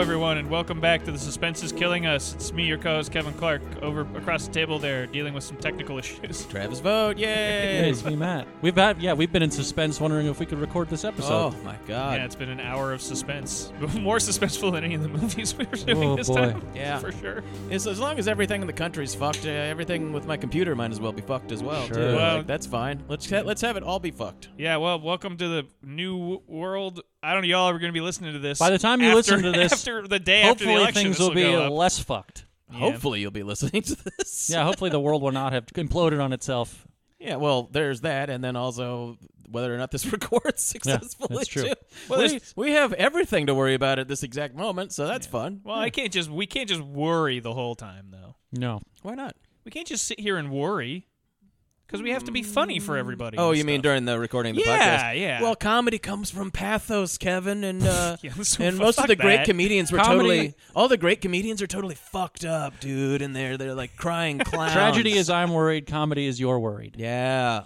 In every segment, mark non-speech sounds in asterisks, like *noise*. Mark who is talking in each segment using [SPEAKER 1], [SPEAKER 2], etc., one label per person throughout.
[SPEAKER 1] Welcome back to The Suspense is Killing Us. It's me, your co host, Kevin Clark, over across the table there, dealing with some technical *laughs* issues.
[SPEAKER 2] Travis vote,
[SPEAKER 3] Hey,
[SPEAKER 2] yay!
[SPEAKER 3] it's me, Matt. We've had yeah, we've been in suspense, wondering if we could record this
[SPEAKER 2] oh
[SPEAKER 3] episode.
[SPEAKER 2] my god.
[SPEAKER 1] yeah, it's been an hour of suspense. *laughs* More suspenseful than any of the *laughs* movies we were doing
[SPEAKER 3] Oh,
[SPEAKER 1] this
[SPEAKER 3] boy.
[SPEAKER 1] time.
[SPEAKER 2] Yeah.
[SPEAKER 1] For sure.
[SPEAKER 2] It's- as long as everything in the country's fucked, uh, everything with my computer might as well be fucked as well.
[SPEAKER 3] Sure.
[SPEAKER 2] Too.
[SPEAKER 1] Well-
[SPEAKER 2] like, that's fine. Let's ha- let's have it all be fucked.
[SPEAKER 1] Yeah, well, welcome to the new world. I don't know, y'all are going to be listening to this.
[SPEAKER 3] By the time you
[SPEAKER 1] after- *laughs*
[SPEAKER 3] listen to this,
[SPEAKER 1] after the day after the
[SPEAKER 3] hopefully
[SPEAKER 1] election,
[SPEAKER 3] things
[SPEAKER 1] this
[SPEAKER 3] will be
[SPEAKER 1] go up.
[SPEAKER 3] less fucked.
[SPEAKER 1] Yeah.
[SPEAKER 2] Hopefully you'll be listening *laughs* to this.
[SPEAKER 3] Yeah, hopefully the world will not have imploded on itself.
[SPEAKER 2] Yeah. Well, there's that, and then also whether or not this *laughs* records successfully.
[SPEAKER 3] that's true.
[SPEAKER 2] too.
[SPEAKER 1] Well,
[SPEAKER 2] we,
[SPEAKER 1] there's-
[SPEAKER 2] we have everything to worry about at this exact moment, so that's fun.
[SPEAKER 1] Well, I can't just we can't just worry the whole time though.
[SPEAKER 3] No,
[SPEAKER 2] Why not?
[SPEAKER 1] We can't just sit here and worry because we have to be funny for everybody.
[SPEAKER 2] Oh,
[SPEAKER 1] and
[SPEAKER 2] you mean
[SPEAKER 1] stuff.
[SPEAKER 2] during the recording of the
[SPEAKER 1] Yeah,
[SPEAKER 2] podcast?
[SPEAKER 1] yeah.
[SPEAKER 2] Well, comedy comes from pathos, Kevin, and *laughs* uh,
[SPEAKER 1] Yeah, *laughs* so
[SPEAKER 2] and
[SPEAKER 1] fu-
[SPEAKER 2] most of
[SPEAKER 1] fuck
[SPEAKER 2] the great
[SPEAKER 1] that.
[SPEAKER 2] comedians were
[SPEAKER 3] Comedy-
[SPEAKER 2] totally all the great comedians are totally fucked up, dude, and they're they're
[SPEAKER 1] *laughs*
[SPEAKER 2] like crying clowns.
[SPEAKER 3] tragedy
[SPEAKER 1] Um,
[SPEAKER 3] is I'm worried. Comedy is you're worried.
[SPEAKER 2] yeah,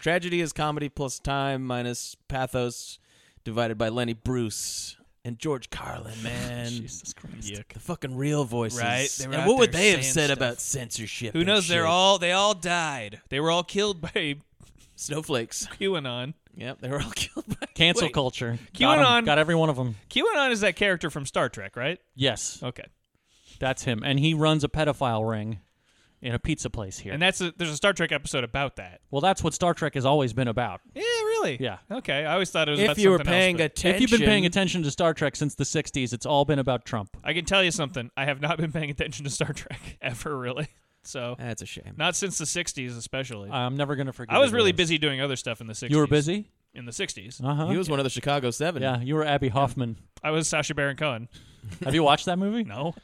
[SPEAKER 2] tragedy is comedy plus time minus pathos divided by Lenny Bruce and George
[SPEAKER 1] *sighs*
[SPEAKER 2] Carlin, man.
[SPEAKER 3] Jesus Christ.
[SPEAKER 1] Yuck.
[SPEAKER 2] the fucking real voices,
[SPEAKER 1] Right, they were
[SPEAKER 2] And
[SPEAKER 1] out
[SPEAKER 2] what would
[SPEAKER 1] there
[SPEAKER 2] they have
[SPEAKER 1] saying
[SPEAKER 2] said
[SPEAKER 1] stuff.
[SPEAKER 2] about censorship?
[SPEAKER 1] Who
[SPEAKER 2] and
[SPEAKER 1] knows? They're
[SPEAKER 2] shit?
[SPEAKER 1] all they all died. They were all killed *laughs* by *laughs*
[SPEAKER 2] snowflakes.
[SPEAKER 1] QAnon.
[SPEAKER 2] Yep, they were all killed
[SPEAKER 1] *laughs*
[SPEAKER 2] by
[SPEAKER 3] Cancel
[SPEAKER 1] Wait.
[SPEAKER 3] culture. Got 'em.
[SPEAKER 1] QAnon.
[SPEAKER 3] got every one of them.
[SPEAKER 1] QAnon is that character from Star Trek, right?
[SPEAKER 3] Yes,
[SPEAKER 1] Okay,
[SPEAKER 3] that's him, and he runs a pedophile ring in a pizza place here.
[SPEAKER 1] and that's a, there's a Star Trek episode about that.
[SPEAKER 3] well, that's what Star Trek has always been about.
[SPEAKER 1] Yeah, really.
[SPEAKER 3] Yeah.
[SPEAKER 1] Okay, I always thought it was.
[SPEAKER 2] If
[SPEAKER 1] about
[SPEAKER 2] you were
[SPEAKER 1] something
[SPEAKER 2] paying
[SPEAKER 1] else, but
[SPEAKER 2] attention,
[SPEAKER 3] If you've been paying attention to Star Trek since the '60s, it's all been about Trump.
[SPEAKER 1] I can tell you something. I have not been paying attention to Star *laughs* Trek ever, really. So
[SPEAKER 2] that's a shame.
[SPEAKER 1] not since the '60s, especially.
[SPEAKER 3] I'm never gonna forget.
[SPEAKER 1] I was
[SPEAKER 3] it,
[SPEAKER 1] really
[SPEAKER 3] Liz.
[SPEAKER 1] busy doing other stuff in the 60s.
[SPEAKER 3] You were busy.
[SPEAKER 1] In the 60s.
[SPEAKER 3] Uh huh.
[SPEAKER 2] He was one of the Chicago Seven.
[SPEAKER 3] Yeah, you were Abby Hoffman.
[SPEAKER 1] I was Sasha Baron Cohen. *laughs*
[SPEAKER 3] Have you watched that movie?
[SPEAKER 1] No.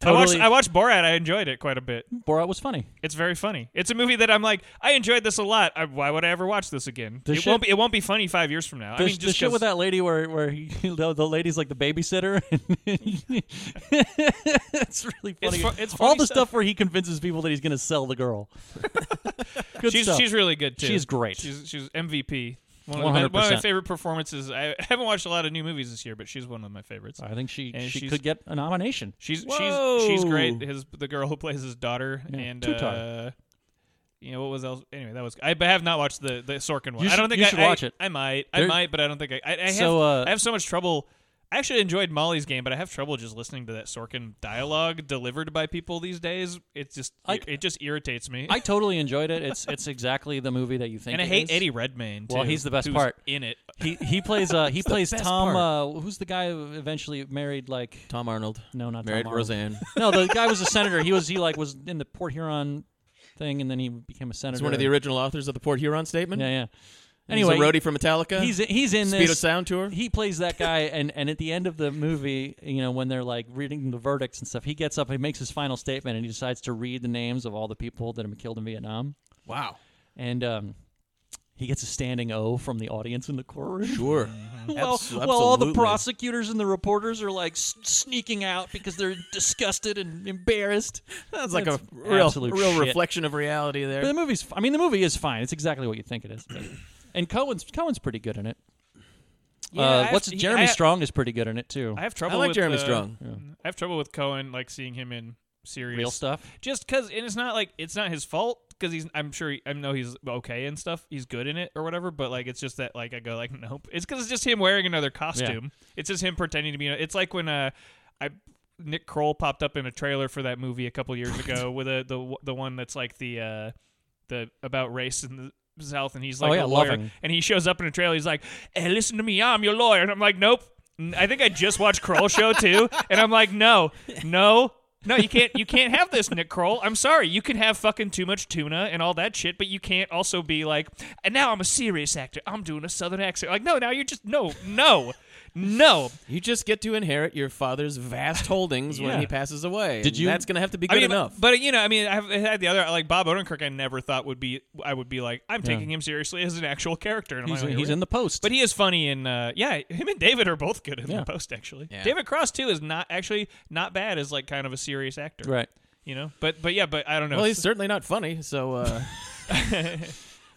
[SPEAKER 3] Totally.
[SPEAKER 1] I, watched, I watched Borat. I enjoyed it quite a bit.
[SPEAKER 3] Borat was funny.
[SPEAKER 1] It's very funny. It's a movie that I'm like, I enjoyed this a lot. I, why would I ever watch this again?
[SPEAKER 3] The
[SPEAKER 1] it
[SPEAKER 3] shit-
[SPEAKER 1] won't be. It won't be funny five years from now.
[SPEAKER 3] The,
[SPEAKER 1] I mean,
[SPEAKER 3] the
[SPEAKER 1] just
[SPEAKER 3] shit
[SPEAKER 1] 'cause-
[SPEAKER 3] with that lady where where he, *laughs* the, the lady's like the babysitter. *laughs* it's really funny.
[SPEAKER 1] It's fu- it's
[SPEAKER 3] All
[SPEAKER 1] funny
[SPEAKER 3] the
[SPEAKER 1] stuff.
[SPEAKER 3] stuff where he convinces people that he's going to sell
[SPEAKER 1] *laughs*
[SPEAKER 3] the girl. Good
[SPEAKER 1] She's
[SPEAKER 3] stuff.
[SPEAKER 1] she's really good too.
[SPEAKER 3] She's great.
[SPEAKER 1] She's she's MVP. One of, my, one of my
[SPEAKER 3] 100%.
[SPEAKER 1] favorite performances. I haven't watched a lot of new movies this year, but she's one of my favorites.
[SPEAKER 3] I think she
[SPEAKER 1] And
[SPEAKER 3] she
[SPEAKER 1] she's-
[SPEAKER 3] could get a nomination.
[SPEAKER 1] She's
[SPEAKER 2] Whoa.
[SPEAKER 1] she's she's great. His the girl who plays his daughter
[SPEAKER 3] Yeah,
[SPEAKER 1] and
[SPEAKER 3] Tutar.
[SPEAKER 1] uh, you know what was else? Anyway, that was I b- have not watched the the Sorkin one.
[SPEAKER 3] You
[SPEAKER 1] I don't
[SPEAKER 3] should-
[SPEAKER 1] think
[SPEAKER 3] you
[SPEAKER 1] I
[SPEAKER 3] should
[SPEAKER 1] I-
[SPEAKER 3] watch it.
[SPEAKER 1] I might, I
[SPEAKER 3] There-
[SPEAKER 1] might, but I don't think I. I, I have
[SPEAKER 3] So, uh,
[SPEAKER 1] I have so much trouble. I actually enjoyed Molly's game, but I have trouble just listening to that Sorkin dialogue delivered by people these days. It just
[SPEAKER 3] I-
[SPEAKER 1] it just irritates me.
[SPEAKER 3] I totally enjoyed it. It's it's exactly the movie that you think.
[SPEAKER 1] and I
[SPEAKER 3] it
[SPEAKER 1] hate
[SPEAKER 3] is.
[SPEAKER 1] Eddie Redmayne. Too,
[SPEAKER 3] Well, he's the best
[SPEAKER 1] who's
[SPEAKER 3] part.
[SPEAKER 1] in it.
[SPEAKER 3] He he plays uh he plays
[SPEAKER 2] best
[SPEAKER 3] Tom uh who's the guy who eventually married like
[SPEAKER 2] Tom Arnold
[SPEAKER 3] no not
[SPEAKER 2] married
[SPEAKER 3] Tom Arnold.
[SPEAKER 2] Roseanne.
[SPEAKER 3] No, the guy was a senator. He was he like was in the Port Huron thing, and then he became a senator.
[SPEAKER 2] He's one of the original authors of the Port Huron Statement.
[SPEAKER 3] Yeah, yeah.
[SPEAKER 2] Anyway,
[SPEAKER 3] Anyway,
[SPEAKER 2] he's a roadie for Metallica.
[SPEAKER 3] he's he's in
[SPEAKER 2] Speed
[SPEAKER 3] this
[SPEAKER 2] of Sound tour.
[SPEAKER 3] He plays that guy, and and at the end of the movie, you know, when they're like reading the verdicts and stuff, he gets up, he makes his final statement, and he decides to read the names of all the people that have been killed in Vietnam,
[SPEAKER 2] wow.
[SPEAKER 3] and um, he gets a standing O from the audience in
[SPEAKER 2] *laughs*
[SPEAKER 3] the courtroom. *laughs*
[SPEAKER 2] Sure.
[SPEAKER 3] Well,
[SPEAKER 2] Abs-
[SPEAKER 3] well, all the
[SPEAKER 2] absolutely.
[SPEAKER 3] prosecutors and the reporters are like s- sneaking out because they're disgusted and embarrassed.
[SPEAKER 2] That's like a
[SPEAKER 3] That's
[SPEAKER 2] real,
[SPEAKER 3] absolute
[SPEAKER 2] real
[SPEAKER 3] shit.
[SPEAKER 2] reflection of reality
[SPEAKER 3] But
[SPEAKER 2] there.
[SPEAKER 3] the movie's. I mean, the movie is fine. It's exactly what you
[SPEAKER 1] *coughs*
[SPEAKER 3] think it is. And Cohen's Cohen's pretty good in it.
[SPEAKER 1] Yeah, I
[SPEAKER 3] uh,
[SPEAKER 1] have
[SPEAKER 3] what's
[SPEAKER 1] to- he-
[SPEAKER 3] Jeremy
[SPEAKER 1] I-
[SPEAKER 3] Strong is pretty good in it too.
[SPEAKER 1] I have
[SPEAKER 2] I
[SPEAKER 1] trouble.
[SPEAKER 2] like
[SPEAKER 1] with,
[SPEAKER 2] Jeremy
[SPEAKER 1] uh,
[SPEAKER 2] Strong.
[SPEAKER 1] I have trouble with Cohen, like seeing him in serious
[SPEAKER 3] Real stuff.
[SPEAKER 1] just because and it's not like it's not his fault because he's i'm sure he, i know he's okay and stuff he's good in it or whatever but like it's just that like i go like nope it's because it's just him wearing another costume it's just him pretending to be it's like when uh i nick kroll popped up in a trailer for that movie a couple years ago with a the the one that's like the uh the about race in the South, and he's
[SPEAKER 3] Oh,
[SPEAKER 1] like a
[SPEAKER 3] yeah,
[SPEAKER 1] lawyer,
[SPEAKER 3] Loving.
[SPEAKER 1] and he shows up in a trailer. He's like, "Hey, listen to me, I'm your lawyer," and I'm like, "Nope." N- I think I just watched Kroll show too,
[SPEAKER 3] *laughs*
[SPEAKER 1] and I'm like, "No, no, no, you can't, you can't have this, Nick Kroll. I'm sorry, you can have fucking too much tuna and all that shit, but you can't also be like, and now I'm a serious actor. I'm doing a southern accent. Like, no, now you're just no, no, no.
[SPEAKER 2] You just get to inherit your father's vast holdings when
[SPEAKER 3] Yeah.
[SPEAKER 2] he passes away.
[SPEAKER 3] Did
[SPEAKER 2] and
[SPEAKER 3] you-
[SPEAKER 2] That's going to have to be
[SPEAKER 1] I
[SPEAKER 2] good
[SPEAKER 1] mean,
[SPEAKER 2] enough.
[SPEAKER 1] but you know, I mean, I've had the other like Bob Odenkirk. I never thought would be, I would be like, I'm taking him seriously as an actual character. And I'm
[SPEAKER 3] He's,
[SPEAKER 1] like,
[SPEAKER 3] he's in the post.
[SPEAKER 1] But he is funny in uh, yeah, him and David are both good in
[SPEAKER 3] Yeah.
[SPEAKER 1] the post actually.
[SPEAKER 2] Yeah.
[SPEAKER 1] David Cross too is not actually not bad as like kind of a serious actor.
[SPEAKER 3] right.
[SPEAKER 1] You know? But but yeah, *laughs* but I don't know.
[SPEAKER 3] *laughs*
[SPEAKER 2] well, he's certainly not funny. So uh,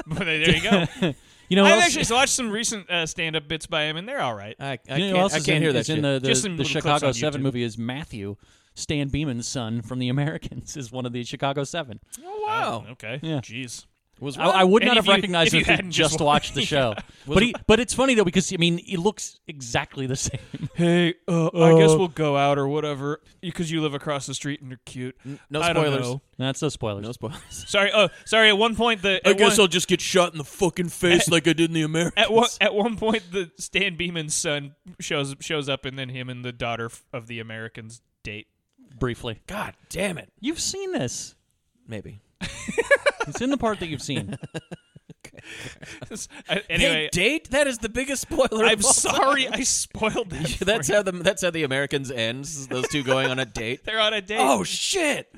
[SPEAKER 1] but there you go.
[SPEAKER 3] You know, what
[SPEAKER 1] I've
[SPEAKER 3] else-
[SPEAKER 1] actually watched some recent uh, stand-up bits by him, and they're all right.
[SPEAKER 2] I, I
[SPEAKER 3] you know
[SPEAKER 2] can't,
[SPEAKER 3] who else
[SPEAKER 2] I
[SPEAKER 3] is
[SPEAKER 2] can't
[SPEAKER 3] in-
[SPEAKER 2] hear that
[SPEAKER 3] is in
[SPEAKER 2] shit.
[SPEAKER 3] the, the,
[SPEAKER 1] Just some
[SPEAKER 3] the
[SPEAKER 1] little clips
[SPEAKER 3] Chicago
[SPEAKER 1] on
[SPEAKER 3] Seven
[SPEAKER 1] YouTube.
[SPEAKER 3] movie is Matthew Stan Beeman's son from The Americans is one of the Chicago Seven.
[SPEAKER 2] oh, wow.
[SPEAKER 1] Oh, okay.
[SPEAKER 3] Yeah.
[SPEAKER 1] Jeez.
[SPEAKER 2] Was
[SPEAKER 3] I, I would
[SPEAKER 1] And if
[SPEAKER 3] not have
[SPEAKER 1] you- if
[SPEAKER 3] recognized
[SPEAKER 1] you
[SPEAKER 3] him if he
[SPEAKER 1] hadn't just
[SPEAKER 3] just
[SPEAKER 1] wa- *laughs*
[SPEAKER 3] watched the show.
[SPEAKER 2] Was
[SPEAKER 3] but
[SPEAKER 2] it-
[SPEAKER 3] he, but it's funny though because I mean he looks exactly the *laughs* same.
[SPEAKER 1] Hey, uh, I guess we'll go out or whatever because you live across the street and you're cute.
[SPEAKER 2] no
[SPEAKER 1] I don't
[SPEAKER 2] spoilers.
[SPEAKER 1] know.
[SPEAKER 3] That's no spoilers.
[SPEAKER 2] No
[SPEAKER 3] *laughs*
[SPEAKER 2] spoilers.
[SPEAKER 1] Sorry. Oh, sorry. At one point, the
[SPEAKER 2] I
[SPEAKER 1] at
[SPEAKER 2] guess
[SPEAKER 1] one,
[SPEAKER 2] I'll just get shot in the fucking face like I did in the Americans.
[SPEAKER 1] at
[SPEAKER 2] *laughs*
[SPEAKER 1] one at one point the Stan Beeman's son shows shows up, and then him and the daughter f- of the Americans date.
[SPEAKER 3] Briefly,
[SPEAKER 2] God damn it.
[SPEAKER 3] you've seen this.
[SPEAKER 2] Maybe.
[SPEAKER 3] It's in the part that
[SPEAKER 1] *laughs*
[SPEAKER 3] you've seen.
[SPEAKER 1] I- anyway,
[SPEAKER 2] they date? That is the biggest spoiler.
[SPEAKER 1] I'm
[SPEAKER 2] of all
[SPEAKER 1] sorry
[SPEAKER 2] time.
[SPEAKER 1] I spoiled that. for
[SPEAKER 2] that's
[SPEAKER 1] you.
[SPEAKER 2] how the that's how the Americans ends. is Those two going on a
[SPEAKER 1] *laughs*
[SPEAKER 2] date.
[SPEAKER 1] they're on a date.
[SPEAKER 2] oh shit!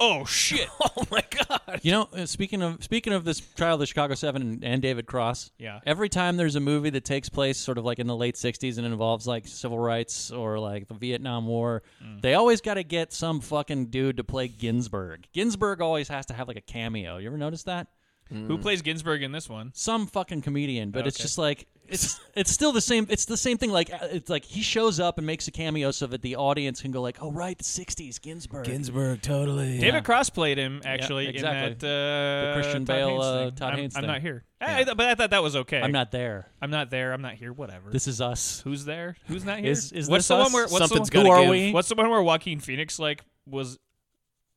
[SPEAKER 1] oh shit.
[SPEAKER 2] *laughs* Oh my god!
[SPEAKER 3] You know, uh, speaking of speaking of this trial of the Chicago Seven and, and David Cross.
[SPEAKER 1] Yeah.
[SPEAKER 3] Every time there's a movie that takes place sort of like in the late '60s and involves like civil rights or like the Vietnam War,
[SPEAKER 1] Mm.
[SPEAKER 3] they always got to get some fucking dude to play Ginsburg. Ginsburg always has to have like a cameo. You ever notice that?
[SPEAKER 1] Who plays Ginsburg in this one?
[SPEAKER 3] Some fucking comedian, but it's
[SPEAKER 1] Okay.
[SPEAKER 3] just like it's it's still the same. It's the same thing. Like uh, it's like he shows up and makes a cameo so that the audience can go like, "Oh right, the '60s, Ginsburg."
[SPEAKER 2] Ginsburg, totally.
[SPEAKER 1] David Cross played him actually in
[SPEAKER 3] exactly.
[SPEAKER 1] that uh,
[SPEAKER 3] Christian
[SPEAKER 1] Todd
[SPEAKER 3] Bale,
[SPEAKER 1] Haynes
[SPEAKER 3] uh,
[SPEAKER 1] thing.
[SPEAKER 3] Todd
[SPEAKER 1] I'm,
[SPEAKER 3] Haynes
[SPEAKER 1] I'm
[SPEAKER 3] thing.
[SPEAKER 1] not here, I- I- but I thought that was okay.
[SPEAKER 3] I'm not there.
[SPEAKER 1] I'm not there. I'm not here. Whatever.
[SPEAKER 3] This is us.
[SPEAKER 1] Who's there? Who's not here?
[SPEAKER 3] Is- is
[SPEAKER 1] what's
[SPEAKER 3] this
[SPEAKER 1] the
[SPEAKER 3] us?
[SPEAKER 1] one where what's
[SPEAKER 2] Something's
[SPEAKER 1] the one,
[SPEAKER 2] gotta
[SPEAKER 3] Who are
[SPEAKER 2] give.
[SPEAKER 3] we?
[SPEAKER 1] what's the one where Joaquin Phoenix like was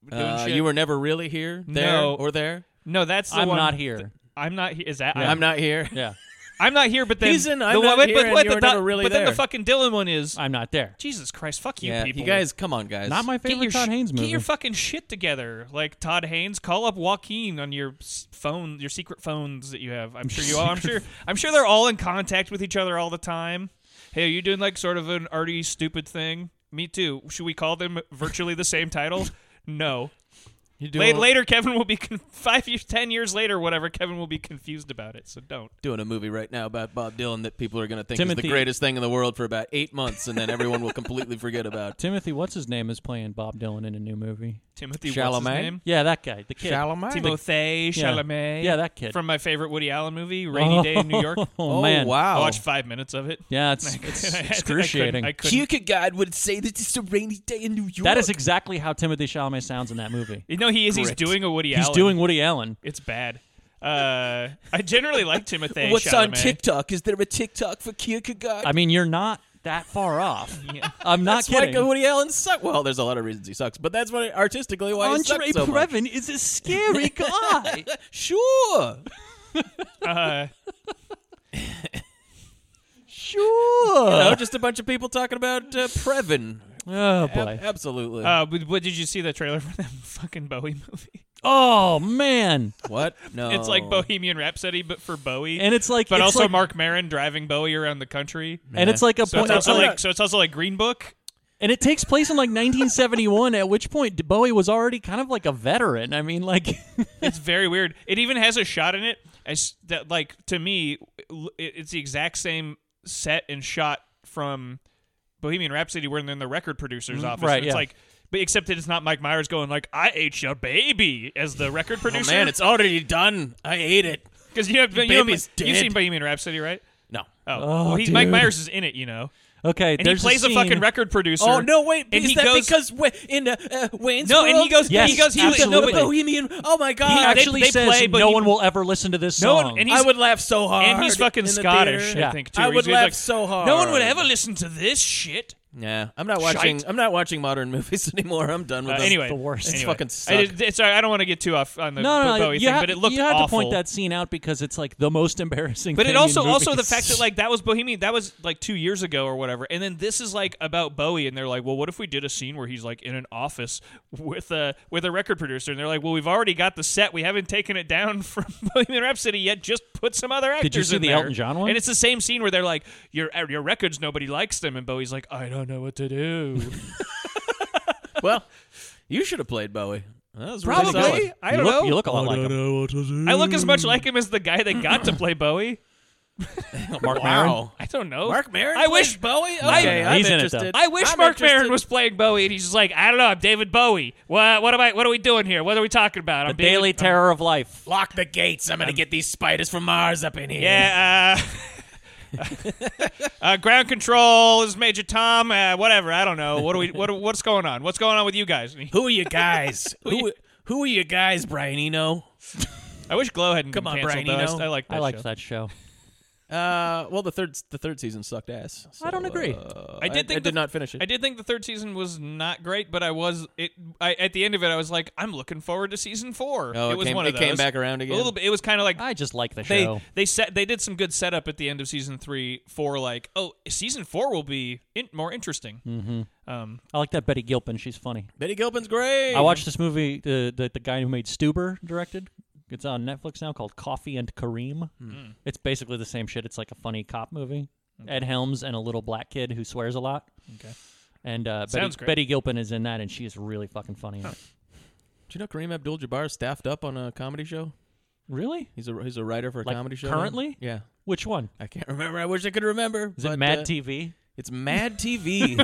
[SPEAKER 1] doing
[SPEAKER 2] Uh,
[SPEAKER 1] shit?
[SPEAKER 2] you were never really here, there,
[SPEAKER 1] No.
[SPEAKER 2] or there.
[SPEAKER 1] no, that's the
[SPEAKER 3] I'm
[SPEAKER 1] one-
[SPEAKER 3] not here.
[SPEAKER 1] I'm not here. Is that
[SPEAKER 2] I'm not here. *laughs*
[SPEAKER 3] Yeah,
[SPEAKER 1] I'm not here. But then
[SPEAKER 2] He's in
[SPEAKER 1] the
[SPEAKER 2] I'm
[SPEAKER 1] one-
[SPEAKER 2] Not
[SPEAKER 1] but-
[SPEAKER 2] Here
[SPEAKER 1] but
[SPEAKER 2] and
[SPEAKER 1] what
[SPEAKER 2] You
[SPEAKER 1] the
[SPEAKER 2] Were
[SPEAKER 1] Doc-
[SPEAKER 2] Never Really
[SPEAKER 1] But then
[SPEAKER 2] There.
[SPEAKER 1] the fucking Dylan one is
[SPEAKER 3] I'm not there.
[SPEAKER 1] Jesus Christ. Fuck you
[SPEAKER 2] Yeah,
[SPEAKER 1] people.
[SPEAKER 2] you guys, come on, guys.
[SPEAKER 3] Not my
[SPEAKER 1] Get
[SPEAKER 3] favorite
[SPEAKER 1] your,
[SPEAKER 3] Todd
[SPEAKER 1] sh-
[SPEAKER 3] Haynes movie.
[SPEAKER 1] get your fucking shit together, like Todd Haynes. Call up Joaquin on your s- phone, your secret phones that you have. I'm sure you all.
[SPEAKER 3] *laughs*
[SPEAKER 1] I'm sure. I'm sure they're all in contact with each other all the time. Hey, are you doing like sort of an arty, stupid thing? Me too. Should we call them virtually the same titles? *laughs* No.
[SPEAKER 2] You're
[SPEAKER 1] La-
[SPEAKER 2] doing,
[SPEAKER 1] later, Kevin will be con- five years, ten years later, whatever. Kevin will be confused about it. So don't.
[SPEAKER 2] doing a movie right now about Bob Dylan that people are going to think is
[SPEAKER 3] Timothy-
[SPEAKER 2] the greatest thing in the world for about eight months, and then everyone will completely forget
[SPEAKER 3] *laughs*
[SPEAKER 2] about.
[SPEAKER 3] Timothy, what's his name, is playing Bob Dylan in a new movie.
[SPEAKER 1] Timothy what's his
[SPEAKER 2] Chalamet?
[SPEAKER 1] name?
[SPEAKER 3] Yeah, that guy, the kid.
[SPEAKER 1] Timothée
[SPEAKER 3] Yeah.
[SPEAKER 1] Chalamet.
[SPEAKER 3] Yeah, that kid.
[SPEAKER 1] from my favorite Woody Allen movie, Rainy Day in New York.
[SPEAKER 3] *laughs* Oh
[SPEAKER 2] Oh
[SPEAKER 3] man,
[SPEAKER 1] I
[SPEAKER 2] wow!
[SPEAKER 1] watched five minutes of it.
[SPEAKER 3] Yeah,
[SPEAKER 1] *laughs*
[SPEAKER 3] it's,
[SPEAKER 1] I
[SPEAKER 3] it's
[SPEAKER 1] couldn't-
[SPEAKER 3] excruciating.
[SPEAKER 1] I couldn't. I couldn't.
[SPEAKER 2] Kierkegaard would say that it's a rainy day in New York.
[SPEAKER 3] that is exactly how Timothy Chalamet sounds in that movie.
[SPEAKER 1] You know, he is. He's
[SPEAKER 2] Great.
[SPEAKER 1] doing a Woody
[SPEAKER 3] He's
[SPEAKER 1] Allen.
[SPEAKER 3] doing Woody Allen.
[SPEAKER 1] It's bad. Uh, I generally like Timothy.
[SPEAKER 2] *laughs* What's on
[SPEAKER 1] Chalamet.
[SPEAKER 2] TikTok? Is there a TikTok for Kierkegaard?
[SPEAKER 3] I mean, you're not that far off.
[SPEAKER 1] Yeah.
[SPEAKER 3] I'm not
[SPEAKER 2] that's
[SPEAKER 3] kidding.
[SPEAKER 2] why Woody Allen sucks. Well, there's a lot of reasons he sucks, but that's why artistically why he
[SPEAKER 3] Andre
[SPEAKER 2] sucks so much.
[SPEAKER 3] Previn is a scary guy.
[SPEAKER 2] Sure,
[SPEAKER 1] *laughs* Uh,
[SPEAKER 3] sure.
[SPEAKER 2] no, just a bunch of people talking about uh, Previn.
[SPEAKER 3] Oh
[SPEAKER 2] Ab-
[SPEAKER 3] boy.
[SPEAKER 2] absolutely.
[SPEAKER 1] uh, but, but did you see the trailer for that *laughs* fucking Bowie movie?
[SPEAKER 3] Oh man.
[SPEAKER 2] what? No, Oh,
[SPEAKER 1] It's like Bohemian Rhapsody, but for Bowie.
[SPEAKER 3] And it's like,
[SPEAKER 1] but
[SPEAKER 3] it's
[SPEAKER 1] also
[SPEAKER 3] like-
[SPEAKER 1] Mark Maron driving Bowie around the country.
[SPEAKER 3] and it's like a
[SPEAKER 1] So
[SPEAKER 3] point.
[SPEAKER 1] it's also
[SPEAKER 2] I'm
[SPEAKER 1] like
[SPEAKER 2] not-
[SPEAKER 1] so it's also like Green Book.
[SPEAKER 3] And it takes place in like 1971, at which point Bowie was already kind of like a veteran. I mean, like, *laughs*
[SPEAKER 1] It's very weird. It even has a shot in it as that like to me it- it's the exact same set and shot from Bohemian Rhapsody when they're in the record producer's
[SPEAKER 2] Mm,
[SPEAKER 1] office.
[SPEAKER 3] right,
[SPEAKER 1] And it's
[SPEAKER 3] yeah.
[SPEAKER 1] like but except that it's not Mike Myers going like I ate your baby as the record
[SPEAKER 2] Oh
[SPEAKER 1] producer.
[SPEAKER 2] man, it's already done. I ate it.
[SPEAKER 1] because you have you
[SPEAKER 2] baby's
[SPEAKER 1] have, you've
[SPEAKER 2] dead.
[SPEAKER 1] seen Bohemian Rhapsody, right?
[SPEAKER 2] No.
[SPEAKER 1] Oh,
[SPEAKER 3] Oh,
[SPEAKER 1] well, he, Mike
[SPEAKER 3] dude.
[SPEAKER 1] Myers is in it, you know,
[SPEAKER 3] okay,
[SPEAKER 1] and he plays a, fucking record producer.
[SPEAKER 2] Oh no! Wait,
[SPEAKER 1] And
[SPEAKER 2] is
[SPEAKER 1] he
[SPEAKER 2] that
[SPEAKER 1] goes-
[SPEAKER 2] because Wa- in uh, uh, Wayne's
[SPEAKER 1] No, and he
[SPEAKER 2] World?
[SPEAKER 1] goes-
[SPEAKER 3] Yes,
[SPEAKER 1] he goes. He,
[SPEAKER 2] He's a
[SPEAKER 3] absolutely.
[SPEAKER 2] Bohemian. Oh my God!
[SPEAKER 3] He
[SPEAKER 1] They-
[SPEAKER 3] actually
[SPEAKER 1] they
[SPEAKER 3] says
[SPEAKER 1] play, but
[SPEAKER 3] no
[SPEAKER 1] he-
[SPEAKER 3] one will ever listen to this
[SPEAKER 1] No
[SPEAKER 3] song.
[SPEAKER 1] one- and he's-
[SPEAKER 2] I would laugh so hard.
[SPEAKER 1] and he's fucking
[SPEAKER 2] in the
[SPEAKER 1] Scottish,
[SPEAKER 2] theater.
[SPEAKER 3] Yeah.
[SPEAKER 1] I think. Too,
[SPEAKER 2] I
[SPEAKER 1] where
[SPEAKER 2] would
[SPEAKER 1] he's
[SPEAKER 2] laugh
[SPEAKER 1] like,
[SPEAKER 2] so hard.
[SPEAKER 1] No one would ever listen to this shit.
[SPEAKER 2] Yeah, I'm not watching. I'm not watching modern *laughs* movies anymore. I'm done with
[SPEAKER 1] Uh,
[SPEAKER 2] them.
[SPEAKER 1] anyway,
[SPEAKER 3] the worst.
[SPEAKER 2] It's
[SPEAKER 1] anyway.
[SPEAKER 2] fucking
[SPEAKER 1] I,
[SPEAKER 2] suck.
[SPEAKER 1] did- sorry, I don't want to get too off on the
[SPEAKER 3] no, no, no.
[SPEAKER 1] Bowie
[SPEAKER 3] You,
[SPEAKER 1] thing,
[SPEAKER 3] ha-
[SPEAKER 1] but it looked
[SPEAKER 3] you had
[SPEAKER 1] awful.
[SPEAKER 3] to point that scene out because it's like the most embarrassing.
[SPEAKER 1] but
[SPEAKER 3] thing
[SPEAKER 1] it
[SPEAKER 3] in
[SPEAKER 1] also also the
[SPEAKER 3] *laughs* movies.
[SPEAKER 1] fact that like that was Bohemian that was like two years ago or whatever, and then this is like about Bowie, and they're like, well, what if we did a scene where he's like in an office with a with a record producer, and they're like, well, we've already got the set, we haven't taken it down *laughs* from Bohemian Rhapsody yet, just put some other actors.
[SPEAKER 3] you see
[SPEAKER 1] in
[SPEAKER 3] the
[SPEAKER 1] there.
[SPEAKER 3] Elton John one?
[SPEAKER 1] And it's the same scene where they're like, your er, your records nobody likes them, and Bowie's like, I don't know what to do.
[SPEAKER 3] *laughs*
[SPEAKER 2] well, you should have played Bowie. That was really
[SPEAKER 1] Probably,
[SPEAKER 2] solid. *laughs*
[SPEAKER 1] I
[SPEAKER 3] you
[SPEAKER 1] don't
[SPEAKER 3] look,
[SPEAKER 1] know.
[SPEAKER 3] you look a lot like him.
[SPEAKER 1] I look as much like him as the guy that got to play Bowie.
[SPEAKER 3] Mark
[SPEAKER 2] wow.
[SPEAKER 3] Maron.
[SPEAKER 1] I don't know.
[SPEAKER 2] Mark Maron.
[SPEAKER 1] I wish
[SPEAKER 2] Bowie.
[SPEAKER 1] Okay,
[SPEAKER 3] I'm he's in it, though. interested.
[SPEAKER 1] I wish
[SPEAKER 2] I'm
[SPEAKER 1] Mark
[SPEAKER 2] interested.
[SPEAKER 1] Maron was playing Bowie, and he's just like, I don't know. I'm David Bowie. What? What am I? What are we doing here? What are we talking about? I'm
[SPEAKER 3] The daily
[SPEAKER 1] David,
[SPEAKER 3] terror of life.
[SPEAKER 2] Lock the gates. I'm gonna get these spiders from Mars up in here.
[SPEAKER 1] Yeah. Uh, *laughs* uh, ground control is Major Tom. Uh, whatever. I don't know. What do we? What? What's going on? What's going on with you guys? And he-
[SPEAKER 2] Who are you guys? *laughs* who Who are you guys, Brian Eno?
[SPEAKER 1] I wish Glow hadn't
[SPEAKER 2] Come
[SPEAKER 1] been
[SPEAKER 2] on,
[SPEAKER 1] canceled.
[SPEAKER 2] Brian
[SPEAKER 1] though. I
[SPEAKER 2] Eno.
[SPEAKER 1] s- I, like that.
[SPEAKER 3] I liked
[SPEAKER 1] show.
[SPEAKER 3] that show.
[SPEAKER 2] Uh, well, the third the third season sucked ass.
[SPEAKER 3] I don't
[SPEAKER 2] so,
[SPEAKER 3] agree.
[SPEAKER 2] uh,
[SPEAKER 1] I did think
[SPEAKER 2] I
[SPEAKER 1] the-
[SPEAKER 2] did not finish it.
[SPEAKER 1] I did think the third season was not great, but I was it. I, at the end of it, I was like, I'm looking forward to season four.
[SPEAKER 2] Oh, it
[SPEAKER 1] was
[SPEAKER 2] came-
[SPEAKER 1] one of
[SPEAKER 2] it came
[SPEAKER 1] those.
[SPEAKER 2] back around again?
[SPEAKER 1] A little bit. It was kind of like
[SPEAKER 3] I just like the
[SPEAKER 1] they
[SPEAKER 3] show.
[SPEAKER 1] they set they did some good setup at the end of season three for like oh season four will be in, more interesting. Mm-hmm. Um, *laughs*
[SPEAKER 3] I like that Betty Gilpin. She's funny.
[SPEAKER 2] Betty Gilpin's great.
[SPEAKER 3] I watched this movie the, the the guy who made Stuber directed. It's on Netflix now called Coffee and Kareem.
[SPEAKER 1] Hmm.
[SPEAKER 3] It's basically the same shit. It's like a funny cop movie. Ed Helms and a little black kid who swears a lot.
[SPEAKER 1] Okay.
[SPEAKER 3] And uh,
[SPEAKER 1] Sounds
[SPEAKER 3] Betty,
[SPEAKER 1] great.
[SPEAKER 3] Betty Gilpin is in that, and she is really fucking funny. in it.
[SPEAKER 2] Do you know Kareem Abdul-Jabbar staffed up on a comedy show?
[SPEAKER 3] Really?
[SPEAKER 2] He's a he's a writer for a
[SPEAKER 3] Like,
[SPEAKER 2] comedy show.
[SPEAKER 3] currently?
[SPEAKER 2] now? Yeah.
[SPEAKER 3] Which one?
[SPEAKER 2] I can't remember. I wish I could remember.
[SPEAKER 3] Is
[SPEAKER 2] but,
[SPEAKER 3] it Mad
[SPEAKER 2] uh,
[SPEAKER 3] TV?
[SPEAKER 2] It's Mad
[SPEAKER 3] *laughs*
[SPEAKER 2] TV,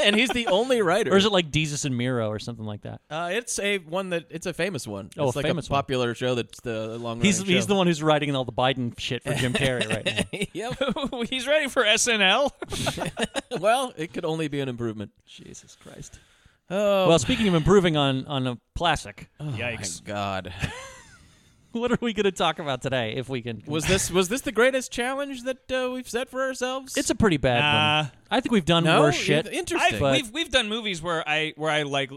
[SPEAKER 2] *laughs* and he's the only writer.
[SPEAKER 3] Or is it like Jesus and Miro or something like that?
[SPEAKER 2] Uh, it's a one that it's a famous one.
[SPEAKER 3] Oh,
[SPEAKER 2] it's
[SPEAKER 3] a
[SPEAKER 2] like
[SPEAKER 3] famous
[SPEAKER 2] a
[SPEAKER 3] one.
[SPEAKER 2] popular show that's the long.
[SPEAKER 3] He's he's the one who's writing all the Biden shit for Jim Carrey right
[SPEAKER 1] *laughs*
[SPEAKER 3] now.
[SPEAKER 2] *laughs* yep.
[SPEAKER 1] he's ready for SNL.
[SPEAKER 2] Well, it could only be an improvement.
[SPEAKER 3] Jesus Christ.
[SPEAKER 2] Oh,
[SPEAKER 3] Well, speaking of improving on on a classic, *laughs*
[SPEAKER 1] Yikes!
[SPEAKER 2] my God.
[SPEAKER 3] what are we going to talk about today if we can?
[SPEAKER 2] Was this was this the greatest challenge that uh, we've set for ourselves?
[SPEAKER 3] it's a pretty bad
[SPEAKER 1] Nah.
[SPEAKER 3] one. I think we've done
[SPEAKER 2] no
[SPEAKER 3] worse shit.
[SPEAKER 2] It-
[SPEAKER 1] I've,
[SPEAKER 2] Interesting.
[SPEAKER 3] But-
[SPEAKER 1] we've we've done movies where I where I like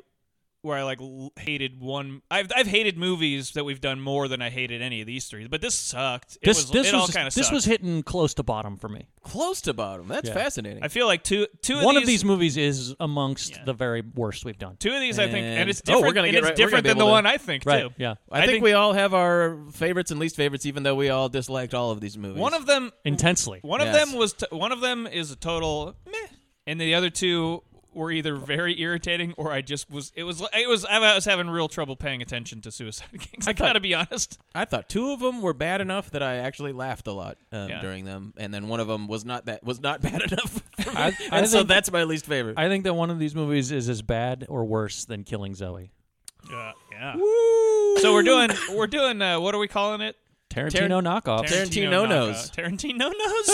[SPEAKER 1] where I like l- hated one. I've I've hated movies that we've done more than I hated any of these three. But this sucked. It
[SPEAKER 3] this
[SPEAKER 1] was,
[SPEAKER 3] this
[SPEAKER 1] it all
[SPEAKER 3] was
[SPEAKER 1] kind of
[SPEAKER 3] this was hitting close to bottom for me.
[SPEAKER 2] Close to bottom. That's
[SPEAKER 3] Yeah.
[SPEAKER 2] fascinating.
[SPEAKER 1] I feel like two two
[SPEAKER 3] One
[SPEAKER 1] of
[SPEAKER 3] of these movies is amongst
[SPEAKER 1] Yeah.
[SPEAKER 3] the very worst we've done.
[SPEAKER 1] two of these I think, and
[SPEAKER 2] And-
[SPEAKER 1] it's
[SPEAKER 2] Oh,
[SPEAKER 1] different.
[SPEAKER 2] we're gonna
[SPEAKER 1] and
[SPEAKER 2] get
[SPEAKER 1] it's
[SPEAKER 2] right- we're
[SPEAKER 1] different
[SPEAKER 2] gonna be
[SPEAKER 1] than the
[SPEAKER 2] able to-
[SPEAKER 1] one I think
[SPEAKER 3] Right?
[SPEAKER 1] too.
[SPEAKER 3] Yeah.
[SPEAKER 2] I,
[SPEAKER 1] I
[SPEAKER 2] think,
[SPEAKER 1] think-
[SPEAKER 2] we all have our favorites and least favorites, even though we all disliked all of these movies.
[SPEAKER 1] One of them
[SPEAKER 3] Intensely.
[SPEAKER 1] One of
[SPEAKER 2] Yes.
[SPEAKER 1] them was t- one of them is a total meh, and the other two were either very irritating or I just was it was it was I was having real trouble paying attention to Suicide Kings. I gotta be honest.
[SPEAKER 2] I thought two of them were bad enough that I actually laughed a lot um,
[SPEAKER 1] Yeah.
[SPEAKER 2] during them, and then one of them was not that was not *laughs* bad enough. for
[SPEAKER 1] *laughs*
[SPEAKER 2] me.
[SPEAKER 3] I-
[SPEAKER 2] and
[SPEAKER 3] I
[SPEAKER 2] so
[SPEAKER 3] think-
[SPEAKER 2] that's my least favorite.
[SPEAKER 3] I think that one of these movies is as bad or worse than Killing Zoe.
[SPEAKER 1] yeah. So we're doing we're doing uh, what are we calling it?
[SPEAKER 3] Tarantino
[SPEAKER 2] Tar-
[SPEAKER 3] knockoff.
[SPEAKER 2] Tarantino knows.
[SPEAKER 1] knockout. Tarantino knows.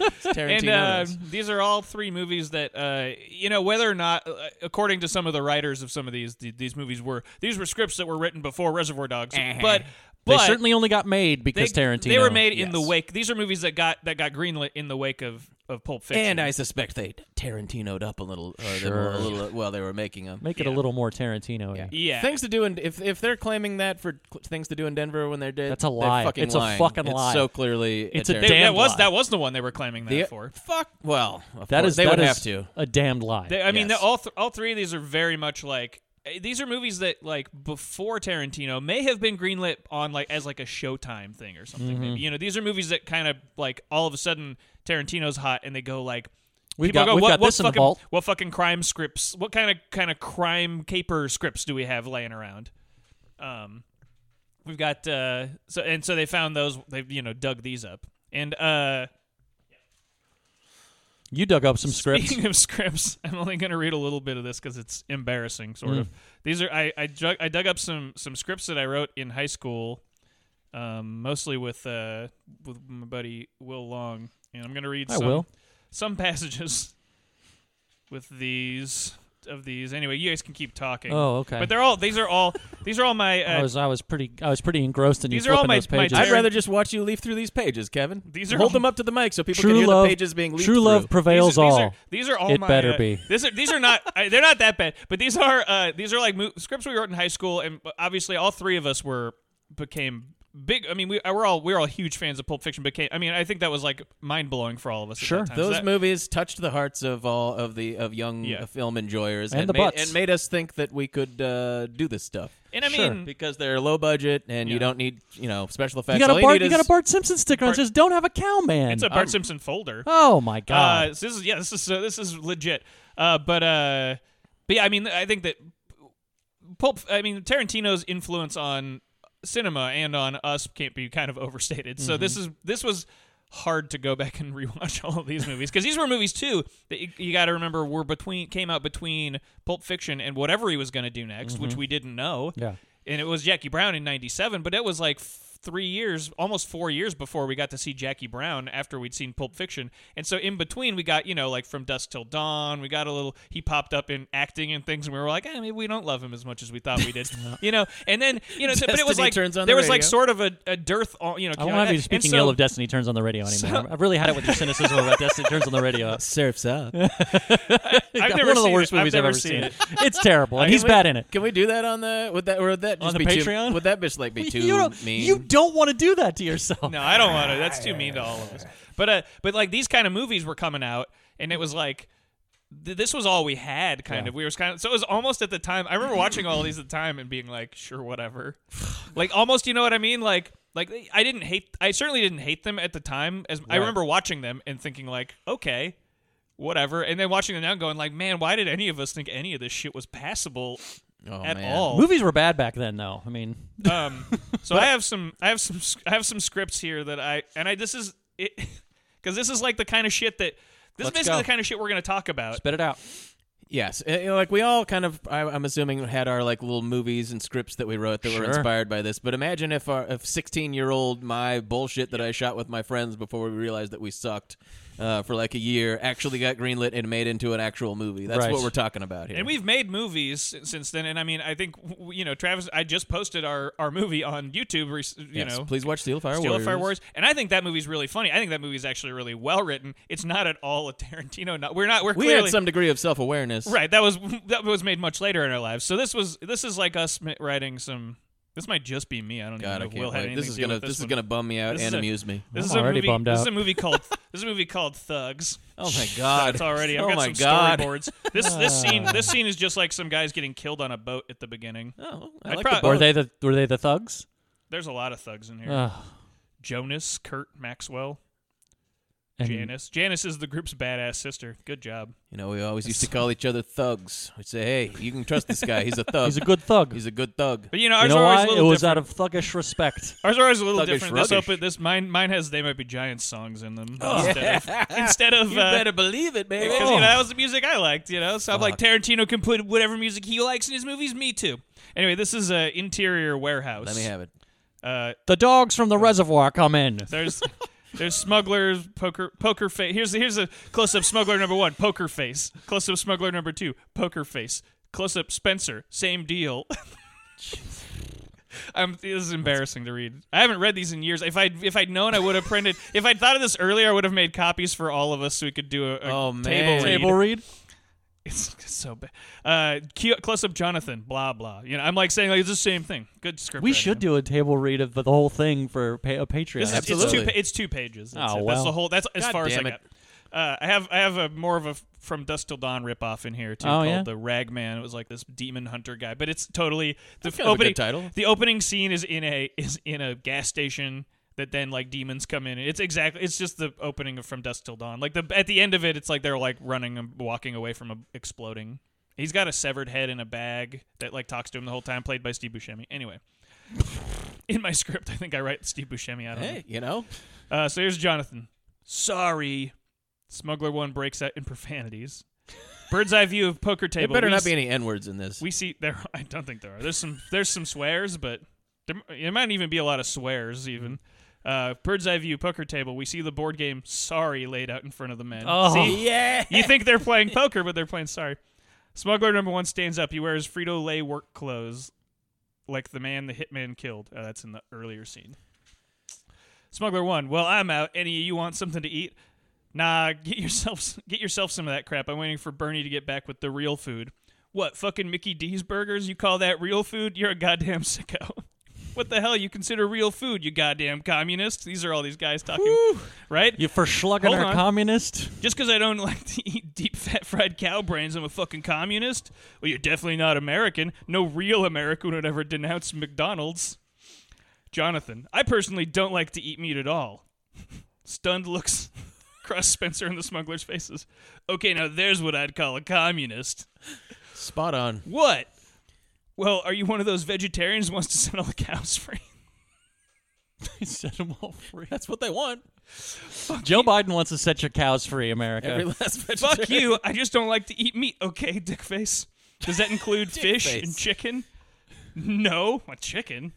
[SPEAKER 2] It's Tarantino.
[SPEAKER 1] And uh,
[SPEAKER 3] um,
[SPEAKER 2] knows.
[SPEAKER 1] these are all three movies that, uh, you know, whether or not, uh, according to some of the writers of some of these, th- these movies were these were scripts that were written before Reservoir Dogs. But,
[SPEAKER 3] they
[SPEAKER 1] but
[SPEAKER 3] certainly only got made because Tarantino.
[SPEAKER 1] They were made in the
[SPEAKER 2] yes.
[SPEAKER 1] wake. These are movies that got that got greenlit in the wake of of Pulp Fiction.
[SPEAKER 2] and I suspect they Tarantinoed up a little, or they
[SPEAKER 3] Sure.
[SPEAKER 2] were a little while they were making them.
[SPEAKER 3] Make it a little more Tarantino.
[SPEAKER 1] yeah,
[SPEAKER 2] Things to do, and if if they're claiming that for cl- things to do in Denver when they're dead,
[SPEAKER 3] That's a
[SPEAKER 2] they're
[SPEAKER 3] lie.
[SPEAKER 2] Fucking
[SPEAKER 3] It's a
[SPEAKER 2] lying.
[SPEAKER 3] fucking
[SPEAKER 2] It's
[SPEAKER 3] lie.
[SPEAKER 2] so clearly,
[SPEAKER 3] It's a
[SPEAKER 1] They-
[SPEAKER 3] damn
[SPEAKER 1] that was
[SPEAKER 3] lie.
[SPEAKER 1] that was the one they were claiming that
[SPEAKER 2] The-
[SPEAKER 1] for.
[SPEAKER 2] fuck. Well, of
[SPEAKER 3] That
[SPEAKER 2] course,
[SPEAKER 3] is
[SPEAKER 2] they
[SPEAKER 3] that
[SPEAKER 2] would
[SPEAKER 3] is
[SPEAKER 2] have to.
[SPEAKER 3] a damned lie.
[SPEAKER 1] They, I mean,
[SPEAKER 2] Yes.
[SPEAKER 1] they're all th- all three of these are very much like eh, these are movies that like before Tarantino may have been greenlit on like as like a Showtime thing or something.
[SPEAKER 3] Mm-hmm.
[SPEAKER 1] Maybe. You know, these are movies that kind of like all of a sudden Tarantino's hot and they go like.
[SPEAKER 3] We've
[SPEAKER 1] people
[SPEAKER 3] got-
[SPEAKER 1] go,
[SPEAKER 3] we've
[SPEAKER 1] what,
[SPEAKER 3] got
[SPEAKER 1] what
[SPEAKER 3] this in the
[SPEAKER 1] fucking,
[SPEAKER 3] vault."
[SPEAKER 1] What fucking crime scripts? What kind of kind of crime caper scripts do we have laying around? Um, we've got uh, so and so they found those. They have you know dug these up and uh.
[SPEAKER 3] you dug
[SPEAKER 1] *laughs*
[SPEAKER 3] up some scripts.
[SPEAKER 1] Speaking of scripts, *laughs* I'm only going to read a little bit of this because it's embarrassing, sort
[SPEAKER 3] Mm.
[SPEAKER 1] of. These are I I dug, I dug up some some scripts that I wrote in high school, um, mostly with uh, with my buddy Will Long, and I'm going to read
[SPEAKER 3] Hi,
[SPEAKER 1] some
[SPEAKER 3] Will.
[SPEAKER 1] some passages *laughs* with these of these. Anyway, you guys can keep talking.
[SPEAKER 3] Oh, okay.
[SPEAKER 1] But they're all these are all these are all my
[SPEAKER 3] I
[SPEAKER 1] uh,
[SPEAKER 3] was I was pretty I was pretty engrossed in you
[SPEAKER 1] These are all
[SPEAKER 3] flipping
[SPEAKER 1] my-
[SPEAKER 3] those
[SPEAKER 1] my
[SPEAKER 3] pages.
[SPEAKER 1] Tarant-
[SPEAKER 2] I'd rather just watch you leaf through these pages, Kevin.
[SPEAKER 1] These are
[SPEAKER 2] hold
[SPEAKER 1] all-
[SPEAKER 3] *laughs*
[SPEAKER 2] them up to the mic so people
[SPEAKER 3] true
[SPEAKER 2] can hear
[SPEAKER 3] love,
[SPEAKER 2] the pages being leafed
[SPEAKER 3] true
[SPEAKER 2] through.
[SPEAKER 3] love prevails
[SPEAKER 1] these, are-
[SPEAKER 3] all.
[SPEAKER 1] These are, these are all.
[SPEAKER 3] It
[SPEAKER 1] my,
[SPEAKER 3] better
[SPEAKER 1] uh,
[SPEAKER 3] be.
[SPEAKER 1] These are these are not. I, they're not that bad. But these are uh, these are like mo- scripts we wrote in high school, and obviously all three of us were became big. I mean, we uh, we're all we're all huge fans of Pulp Fiction. Became. I mean, I think that was like mind blowing for all of us.
[SPEAKER 3] Sure.
[SPEAKER 1] at that time. So
[SPEAKER 2] Those
[SPEAKER 1] that-
[SPEAKER 2] movies touched the hearts of all of the of young uh,
[SPEAKER 1] Yeah.
[SPEAKER 2] film enjoyers
[SPEAKER 3] And the
[SPEAKER 2] made,
[SPEAKER 3] butts.
[SPEAKER 2] and made us think that we could uh, do this stuff
[SPEAKER 1] and I
[SPEAKER 3] Sure.
[SPEAKER 1] mean,
[SPEAKER 2] because they're low budget and
[SPEAKER 1] Mm-hmm. Yeah.
[SPEAKER 2] you don't need you know special effects.
[SPEAKER 3] you got
[SPEAKER 2] All
[SPEAKER 3] a Bart
[SPEAKER 2] need
[SPEAKER 3] you
[SPEAKER 2] is-
[SPEAKER 3] got a Bart Simpson sticker on
[SPEAKER 1] Bart-
[SPEAKER 3] it says don't have a cow man.
[SPEAKER 1] it's a Bart Simpson folder.
[SPEAKER 3] oh my
[SPEAKER 1] Uh,
[SPEAKER 3] god.
[SPEAKER 1] so this is yeah, this is so this is legit. Uh, but uh, but yeah, I mean, I think that Pulp. I mean, Tarantino's influence on cinema and on us can't be kind of overstated. So this is this was hard to go back and *laughs* rewatch all of these movies because these were movies too that you, you got to remember were between came out between Pulp Fiction and whatever he was going to do next, which we didn't know.
[SPEAKER 3] Yeah.
[SPEAKER 1] and it was Jackie Brown in '97, but it was like. f- Three years, almost four years before we got to see Jackie Brown after we'd seen Pulp Fiction. And so in between, we got, you know, like from Dusk Till Dawn, we got a little, he popped up in acting and things, and we were like, eh, maybe we don't love him as much as we thought we did, you know? And then, you know, so- but it was
[SPEAKER 2] Destiny
[SPEAKER 1] like,
[SPEAKER 2] turns on
[SPEAKER 1] there
[SPEAKER 2] the
[SPEAKER 1] was like
[SPEAKER 2] radio.
[SPEAKER 1] sort of a, a dearth, all- you know,
[SPEAKER 3] I won't have you speaking ill of Destiny Turns on the radio anymore. I've really had it with your cynicism about Destiny Turns on the *laughs* radio.
[SPEAKER 2] *laughs* Surfs up.
[SPEAKER 1] I've never
[SPEAKER 3] one of the
[SPEAKER 1] seen
[SPEAKER 3] worst
[SPEAKER 1] it.
[SPEAKER 3] movies
[SPEAKER 1] I've
[SPEAKER 3] I've,
[SPEAKER 1] never
[SPEAKER 3] ever
[SPEAKER 1] seen
[SPEAKER 3] seen. *laughs* it's terrible, and he's
[SPEAKER 2] Can we-
[SPEAKER 3] bad in it.
[SPEAKER 2] Can we do that on the would that or would that just
[SPEAKER 3] the
[SPEAKER 2] be too-
[SPEAKER 3] Patreon?
[SPEAKER 2] would that bitch like be too
[SPEAKER 3] *laughs* *laughs* you don't,
[SPEAKER 2] mean?
[SPEAKER 3] you don't want to do that to yourself.
[SPEAKER 1] No, I don't want to. That's too mean to all of us. But uh, but like these kind of movies were coming out, and it was like th- this was all we had. Kind of, we were kind of. So it was almost at the time. I remember watching all these at the time and being like, sure,
[SPEAKER 2] *sighs*
[SPEAKER 1] whatever. like almost, you know what I mean? Like like I didn't hate. I certainly didn't hate them at the time. As I remember watching them and thinking like, okay. Whatever, and then watching them now, and going like, man, why did any of us think any of this shit was passable
[SPEAKER 2] Oh,
[SPEAKER 1] at
[SPEAKER 2] man.
[SPEAKER 1] all?
[SPEAKER 3] *laughs* Movies were bad back then, though. I mean,
[SPEAKER 2] *laughs*
[SPEAKER 1] Um, so I have some, I have some, I have some scripts here that I, and I, this is it, *laughs* because this is like the kind of shit that, this
[SPEAKER 3] Let's
[SPEAKER 1] is basically
[SPEAKER 3] go.
[SPEAKER 1] the kind of shit we're gonna talk about.
[SPEAKER 3] spit it out.
[SPEAKER 2] Yes, Uh, you know, like we all kind of, I, I'm assuming, had our like little movies and scripts that we wrote that were
[SPEAKER 3] Sure.
[SPEAKER 2] inspired by this. But imagine if our if 16 year old my bullshit that I shot with my friends before we realized that we sucked uh, for like a year actually got greenlit and made into an actual movie. That's
[SPEAKER 3] Right.
[SPEAKER 2] what we're talking about here.
[SPEAKER 1] And we've made movies s- since then, and I mean, I think w- you know, Travis, I just posted our our movie on YouTube, rec- you
[SPEAKER 2] Yes,
[SPEAKER 1] know.
[SPEAKER 2] please watch Steel Fire
[SPEAKER 1] Steel
[SPEAKER 2] Warriors.
[SPEAKER 1] Fire Wars, and I think that movie's really funny. I think that movie's actually really well written. It's not at all a Tarantino. Not, we're not. We're
[SPEAKER 2] We
[SPEAKER 1] clearly
[SPEAKER 2] had some degree of self awareness.
[SPEAKER 1] right. That was *laughs* that was made much later in our lives. So this was this is like us m- writing some. This might just be me. I don't
[SPEAKER 2] God,
[SPEAKER 1] even know
[SPEAKER 2] I
[SPEAKER 1] if
[SPEAKER 2] can't
[SPEAKER 1] Will had
[SPEAKER 2] wait.
[SPEAKER 1] anything
[SPEAKER 2] This is
[SPEAKER 1] to do
[SPEAKER 2] gonna
[SPEAKER 1] with
[SPEAKER 2] this,
[SPEAKER 1] this
[SPEAKER 2] is
[SPEAKER 1] one.
[SPEAKER 2] gonna bum me out
[SPEAKER 1] This
[SPEAKER 2] and
[SPEAKER 1] is a-
[SPEAKER 2] amuse me.
[SPEAKER 1] This
[SPEAKER 3] I'm
[SPEAKER 1] is a
[SPEAKER 3] already
[SPEAKER 1] movie.
[SPEAKER 3] bummed
[SPEAKER 1] This is
[SPEAKER 3] out.
[SPEAKER 1] a movie
[SPEAKER 3] *laughs*
[SPEAKER 1] called. this is a movie called Thugs.
[SPEAKER 2] Oh my god!
[SPEAKER 1] It's already. I've
[SPEAKER 2] oh
[SPEAKER 1] got
[SPEAKER 2] my
[SPEAKER 1] some
[SPEAKER 2] god!
[SPEAKER 1] storyboards. This
[SPEAKER 2] *laughs*
[SPEAKER 1] this scene. This scene is just like some guys getting killed on a boat at the beginning.
[SPEAKER 2] Oh, I
[SPEAKER 1] I'd
[SPEAKER 2] like
[SPEAKER 1] prob-
[SPEAKER 2] the
[SPEAKER 3] Were
[SPEAKER 2] boat.
[SPEAKER 3] they the Were they the thugs?
[SPEAKER 1] There's a lot of thugs in here.
[SPEAKER 3] Ugh.
[SPEAKER 1] Jonas, Kurt, Maxwell,
[SPEAKER 3] And
[SPEAKER 1] Janice. Janice is the group's badass sister. Good job.
[SPEAKER 2] You know, we always used to call each other thugs. We'd say, "Hey, you can trust this guy.
[SPEAKER 3] *laughs*
[SPEAKER 2] He's a thug.
[SPEAKER 3] He's a good thug.
[SPEAKER 2] He's a good thug."
[SPEAKER 1] But you know, ours
[SPEAKER 3] you know
[SPEAKER 1] are always
[SPEAKER 3] why?
[SPEAKER 1] a
[SPEAKER 3] It
[SPEAKER 1] little
[SPEAKER 3] was uh,
[SPEAKER 1] different.
[SPEAKER 3] out of thuggish respect.
[SPEAKER 1] Ours are always a little
[SPEAKER 2] Thuggish
[SPEAKER 1] different. This
[SPEAKER 2] Ruggish.
[SPEAKER 1] open. This mine. Mine has. They might be giant songs in them instead
[SPEAKER 2] *laughs*
[SPEAKER 1] of instead of.
[SPEAKER 2] Oh. You
[SPEAKER 1] uh,
[SPEAKER 2] better believe it, baby.
[SPEAKER 1] Because you know that was the music I liked, you know. So I'm like, Tarantino can put whatever music he likes in his movies. Me too. Anyway, this is a interior warehouse.
[SPEAKER 2] Let me have it.
[SPEAKER 1] Uh,
[SPEAKER 3] The dogs from the reservoir come in.
[SPEAKER 1] there's *laughs* there's smugglers, poker poker face. Here's here's a close up smuggler number one, poker face. Close up smuggler number two, poker face. Close up Spencer, same deal. *laughs* I'm, this is embarrassing to read. I haven't read these in years. If I'd if I'd known, I would have printed. If I'd thought of this earlier, I would have made copies for all of us so we could do a, a
[SPEAKER 2] Oh, man.
[SPEAKER 1] table read.
[SPEAKER 3] Table read.
[SPEAKER 1] It's so bad. Uh, close up Jonathan, blah blah. You know, I'm like saying like it's the same thing. Good script.
[SPEAKER 3] We should do a table read of the whole thing for pa- a Patreon.
[SPEAKER 1] This is, it's
[SPEAKER 2] Absolutely.
[SPEAKER 1] two. pa- It's two pages. That's,
[SPEAKER 3] Oh,
[SPEAKER 1] it. that's
[SPEAKER 3] wow.
[SPEAKER 1] the whole. That's as
[SPEAKER 2] God
[SPEAKER 1] far as I
[SPEAKER 2] damn
[SPEAKER 1] got. Uh, I have I have a more of a from Dust Till Dawn ripoff in here too
[SPEAKER 3] Oh,
[SPEAKER 1] called
[SPEAKER 3] yeah?
[SPEAKER 1] the Ragman. It was like this demon hunter guy, but it's totally the
[SPEAKER 2] kind of a
[SPEAKER 1] opening
[SPEAKER 2] good title.
[SPEAKER 1] The opening scene is in a is in a gas station that then like demons come in. It's exactly it's just the opening of From Dust Till Dawn. Like the at the end of it, it's like they're like running and walking away from a exploding. He's got a severed head in a bag that like talks to him the whole time, played by Steve Buscemi. Anyway. In my script, I think I write Steve Buscemi. I don't know.
[SPEAKER 2] Hey, you know,
[SPEAKER 1] Uh, so here's Jonathan. Sorry. Smuggler one breaks out in profanities. Bird's eye view of poker
[SPEAKER 2] there
[SPEAKER 1] table.
[SPEAKER 2] better
[SPEAKER 1] we
[SPEAKER 2] not
[SPEAKER 1] s-
[SPEAKER 2] be any n words in *laughs* this.
[SPEAKER 1] We see there. *laughs* I don't think there are. There's some. There's some swears, but there, there might even be a lot of swears
[SPEAKER 2] Mm-hmm.
[SPEAKER 1] even. Uh, bird's eye view poker table. We see the board game Sorry laid out in front of the men.
[SPEAKER 3] Oh.
[SPEAKER 1] See?
[SPEAKER 2] yeah.
[SPEAKER 1] You think they're playing poker, but they're playing Sorry. Smuggler number one stands up. He wears Frito Lay work clothes, like the man the hitman killed. Oh, that's in the earlier scene. Smuggler one. Well, I'm out. Any of you want something to eat? Nah, get yourself get yourself some of that crap. I'm waiting for Bernie to get back with the real food. What fucking Mickey D's burgers? You call that real food? You're a goddamn sicko. *laughs* What the hell you consider real food? You goddamn communist. These are all these guys talking, right?
[SPEAKER 3] You for slugging
[SPEAKER 1] Hold
[SPEAKER 3] our
[SPEAKER 1] on.
[SPEAKER 3] communist? *laughs*
[SPEAKER 1] Just because I don't *laughs* like to eat deep fat fried cow brains, I'm a fucking communist? Well, you're definitely not American. No real American would ever denounce McDonald's. Jonathan, I personally don't like to eat meat at all. *laughs* Stunned looks *laughs* across Spencer and the smugglers' faces. Okay, now there's what I'd call a communist.
[SPEAKER 2] Spot on.
[SPEAKER 1] What? Well, are you one of those *laughs* vegetarians who wants to set all the cows free?
[SPEAKER 3] He set them all free.
[SPEAKER 2] That's what they want.
[SPEAKER 3] Joe Biden wants to set your cows free,
[SPEAKER 2] *laughs*
[SPEAKER 3] America.
[SPEAKER 2] Every last vegetarian.
[SPEAKER 1] Fuck you. I just don't like to eat meat. Okay, dick face. Does that include fish
[SPEAKER 2] face.
[SPEAKER 1] and chicken? No, a chicken.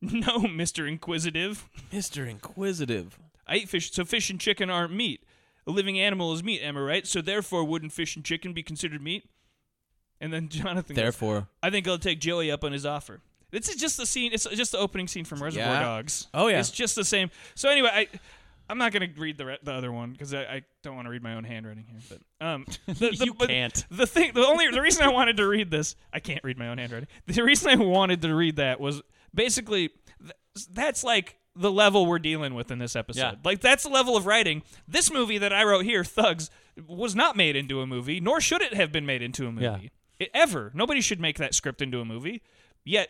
[SPEAKER 1] No, *laughs* Mister Inquisitive.
[SPEAKER 2] Mr. Inquisitive.
[SPEAKER 1] I eat fish, so fish and chicken aren't meat. A living animal is meat, am I right? So therefore, wouldn't fish and chicken be considered meat? And then *laughs* Jonathan. goes,
[SPEAKER 2] Therefore.
[SPEAKER 1] I think I'll take Joey up on his offer. This is just the scene. It's just the opening scene from Reservoir
[SPEAKER 2] Yeah.
[SPEAKER 1] Dogs.
[SPEAKER 2] Oh, yeah.
[SPEAKER 1] it's just the same. So anyway, I I'm not gonna read the re- the other one because I, I don't want to read my own handwriting here. But um, the, the,
[SPEAKER 3] You
[SPEAKER 1] but
[SPEAKER 3] can't.
[SPEAKER 1] The thing, the only the reason I wanted to read this, I can't read my own handwriting. The reason I wanted to read that was basically th- that's like the level we're dealing with in this episode.
[SPEAKER 3] Yeah.
[SPEAKER 1] Like that's the level of writing. This movie that I wrote here, Thugs, was not made into a movie, nor should it have been made into a movie.
[SPEAKER 3] Yeah.
[SPEAKER 1] It- ever. Nobody should make that script into a movie. Yet,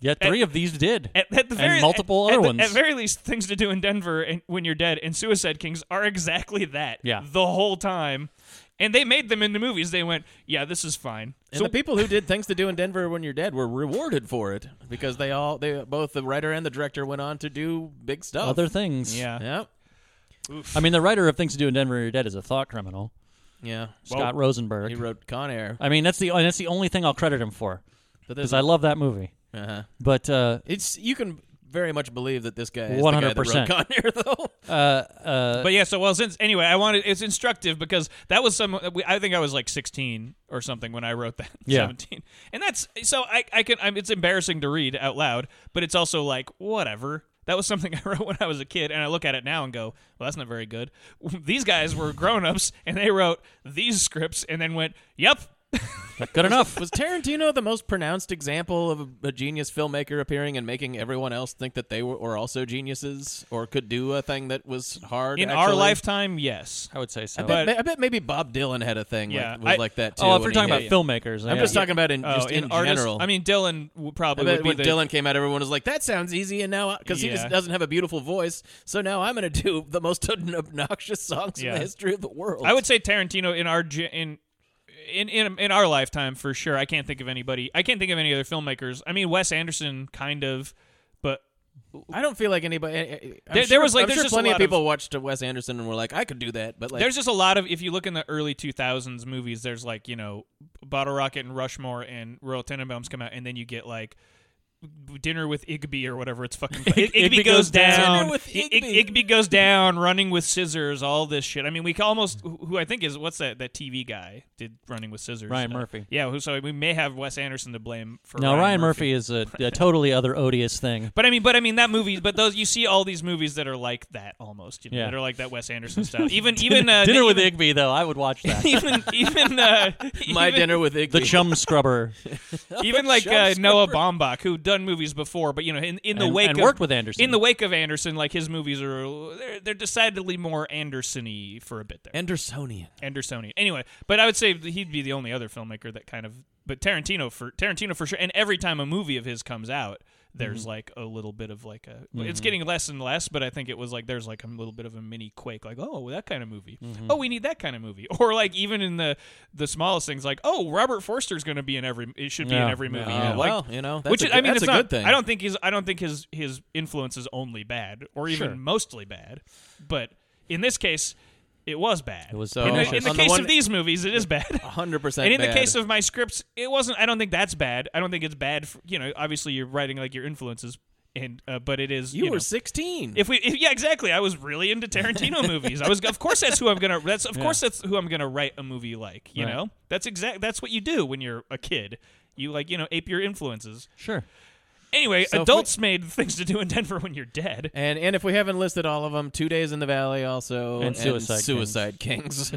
[SPEAKER 3] Yeah,
[SPEAKER 1] at-
[SPEAKER 3] three of these did.
[SPEAKER 1] *laughs* at, at the
[SPEAKER 3] and
[SPEAKER 1] very
[SPEAKER 3] multiple
[SPEAKER 1] at,
[SPEAKER 3] other
[SPEAKER 1] at the-
[SPEAKER 3] ones.
[SPEAKER 1] at very least, things to do in Denver and when you're dead and Suicide Kings are exactly that.
[SPEAKER 3] Yeah.
[SPEAKER 1] the whole time, and they made them into movies. They went, yeah, this is fine.
[SPEAKER 2] And
[SPEAKER 1] so
[SPEAKER 2] the people who did things to do in Denver when you're dead were rewarded for it because they all, they both the writer and the director went on to do big stuff.
[SPEAKER 3] Other things.
[SPEAKER 1] yeah,
[SPEAKER 2] yeah,
[SPEAKER 3] I mean, the writer of Things to Do in Denver When You're Dead is a thought criminal,
[SPEAKER 2] yeah.
[SPEAKER 3] Scott
[SPEAKER 2] He
[SPEAKER 3] Rosenberg.
[SPEAKER 2] wrote Con Air.
[SPEAKER 3] I mean, that's the that's the only thing I'll credit him for
[SPEAKER 2] But
[SPEAKER 3] because
[SPEAKER 2] there's-
[SPEAKER 3] I love that movie.
[SPEAKER 2] uh-huh.
[SPEAKER 3] But uh,
[SPEAKER 2] It's you can very much believe that this guy is the guy that wrote
[SPEAKER 3] 100%.
[SPEAKER 2] Con Air, *laughs* though.
[SPEAKER 1] but yeah. So well, since anyway, I wanted it's instructive because that was some. we- I think I was like 16 or something when I wrote that. *laughs*
[SPEAKER 3] Yeah.
[SPEAKER 1] 17, and that's so I I can. I'm, it's embarrassing to read out loud, but it's also like whatever. That was *laughs* something I wrote when I was a kid, and I look at it now and go, "Well, that's not very good." *laughs* These guys were grown-ups, and they wrote these scripts, and then went, "Yep."
[SPEAKER 3] good enough.
[SPEAKER 2] Was Tarantino the most pronounced example of a, a genius filmmaker appearing and making everyone else think that they were, were also geniuses or could do a thing that was hard?
[SPEAKER 1] In our
[SPEAKER 2] actually?
[SPEAKER 1] lifetime, yes.
[SPEAKER 3] I would say so.
[SPEAKER 1] bet-
[SPEAKER 2] I bet- I bet maybe Bob Dylan had a thing
[SPEAKER 1] Yeah,
[SPEAKER 2] like, was
[SPEAKER 1] I-
[SPEAKER 2] like that too.
[SPEAKER 3] oh,
[SPEAKER 2] when
[SPEAKER 3] if you're
[SPEAKER 2] he
[SPEAKER 3] talking
[SPEAKER 2] had-
[SPEAKER 3] about filmmakers,
[SPEAKER 2] I'm just talking about in
[SPEAKER 1] Oh,
[SPEAKER 2] just in,
[SPEAKER 1] in artists-
[SPEAKER 2] general.
[SPEAKER 1] I mean, Dylan w-
[SPEAKER 2] I
[SPEAKER 1] probably
[SPEAKER 2] bet
[SPEAKER 1] would be
[SPEAKER 2] when
[SPEAKER 1] the
[SPEAKER 2] Dylan came out, everyone was like, "That sounds easy," and now because he
[SPEAKER 1] Yeah.
[SPEAKER 2] just doesn't have a beautiful voice, so now I'm going to do the most *laughs* obnoxious songs in
[SPEAKER 1] Yeah.
[SPEAKER 2] the history of the world.
[SPEAKER 1] I would say Tarantino in our ge- in in in in our lifetime for sure. I can't think of anybody. I can't think of any other filmmakers. I mean, Wes Anderson, kind of, but
[SPEAKER 2] I don't feel like anybody. i
[SPEAKER 1] There- there was, like,
[SPEAKER 2] I'm
[SPEAKER 1] there's
[SPEAKER 2] sure
[SPEAKER 1] just a
[SPEAKER 2] plenty
[SPEAKER 1] lot
[SPEAKER 2] of
[SPEAKER 1] of-
[SPEAKER 2] people watched Wes Anderson and were like, "I could do that," but like,
[SPEAKER 1] there's just a lot of. If you look in the early 2000s movies, there's like you know Bottle Rocket and Rushmore and Royal Tenenbaums come out, and then you get like. Dinner with Igby or whatever it's fucking.
[SPEAKER 3] *laughs*
[SPEAKER 1] Ig- Igby,
[SPEAKER 3] Igby
[SPEAKER 1] goes,
[SPEAKER 3] goes
[SPEAKER 1] down.
[SPEAKER 3] down. Dinner
[SPEAKER 2] with
[SPEAKER 1] I- Ig-
[SPEAKER 2] Igby.
[SPEAKER 1] Igby goes down. Running with scissors. All this shit. I mean, we ca- almost who who I think is what's that that TV guy did Running with Scissors.
[SPEAKER 3] Ryan
[SPEAKER 1] Uh,
[SPEAKER 3] Murphy.
[SPEAKER 1] Yeah. Who, so we may have Wes Anderson to blame for.
[SPEAKER 3] no, Ryan Murphy, is a, a totally other odious thing.
[SPEAKER 1] But I mean, but I mean that movie. But those you see all these movies that are like that almost. You know,
[SPEAKER 3] Yeah.
[SPEAKER 1] that are like that Wes Anderson
[SPEAKER 3] *laughs*
[SPEAKER 1] stuff. Even *laughs* even uh,
[SPEAKER 3] Dinner
[SPEAKER 1] even,
[SPEAKER 3] with Igby, though, I would watch that.
[SPEAKER 1] even even
[SPEAKER 3] *laughs*
[SPEAKER 1] uh,
[SPEAKER 2] my
[SPEAKER 1] even,
[SPEAKER 2] dinner with
[SPEAKER 1] *laughs*
[SPEAKER 2] Igby.
[SPEAKER 3] the Chum Scrubber
[SPEAKER 1] even like uh,
[SPEAKER 2] Showstopper.
[SPEAKER 1] Noah Baumbach, who done movies before, but you know, in, in the
[SPEAKER 3] And-
[SPEAKER 1] wake
[SPEAKER 3] and
[SPEAKER 1] of,
[SPEAKER 3] worked with Anderson.
[SPEAKER 1] In the wake of Anderson, like his movies are they're, they're decidedly more Anderson-y for a bit there.
[SPEAKER 2] Andersonian.
[SPEAKER 1] Andersonian. Anyway, but I would say that he'd be the only other filmmaker that kind of but Tarantino for Tarantino for sure. And every time a movie of his comes out, there's
[SPEAKER 2] Mm-hmm.
[SPEAKER 1] like a little bit of like a it's getting less and less, but I think it was like there's like a little bit of a mini quake like, "Oh, that kind of movie.
[SPEAKER 2] Mm-hmm.
[SPEAKER 1] Oh, we need that kind of movie." *laughs* Or like even in the the smallest things like, "Oh, Robert Forster's going to be in every it should be
[SPEAKER 3] Yeah.
[SPEAKER 1] in every movie."
[SPEAKER 2] Yeah.
[SPEAKER 1] you know, like-
[SPEAKER 2] Well, you know, that's
[SPEAKER 1] which
[SPEAKER 2] a
[SPEAKER 1] is- I
[SPEAKER 2] good-
[SPEAKER 1] mean,
[SPEAKER 2] that's
[SPEAKER 1] it's
[SPEAKER 2] a
[SPEAKER 1] not.
[SPEAKER 2] good thing.
[SPEAKER 1] I don't think his. I don't think his his influence is only bad, or even
[SPEAKER 3] Sure.
[SPEAKER 1] mostly bad. But in this case, it was bad. It
[SPEAKER 3] was
[SPEAKER 1] in the, in
[SPEAKER 2] delicious.
[SPEAKER 1] the
[SPEAKER 2] On the
[SPEAKER 1] case
[SPEAKER 2] one-
[SPEAKER 1] of these movies, it is
[SPEAKER 2] *laughs*
[SPEAKER 1] bad.
[SPEAKER 2] hundred percent.
[SPEAKER 1] And in the case of my scripts, it wasn't. I don't think that's bad. I don't think it's bad. For, you know, obviously you're writing like your influences, and uh, but it is.
[SPEAKER 2] you,
[SPEAKER 1] You,
[SPEAKER 2] were
[SPEAKER 1] know,
[SPEAKER 2] sixteen,
[SPEAKER 1] if we, if, yeah, exactly. I was really into
[SPEAKER 2] *laughs*
[SPEAKER 1] Tarantino movies. I was, of course, that's who I'm gonna. That's of course that's who I'm gonna write a movie like. You
[SPEAKER 3] Right.
[SPEAKER 1] know, that's exact. That's what you do when you're a kid. You like, you know, ape your influences.
[SPEAKER 3] Sure.
[SPEAKER 1] Anyway,
[SPEAKER 2] So if
[SPEAKER 1] adults made things to do in Denver when you're dead.
[SPEAKER 2] and and if we haven't listed all of them, Two Days in the Valley also
[SPEAKER 3] And Suicide Kings.
[SPEAKER 2] Suicide Kings.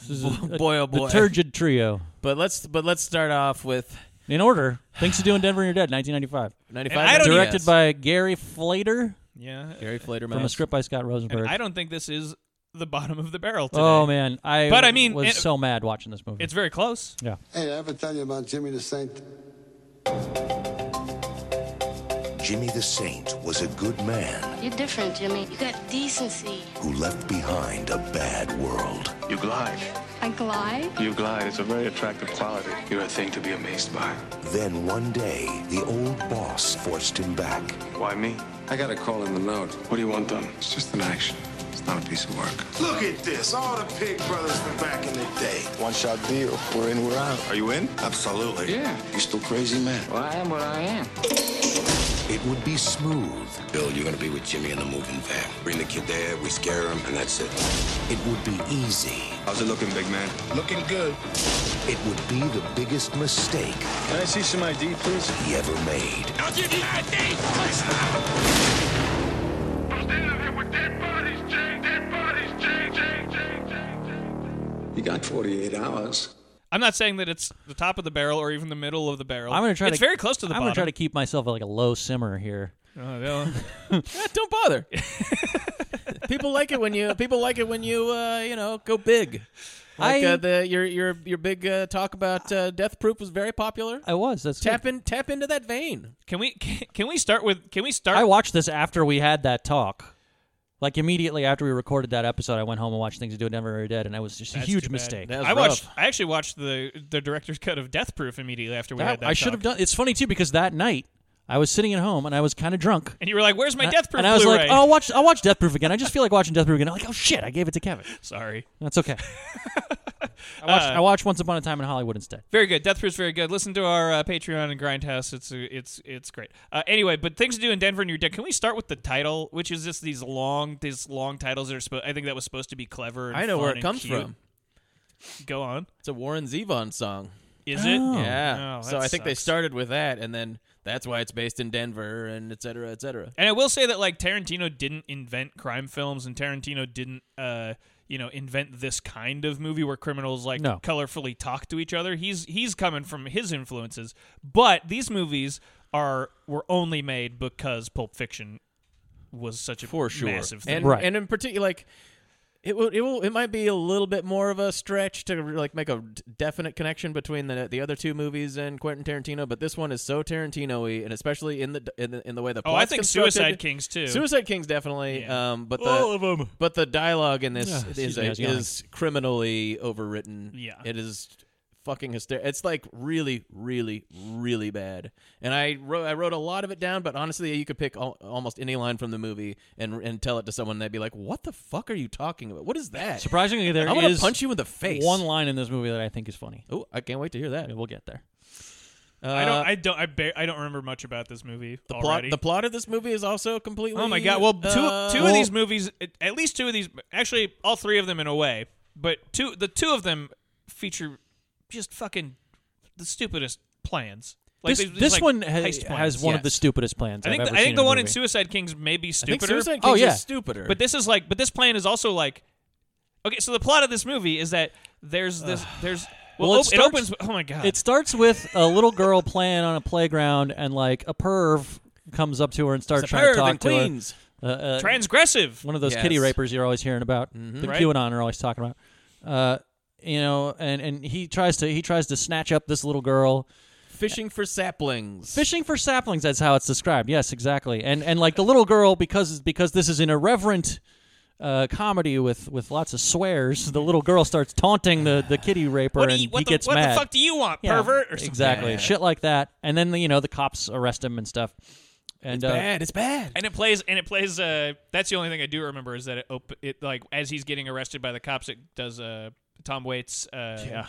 [SPEAKER 3] This
[SPEAKER 1] *laughs*
[SPEAKER 3] is a-
[SPEAKER 2] *laughs* boy, oh
[SPEAKER 3] the
[SPEAKER 2] boy.
[SPEAKER 3] turgid trio.
[SPEAKER 2] but let's but let's start off with
[SPEAKER 3] In order, Things to Do in Denver When You're Dead, 1995.
[SPEAKER 2] ninety
[SPEAKER 1] And I
[SPEAKER 2] five.
[SPEAKER 1] don't
[SPEAKER 3] Directed by Gary Flater
[SPEAKER 1] Yeah.
[SPEAKER 2] Gary Flater
[SPEAKER 3] from a script by Scott
[SPEAKER 1] And
[SPEAKER 3] Rosenberg.
[SPEAKER 1] I don't think this is the bottom of the barrel today.
[SPEAKER 3] Oh man, I
[SPEAKER 1] But I mean,
[SPEAKER 3] was
[SPEAKER 1] it-
[SPEAKER 3] so mad watching this movie.
[SPEAKER 1] It's very close.
[SPEAKER 3] yeah,
[SPEAKER 4] Hey, did I ever tell you about Jimmy the Saint?
[SPEAKER 5] Jimmy the Saint was a good man
[SPEAKER 6] You're different, Jimmy. You got decency.
[SPEAKER 5] who left behind a bad world.
[SPEAKER 7] You glide.
[SPEAKER 6] I glide.
[SPEAKER 7] You glide. It's a very attractive quality. You're a thing to be amazed by.
[SPEAKER 5] Then one day, the old boss forced him back.
[SPEAKER 7] Why me?
[SPEAKER 4] I gotta call him a note.
[SPEAKER 7] What do you want done? It's just an action. It's not a piece of work.
[SPEAKER 5] Look at this. All the pig brothers from back in the day.
[SPEAKER 8] One shot deal. We're in, we're out.
[SPEAKER 5] Are you in? Absolutely.
[SPEAKER 8] Yeah. You still crazy, man?
[SPEAKER 9] Well, I am what I am.
[SPEAKER 5] It would be smooth.
[SPEAKER 10] Bill, you're gonna be with Jimmy in the moving van. Bring the kid there, we scare him, and that's it.
[SPEAKER 5] It would be easy.
[SPEAKER 7] How's it looking, big man?
[SPEAKER 8] Looking good.
[SPEAKER 5] It would be the biggest mistake
[SPEAKER 8] Can I see some ID, please?
[SPEAKER 5] he ever made.
[SPEAKER 10] Don't give me ID!
[SPEAKER 8] You got 48 hours.
[SPEAKER 1] I'm not saying that it's the top of the barrel or even the middle of the barrel.
[SPEAKER 3] I'm gonna try.
[SPEAKER 1] It's
[SPEAKER 3] to,
[SPEAKER 1] very close to the
[SPEAKER 3] I'm
[SPEAKER 1] bottom.
[SPEAKER 3] gonna try to keep myself at like a low simmer here.
[SPEAKER 1] Oh, no.
[SPEAKER 2] Eh, don't bother. people like it when you people like it when you uh, you know go big. Like
[SPEAKER 3] I-
[SPEAKER 2] uh, the your your your big uh, talk about uh, death proof was very popular.
[SPEAKER 3] I was. That's good.
[SPEAKER 2] tap in tap into that vein.
[SPEAKER 1] can we can, can we start with can we start
[SPEAKER 3] I watched this after we had that talk. Like immediately after we recorded that episode, I went home and watched Things You Do and Never Are Dead, and it was just a
[SPEAKER 1] That's
[SPEAKER 3] huge
[SPEAKER 1] too bad.
[SPEAKER 3] mistake.
[SPEAKER 2] That was
[SPEAKER 1] I
[SPEAKER 2] rough.
[SPEAKER 1] watched. I actually watched the the director's cut of Death Proof immediately after we
[SPEAKER 3] That-
[SPEAKER 1] had that.
[SPEAKER 3] I should
[SPEAKER 1] talk.
[SPEAKER 3] have done. It's funny too because that night I was sitting at home and I was kind of drunk.
[SPEAKER 1] And you were like, "Where's my
[SPEAKER 3] And I-
[SPEAKER 1] Death Proof
[SPEAKER 3] and I was
[SPEAKER 1] Blu-ray?"
[SPEAKER 3] like, "Oh, I'll watch, I'll watch Death Proof again." I just feel like watching Death Proof again. I'm like, "Oh shit, I gave it to Kevin."
[SPEAKER 1] sorry."
[SPEAKER 3] That's okay. I watched, I watched Once Upon a Time in Hollywood instead.
[SPEAKER 1] Very good. Death Proof's very good. Listen to our uh, Patreon and Grindhouse. It's uh, it's it's great. Uh, anyway, but things to do in Denver and your dick. Can we start with the title, which is just these long these long titles that are supposed. I think that was supposed to be clever. And
[SPEAKER 2] I know
[SPEAKER 1] fun
[SPEAKER 2] where it
[SPEAKER 1] and
[SPEAKER 2] comes
[SPEAKER 1] cute.
[SPEAKER 2] from.
[SPEAKER 1] Go on.
[SPEAKER 2] It's a Warren Zevon song.
[SPEAKER 1] Is it?
[SPEAKER 2] yeah.
[SPEAKER 1] Oh,
[SPEAKER 2] so
[SPEAKER 1] that
[SPEAKER 2] I think they
[SPEAKER 1] sucks.
[SPEAKER 2] started with that, and then that's why it's based in Denver and et cetera, et cetera.
[SPEAKER 1] And I will say that like Tarantino didn't invent crime films, and Tarantino didn't, uh, you know, invent this kind of movie where criminals like
[SPEAKER 3] No.
[SPEAKER 1] colorfully talk to each other. He's he's coming from his influences, but these movies are were only made because Pulp Fiction was such a
[SPEAKER 2] for sure.
[SPEAKER 1] massive thing.
[SPEAKER 2] And
[SPEAKER 3] Right.
[SPEAKER 2] and in particular, like it will, it will it might be a little bit more of a stretch to like make a d- definite connection between the the other two movies and Quentin Tarantino, but this one is so Tarantino-y, and especially in the d- in the, in the way the
[SPEAKER 1] oh, I
[SPEAKER 2] plot's
[SPEAKER 1] think
[SPEAKER 2] constructed.
[SPEAKER 1] Suicide Kings too.
[SPEAKER 2] Suicide Kings definitely,
[SPEAKER 1] Yeah.
[SPEAKER 2] um, but the
[SPEAKER 1] All of 'em.
[SPEAKER 2] but the dialogue in this
[SPEAKER 3] Ah,
[SPEAKER 2] is
[SPEAKER 3] excuse me, I was yawning.
[SPEAKER 2] is criminally overwritten.
[SPEAKER 1] Yeah.
[SPEAKER 2] it is fucking hysterical. It's like really, really, really bad. And I wrote I wrote a lot of it down, but honestly, you could pick al- almost any line from the movie and and tell it to someone, and they'd be like, "What the fuck are you talking about? What is that?"
[SPEAKER 3] Surprisingly, there
[SPEAKER 2] I'm gonna
[SPEAKER 3] is
[SPEAKER 2] punch you in the face.
[SPEAKER 3] One line in this movie that I think is funny.
[SPEAKER 2] Oh, I can't wait to hear that.
[SPEAKER 3] We'll get there.
[SPEAKER 1] I
[SPEAKER 2] Uh,
[SPEAKER 1] don't. I don't. I, ba- I don't remember much about this movie.
[SPEAKER 2] the plot
[SPEAKER 1] already.
[SPEAKER 2] the plot of this movie is also completely.
[SPEAKER 1] Oh my god! Well, two
[SPEAKER 2] uh,
[SPEAKER 1] two
[SPEAKER 2] well,
[SPEAKER 1] of these movies, at least two of these, actually all three of them in a way, but two the two of them feature just fucking the stupidest plans. Like
[SPEAKER 3] this
[SPEAKER 1] these- these,
[SPEAKER 3] this
[SPEAKER 1] like,
[SPEAKER 3] one has,
[SPEAKER 1] heist plans.
[SPEAKER 3] has one of the
[SPEAKER 2] yes.
[SPEAKER 3] stupidest plans.
[SPEAKER 1] I think
[SPEAKER 3] I've
[SPEAKER 1] the,
[SPEAKER 3] ever
[SPEAKER 1] I
[SPEAKER 3] seen
[SPEAKER 1] think the
[SPEAKER 3] a
[SPEAKER 1] one in
[SPEAKER 3] movie.
[SPEAKER 1] Suicide Kings may be
[SPEAKER 2] I think
[SPEAKER 1] stupider.
[SPEAKER 2] Suicide Kings
[SPEAKER 3] Oh, yeah.
[SPEAKER 2] is stupider.
[SPEAKER 1] But this is like, but this plan is also like, okay. So the plot of this movie is that there's this there's well,
[SPEAKER 3] Well, it
[SPEAKER 1] op-
[SPEAKER 3] starts-
[SPEAKER 1] opens. Oh my god!
[SPEAKER 3] It starts with a little girl playing on a playground, and like a perv comes up to her and starts
[SPEAKER 2] It's a
[SPEAKER 3] trying to
[SPEAKER 2] perv
[SPEAKER 3] talk
[SPEAKER 2] in
[SPEAKER 3] to
[SPEAKER 2] Queens.
[SPEAKER 3] her. Uh, uh,
[SPEAKER 1] transgressive.
[SPEAKER 3] one of those kitty
[SPEAKER 2] Yes.
[SPEAKER 3] rapers you're always hearing about. The
[SPEAKER 1] Mm-hmm. Right.
[SPEAKER 3] QAnon are always talking about. Uh, you know, and, and he tries to he tries to snatch up this little girl.
[SPEAKER 2] Fishing for saplings.
[SPEAKER 3] Fishing for saplings, that's how it's described. Yes, exactly. And and like the little girl, because because this is an irreverent uh, comedy with, with lots of swears, the little girl starts taunting the,
[SPEAKER 1] *sighs*
[SPEAKER 3] the kitty raper
[SPEAKER 1] What, do
[SPEAKER 3] and
[SPEAKER 1] you, what,
[SPEAKER 3] he
[SPEAKER 1] the,
[SPEAKER 3] gets
[SPEAKER 1] what
[SPEAKER 3] mad.
[SPEAKER 1] the fuck do you want,
[SPEAKER 3] Yeah,
[SPEAKER 1] pervert? Or something.
[SPEAKER 3] exactly.
[SPEAKER 2] Yeah.
[SPEAKER 3] Shit like that. And then you know, the cops arrest him and stuff. And uh,
[SPEAKER 2] bad. It's bad.
[SPEAKER 1] And it plays, and it plays. Uh, that's the only thing I do remember is that it, op- it like as he's getting arrested by the cops, it does uh, Tom Waits, uh,
[SPEAKER 2] Yeah.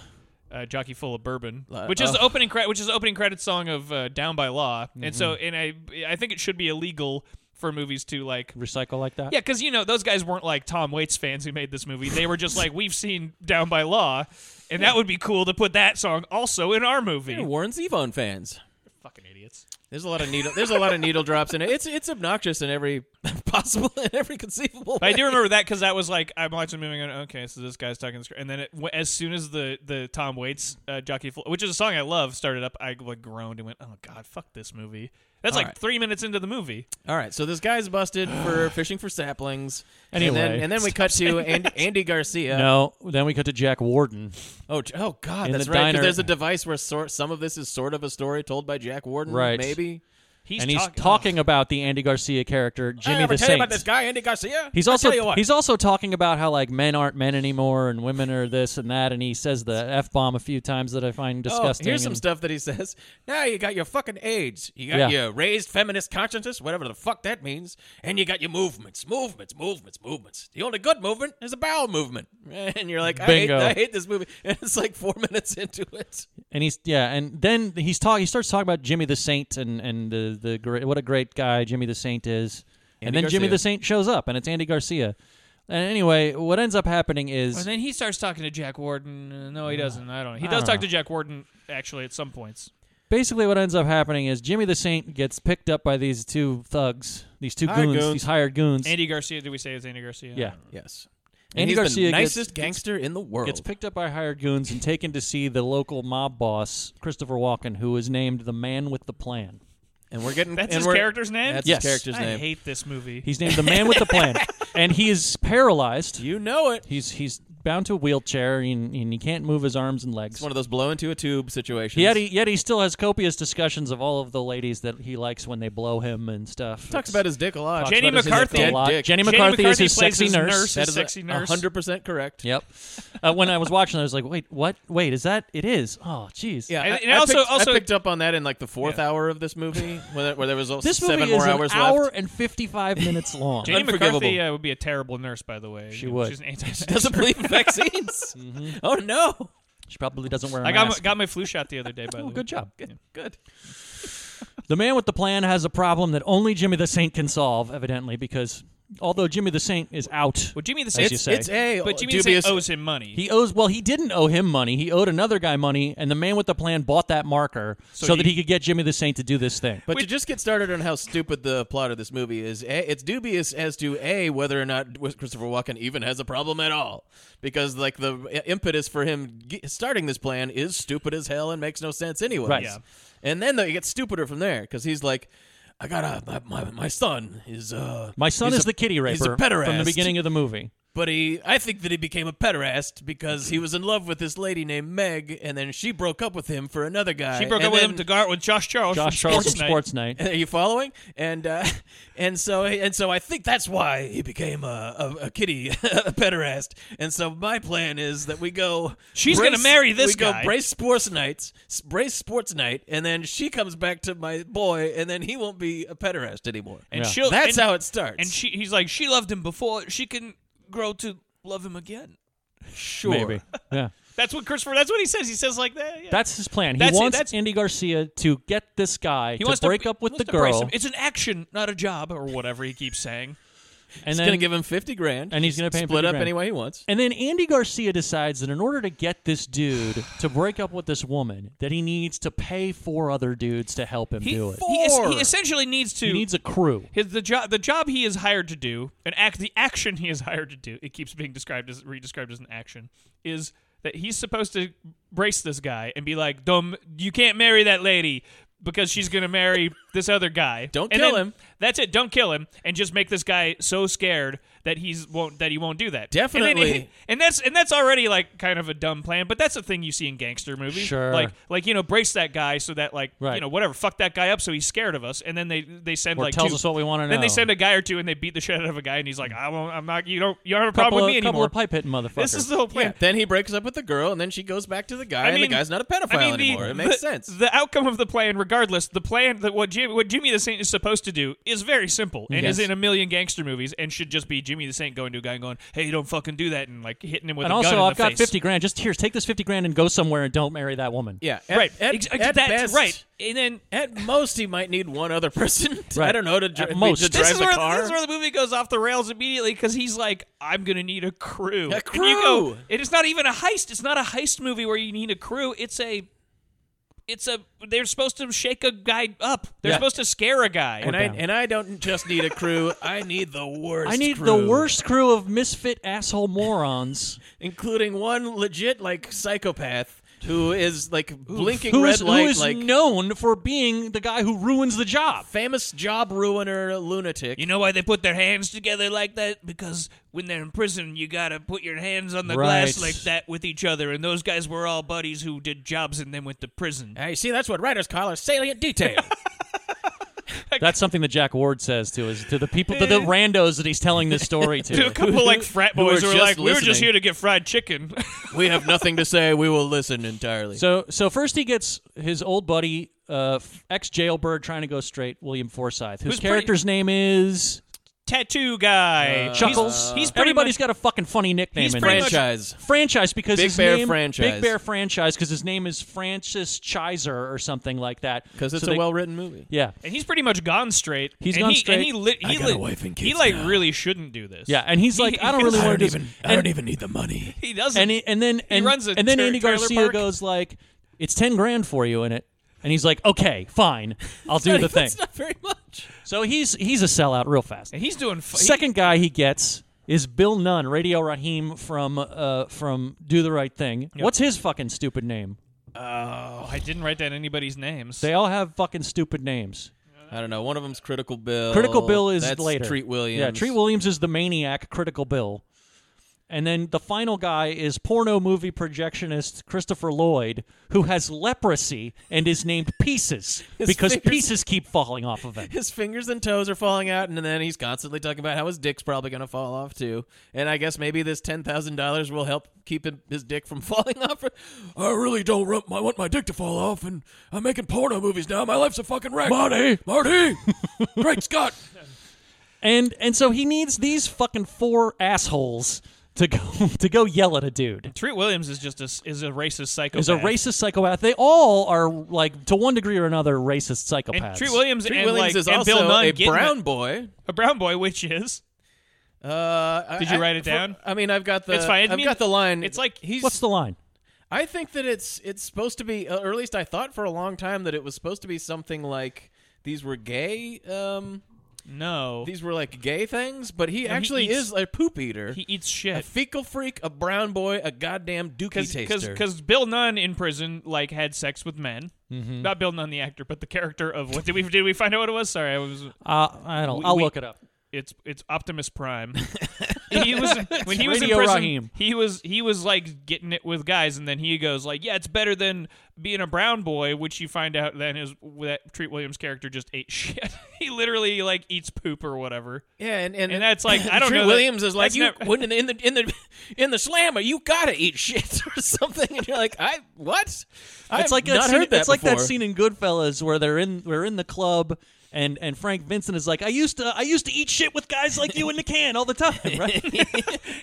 [SPEAKER 1] uh, jockey full of bourbon,
[SPEAKER 2] Li-
[SPEAKER 1] which is the
[SPEAKER 2] oh.
[SPEAKER 1] opening credit, which is the opening credit song of uh, Down by Law, and so,
[SPEAKER 2] Mm-hmm.
[SPEAKER 1] and I, I think it should be illegal for movies to like.
[SPEAKER 3] recycle like that.
[SPEAKER 1] Yeah, because you know those guys weren't like Tom Waits fans who made this movie. They were just like, we've seen Down by Law, and that would be cool to put that song also in our movie.
[SPEAKER 2] You're Warren Zevon fans.
[SPEAKER 1] Fucking idiots.
[SPEAKER 2] There's a lot of needle. There's a lot of needle drops in it. It's it's obnoxious in every *laughs* possible in every conceivable.
[SPEAKER 1] But I
[SPEAKER 2] way.
[SPEAKER 1] do remember that because that was like I'm watching the movie and okay, so this guy's talking, this, and then it, w- as soon as the the Tom Waits uh, jockey, Fl- which is a song I love, started up, I like groaned and went, oh god, fuck this movie. That's like
[SPEAKER 2] Alright.
[SPEAKER 1] three minutes into the movie.
[SPEAKER 2] All right, so this guy's busted
[SPEAKER 3] *sighs*
[SPEAKER 2] for fishing for saplings. and
[SPEAKER 3] Anyway.
[SPEAKER 2] then, and then we cut
[SPEAKER 3] *laughs*
[SPEAKER 2] to Andy, Andy Garcia.
[SPEAKER 3] No, then we cut to Jack Warden.
[SPEAKER 2] Oh, j- oh God,
[SPEAKER 3] In
[SPEAKER 2] that's
[SPEAKER 3] the
[SPEAKER 2] right. 'cause
[SPEAKER 3] diner.
[SPEAKER 2] there's a device where sort some of this is sort of a story told by Jack Warden.
[SPEAKER 3] Right.
[SPEAKER 2] Maybe
[SPEAKER 1] He's
[SPEAKER 3] and he's
[SPEAKER 1] talk-
[SPEAKER 3] talking about the Andy Garcia character, Jimmy the Saint.
[SPEAKER 2] guy, Andy Garcia.
[SPEAKER 3] He's also he's also talking about how like men aren't men anymore and women are this and that, and he says the f bomb a few times that I find disgusting.
[SPEAKER 2] Oh, here's some
[SPEAKER 3] and-
[SPEAKER 2] stuff that he says. Now you got your fucking AIDS. You got
[SPEAKER 3] Yeah.
[SPEAKER 2] your raised feminist consciousness, whatever the fuck that means. And you got your movements, movements, movements, movements. The only good movement is a bowel movement. *laughs* And you're like, I hate,
[SPEAKER 3] Bingo.
[SPEAKER 2] I hate this movie. *laughs* And it's like four minutes into it.
[SPEAKER 3] and he's yeah, and then he's talk he starts talking about Jimmy the Saint and and the the great what a great guy Jimmy the Saint is, and
[SPEAKER 2] Andy
[SPEAKER 3] then Jimmy
[SPEAKER 2] Garcia.
[SPEAKER 3] the Saint shows up and it's Andy Garcia, and anyway, what ends up happening is
[SPEAKER 1] And then he starts talking to Jack Warden. Uh, No, he doesn't. I don't know. He does
[SPEAKER 3] don't
[SPEAKER 1] talk
[SPEAKER 3] know.
[SPEAKER 1] to Jack Warden actually at some points.
[SPEAKER 3] basically what ends up happening is Jimmy the Saint gets picked up by these two thugs, these two
[SPEAKER 2] Hired
[SPEAKER 3] goons,
[SPEAKER 2] goons.
[SPEAKER 3] these hired goons.
[SPEAKER 1] Andy Garcia, did we say it's Andy Garcia?
[SPEAKER 3] yeah.
[SPEAKER 2] Yes.
[SPEAKER 3] Andy
[SPEAKER 2] he's the
[SPEAKER 3] Garcia gets-
[SPEAKER 2] nicest gangster in the world.
[SPEAKER 3] Gets picked up by hired goons and taken to see the local mob boss, Christopher Walken, who is named the man with the plan.
[SPEAKER 2] and we're getting
[SPEAKER 1] That's
[SPEAKER 2] and
[SPEAKER 1] his
[SPEAKER 2] we're-
[SPEAKER 1] character's name?
[SPEAKER 2] That's
[SPEAKER 3] Yes.
[SPEAKER 2] his character's
[SPEAKER 1] I
[SPEAKER 2] name.
[SPEAKER 1] hate this movie.
[SPEAKER 3] He's named the man with the plan. And he is
[SPEAKER 2] *laughs*
[SPEAKER 3] paralyzed.
[SPEAKER 2] you know it.
[SPEAKER 3] He's he's bound to a wheelchair and, and he can't move his arms and legs.
[SPEAKER 2] It's one of those blow into a tube situations.
[SPEAKER 3] Yet he, yet he still has copious discussions of all of the ladies that he likes when they blow him and stuff.
[SPEAKER 2] talks
[SPEAKER 3] It's-
[SPEAKER 2] about his dick a lot.
[SPEAKER 1] Jenny
[SPEAKER 2] Talks about his
[SPEAKER 1] McCarthy.
[SPEAKER 2] dead
[SPEAKER 3] a lot.
[SPEAKER 2] dick.
[SPEAKER 3] Jenny
[SPEAKER 1] Jenny
[SPEAKER 3] McCarthy is
[SPEAKER 1] McCarthy
[SPEAKER 3] his
[SPEAKER 1] plays
[SPEAKER 3] sexy
[SPEAKER 1] his
[SPEAKER 3] nurse.
[SPEAKER 1] nurse.
[SPEAKER 2] That
[SPEAKER 1] His
[SPEAKER 2] is a-
[SPEAKER 1] sexy nurse.
[SPEAKER 2] 100% correct.
[SPEAKER 3] Yep. Uh, when I was watching, I was like, wait, what? Wait, is that? It is. Oh, jeez.
[SPEAKER 2] Yeah,
[SPEAKER 1] And-
[SPEAKER 2] I,
[SPEAKER 1] and
[SPEAKER 2] I
[SPEAKER 1] also-
[SPEAKER 2] picked, I
[SPEAKER 1] also-
[SPEAKER 2] picked up on that in like the fourth hour of this movie, where there, where there *laughs* was
[SPEAKER 3] This
[SPEAKER 2] seven
[SPEAKER 3] movie
[SPEAKER 2] more
[SPEAKER 3] is
[SPEAKER 2] hours
[SPEAKER 3] an hour
[SPEAKER 2] left.
[SPEAKER 3] and 55 minutes long.
[SPEAKER 1] Jenny
[SPEAKER 2] Unforgivable.
[SPEAKER 1] McCarthy uh, would be a terrible nurse, by the way.
[SPEAKER 3] She would.
[SPEAKER 1] She's an anti
[SPEAKER 2] *laughs* Doesn't believe *laughs* in vaccines. Oh no!
[SPEAKER 3] she probably *laughs* doesn't wear a
[SPEAKER 1] I got my,
[SPEAKER 3] mask. Oh,
[SPEAKER 1] got my flu shot the other day, by the way.
[SPEAKER 3] Good job.
[SPEAKER 1] *laughs*
[SPEAKER 2] Good.
[SPEAKER 3] The man with the plan has a problem that only Jimmy the Saint can solve, evidently, because although Jimmy the Saint is out,
[SPEAKER 1] Well, Jimmy the
[SPEAKER 3] you
[SPEAKER 1] Saint,
[SPEAKER 3] say.
[SPEAKER 2] It's a
[SPEAKER 1] but uh, Jimmy
[SPEAKER 2] dubious.
[SPEAKER 1] the Saint owes him money.
[SPEAKER 3] he owes, well, he didn't owe him money. He owed another guy money, and the man with the plan bought that marker so, that
[SPEAKER 1] he-
[SPEAKER 3] he could get Jimmy the Saint to do this thing.
[SPEAKER 2] but to just get started on how stupid the plot of this movie is, a, it's dubious as to a whether or not Christopher Walken even has a problem at all, because like the uh, impetus for him ge- starting this plan is stupid as hell and makes no sense anyway.
[SPEAKER 3] Right. Yeah.
[SPEAKER 2] And then though it gets stupider from there because he's like, I gotta my, my, my son is uh
[SPEAKER 3] My son
[SPEAKER 2] he's
[SPEAKER 3] is
[SPEAKER 2] a-
[SPEAKER 3] the kitty raper
[SPEAKER 2] he's a
[SPEAKER 3] from the
[SPEAKER 2] pederast.
[SPEAKER 3] beginning of
[SPEAKER 1] *laughs*
[SPEAKER 3] the movie.
[SPEAKER 2] But he, I think that he became a pederast because he was in love with this lady named Meg, and then she broke up with him for another guy.
[SPEAKER 1] she broke
[SPEAKER 2] and
[SPEAKER 1] up with
[SPEAKER 2] then-
[SPEAKER 1] him to guard with Josh Charles.
[SPEAKER 3] Josh
[SPEAKER 1] from
[SPEAKER 3] Charles
[SPEAKER 1] Sports
[SPEAKER 3] from
[SPEAKER 1] Night.
[SPEAKER 3] Sports
[SPEAKER 2] *laughs*
[SPEAKER 3] Night.
[SPEAKER 2] Are you following? And uh, *laughs* and so and so, I think that's why he became a, a, a kitty, *laughs* a pederast. And so my plan is that we go.
[SPEAKER 1] She's gonna marry this
[SPEAKER 2] we
[SPEAKER 1] guy.
[SPEAKER 2] go brace sports nights, s- brace sports night, and then she comes back to my boy, and then he won't be a pederast anymore.
[SPEAKER 1] And
[SPEAKER 3] Yeah.
[SPEAKER 1] she'll,
[SPEAKER 2] that's
[SPEAKER 1] and,
[SPEAKER 2] how it starts.
[SPEAKER 1] And she, he's like, she loved him before. She can grow to love him again. *laughs*
[SPEAKER 2] sure.
[SPEAKER 3] Maybe. Yeah.
[SPEAKER 1] That's what Christopher. That's what he says. He says like that. Yeah.
[SPEAKER 3] That's his plan. He
[SPEAKER 1] That's it.
[SPEAKER 3] wants
[SPEAKER 1] That's-
[SPEAKER 3] Andy Garcia to get this guy
[SPEAKER 1] he
[SPEAKER 3] to
[SPEAKER 1] wants
[SPEAKER 3] break
[SPEAKER 1] to,
[SPEAKER 3] up with
[SPEAKER 1] wants
[SPEAKER 3] the
[SPEAKER 1] to brace
[SPEAKER 3] girl,
[SPEAKER 1] him. It's an action, not a job, or whatever he keeps saying.
[SPEAKER 3] and
[SPEAKER 2] He's
[SPEAKER 3] then
[SPEAKER 2] gonna give him fifty grand,
[SPEAKER 3] and he's gonna pay him
[SPEAKER 2] split
[SPEAKER 3] 50
[SPEAKER 2] up
[SPEAKER 3] grand.
[SPEAKER 2] any way he wants.
[SPEAKER 3] And then Andy Garcia decides that in order to get this dude to break up with this woman, that he needs to pay four other dudes to help him
[SPEAKER 1] He,
[SPEAKER 3] do it.
[SPEAKER 1] he, es- he essentially needs to.
[SPEAKER 3] He needs a crew.
[SPEAKER 1] his the job the job he is hired to do and act the action he is hired to do it keeps being described as redescribed as an action is that he's supposed to brace this guy and be like dumb you can't marry that lady because she's gonna marry this other guy
[SPEAKER 2] *laughs* Don't
[SPEAKER 1] And
[SPEAKER 2] kill
[SPEAKER 1] then-
[SPEAKER 2] him.
[SPEAKER 1] that's it don't kill him and just make this guy so scared that he's won't that he won't do that And then-
[SPEAKER 2] Definitely.
[SPEAKER 1] *laughs* and that's and that's already like kind of a dumb plan but that's a thing you see in gangster movies
[SPEAKER 3] Sure.
[SPEAKER 1] like like you know brace that guy so that like
[SPEAKER 3] Right.
[SPEAKER 1] you know whatever fuck that guy up so he's scared of us and then they they send
[SPEAKER 3] Or
[SPEAKER 1] like
[SPEAKER 3] tells
[SPEAKER 1] two-
[SPEAKER 3] us what we wanna
[SPEAKER 1] Then they
[SPEAKER 3] know.
[SPEAKER 1] send a guy or two and they beat the shit out of a guy, and he's like, "I won't. I'm not. You don't. You don't have a
[SPEAKER 3] Couple
[SPEAKER 1] problem
[SPEAKER 3] of,
[SPEAKER 1] with me
[SPEAKER 3] couple
[SPEAKER 1] anymore."
[SPEAKER 3] of pipe hitting motherfuckers.
[SPEAKER 1] this is the whole plan.
[SPEAKER 2] Yeah. Then he breaks up with the girl, and then she goes back to the guy,
[SPEAKER 1] I mean,
[SPEAKER 2] and the guy's not a pedophile
[SPEAKER 1] I mean, the-
[SPEAKER 2] anymore. It makes
[SPEAKER 1] the-
[SPEAKER 2] sense.
[SPEAKER 1] The outcome of the plan, regardless, the plan that what Jimmy, what Jimmy the Saint is supposed to do is very simple and
[SPEAKER 3] Yes.
[SPEAKER 1] is in a million gangster movies and should just be Jimmy the Saint going to a guy and going, "Hey, don't fucking do that," and like hitting him with
[SPEAKER 3] and
[SPEAKER 1] a gun
[SPEAKER 3] also,
[SPEAKER 1] in
[SPEAKER 3] I've
[SPEAKER 1] the
[SPEAKER 3] got
[SPEAKER 1] face.
[SPEAKER 3] 50 grand. Just here, take this 50 grand and go somewhere and don't marry that woman.
[SPEAKER 2] yeah, at,
[SPEAKER 1] Right.
[SPEAKER 2] At,
[SPEAKER 1] Ex-
[SPEAKER 2] at
[SPEAKER 1] that's
[SPEAKER 2] best,
[SPEAKER 1] right. And then
[SPEAKER 2] At most, he might need one other person. *laughs* to- I
[SPEAKER 3] Right.
[SPEAKER 2] don't know to, dri-
[SPEAKER 3] At
[SPEAKER 2] be-
[SPEAKER 3] most.
[SPEAKER 2] to
[SPEAKER 3] This
[SPEAKER 2] drive
[SPEAKER 1] this is,
[SPEAKER 2] the
[SPEAKER 1] where,
[SPEAKER 2] car.
[SPEAKER 1] this is where the movie goes off the rails immediately because he's like, I'm going to need a crew.
[SPEAKER 2] A
[SPEAKER 1] And you go,
[SPEAKER 2] crew!
[SPEAKER 1] it is not even a heist. It's not a heist movie where you need a crew. It's a. It's a. They're supposed to shake a guy up. They're
[SPEAKER 3] Yeah.
[SPEAKER 1] supposed to scare a guy.
[SPEAKER 2] and I
[SPEAKER 3] down.
[SPEAKER 2] and I don't just need a crew. I need the worst.
[SPEAKER 3] I need
[SPEAKER 2] crew,
[SPEAKER 3] the worst crew of misfit
[SPEAKER 1] *laughs*
[SPEAKER 3] asshole morons
[SPEAKER 2] including one legit like psychopath who is like blinking
[SPEAKER 3] who
[SPEAKER 2] red
[SPEAKER 3] is, who
[SPEAKER 2] light,
[SPEAKER 3] is
[SPEAKER 2] like
[SPEAKER 3] known for being the guy who ruins the job.
[SPEAKER 2] famous job ruiner lunatic.
[SPEAKER 1] you know why they put their hands together like that? Because when they're in prison, you gotta put your hands on the glass
[SPEAKER 3] Right.
[SPEAKER 1] like that with each other. And those guys were all buddies who did jobs and then went to prison.
[SPEAKER 2] Hey, see, that's what writers call a salient detail.
[SPEAKER 1] like
[SPEAKER 3] That's something that Jack Ward says to his to the people
[SPEAKER 1] *laughs*
[SPEAKER 3] to the randos that he's telling this story to.
[SPEAKER 1] to *laughs* a couple like frat
[SPEAKER 2] who
[SPEAKER 1] boys
[SPEAKER 2] were
[SPEAKER 1] who were like,
[SPEAKER 2] just
[SPEAKER 1] we were just
[SPEAKER 2] listening.
[SPEAKER 1] here to get fried chicken.
[SPEAKER 2] *laughs*
[SPEAKER 1] *laughs*
[SPEAKER 2] we have nothing to say. We will listen entirely.
[SPEAKER 3] So so first he gets his old buddy, uh, ex jailbird, trying to go straight, William Forsythe, whose
[SPEAKER 1] Who's pretty-
[SPEAKER 3] character's name is
[SPEAKER 1] Tattoo guy,
[SPEAKER 3] Chuckles.
[SPEAKER 1] Uh, He's, he's pretty
[SPEAKER 3] Uh, Everybody's
[SPEAKER 1] much,
[SPEAKER 3] got a fucking funny nickname.
[SPEAKER 1] He's
[SPEAKER 3] in
[SPEAKER 1] pretty
[SPEAKER 3] there.
[SPEAKER 1] much-
[SPEAKER 2] franchise.
[SPEAKER 3] franchise because
[SPEAKER 2] Big
[SPEAKER 3] his
[SPEAKER 2] Bear
[SPEAKER 3] name,
[SPEAKER 2] franchise.
[SPEAKER 3] Big Bear franchise because his name is Francis Chizer or something like that.
[SPEAKER 2] Because it's
[SPEAKER 3] So
[SPEAKER 2] a
[SPEAKER 3] they-
[SPEAKER 2] well-written movie.
[SPEAKER 3] yeah.
[SPEAKER 1] and he's pretty much gone straight.
[SPEAKER 3] He's
[SPEAKER 1] and
[SPEAKER 3] gone
[SPEAKER 1] he,
[SPEAKER 3] straight.
[SPEAKER 1] And he, lit he,
[SPEAKER 2] got
[SPEAKER 1] lit-
[SPEAKER 2] a wife and
[SPEAKER 1] he
[SPEAKER 2] kids
[SPEAKER 1] like
[SPEAKER 2] now.
[SPEAKER 1] really shouldn't do this.
[SPEAKER 3] Yeah, and he's
[SPEAKER 1] He-
[SPEAKER 3] like, I don't
[SPEAKER 1] he-
[SPEAKER 3] really
[SPEAKER 1] I
[SPEAKER 3] want to do this. And-
[SPEAKER 2] even need the money.
[SPEAKER 1] he doesn't.
[SPEAKER 3] and he, and then and,
[SPEAKER 1] runs a
[SPEAKER 3] and then
[SPEAKER 1] tra-
[SPEAKER 3] Andy
[SPEAKER 1] trailer
[SPEAKER 3] Garcia
[SPEAKER 1] park.
[SPEAKER 3] goes like, "It's ten grand for you in it," and he's like, "Okay, fine,
[SPEAKER 1] *laughs*
[SPEAKER 3] I'll do the thing."
[SPEAKER 2] *laughs* Not very much.
[SPEAKER 3] So he's he's a sellout real fast.
[SPEAKER 1] and he's doing f-
[SPEAKER 3] Second guy he gets is Bill Nunn, Radio Raheem from uh from Do the Right Thing. What's his fucking stupid name?
[SPEAKER 1] He, oh, I didn't write down anybody's names.
[SPEAKER 3] They all have fucking stupid names.
[SPEAKER 2] I don't know. One of them's Critical Bill.
[SPEAKER 3] Critical Bill is
[SPEAKER 2] Oh, That's
[SPEAKER 3] later.
[SPEAKER 2] Treat Williams.
[SPEAKER 3] Yeah, Treat Williams is the maniac. Critical Bill, and then the final guy is porno movie projectionist Christopher Lloyd, who has leprosy and is named
[SPEAKER 2] *laughs*
[SPEAKER 3] Pieces
[SPEAKER 2] His
[SPEAKER 3] because
[SPEAKER 2] fingers-
[SPEAKER 3] pieces keep falling off of him.
[SPEAKER 2] His fingers and toes are falling out, and then he's constantly talking about how his dick's probably going to fall off too. And I guess maybe this ten thousand dollars will help keep him, his dick from *laughs* falling off. I really don't want my, want my dick to fall off, and I'm making porno movies now. My life's a fucking wreck. Marty, *laughs* Marty, great Scott.
[SPEAKER 3] And and so he needs these fucking four assholes to go *laughs* to go yell at a dude.
[SPEAKER 1] Treat Williams is just a, s- is a racist psychopath.
[SPEAKER 3] Is a racist psychopath. They all are like to one degree or another racist psychopaths.
[SPEAKER 1] And Treat Williams
[SPEAKER 2] Treat
[SPEAKER 1] and
[SPEAKER 2] Williams
[SPEAKER 1] like
[SPEAKER 2] is
[SPEAKER 1] and
[SPEAKER 2] also
[SPEAKER 1] Bill Nunn
[SPEAKER 2] a
[SPEAKER 1] getting
[SPEAKER 2] brown boy.
[SPEAKER 1] a brown boy, which is
[SPEAKER 2] Uh,
[SPEAKER 1] Did
[SPEAKER 2] I-
[SPEAKER 1] you write it
[SPEAKER 2] for-
[SPEAKER 1] down?
[SPEAKER 2] I mean, I've got the.
[SPEAKER 1] It's fine. It
[SPEAKER 2] I've
[SPEAKER 1] means-
[SPEAKER 2] got the line.
[SPEAKER 1] it's like-
[SPEAKER 2] he's.
[SPEAKER 3] What's the line?
[SPEAKER 2] I think that it's it's supposed to be, uh, or at least I thought for a long time that it was supposed to be something like these were gay. Um,
[SPEAKER 1] no.
[SPEAKER 2] these were like gay things, but he
[SPEAKER 1] he
[SPEAKER 2] actually
[SPEAKER 1] eats-
[SPEAKER 2] is a poop eater,
[SPEAKER 1] he eats
[SPEAKER 2] a
[SPEAKER 1] shit.
[SPEAKER 2] fecal freak, a brown boy, a goddamn dookie taster.
[SPEAKER 1] because Bill Nunn in prison like had sex with men.
[SPEAKER 3] Mm-hmm.
[SPEAKER 1] Not Bill Nunn the actor, but the character of what did we did we find out what it was? Sorry, I was
[SPEAKER 3] Uh, I don't.
[SPEAKER 1] We-
[SPEAKER 3] I'll
[SPEAKER 1] we-
[SPEAKER 3] look it up.
[SPEAKER 1] it's it's Optimus
[SPEAKER 3] *laughs*
[SPEAKER 1] Prime. he was when he was in
[SPEAKER 3] Radio
[SPEAKER 1] prison.
[SPEAKER 3] Raheem.
[SPEAKER 1] He was he was like getting it with guys, and then he goes like, "Yeah, it's better than being a brown boy," which you find out then is that Treat Williams' character just ate shit. *laughs* he literally like eats poop or whatever.
[SPEAKER 2] yeah, and, and
[SPEAKER 1] and that's like, I don't
[SPEAKER 2] Treat
[SPEAKER 1] know that-
[SPEAKER 2] Williams is like
[SPEAKER 1] that's
[SPEAKER 2] you
[SPEAKER 1] never-
[SPEAKER 2] when in the in the in the in the slammer, you gotta eat *laughs* shit or something, and you're like, I what? I've
[SPEAKER 3] it's like
[SPEAKER 2] not
[SPEAKER 3] that scene,
[SPEAKER 2] heard that
[SPEAKER 3] it's like that
[SPEAKER 2] before.
[SPEAKER 3] scene in Goodfellas where they're in we're in the club and and Frank Vincent is like I used to I used to eat shit with guys like you in the can all the time right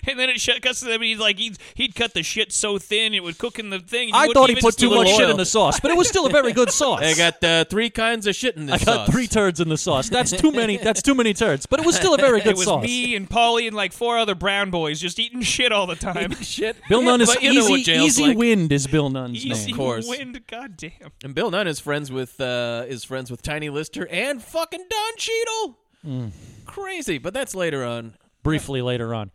[SPEAKER 1] And then it shut, cuts to them, and he's like, he'd, he'd cut the shit so thin it would cook in the thing. and you
[SPEAKER 3] I
[SPEAKER 1] wouldn't
[SPEAKER 3] thought he
[SPEAKER 1] even
[SPEAKER 3] put
[SPEAKER 1] see
[SPEAKER 3] too
[SPEAKER 1] the
[SPEAKER 3] much
[SPEAKER 1] little-
[SPEAKER 3] shit in the sauce but it was still a very good sauce
[SPEAKER 2] I got uh, three kinds of shit in
[SPEAKER 3] I
[SPEAKER 2] this.
[SPEAKER 3] got
[SPEAKER 2] sauce.
[SPEAKER 3] three *laughs* turds in the sauce that's too many that's too many turds but it was still a very good
[SPEAKER 1] It was
[SPEAKER 3] sauce
[SPEAKER 1] me and Paulie and like four other brown boys just eating shit all the time. *laughs*
[SPEAKER 2] shit.
[SPEAKER 3] Bill Nunn is
[SPEAKER 2] But you know
[SPEAKER 3] easy
[SPEAKER 2] what jail's
[SPEAKER 3] easy
[SPEAKER 2] like.
[SPEAKER 3] wind is Bill Nunn's
[SPEAKER 1] Easy
[SPEAKER 3] name
[SPEAKER 2] course.
[SPEAKER 1] wind, goddamn.
[SPEAKER 2] And Bill Nunn is friends with uh, is friends with Tiny Lister and fucking Don Cheadle.
[SPEAKER 3] Hmm.
[SPEAKER 2] Crazy, but that's later on.
[SPEAKER 3] briefly later on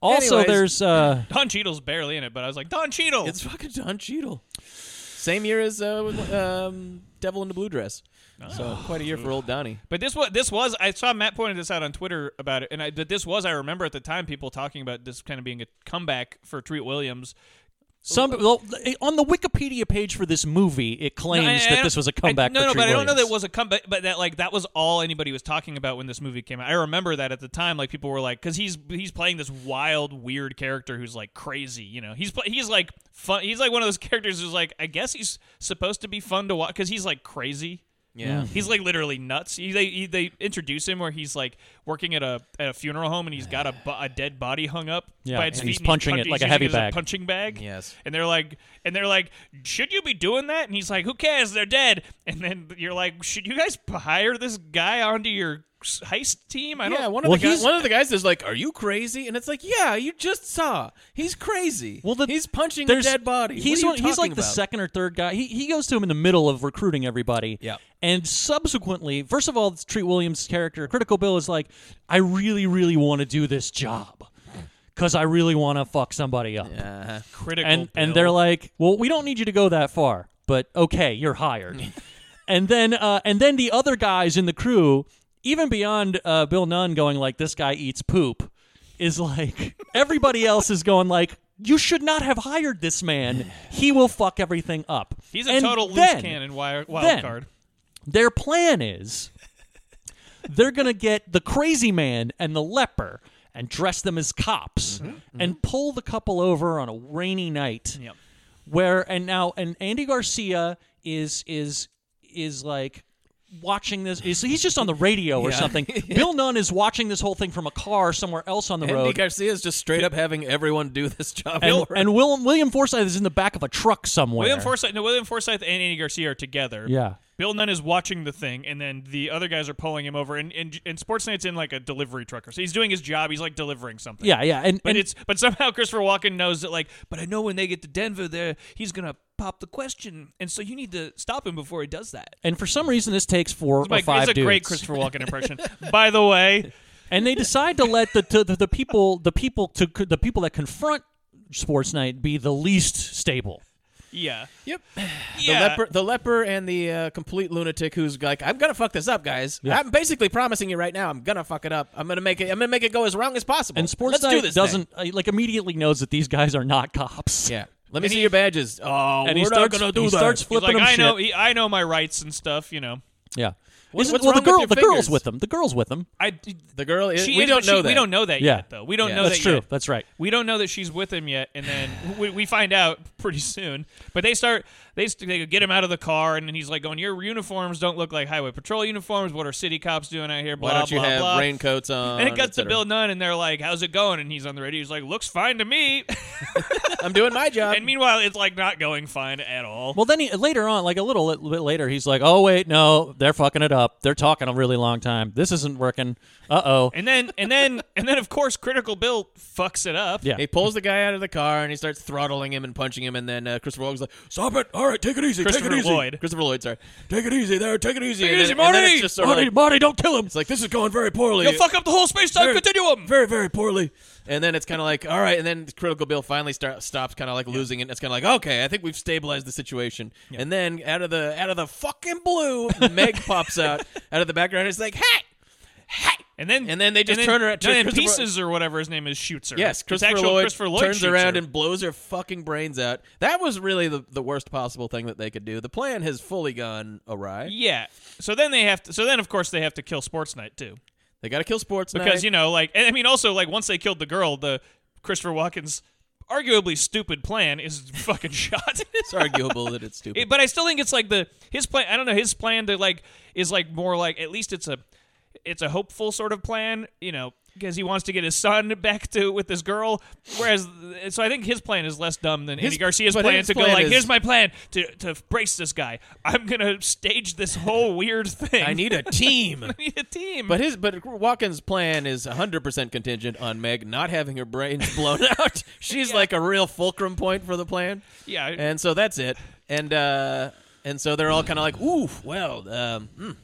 [SPEAKER 3] also
[SPEAKER 2] Anyways.
[SPEAKER 1] *laughs*
[SPEAKER 3] there's uh
[SPEAKER 1] Don Cheadle's barely in it, but I was like, Don Cheadle.
[SPEAKER 3] Oh.
[SPEAKER 2] It's fucking Don Cheadle. Same year as uh, with, um, Devil in the Blue Dress.
[SPEAKER 3] Ah.
[SPEAKER 2] So quite a year for old Donnie.
[SPEAKER 1] But this was this was I saw Matt pointed this out on Twitter about it, and I, that this was I remember at the time people talking about this kind of being a comeback for Treat Williams.
[SPEAKER 3] some well, on the Wikipedia page for this movie it claims
[SPEAKER 1] I- I
[SPEAKER 3] that
[SPEAKER 1] don't-
[SPEAKER 3] this was a
[SPEAKER 1] I-
[SPEAKER 3] comeback
[SPEAKER 1] no,
[SPEAKER 3] for
[SPEAKER 1] no,
[SPEAKER 3] Treat
[SPEAKER 1] but I don't know that
[SPEAKER 3] Williams.
[SPEAKER 1] it was a comeback, but that like that was all anybody was talking about when this movie came out. I remember that at the time, like people were like, because he's he's playing this wild, weird character who's like crazy. You know, he's pla- he's like fun. He's like one of those characters who's like, I guess he's supposed to be fun to watch because he's like crazy.
[SPEAKER 2] Yeah.
[SPEAKER 3] Mm.
[SPEAKER 1] He's like literally nuts. He, they he, they introduce him where he's like working at a at a funeral home and he's got a, bo- a dead body hung up
[SPEAKER 3] Yeah,
[SPEAKER 1] by its
[SPEAKER 3] and
[SPEAKER 1] feet
[SPEAKER 3] he's punching it like a
[SPEAKER 1] using
[SPEAKER 3] heavy
[SPEAKER 1] as
[SPEAKER 3] bag.
[SPEAKER 1] punching bag.
[SPEAKER 2] Yes.
[SPEAKER 1] And they're like and they're like, should you be doing that? And he's like, who cares? They're dead. And then you're like, should you guys hire this guy onto your s- heist team? I don't.
[SPEAKER 2] Yeah, one of
[SPEAKER 3] Well,
[SPEAKER 2] the guys,
[SPEAKER 3] he's-
[SPEAKER 2] one of the guys is like, "Are you crazy?" And it's like, "Yeah, you just saw. He's crazy.
[SPEAKER 3] Well, the,
[SPEAKER 2] he's punching a
[SPEAKER 3] there's-
[SPEAKER 2] dead body.
[SPEAKER 3] He's
[SPEAKER 2] what are you
[SPEAKER 3] one- he's like
[SPEAKER 2] talking
[SPEAKER 3] the
[SPEAKER 2] about?
[SPEAKER 3] second or third guy. He he goes to him in the middle of recruiting everybody.
[SPEAKER 2] Yeah.
[SPEAKER 3] And subsequently, first of all, it's Treat Williams' character, Critical Bill, is like, I really, really want to do this job because I really want to fuck somebody up.
[SPEAKER 1] Uh-huh. critical.
[SPEAKER 3] And and
[SPEAKER 1] Bill.
[SPEAKER 3] they're like, well, we don't need you to go that far, but okay,
[SPEAKER 1] *laughs*
[SPEAKER 3] you're hired. and then uh, and then the other guys in the crew, even beyond uh, Bill Nunn going like, this guy eats poop, is like *laughs* everybody else is going like. You should not have hired this man. He will fuck everything up.
[SPEAKER 1] he's a
[SPEAKER 3] And
[SPEAKER 1] total loose
[SPEAKER 3] then-
[SPEAKER 1] cannon wild, wild
[SPEAKER 3] then
[SPEAKER 1] card.
[SPEAKER 3] Their plan is they're gonna get the crazy man and the leper and dress them as cops and pull the couple over on a rainy night
[SPEAKER 1] Mm-hmm. Yep.
[SPEAKER 3] where and now and Andy Garcia is is is like watching this is he's just on the radio or
[SPEAKER 1] *laughs*
[SPEAKER 2] Yeah.
[SPEAKER 3] something. Bill Nunn is watching this whole thing from a car somewhere else on the
[SPEAKER 2] Andy
[SPEAKER 3] road.
[SPEAKER 2] Garcia is just straight up having everyone do this job.
[SPEAKER 3] and,
[SPEAKER 2] for him.
[SPEAKER 3] and Will, William Forsythe is in the back of a truck somewhere.
[SPEAKER 1] William Forsythe, no, William Forsythe and Andy Garcia are together.
[SPEAKER 3] Yeah.
[SPEAKER 1] Bill Nunn is watching the thing, and then the other guys are pulling him over. And and, and Sportsnight's in like a delivery truck, or so he's doing his job. He's like delivering something.
[SPEAKER 3] Yeah, yeah, and,
[SPEAKER 1] But
[SPEAKER 3] and
[SPEAKER 1] it's but somehow Christopher Walken knows that like. But I know when they get to Denver, there he's gonna pop the question, and so you need to stop him before he does that.
[SPEAKER 3] and for some reason this takes four or
[SPEAKER 1] Like,
[SPEAKER 3] Oh, five
[SPEAKER 1] it's a
[SPEAKER 3] dudes.
[SPEAKER 1] great Christopher Walken impression. By the way,
[SPEAKER 3] and they decide to let the to, the, the people the people to the people that confront Sports Night be the least stable.
[SPEAKER 1] yeah,
[SPEAKER 2] Yep.
[SPEAKER 1] yeah.
[SPEAKER 2] The leper, the leper, and the uh, complete lunatic who's like, "I'm gonna fuck this up, guys. I'm basically promising you right now, I'm gonna fuck it up. I'm gonna make it. I'm gonna make it go as wrong as possible."
[SPEAKER 3] And Sports
[SPEAKER 2] Let's
[SPEAKER 3] Night
[SPEAKER 2] do this thing."
[SPEAKER 3] doesn't uh, like immediately knows that these guys are not cops.
[SPEAKER 2] Yeah. Let me see your badges. Oh,
[SPEAKER 3] and
[SPEAKER 2] we're
[SPEAKER 3] he starts
[SPEAKER 2] not gonna do
[SPEAKER 3] he
[SPEAKER 2] that.
[SPEAKER 3] starts
[SPEAKER 1] He's
[SPEAKER 3] flipping
[SPEAKER 1] like
[SPEAKER 3] them
[SPEAKER 1] I
[SPEAKER 3] shit.
[SPEAKER 1] know, he, I know my rights and stuff. You know,
[SPEAKER 3] yeah.
[SPEAKER 2] What-
[SPEAKER 3] Isn't-
[SPEAKER 2] what's
[SPEAKER 3] well, the
[SPEAKER 2] wrong with
[SPEAKER 3] girl,
[SPEAKER 2] your
[SPEAKER 3] the girl's
[SPEAKER 2] fingers?
[SPEAKER 3] with them. The girl's with them.
[SPEAKER 1] I
[SPEAKER 2] the girl is.
[SPEAKER 1] she
[SPEAKER 2] we
[SPEAKER 1] is,
[SPEAKER 2] don't
[SPEAKER 1] but she-
[SPEAKER 2] know that.
[SPEAKER 1] We don't know that
[SPEAKER 3] Yeah.
[SPEAKER 1] yet, though. We don't
[SPEAKER 2] Yeah.
[SPEAKER 1] know
[SPEAKER 3] That's
[SPEAKER 1] that
[SPEAKER 3] true.
[SPEAKER 1] yet.
[SPEAKER 3] That's right.
[SPEAKER 1] We don't know that she's with him yet, and then we, we find out pretty soon. But they start they st- they get him out of the car, and then he's like going, "Your uniforms don't look like highway patrol uniforms. What are city cops doing out here? Blah
[SPEAKER 2] Why don't you
[SPEAKER 1] blah
[SPEAKER 2] have
[SPEAKER 1] blah." *laughs*
[SPEAKER 2] raincoats on?
[SPEAKER 1] and it gets
[SPEAKER 2] et
[SPEAKER 1] to
[SPEAKER 2] cetera?
[SPEAKER 1] Bill Nunn, and they're like, "How's it going?" And he's on the radio. He's like, "Looks fine to
[SPEAKER 2] *laughs*
[SPEAKER 1] me."
[SPEAKER 2] I'm doing my job.
[SPEAKER 1] and meanwhile, it's like not going fine at all.
[SPEAKER 3] Well, then he, later on, like a little li- bit later, he's like, "Oh wait, no, they're fucking it up. They're talking a really long time. This isn't working. Uh oh."
[SPEAKER 1] and then and then and then of course, Critical Bill fucks it up.
[SPEAKER 3] Yeah.
[SPEAKER 2] he pulls the guy out of the car and he starts throttling him and punching him. And then uh, Christopher Walken's like, "Stop it! All right, take it easy. Take it
[SPEAKER 1] Christopher
[SPEAKER 2] easy.
[SPEAKER 1] Lloyd.
[SPEAKER 2] Christopher Lloyd, sorry. Take it easy there. Take it easy.
[SPEAKER 1] Take it
[SPEAKER 2] and
[SPEAKER 1] easy,
[SPEAKER 2] then, and then
[SPEAKER 1] Marty!
[SPEAKER 2] it's just sort of
[SPEAKER 3] Marty,
[SPEAKER 2] like-
[SPEAKER 3] Marty, don't kill him.
[SPEAKER 2] It's like this is going very poorly.
[SPEAKER 1] You'll fuck up the whole space time
[SPEAKER 2] Very-
[SPEAKER 1] continuum.
[SPEAKER 2] very very poorly and then it's kind of like all right and then critical bill finally start, stops kind of like losing it it's kind of like okay i think we've stabilized the situation and then out of the out of the fucking blue *laughs* meg pops out out of the background it's like hey hey
[SPEAKER 1] And then
[SPEAKER 2] and then they just turn her to
[SPEAKER 1] and then
[SPEAKER 2] Christopher-
[SPEAKER 1] pieces or whatever his name is shoots her.
[SPEAKER 2] Yes,
[SPEAKER 1] It's
[SPEAKER 2] Christopher
[SPEAKER 1] actual
[SPEAKER 2] Lloyd,
[SPEAKER 1] Christopher Lloyd
[SPEAKER 2] turns
[SPEAKER 1] shoots
[SPEAKER 2] around
[SPEAKER 1] her.
[SPEAKER 2] and blows her fucking brains out. That was really the, the worst possible thing that they could do. The plan has fully gone awry.
[SPEAKER 1] yeah. So then they have to. So then of course they have to kill Sports Night too,
[SPEAKER 2] They got to kill Sports
[SPEAKER 1] because you know, like, and I mean, also like once they killed the girl, the Christopher Walken's arguably stupid plan is *laughs* fucking shot.
[SPEAKER 2] it's arguable
[SPEAKER 1] *laughs*
[SPEAKER 2] that it's stupid.
[SPEAKER 1] It- but I still think it's like the his plan. I don't know his plan to like is like more like at least it's a it's a hopeful sort of plan, you know, because he wants to get his son *laughs* back to with this girl. Whereas, so I think his plan is less dumb than Andy Garcia's
[SPEAKER 2] but
[SPEAKER 1] plan
[SPEAKER 2] his
[SPEAKER 1] to go
[SPEAKER 2] plan
[SPEAKER 1] like,
[SPEAKER 2] is-
[SPEAKER 1] here's my plan to to brace this guy. I'm gonna stage this whole weird *laughs* thing.
[SPEAKER 2] I need
[SPEAKER 1] *laughs*
[SPEAKER 2] a team.
[SPEAKER 1] I need a team.
[SPEAKER 2] But his but Watkins' plan is 100% contingent on Meg not having her brains *laughs* blown out. She's like a real fulcrum point for the plan.
[SPEAKER 1] Yeah.
[SPEAKER 2] And so that's it. And uh and so they're all kind of like, "Ooh, well, um mm,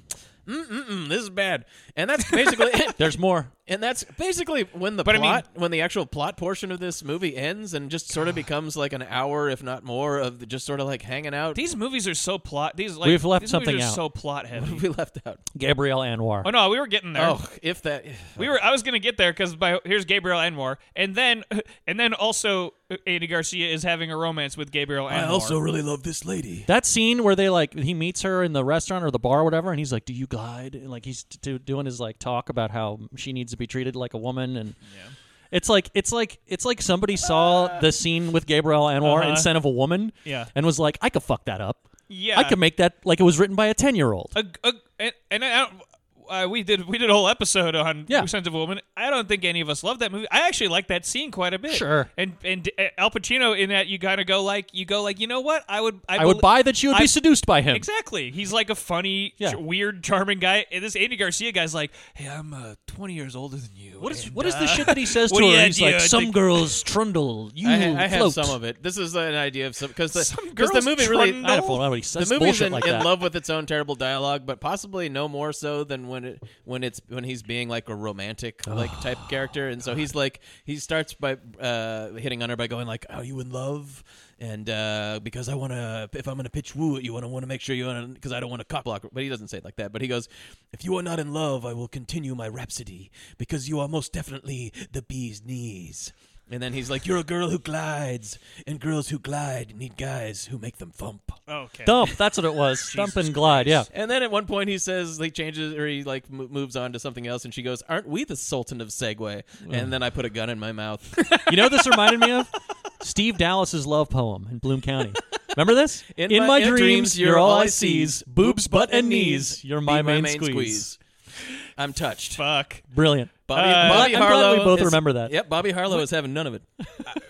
[SPEAKER 2] mm, mm, mm, this is bad." And that's basically *laughs* it.
[SPEAKER 3] There's more.
[SPEAKER 2] And that's basically when the
[SPEAKER 1] But I mean-
[SPEAKER 2] plot, when the actual plot portion of this movie ends, and just sort of becomes like an hour, if not more, of the- just sort of like hanging out.
[SPEAKER 1] these movies are so plot. These like
[SPEAKER 3] We've left
[SPEAKER 1] these
[SPEAKER 3] something
[SPEAKER 1] movies are
[SPEAKER 3] out.
[SPEAKER 1] so plot
[SPEAKER 3] *laughs*
[SPEAKER 1] heavy.
[SPEAKER 2] *laughs* we left out.
[SPEAKER 3] Gabrielle Anwar.
[SPEAKER 1] Oh no, we were getting there.
[SPEAKER 2] Oh, if that. *sighs*
[SPEAKER 1] We were. I was gonna get there because by here's Gabriel Anwar, and then *laughs* and then also uh, Andy Garcia is having a romance with Gabriel Anwar.
[SPEAKER 2] really love this lady.
[SPEAKER 3] That scene where they like he meets her in the restaurant or the bar or whatever, and he's like, "Do you glide?" And like he's t- do- doing his like talk about how she needs to be treated like a woman, and it's like it's like it's like somebody saw the scene with Gabriel Anwar
[SPEAKER 1] Uh-huh.
[SPEAKER 3] instead of a woman,
[SPEAKER 1] Yeah.
[SPEAKER 3] and was like, "I could fuck that up.
[SPEAKER 1] yeah, Uh,
[SPEAKER 3] I could make that like it was written by a ten year old."
[SPEAKER 1] A, a, and, and I don't. Uh, we did we did a whole episode on
[SPEAKER 3] Yeah.
[SPEAKER 1] Two Sons of a Woman. I don't think any of us loved that movie. I actually liked that scene quite a bit.
[SPEAKER 3] Sure.
[SPEAKER 1] And and uh, Al Pacino in that you gotta go like you go like you know what I would I,
[SPEAKER 3] I would
[SPEAKER 1] bel-
[SPEAKER 3] buy that she would
[SPEAKER 1] I-
[SPEAKER 3] be seduced by him.
[SPEAKER 1] Exactly. He's like a funny,
[SPEAKER 3] Yeah.
[SPEAKER 1] ch- weird, charming guy. And this Andy Garcia guy's like, hey, I'm uh, 20 years older than you.
[SPEAKER 3] What is
[SPEAKER 1] and,
[SPEAKER 3] what is
[SPEAKER 1] uh,
[SPEAKER 3] the shit that he
[SPEAKER 1] *laughs*
[SPEAKER 3] says
[SPEAKER 1] what
[SPEAKER 3] to
[SPEAKER 1] do you-
[SPEAKER 3] her? He's
[SPEAKER 1] do you
[SPEAKER 3] like, "Some
[SPEAKER 1] think-
[SPEAKER 3] girls trundle, you
[SPEAKER 2] I, ha- I have
[SPEAKER 3] float."
[SPEAKER 2] some of it. This is an idea of some because the,
[SPEAKER 1] Some
[SPEAKER 2] 'cause the
[SPEAKER 1] girls
[SPEAKER 2] movie really
[SPEAKER 1] trundle?
[SPEAKER 3] I don't know what he says.
[SPEAKER 2] the movie's
[SPEAKER 3] bullshit
[SPEAKER 2] in,
[SPEAKER 3] like
[SPEAKER 2] in
[SPEAKER 3] that.
[SPEAKER 2] love with its own terrible dialogue, but possibly no more so than when it when it's when he's being like a romantic like type character, and so he's like he starts by uh, hitting on her by going like, "Are you in love?" And uh, because I want to, if I'm gonna pitch woo at you, I want to make sure you, because I don't want to cock block. But he doesn't say it like that. But he goes, "If you are not in love, I will continue my rhapsody because you are most definitely the bee's knees." And then he's like, "You're a girl who glides, and girls who glide need guys who make them thump."
[SPEAKER 1] Oh, Okay.
[SPEAKER 3] Dump. That's what it was.
[SPEAKER 1] *laughs*
[SPEAKER 3] Dump and glide. Yeah.
[SPEAKER 2] And then at one point he says he changes or he like mo- moves on to something else, and she goes, "Aren't we the Sultan of Segway?" And then I put a gun in my mouth.
[SPEAKER 3] *laughs* You know what this reminded me of? Steve Dallas's love poem in Bloom County. Remember this?
[SPEAKER 2] In my- in dreams, you're all I sees.
[SPEAKER 3] Boobs, butt,
[SPEAKER 2] and knees.
[SPEAKER 3] You're
[SPEAKER 2] Be
[SPEAKER 3] my, main, squeeze.
[SPEAKER 2] I'm touched.
[SPEAKER 1] Fuck.
[SPEAKER 3] Brilliant.
[SPEAKER 2] Bobby,
[SPEAKER 1] Uh,
[SPEAKER 2] Bobby
[SPEAKER 3] I'm glad
[SPEAKER 2] Harlow.
[SPEAKER 3] we both
[SPEAKER 2] is-
[SPEAKER 3] remember that.
[SPEAKER 2] Yep, Bobby Harlow is having none of
[SPEAKER 3] *laughs*
[SPEAKER 2] it.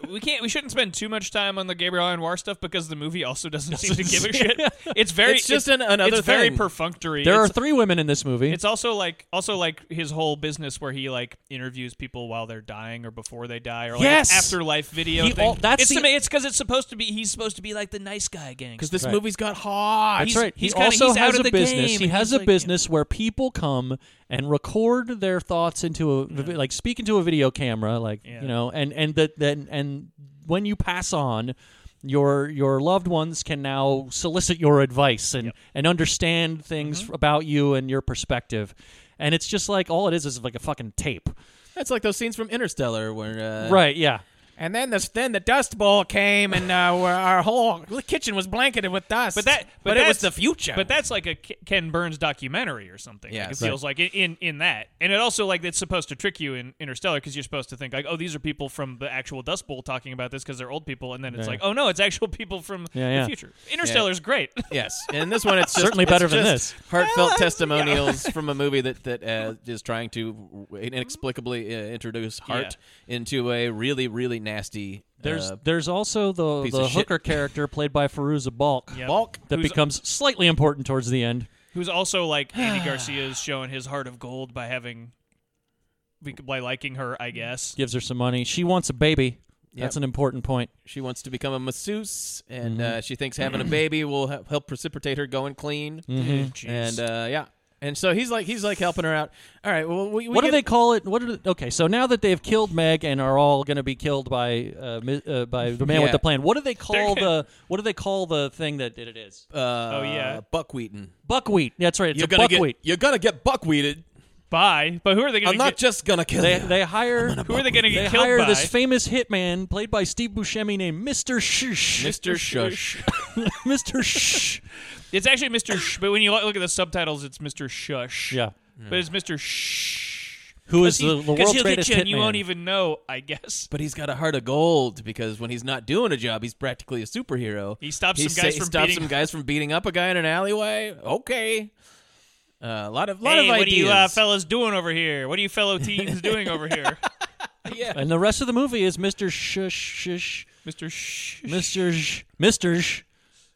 [SPEAKER 1] We can't. We shouldn't spend too much time on the Gabriel Anwar stuff because the movie also doesn't seem to
[SPEAKER 3] *laughs*
[SPEAKER 1] give a shit. It's very.
[SPEAKER 2] It's just an- another
[SPEAKER 1] It's very
[SPEAKER 2] thing.
[SPEAKER 1] perfunctory.
[SPEAKER 3] There are
[SPEAKER 1] it's,
[SPEAKER 3] three women in this movie.
[SPEAKER 1] it's also like also like his whole business where he like interviews people while they're dying or before they die or like
[SPEAKER 3] Yes!
[SPEAKER 1] an afterlife video
[SPEAKER 3] He
[SPEAKER 1] thing.
[SPEAKER 3] al- that's
[SPEAKER 1] it's
[SPEAKER 3] the-
[SPEAKER 1] to me- it's because it's supposed to be he's supposed to be like the nice guy gang.
[SPEAKER 2] Because this
[SPEAKER 3] Right.
[SPEAKER 2] movie's got hot.
[SPEAKER 3] That's
[SPEAKER 1] he's-
[SPEAKER 3] right.
[SPEAKER 1] he's
[SPEAKER 3] he
[SPEAKER 1] kinda-
[SPEAKER 3] also
[SPEAKER 1] he's out
[SPEAKER 3] has
[SPEAKER 1] of
[SPEAKER 3] a
[SPEAKER 1] the
[SPEAKER 3] business.
[SPEAKER 1] game,
[SPEAKER 3] he
[SPEAKER 1] and
[SPEAKER 3] has
[SPEAKER 1] he's
[SPEAKER 3] a
[SPEAKER 1] like-
[SPEAKER 3] business where people come and record their thoughts into a like speak into a video camera, like you know, and and that then and when you pass on. Your your loved ones can now solicit your advice and, and understand things
[SPEAKER 1] Mm-hmm.
[SPEAKER 3] about you and your perspective, and it's just like all it is is like a fucking tape,
[SPEAKER 2] That's like those scenes from Interstellar where. Uh,
[SPEAKER 3] right? Yeah,
[SPEAKER 2] And then the then the Dust Bowl came, and uh, where our whole kitchen was blanketed with dust.
[SPEAKER 1] But that, but,
[SPEAKER 2] but it was
[SPEAKER 1] that's-
[SPEAKER 2] the future.
[SPEAKER 1] But that's like a K- Ken Burns documentary or something.
[SPEAKER 2] Yeah,
[SPEAKER 1] like it
[SPEAKER 2] right.
[SPEAKER 1] feels like in, in in that, and it also like it's supposed to trick you in Interstellar because you're supposed to think like, oh, these are people from the actual Dust Bowl talking about this because they're old people, and then it's like, oh no, it's actual people from
[SPEAKER 3] Yeah, yeah.
[SPEAKER 1] the future. Interstellar's great. *laughs*
[SPEAKER 2] Yes, and this one it's just,
[SPEAKER 3] Certainly
[SPEAKER 2] it's
[SPEAKER 3] better than
[SPEAKER 2] just
[SPEAKER 3] this.
[SPEAKER 2] Heartfelt testimonials from a movie that that uh, is trying to inexplicably uh, introduce heart into a really really nasty.
[SPEAKER 3] there's
[SPEAKER 2] uh,
[SPEAKER 3] there's also the
[SPEAKER 2] piece
[SPEAKER 3] the
[SPEAKER 2] of shit.
[SPEAKER 3] hooker character played by Feruza
[SPEAKER 1] *laughs*
[SPEAKER 3] Balk
[SPEAKER 1] Yep.
[SPEAKER 2] Bulk.
[SPEAKER 3] that
[SPEAKER 1] Who's-
[SPEAKER 3] becomes slightly important towards the end.
[SPEAKER 1] Who's also
[SPEAKER 2] *sighs*
[SPEAKER 1] like Andy Garcia's showing his heart of gold by having by liking her, I guess.
[SPEAKER 3] gives her some money. She wants a baby. That's an important point.
[SPEAKER 2] she wants to become a masseuse, and
[SPEAKER 3] Mm-hmm.
[SPEAKER 2] uh, she thinks having a baby will he- help precipitate her going clean.
[SPEAKER 3] Mm-hmm.
[SPEAKER 1] Jeez.
[SPEAKER 2] And uh, yeah, and so he's like he's like helping her out. All right, well we, we
[SPEAKER 3] what do
[SPEAKER 2] get-
[SPEAKER 3] they call it? What are the, okay? So now that they've killed Meg and are all going to be killed by uh, mi- uh, by the man
[SPEAKER 2] Yeah.
[SPEAKER 3] with the plan, what do they call
[SPEAKER 1] gonna-
[SPEAKER 3] the what do they call the thing that it is?
[SPEAKER 2] Uh,
[SPEAKER 1] Oh, yeah.
[SPEAKER 2] buckwheaten.
[SPEAKER 3] buckwheat. That's right. It's
[SPEAKER 2] you're
[SPEAKER 3] a
[SPEAKER 2] gonna
[SPEAKER 3] buckwheat.
[SPEAKER 2] get you're gonna get buckwheated.
[SPEAKER 1] Bye. But who are they going
[SPEAKER 2] I'm
[SPEAKER 1] to
[SPEAKER 2] not
[SPEAKER 1] get?
[SPEAKER 2] just gonna kill
[SPEAKER 3] they
[SPEAKER 2] you.
[SPEAKER 3] they hire
[SPEAKER 1] who are they going to
[SPEAKER 3] they
[SPEAKER 1] get killed
[SPEAKER 3] hire
[SPEAKER 1] by?
[SPEAKER 3] this famous hitman played by Steve Buscemi named Mister Shush.
[SPEAKER 2] Mr. Shush.
[SPEAKER 3] *laughs* Mister Shush.
[SPEAKER 1] It's actually Mr. Sh, but when you lo- look at the subtitles, it's Mr. Shush.
[SPEAKER 3] Yeah.
[SPEAKER 1] But it's Mr. Shh.
[SPEAKER 3] Who
[SPEAKER 1] 'Cause
[SPEAKER 3] is
[SPEAKER 1] he-
[SPEAKER 3] the, the
[SPEAKER 1] 'cause
[SPEAKER 3] world's
[SPEAKER 1] he'll
[SPEAKER 3] greatest
[SPEAKER 1] get you
[SPEAKER 3] hitman?
[SPEAKER 1] and you won't even know, I guess.
[SPEAKER 2] But he's got a heart of gold because when he's not doing a job, he's practically a superhero.
[SPEAKER 1] He stops some
[SPEAKER 2] sa-
[SPEAKER 1] guys from
[SPEAKER 2] stops
[SPEAKER 1] beating-
[SPEAKER 2] some guys from beating up a guy in an alleyway. Okay, Uh, a lot of lot
[SPEAKER 1] Hey,
[SPEAKER 2] of
[SPEAKER 1] what
[SPEAKER 2] ideas.
[SPEAKER 1] are you uh, fellas doing over here? What are you fellow teens doing over
[SPEAKER 2] *laughs*
[SPEAKER 1] here?
[SPEAKER 3] and the rest of the movie is Mister Shush Shush.
[SPEAKER 1] Mr. Shh.
[SPEAKER 3] Mr. Sh, Mr. Sh,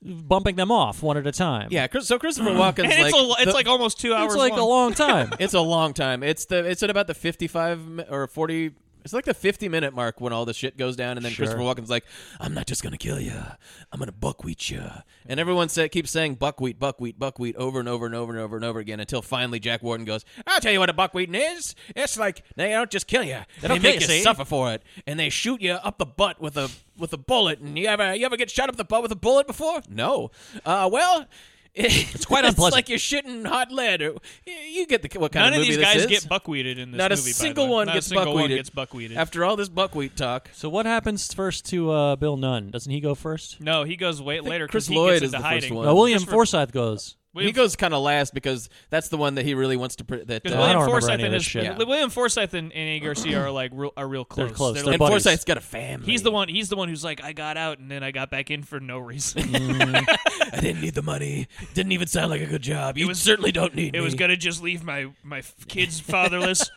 [SPEAKER 3] bumping them off one at a time.
[SPEAKER 2] yeah, Chris-
[SPEAKER 1] *laughs*
[SPEAKER 2] so Christopher Walken's
[SPEAKER 1] And
[SPEAKER 2] like
[SPEAKER 1] it's, a, lo- it's
[SPEAKER 2] the-
[SPEAKER 1] like almost two hours
[SPEAKER 3] It's like
[SPEAKER 1] long.
[SPEAKER 3] a
[SPEAKER 2] *laughs*
[SPEAKER 3] long time.
[SPEAKER 2] it's a long time. It's the it's at about the 55 mi- or 40 it's like the 50 minute mark when all the shit goes down and then Christopher Walken's like, "I'm not just going to kill you. I'm going to buckwheat you." And everyone sa- keeps saying buckwheat, buckwheat, buckwheat over and over and over and over and over again until finally Jack Warden goes, "I'll tell you what a buckwheating is. It's like they don't just kill you. They,
[SPEAKER 3] don't
[SPEAKER 2] make
[SPEAKER 3] kill
[SPEAKER 2] you
[SPEAKER 3] you, see?"
[SPEAKER 2] suffer for it. And they shoot you up the butt with a with a bullet. And you ever you ever get shot up the butt with a bullet before? No. Uh, well, *laughs* it's
[SPEAKER 3] quite unpleasant.
[SPEAKER 2] like you're shitting hot lead. Or, you get the what kind
[SPEAKER 1] None
[SPEAKER 2] of
[SPEAKER 1] of these
[SPEAKER 2] movie this
[SPEAKER 1] guys
[SPEAKER 2] is.
[SPEAKER 1] get buckwheated in this
[SPEAKER 2] Not a
[SPEAKER 1] movie. by the
[SPEAKER 2] single
[SPEAKER 1] way.
[SPEAKER 2] one
[SPEAKER 1] Not
[SPEAKER 2] gets
[SPEAKER 1] a single
[SPEAKER 2] buckwheated.
[SPEAKER 1] one gets buckwheated.
[SPEAKER 2] After all this buckwheat talk,
[SPEAKER 3] so what happens first to uh, Bill Nunn? Doesn't he go first?
[SPEAKER 1] no, he goes way later. 'cause
[SPEAKER 2] Chris
[SPEAKER 1] he
[SPEAKER 2] Lloyd
[SPEAKER 1] gets
[SPEAKER 2] is
[SPEAKER 1] into
[SPEAKER 2] the first
[SPEAKER 1] hiding.
[SPEAKER 2] one.
[SPEAKER 3] No, William
[SPEAKER 1] Christopher-
[SPEAKER 3] Forsythe goes.
[SPEAKER 2] he
[SPEAKER 1] William-
[SPEAKER 2] goes kind of last because that's the one that he really wants to. Pr- that
[SPEAKER 1] Because
[SPEAKER 2] uh,
[SPEAKER 3] I
[SPEAKER 1] William
[SPEAKER 3] don't remember
[SPEAKER 1] Forsythe
[SPEAKER 3] any of
[SPEAKER 1] and
[SPEAKER 3] this
[SPEAKER 1] his
[SPEAKER 3] shit.
[SPEAKER 1] yeah, William Forsythe and, and Andy Garcia are like real, are real close.
[SPEAKER 3] close. They're
[SPEAKER 1] like,
[SPEAKER 2] and
[SPEAKER 3] buddies.
[SPEAKER 2] Forsythe's got a family.
[SPEAKER 1] he's the one. He's the one who's like, I got out and then I got back in for no *laughs* reason.
[SPEAKER 2] *laughs* I didn't need the money. Didn't even sound like a good job. You
[SPEAKER 1] was-
[SPEAKER 2] certainly don't need
[SPEAKER 1] It
[SPEAKER 2] me.
[SPEAKER 1] was gonna just leave my my f- kids fatherless,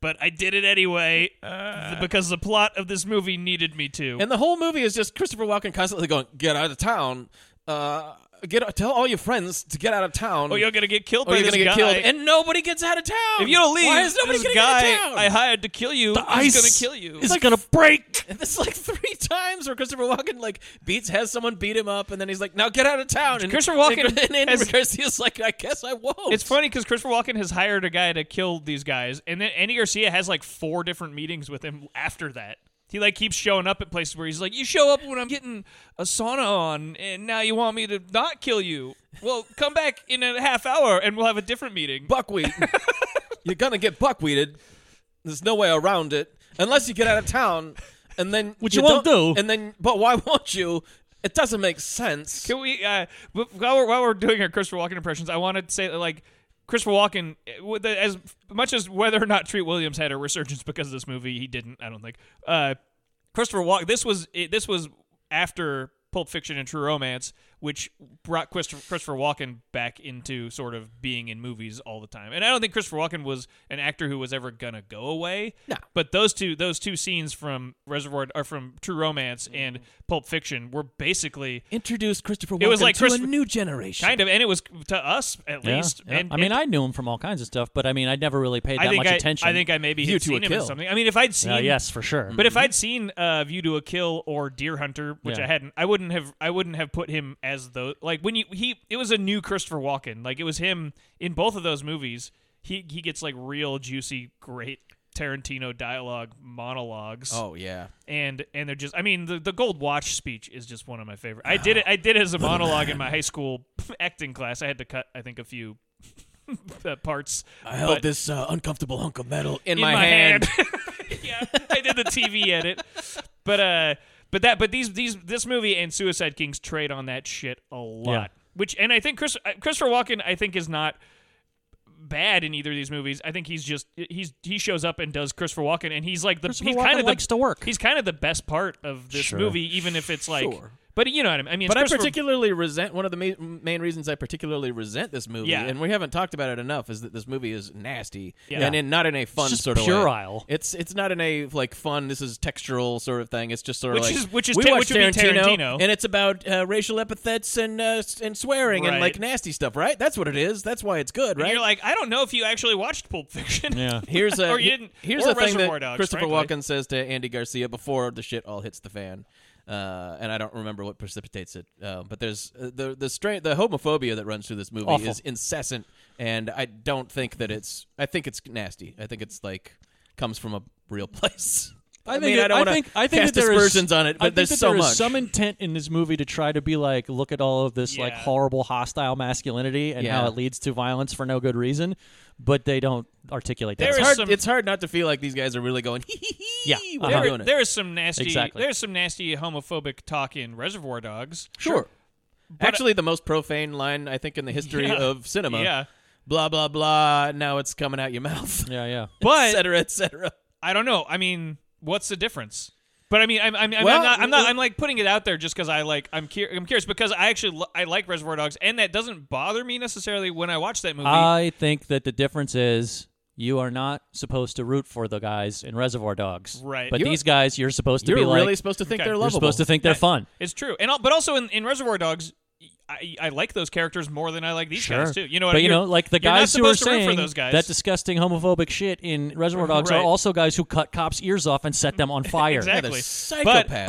[SPEAKER 1] but I did it
[SPEAKER 2] *laughs*
[SPEAKER 1] anyway th- because the plot of this movie needed me to.
[SPEAKER 2] And the whole movie is just Christopher Walken constantly going, "Get out of town. Uh, get out- tell all your friends to get out of town.
[SPEAKER 1] oh, you're gonna get killed
[SPEAKER 2] or
[SPEAKER 1] by
[SPEAKER 2] you're
[SPEAKER 1] this
[SPEAKER 2] gonna get
[SPEAKER 1] guy.
[SPEAKER 2] killed." And nobody gets out of town.
[SPEAKER 1] if you don't leave,
[SPEAKER 2] why is nobody
[SPEAKER 1] this
[SPEAKER 2] getting
[SPEAKER 1] guy
[SPEAKER 2] out of town?
[SPEAKER 1] I hired to kill you is gonna kill you.
[SPEAKER 3] It's gonna
[SPEAKER 1] *laughs*
[SPEAKER 3] break.
[SPEAKER 2] And it's like three times where Christopher Walken like beats has someone beat him up, and then he's like, "Now get out of town." And
[SPEAKER 1] Christopher Walken
[SPEAKER 2] and, and Andy
[SPEAKER 1] has-
[SPEAKER 2] Garcia's like, "I guess I won't."
[SPEAKER 1] It's funny because Christopher Walken has hired a guy to kill these guys, and then Andy Garcia has like four different meetings with him after that. He like keeps showing up at places where he's like, "You show up when I'm getting a sauna on, and now you want me to not kill you? Well, come back in a half hour, and we'll have a different meeting."
[SPEAKER 2] buckwheat. You're gonna get buckwheated. There's no way around it unless you get out of town. and then
[SPEAKER 3] Which you won't
[SPEAKER 2] don't-
[SPEAKER 3] do.
[SPEAKER 2] And then, but why won't you? It doesn't make sense.
[SPEAKER 1] Can we, uh, wh- while we're, while we're doing our Christopher Walken impressions, I want to say that, like, Christopher Walken, eh, with the- as much as whether or not Treat Williams had a resurgence because of this movie, he didn't, I don't think. Uh, Christopher Walken, this was, it, this was after Pulp Fiction and True Romance, which brought Christopher, Christopher Walken back into sort of being in movies all the time. And I don't think Christopher Walken was an actor who was ever going to go away.
[SPEAKER 2] No.
[SPEAKER 1] But those two those two scenes from Reservoir or from True Romance and Pulp Fiction were basically
[SPEAKER 2] Introduce Christopher Walken
[SPEAKER 1] It was like
[SPEAKER 2] to
[SPEAKER 1] Chris-
[SPEAKER 2] a new generation.
[SPEAKER 1] kind of and it was to us at
[SPEAKER 3] Yeah,
[SPEAKER 1] least
[SPEAKER 3] yeah.
[SPEAKER 1] and
[SPEAKER 3] I mean,
[SPEAKER 1] and
[SPEAKER 3] I knew him from all kinds of stuff, but I mean, I never really paid that
[SPEAKER 1] think
[SPEAKER 3] much
[SPEAKER 1] I,
[SPEAKER 3] attention.
[SPEAKER 1] I think i maybe
[SPEAKER 2] View
[SPEAKER 1] had
[SPEAKER 2] to a
[SPEAKER 1] seen him in
[SPEAKER 2] Kill.
[SPEAKER 1] something i mean if i'd seen
[SPEAKER 3] Uh, yes, for sure.
[SPEAKER 1] but if i'd seen uh view to a kill or deer hunter which
[SPEAKER 3] Yeah.
[SPEAKER 1] i hadn't i wouldn't have i wouldn't have put him as though like when you he it was a new christopher walken like it was him in both of those movies he he gets like real juicy great tarantino dialogue monologues
[SPEAKER 2] oh yeah.
[SPEAKER 1] and and they're just I mean the, the gold watch speech is just one of my favorite. I did it I did it as a monologue in my high school *laughs* acting class. I had to cut I think a few *laughs* uh, parts
[SPEAKER 2] I held
[SPEAKER 1] but-
[SPEAKER 2] this uh, uncomfortable hunk of metal in,
[SPEAKER 1] in my, hand. *laughs* yeah, I did the TV edit. But uh but that but these these this movie and Suicide Kings trade on that shit a lot.
[SPEAKER 3] Yeah.
[SPEAKER 1] Which and I think Chris uh, Christopher Walken I think is not bad in either of these movies. I think he's just he's he shows up and does Christopher Walken and he's like the
[SPEAKER 3] Christopher
[SPEAKER 1] he's
[SPEAKER 3] Walken
[SPEAKER 1] kind of
[SPEAKER 3] likes
[SPEAKER 1] the,
[SPEAKER 3] to work.
[SPEAKER 1] He's kind of the best part of this
[SPEAKER 3] Sure.
[SPEAKER 1] movie even if it's like
[SPEAKER 2] Sure.
[SPEAKER 1] But you know what I mean? I mean,
[SPEAKER 2] But
[SPEAKER 1] it's Christopher-
[SPEAKER 2] I particularly resent one of the ma- main reasons I particularly resent this movie,
[SPEAKER 1] Yeah.
[SPEAKER 2] and we haven't talked about it enough, is that this movie is nasty
[SPEAKER 1] Yeah.
[SPEAKER 2] and in not in a fun
[SPEAKER 3] just
[SPEAKER 2] sort of
[SPEAKER 3] puerile.
[SPEAKER 2] way. It's it's not in a like fun. This is textural sort of thing. It's just sort of
[SPEAKER 1] Which
[SPEAKER 2] like
[SPEAKER 1] is- which is
[SPEAKER 2] we
[SPEAKER 1] ta-
[SPEAKER 2] watch
[SPEAKER 1] which would be
[SPEAKER 2] Tarantino,
[SPEAKER 1] Tarantino.
[SPEAKER 2] and it's about uh, racial epithets and uh, s- and swearing and
[SPEAKER 1] Right.
[SPEAKER 2] like nasty stuff. Right? That's what it is. That's why it's good.
[SPEAKER 1] and
[SPEAKER 2] Right?
[SPEAKER 1] You're like, I don't know if you actually watched Pulp Fiction.
[SPEAKER 3] Yeah. *laughs*
[SPEAKER 2] Here's a
[SPEAKER 1] *laughs* Or you didn't-
[SPEAKER 2] here's
[SPEAKER 1] or
[SPEAKER 2] a thing
[SPEAKER 1] Reservoir
[SPEAKER 2] that
[SPEAKER 1] Dogs,
[SPEAKER 2] Christopher
[SPEAKER 1] frankly.
[SPEAKER 2] Walken says to Andy Garcia before the shit all hits the fan, uh, and I don't remember what precipitates it. Uh, but there's uh, the the stra- the homophobia that runs through this movie
[SPEAKER 3] Awful.
[SPEAKER 2] is incessant, and I don't think that it's. I think it's nasty. I think it's like comes from a real *laughs* place.
[SPEAKER 3] I, think
[SPEAKER 2] mean,
[SPEAKER 3] that,
[SPEAKER 2] I don't wanna
[SPEAKER 3] think, I think
[SPEAKER 2] cast
[SPEAKER 3] that there is-
[SPEAKER 2] aspersions on it,
[SPEAKER 3] I
[SPEAKER 2] but
[SPEAKER 3] think
[SPEAKER 2] there's
[SPEAKER 3] that
[SPEAKER 2] so
[SPEAKER 3] there is
[SPEAKER 2] much.
[SPEAKER 3] some intent in this movie to try to be like, look at all of this like
[SPEAKER 1] Yeah.
[SPEAKER 3] horrible, hostile masculinity and how
[SPEAKER 2] Yeah.
[SPEAKER 3] it leads to violence for no good reason, but they don't articulate that.
[SPEAKER 1] There
[SPEAKER 2] It's
[SPEAKER 1] is
[SPEAKER 2] hard,
[SPEAKER 1] some-
[SPEAKER 2] it's hard not to feel like these guys are really going. *laughs* Hee hee hee.
[SPEAKER 3] Yeah,
[SPEAKER 2] we're
[SPEAKER 3] uh-huh.
[SPEAKER 2] doing it.
[SPEAKER 1] There is some nasty,
[SPEAKER 3] Exactly.
[SPEAKER 1] there's some nasty homophobic talk in Reservoir Dogs.
[SPEAKER 2] Sure. Actually, the most profane line I think in the history
[SPEAKER 1] Yeah.
[SPEAKER 2] of cinema.
[SPEAKER 3] *laughs*
[SPEAKER 1] Yeah.
[SPEAKER 2] Blah blah blah. Now it's coming out your mouth. *laughs*
[SPEAKER 3] yeah, yeah.
[SPEAKER 2] et
[SPEAKER 1] But
[SPEAKER 2] cetera, et cetera.
[SPEAKER 1] I don't know. I mean, what's the difference? But I mean, I'm, I'm, I'm,
[SPEAKER 2] Well,
[SPEAKER 1] I'm not, I'm not,
[SPEAKER 2] well-
[SPEAKER 1] I'm like putting it out there just because I like, I'm, cur- I'm curious because I actually, lo- I like Reservoir Dogs, and that doesn't bother me necessarily when I watch that movie.
[SPEAKER 3] I think that the difference is you are not supposed to root for the guys in Reservoir Dogs,
[SPEAKER 1] Right.
[SPEAKER 3] But
[SPEAKER 1] You're-
[SPEAKER 3] these guys, you're supposed to
[SPEAKER 2] You're
[SPEAKER 3] be
[SPEAKER 2] really
[SPEAKER 3] like,
[SPEAKER 2] supposed to think
[SPEAKER 1] Okay.
[SPEAKER 2] they're
[SPEAKER 1] You're
[SPEAKER 3] you're
[SPEAKER 2] lovable.
[SPEAKER 3] supposed to think they're fun.
[SPEAKER 1] it's true, and all, but also in, in Reservoir Dogs, I, I like those characters more than I like these
[SPEAKER 3] Sure.
[SPEAKER 1] guys too. You know, what I
[SPEAKER 3] but
[SPEAKER 1] mean?
[SPEAKER 3] you know,
[SPEAKER 1] You're-
[SPEAKER 3] like the
[SPEAKER 1] you're not
[SPEAKER 3] guys who are
[SPEAKER 1] supposed to root
[SPEAKER 3] saying
[SPEAKER 1] for those guys.
[SPEAKER 3] that disgusting homophobic shit in Reservoir Dogs
[SPEAKER 1] Right.
[SPEAKER 3] are also guys who cut cops' ears off and
[SPEAKER 1] *laughs*
[SPEAKER 3] set them on fire.
[SPEAKER 1] exactly.
[SPEAKER 2] psychopath.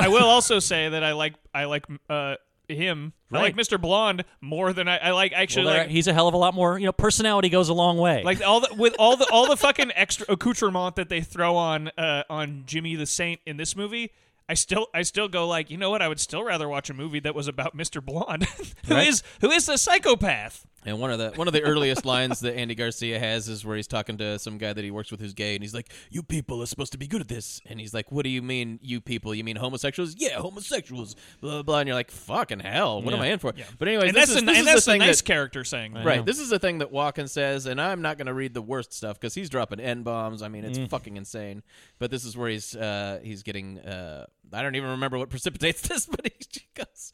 [SPEAKER 1] But I will also say that I like, I like uh, him. I like
[SPEAKER 3] Right.
[SPEAKER 1] Mr. Blonde more than I, I like actually
[SPEAKER 3] Well, there-
[SPEAKER 1] like
[SPEAKER 3] he's a hell of a lot more. You know, personality goes a long way.
[SPEAKER 1] Like all the with all the all the fucking extra accoutrement that they throw on uh, on Jimmy the Saint in this movie, I still I still go like, you know what? I would still rather watch a movie that was about Mr. Blonde, *laughs* who
[SPEAKER 2] Right.
[SPEAKER 1] is who is the psychopath.
[SPEAKER 2] And one of the one of the earliest lines that Andy Garcia has is where he's talking to some guy that he works with who's gay, and he's like, "You people are supposed to be good at this." And he's like, "What do you mean, you people? You mean homosexuals? Yeah, homosexuals." Blah blah. blah. And you're like, "Fucking hell, what am I in for?" But anyway,
[SPEAKER 1] and
[SPEAKER 2] this
[SPEAKER 1] that's
[SPEAKER 2] is,
[SPEAKER 1] a, and
[SPEAKER 2] this is
[SPEAKER 1] that's
[SPEAKER 2] the
[SPEAKER 1] a
[SPEAKER 2] thing
[SPEAKER 1] nice
[SPEAKER 2] that,
[SPEAKER 1] character saying that.
[SPEAKER 2] Right. This is the thing that Walken says, and I'm not going to read the worst stuff because he's dropping n bombs. I mean, it's
[SPEAKER 3] Mm.
[SPEAKER 2] fucking insane. But this is where he's uh, he's getting. Uh, I don't even remember what precipitates *laughs* this, but he she goes,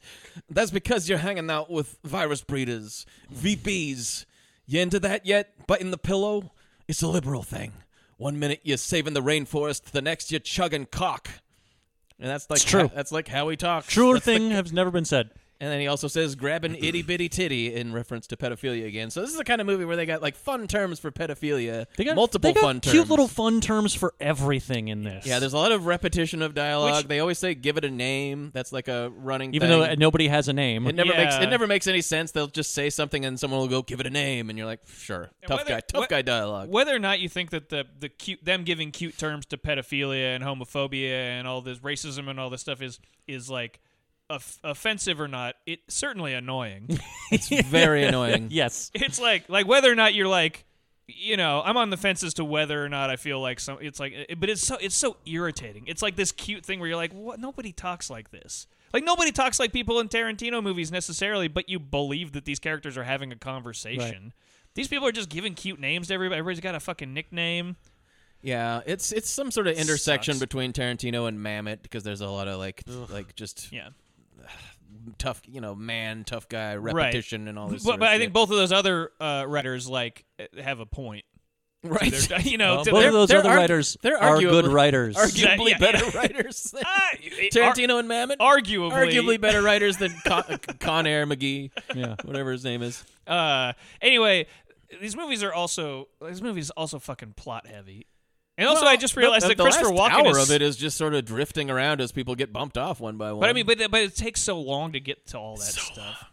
[SPEAKER 2] "That's because you're hanging out with virus breeders, VPs. You into that yet? But in the pillow, it's a liberal thing. One minute you're saving the rainforest, the next you're chugging cock." And that's like
[SPEAKER 3] It's true.
[SPEAKER 2] that's like how he
[SPEAKER 1] *laughs*
[SPEAKER 2] talks.
[SPEAKER 3] Truer
[SPEAKER 2] That's the
[SPEAKER 3] thing has never been said.
[SPEAKER 2] and then he also says grab an itty bitty titty in reference to pedophilia again. So this is the kind of movie where they got like fun terms for pedophilia.
[SPEAKER 3] They got
[SPEAKER 2] multiple
[SPEAKER 3] they got
[SPEAKER 2] fun
[SPEAKER 3] cute
[SPEAKER 2] terms.
[SPEAKER 3] little fun terms for everything in this.
[SPEAKER 2] yeah, there's a lot of repetition of dialogue.
[SPEAKER 1] Which-
[SPEAKER 2] they always say give it a name. That's like a running
[SPEAKER 3] even
[SPEAKER 2] thing.
[SPEAKER 3] though nobody has a name.
[SPEAKER 2] it never
[SPEAKER 1] Yeah.
[SPEAKER 2] makes it never makes any sense. They'll just say something and someone will go give it a name and you're like, "Sure. Tough
[SPEAKER 1] whether-
[SPEAKER 2] guy. Tough
[SPEAKER 1] wh-
[SPEAKER 2] guy dialogue."
[SPEAKER 1] Whether or not you think that the the cute them giving cute terms to pedophilia and homophobia and all this racism and all this stuff is is like of- offensive or not, it's certainly annoying.
[SPEAKER 2] *laughs* It's very annoying.
[SPEAKER 3] yes.
[SPEAKER 2] *laughs*
[SPEAKER 1] it's like like whether or not you're like you know, I'm on the fence as to whether or not I feel like some. It's like, it- but it's so it's so irritating. It's like this cute thing where you're like, what? Nobody talks like this. Like nobody talks like people in Tarantino movies necessarily, but you believe that these characters are having a conversation. These people are just giving cute names to everybody. Everybody's got a fucking nickname.
[SPEAKER 2] Yeah, it's it's some sort of intersection
[SPEAKER 1] Sucks.
[SPEAKER 2] between Tarantino and Mamet because there's a lot of like like just
[SPEAKER 1] Yeah.
[SPEAKER 2] tough, you know, man, tough guy repetition and all this.
[SPEAKER 1] But,
[SPEAKER 2] sort
[SPEAKER 1] but
[SPEAKER 2] of
[SPEAKER 1] I
[SPEAKER 2] shit.
[SPEAKER 1] think both of those other uh, writers like have a point.
[SPEAKER 2] right,
[SPEAKER 1] They're, *laughs* you know,
[SPEAKER 3] Well,
[SPEAKER 1] to-
[SPEAKER 3] both
[SPEAKER 1] they're-
[SPEAKER 3] of those
[SPEAKER 2] they're *laughs*
[SPEAKER 3] other
[SPEAKER 2] argu-
[SPEAKER 3] writers
[SPEAKER 2] they're
[SPEAKER 3] are
[SPEAKER 2] arguably-
[SPEAKER 3] good writers.
[SPEAKER 2] *laughs* arguably
[SPEAKER 1] Yeah, yeah.
[SPEAKER 2] better writers. Than
[SPEAKER 1] Ah, it-
[SPEAKER 2] Tarantino and Mamet,
[SPEAKER 1] *laughs* ar- arguably,
[SPEAKER 2] arguably better writers than Con, Con Air McGee,
[SPEAKER 3] Yeah.
[SPEAKER 2] whatever his name is.
[SPEAKER 1] Uh, anyway, these movies are also these movies also fucking plot heavy. And also, I just realized
[SPEAKER 2] the,
[SPEAKER 1] that
[SPEAKER 2] the
[SPEAKER 1] Christopher
[SPEAKER 2] last
[SPEAKER 1] Walken
[SPEAKER 2] hour
[SPEAKER 1] is,
[SPEAKER 2] of it is just sort of drifting around as people get bumped off one by one.
[SPEAKER 1] But I mean, but but it takes so long to get to all that stuff.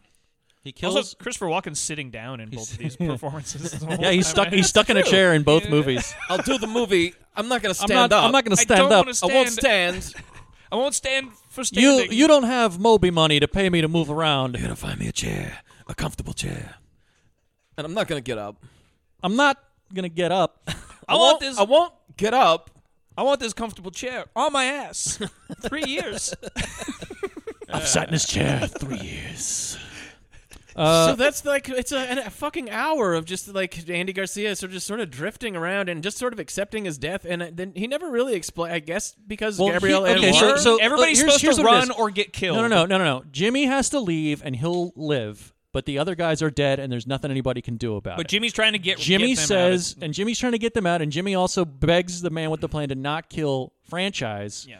[SPEAKER 3] He kills.
[SPEAKER 1] Also, Christopher Walken's sitting down in both of
[SPEAKER 3] *laughs*
[SPEAKER 1] these performances. the whole
[SPEAKER 3] yeah, he's
[SPEAKER 1] time.
[SPEAKER 3] stuck. He's stuck in a chair in both
[SPEAKER 1] *laughs*
[SPEAKER 3] movies.
[SPEAKER 2] I'll do the movie. I'm not gonna
[SPEAKER 3] I'm
[SPEAKER 2] stand
[SPEAKER 3] not.
[SPEAKER 2] up.
[SPEAKER 3] I'm not going to
[SPEAKER 1] I
[SPEAKER 3] stand
[SPEAKER 1] don't
[SPEAKER 3] up.
[SPEAKER 1] wanna
[SPEAKER 2] I won't
[SPEAKER 1] stand.
[SPEAKER 2] *laughs* stand.
[SPEAKER 1] I won't stand for
[SPEAKER 3] You
[SPEAKER 1] standing.
[SPEAKER 3] you don't have Moby money to pay me to move around.
[SPEAKER 2] gonna find me a chair, a comfortable chair, and I'm not gonna get up.
[SPEAKER 3] I'm not going to
[SPEAKER 1] *laughs*
[SPEAKER 3] get up.
[SPEAKER 1] I want this.
[SPEAKER 2] I won't get up.
[SPEAKER 1] I want this comfortable chair on my
[SPEAKER 3] *laughs*
[SPEAKER 1] ass. Three years.
[SPEAKER 3] I've sat in this chair three years. Uh,
[SPEAKER 2] so that's like it's a, a fucking hour of just like Andy Garcia sort of just sort of drifting around and just sort of accepting his death, and then he never really explained. I guess because
[SPEAKER 3] Well, he-
[SPEAKER 2] Gabriel
[SPEAKER 3] okay,
[SPEAKER 2] and
[SPEAKER 3] so-
[SPEAKER 2] Warren-
[SPEAKER 3] so-
[SPEAKER 1] everybody's
[SPEAKER 3] here's-
[SPEAKER 1] supposed
[SPEAKER 3] here's
[SPEAKER 1] to
[SPEAKER 3] what it is.
[SPEAKER 1] run or get killed.
[SPEAKER 3] No, no, no, no, no, no. Jimmy has to leave, and he'll live. But the other guys are dead, and there's nothing anybody can do about
[SPEAKER 1] But
[SPEAKER 3] it.
[SPEAKER 1] Jimmy's trying to get.
[SPEAKER 3] Jimmy
[SPEAKER 1] get them out of-
[SPEAKER 3] says, and Jimmy's trying to get them out, and Jimmy also begs the man with the plan to not kill franchise
[SPEAKER 1] yeah,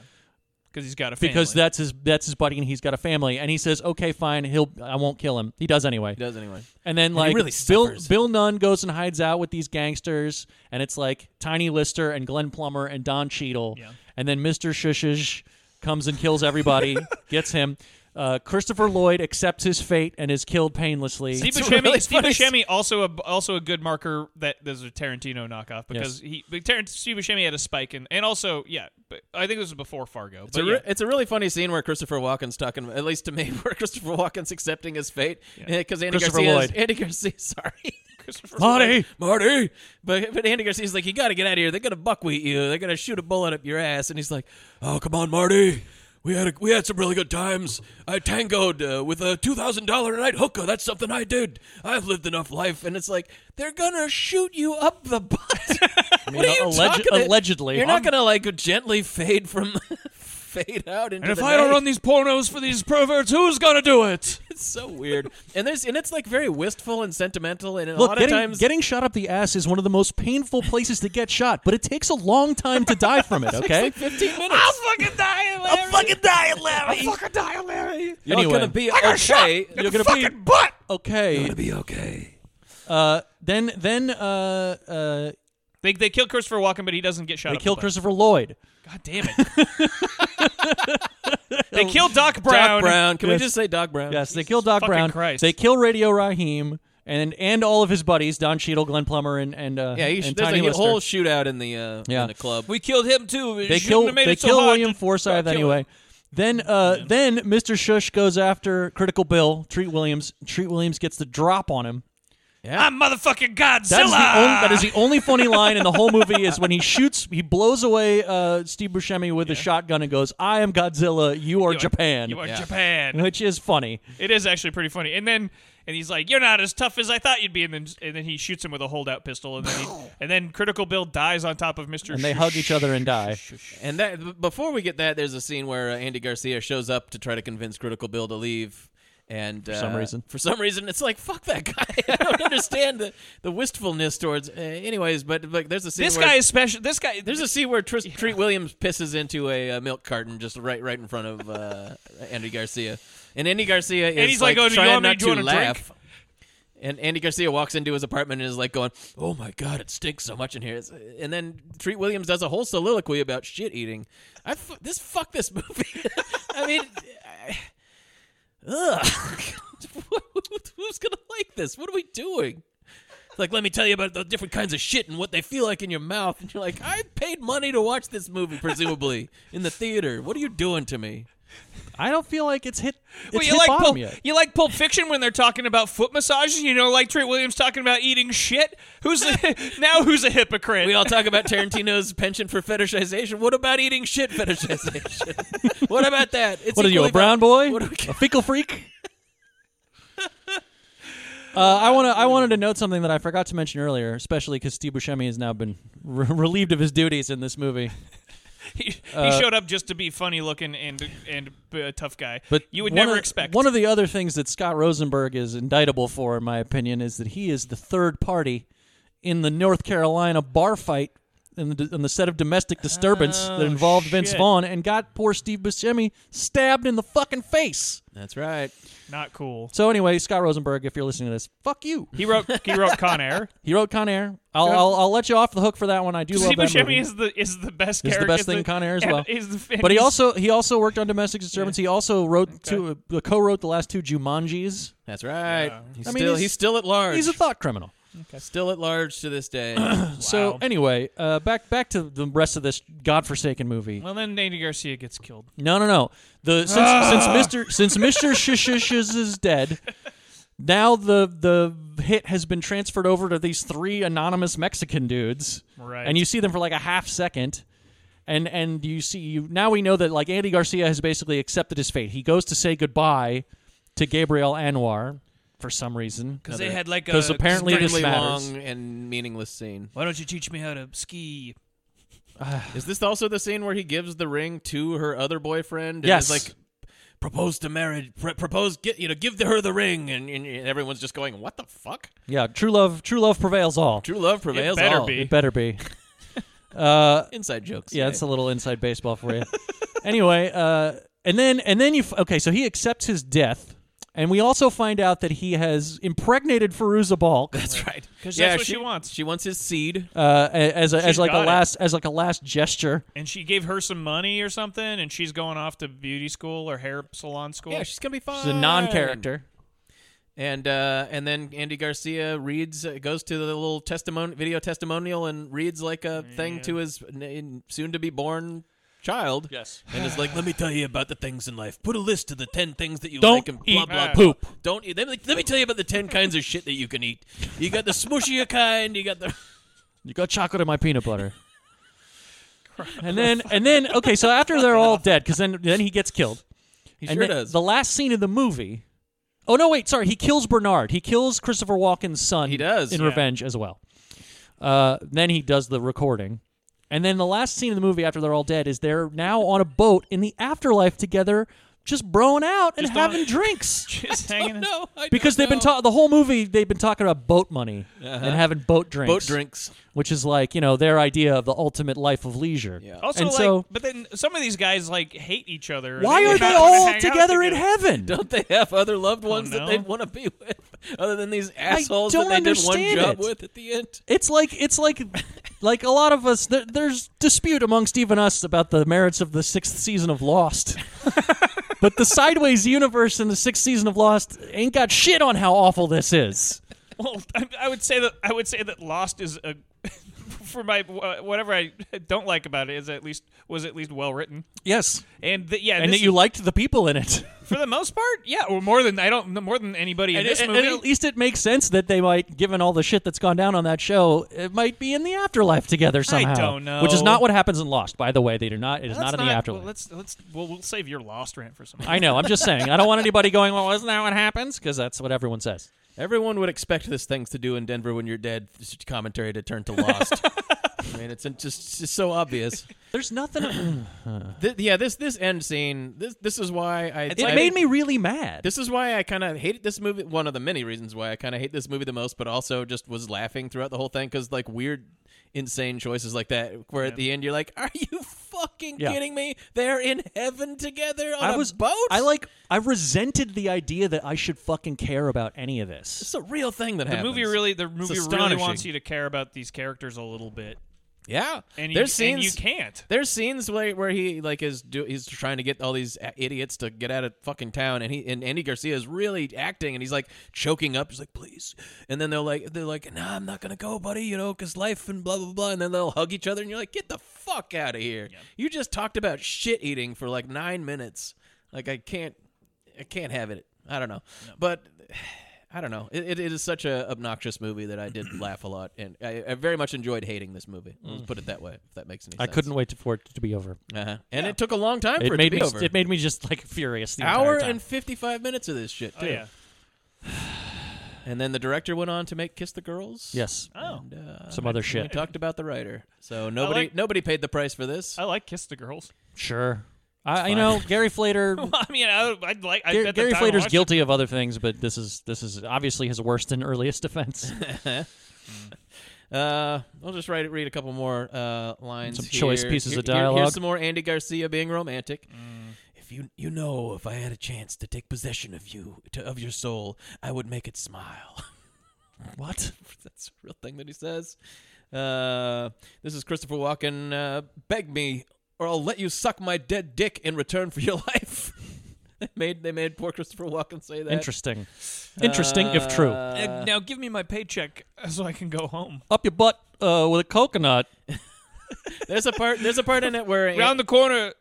[SPEAKER 1] because he's got a family.
[SPEAKER 3] because that's his that's his buddy, and he's got a family. And he says, "Okay, fine, he'll I won't kill him." He does anyway.
[SPEAKER 2] he does anyway.
[SPEAKER 3] And then like
[SPEAKER 2] really
[SPEAKER 3] Bill
[SPEAKER 2] suffers.
[SPEAKER 3] Bill Nunn goes and hides out with these gangsters, and it's like Tiny Lister and Glenn Plummer and Don Cheadle,
[SPEAKER 1] Yeah.
[SPEAKER 3] and then Mister Shushish comes and kills everybody, gets him. Uh, Christopher Lloyd accepts his fate and is killed painlessly.
[SPEAKER 1] Steve
[SPEAKER 3] *laughs*
[SPEAKER 2] It's
[SPEAKER 1] Buscemi,
[SPEAKER 2] really
[SPEAKER 1] Steve
[SPEAKER 2] funny.
[SPEAKER 1] Buscemi also a also a good marker that there's a Tarantino knockoff because he but Tarant, Steve Buscemi had a spike and and also yeah but I think this was before Fargo
[SPEAKER 2] It's
[SPEAKER 1] but
[SPEAKER 2] a, re-
[SPEAKER 1] yeah.
[SPEAKER 2] it's a really funny scene where Christopher Walken's talking, at least to me, *laughs* where Christopher Walken's accepting his fate because Andy
[SPEAKER 3] Christopher
[SPEAKER 2] Garcia,
[SPEAKER 3] Lloyd.
[SPEAKER 2] Andy Garcia, *laughs* sorry,
[SPEAKER 1] Christopher
[SPEAKER 3] Marty!
[SPEAKER 2] Marty, but but Andy Garcia's like, you got to get out of here. They're gonna buckwheat you. They're gonna shoot a bullet up your ass, and he's like, oh come on, Marty. We had a, we had some really good times. I tangoed uh, with a two thousand dollar a night hooker. That's something I did. I've lived enough life, and it's like they're gonna shoot you up the *laughs* butt. what are you
[SPEAKER 3] alleg-
[SPEAKER 2] talking-
[SPEAKER 3] allegedly. um,
[SPEAKER 2] You're not
[SPEAKER 3] I'm-
[SPEAKER 2] gonna like gently fade from *laughs* fade out into
[SPEAKER 1] And if
[SPEAKER 2] the
[SPEAKER 1] I don't
[SPEAKER 2] night.
[SPEAKER 1] run these pornos for these perverts, who's gonna do it?
[SPEAKER 2] *laughs* It's so weird. and there's and it's like very wistful and sentimental and a
[SPEAKER 3] Look,
[SPEAKER 2] lot
[SPEAKER 3] getting,
[SPEAKER 2] of times
[SPEAKER 3] getting shot up the ass is one of the most painful places to get shot, but it takes a long time to die from it. Okay,
[SPEAKER 2] like 15 minutes. I'm
[SPEAKER 1] fucking dying, Larry. I'm fucking dying, Larry. I'm fucking dying, Larry.
[SPEAKER 2] You're
[SPEAKER 3] Anyway.
[SPEAKER 2] gonna be okay.
[SPEAKER 3] you're gonna be
[SPEAKER 1] butt.
[SPEAKER 3] okay.
[SPEAKER 2] be okay.
[SPEAKER 3] Uh, then then uh, uh,
[SPEAKER 1] They they kill Christopher Walken, but he doesn't get shot.
[SPEAKER 3] they
[SPEAKER 1] up
[SPEAKER 3] kill
[SPEAKER 1] the butt.
[SPEAKER 3] Christopher Lloyd.
[SPEAKER 1] God damn it. they kill Doc Brown.
[SPEAKER 2] Doc Brown. Can
[SPEAKER 3] Yes.
[SPEAKER 2] we just say Doc Brown?
[SPEAKER 3] Yes, they kill Doc
[SPEAKER 1] fucking
[SPEAKER 3] Brown.
[SPEAKER 1] Christ.
[SPEAKER 3] They kill Radio Raheem and and all of his buddies, Don Cheadle, Glenn Plummer, and and uh,
[SPEAKER 2] Yeah, you
[SPEAKER 3] and
[SPEAKER 2] should, there's
[SPEAKER 3] Tiny
[SPEAKER 2] like a
[SPEAKER 3] Lister.
[SPEAKER 2] whole shootout in the uh,
[SPEAKER 3] Yeah.
[SPEAKER 2] in the club.
[SPEAKER 1] We killed him too.
[SPEAKER 3] they kill they kill William Forsythe anyway. Then uh, then Mr. Shush goes after Critical Bill, Treat Williams. Treat Williams gets the drop on him.
[SPEAKER 2] um,
[SPEAKER 1] I'm motherfucking Godzilla.
[SPEAKER 3] That is, the only, that is the only funny line in the whole movie is when he shoots, he blows away uh, Steve Buscemi with a shotgun and goes, "I am Godzilla, you are
[SPEAKER 1] You are-
[SPEAKER 3] Japan,"
[SPEAKER 1] You are Japan.
[SPEAKER 3] which is funny.
[SPEAKER 1] It is actually pretty funny. And then and he's like, "You're not as tough as I thought you'd be." And then and then he shoots him with a holdout pistol. And then *laughs* he, and then Critical Bill dies on top of Mister.
[SPEAKER 3] And they hug each other and die.
[SPEAKER 2] And that b- before we get that, there's a scene where uh, Andy Garcia shows up to try to convince Critical Bill to leave. And for
[SPEAKER 3] some reason.
[SPEAKER 2] for some reason, it's like fuck that guy. *laughs* I don't understand the, the wistfulness towards. Uh, anyways, but but there's a scene.
[SPEAKER 1] This
[SPEAKER 2] where,
[SPEAKER 1] guy is special. This guy.
[SPEAKER 2] There's a scene where Tris- Treat Williams pisses into a uh, milk carton just right right in front of uh, Andy Garcia, and Andy Garcia is
[SPEAKER 1] And he's like, "Oh, do you
[SPEAKER 2] trying
[SPEAKER 1] want me-
[SPEAKER 2] not
[SPEAKER 1] do you
[SPEAKER 2] to
[SPEAKER 1] want a drink?"
[SPEAKER 2] laugh. And Andy Garcia walks into his apartment and is like going, "Oh my god, it stinks so much in here." It's- And then Treat Williams does a whole soliloquy about shit eating. I f- this fuck this movie. *laughs* I mean, I, ugh. *laughs* who's gonna like this? What are we doing? It's like, let me tell you about the different kinds of shit and what they feel like in your mouth. And you're like, I paid money to watch this movie, presumably in the theater. What are you doing to me?
[SPEAKER 3] I don't feel like it's hit. It's
[SPEAKER 1] Well, you
[SPEAKER 3] hit
[SPEAKER 1] like
[SPEAKER 3] bottom
[SPEAKER 1] Pulp,
[SPEAKER 3] yet.
[SPEAKER 1] you like Pulp Fiction when they're talking about foot massages. You know, like Trent Williams talking about eating shit. Who's a, *laughs* now? Who's a hypocrite?
[SPEAKER 2] We all talk about Tarantino's penchant for fetishization. What about eating shit fetishization? *laughs* what about that? It's
[SPEAKER 3] What are you,
[SPEAKER 2] equally
[SPEAKER 3] a brown
[SPEAKER 2] val-
[SPEAKER 3] boy?
[SPEAKER 2] What do we-
[SPEAKER 3] a fecal freak? *laughs* uh, I want to. I wanted to note something that I forgot to mention earlier, especially because Steve Buscemi has now been *laughs* re- relieved of his duties in this movie.
[SPEAKER 1] he, he
[SPEAKER 3] Uh,
[SPEAKER 1] showed up just to be funny looking and and a tough guy.
[SPEAKER 3] But
[SPEAKER 1] you would
[SPEAKER 3] one
[SPEAKER 1] never
[SPEAKER 3] of-
[SPEAKER 1] expect.
[SPEAKER 3] One of the other things that Scott Rosenberg is indictable for, in my opinion, is that he is the third party in the North Carolina bar fight in the, in the set of domestic disturbance that involved Vince
[SPEAKER 1] Oh, shit.
[SPEAKER 3] Vaughn and got poor Steve Buscemi stabbed in the fucking face.
[SPEAKER 2] That's right.
[SPEAKER 1] not cool.
[SPEAKER 3] So anyway, Scott Rosenberg, if you're listening to this, fuck you.
[SPEAKER 1] He wrote he wrote Con Air.
[SPEAKER 3] He wrote Con Air. I'll, I'll, I'll let you off the hook for that one. I do love
[SPEAKER 1] Steve
[SPEAKER 3] that
[SPEAKER 1] Buscemi
[SPEAKER 3] movie.
[SPEAKER 1] is the is the best.
[SPEAKER 3] He's the
[SPEAKER 1] character-
[SPEAKER 3] best thing in
[SPEAKER 1] *laughs*
[SPEAKER 3] Con Air as
[SPEAKER 1] and
[SPEAKER 3] well.
[SPEAKER 1] Is the, and
[SPEAKER 3] but he
[SPEAKER 1] he's-
[SPEAKER 3] also he also worked on domestic disturbance. He also wrote two, uh, co-wrote the last two Jumanjis.
[SPEAKER 2] That's right. He's,
[SPEAKER 3] I mean,
[SPEAKER 2] still,
[SPEAKER 3] he's-
[SPEAKER 2] he's, still at large.
[SPEAKER 3] He's a thought criminal.
[SPEAKER 2] still at large to this
[SPEAKER 3] *clears throat*
[SPEAKER 2] day.
[SPEAKER 3] So anyway, uh, back back to the rest of this godforsaken movie.
[SPEAKER 1] well, then Nady Garcia gets killed.
[SPEAKER 3] No, no, no. The
[SPEAKER 1] Ah.
[SPEAKER 3] since since Mr. since
[SPEAKER 1] *laughs*
[SPEAKER 3] Mr. Shishishes is dead, now the the hit has been transferred over to these three anonymous Mexican dudes.
[SPEAKER 1] Right.
[SPEAKER 3] And you see them for like a half second. And and you see you now we know that like Andy Garcia has basically accepted his fate. He goes to say goodbye to Gabriel Anwar for some reason.
[SPEAKER 1] Because they had like a
[SPEAKER 3] 'Cause apparently this
[SPEAKER 2] Extremely
[SPEAKER 3] matters.
[SPEAKER 2] long and meaningless scene.
[SPEAKER 1] *laughs* Why don't you teach me how to ski?
[SPEAKER 2] Is this also the scene where he gives the ring to her other boyfriend? And
[SPEAKER 3] Yes.
[SPEAKER 2] is like propose to marriage. Pr- propose. Get you know, give her the ring, and, and everyone's just going, "What the fuck?"
[SPEAKER 3] Yeah, true love true love prevails all.
[SPEAKER 2] True love prevails.
[SPEAKER 1] better
[SPEAKER 2] all.
[SPEAKER 1] be.
[SPEAKER 3] It better be. uh
[SPEAKER 2] Inside jokes.
[SPEAKER 3] Yeah, it's a little inside baseball for you. anyway, uh, and then and then you f- okay. So he accepts his death, and we also find out that he has impregnated Feruza Balk
[SPEAKER 2] That's right.
[SPEAKER 1] 'Cause that's what she wants.
[SPEAKER 2] She wants his seed.
[SPEAKER 3] uh, a- as a, as
[SPEAKER 1] She's
[SPEAKER 3] like a
[SPEAKER 1] got it.
[SPEAKER 3] last as like a last gesture.
[SPEAKER 1] And she gave her some money or something, and she's going off to beauty school or hair salon school. *laughs*
[SPEAKER 2] Yeah, she's gonna be fine.
[SPEAKER 3] She's a non-character.
[SPEAKER 2] And uh, and then Andy Garcia reads, uh, goes to the little testimony, video testimonial, and reads like a thing to his soon to be born child. Yes. And is like, let me tell you about the things in life. Put a list of the ten things that you
[SPEAKER 3] Don't
[SPEAKER 2] like and blah
[SPEAKER 3] eat
[SPEAKER 2] blah *laughs*
[SPEAKER 3] poop.
[SPEAKER 2] blah. Don't eat. Let me, let me tell you about the ten kinds of shit that you can eat. You got the smushier kind. You got the. *laughs*
[SPEAKER 3] You got chocolate in my peanut *laughs* butter. and then and then okay. So after they're all dead, because then then he gets killed.
[SPEAKER 2] He
[SPEAKER 3] and
[SPEAKER 2] sure
[SPEAKER 3] then
[SPEAKER 2] does.
[SPEAKER 3] The last scene of the movie. Oh no! Wait, sorry. He kills Bernard. He kills Christopher Walken's son.
[SPEAKER 2] He does,
[SPEAKER 3] in
[SPEAKER 2] yeah.
[SPEAKER 3] revenge as well. Uh, then he does the recording, and then the last scene of the movie after they're all dead is they're now on a boat in the afterlife together, just broing out and
[SPEAKER 1] Just on-
[SPEAKER 2] *laughs*
[SPEAKER 3] having drinks. *laughs*
[SPEAKER 1] Just hanging.
[SPEAKER 2] no, I don't
[SPEAKER 3] Because they've been
[SPEAKER 2] know.
[SPEAKER 3] ta- the whole movie they've been talking about boat money and having boat drinks,
[SPEAKER 2] boat drinks.
[SPEAKER 3] which is like you know their idea of the ultimate life of leisure. Yeah.
[SPEAKER 1] Also,
[SPEAKER 3] and
[SPEAKER 1] like,
[SPEAKER 3] so
[SPEAKER 1] but then some of these guys like hate each other.
[SPEAKER 3] why are
[SPEAKER 1] not wanna
[SPEAKER 3] they
[SPEAKER 1] hang
[SPEAKER 3] all
[SPEAKER 1] out
[SPEAKER 3] together
[SPEAKER 2] *laughs*
[SPEAKER 3] in heaven?
[SPEAKER 2] Don't they have other loved ones
[SPEAKER 1] no.
[SPEAKER 2] that they want to be *laughs* with, other than these assholes
[SPEAKER 3] don't
[SPEAKER 2] that they did one
[SPEAKER 3] understand
[SPEAKER 2] job
[SPEAKER 3] it.
[SPEAKER 2] with at the end?
[SPEAKER 3] It's like it's like like a lot of us. There, there's dispute among Steve and us about the merits of the sixth season of Lost. *laughs* but the sideways universe in the sixth season of Lost ain't got shit on how awful this is.
[SPEAKER 1] Well, *laughs* I, I would say that I would say that Lost is a *laughs* for my wh- whatever I *laughs* don't like about it is at least was at least well written
[SPEAKER 3] Yes,
[SPEAKER 1] and th- yeah
[SPEAKER 3] and
[SPEAKER 1] this
[SPEAKER 3] that you
[SPEAKER 1] is-
[SPEAKER 3] liked the people in it.
[SPEAKER 1] for the most part yeah or more than I don't more than anybody in
[SPEAKER 3] And,
[SPEAKER 1] this
[SPEAKER 3] and- and
[SPEAKER 1] movie
[SPEAKER 3] at least it makes sense that they might, given all the shit that's gone down on that show, it might be in the afterlife together somehow.
[SPEAKER 1] don't know.
[SPEAKER 3] Which is not what happens in Lost, by the way. They do not. It is
[SPEAKER 1] Let's
[SPEAKER 3] not in the afterlife.
[SPEAKER 1] Well, let's let's well we'll save your Lost rant for some.
[SPEAKER 3] I know. I'm just saying. I don't want anybody going. Well, isn't that what happens? Because that's what everyone says.
[SPEAKER 2] Everyone would expect this things to do in Denver when you're dead this commentary to turn
[SPEAKER 1] *laughs*
[SPEAKER 2] to Lost. I mean, it's just, it's just so obvious.
[SPEAKER 1] *clears throat*
[SPEAKER 3] There's nothing.
[SPEAKER 2] Th- yeah, this this end scene. This this is why I.
[SPEAKER 3] it
[SPEAKER 2] I-
[SPEAKER 3] made me really mad.
[SPEAKER 2] This is why I kind of hated this movie. One of the many reasons why I kind of hate this movie the most, but also just was laughing throughout the whole thing because like weird, insane choices like that. Where at the end you're like, "Are you fucking
[SPEAKER 3] Yeah.
[SPEAKER 2] kidding me? They're in heaven together on
[SPEAKER 3] I was
[SPEAKER 2] a boat."
[SPEAKER 3] I like. I resented the idea that I should fucking care about any of this.
[SPEAKER 2] It's a real thing that
[SPEAKER 1] the
[SPEAKER 2] happens.
[SPEAKER 1] movie really the movie really
[SPEAKER 2] astonishing.
[SPEAKER 1] wants you to care about these characters a little bit,
[SPEAKER 2] yeah.
[SPEAKER 1] and you,
[SPEAKER 2] there's scenes
[SPEAKER 1] and you can't.
[SPEAKER 2] There's scenes where, where he like is do, he's trying to get all these a- idiots to get out of fucking town, and he and Andy Garcia is really acting, and he's like choking up, he's like please, and then they're like they're like nah, I'm not gonna go, buddy, you know, cause life and blah blah blah, and then they'll hug each other, and you're like get the fuck out of here. You just talked about shit eating for like nine minutes. Like I can't, I can't have it. I don't know, but *sighs* I don't know. It, it, it is such a obnoxious movie that I did laugh a lot, and I, I very much enjoyed hating this movie. Let's put it that way, if that makes any
[SPEAKER 3] I
[SPEAKER 2] sense.
[SPEAKER 3] couldn't wait to- for it to be over.
[SPEAKER 2] uh-huh. and it took a long time for
[SPEAKER 3] It
[SPEAKER 2] it
[SPEAKER 3] made
[SPEAKER 2] to be
[SPEAKER 3] me.
[SPEAKER 2] over.
[SPEAKER 3] It made me just like furious. The entire
[SPEAKER 2] hour
[SPEAKER 3] time.
[SPEAKER 2] and fifty five minutes of this shit.
[SPEAKER 1] Oh
[SPEAKER 2] Too.
[SPEAKER 1] yeah.
[SPEAKER 2] And then the director went on to make Kiss the Girls.
[SPEAKER 3] yes,
[SPEAKER 1] Oh,
[SPEAKER 2] And, uh,
[SPEAKER 3] some other
[SPEAKER 2] we
[SPEAKER 3] shit.
[SPEAKER 2] talked about the writer, so nobody
[SPEAKER 1] like-
[SPEAKER 2] nobody paid the price for this.
[SPEAKER 1] I like Kiss the *laughs* Girls.
[SPEAKER 3] Sure, I you know
[SPEAKER 2] *laughs*
[SPEAKER 3] Gary Flater.
[SPEAKER 1] I mean, I, I'd like. I,
[SPEAKER 3] Gary,
[SPEAKER 1] at the
[SPEAKER 3] Gary
[SPEAKER 1] time I
[SPEAKER 3] Flater's
[SPEAKER 1] watched it-
[SPEAKER 3] guilty of other things, but this is this is obviously his worst and
[SPEAKER 2] *laughs*
[SPEAKER 3] earliest offense.
[SPEAKER 2] Uh, I'll just write read a couple more uh, lines.
[SPEAKER 3] Some
[SPEAKER 2] here.
[SPEAKER 3] choice pieces
[SPEAKER 2] Here-
[SPEAKER 3] of
[SPEAKER 2] here-
[SPEAKER 3] dialogue. Mm.
[SPEAKER 2] here's some more Andy Garcia being romantic. If you you know, if I had a chance to take possession of you to, of your soul, I would make it smile. *laughs* what? *laughs* That's a real thing that he says. Uh, this is Christopher Walken. Uh, Beg me, or I'll let you suck my dead dick in return for your *laughs* life. they made they made poor Christopher Walken say that.
[SPEAKER 3] Interesting, interesting if true.
[SPEAKER 1] Uh, now give me my paycheck so I can go home.
[SPEAKER 3] Up your butt uh, with a coconut.
[SPEAKER 2] There's a part there's a part in it where
[SPEAKER 3] *laughs*
[SPEAKER 1] Round the corner,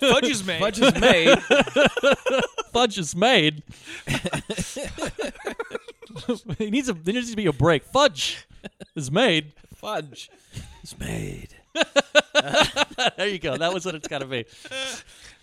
[SPEAKER 1] fudge is made.
[SPEAKER 2] Fudge is made.
[SPEAKER 3] Fudge is made. he needs a there needs to be a break. Fudge is made. *laughs*
[SPEAKER 2] Fudge is made.
[SPEAKER 3] There you go. That was what it's got to be.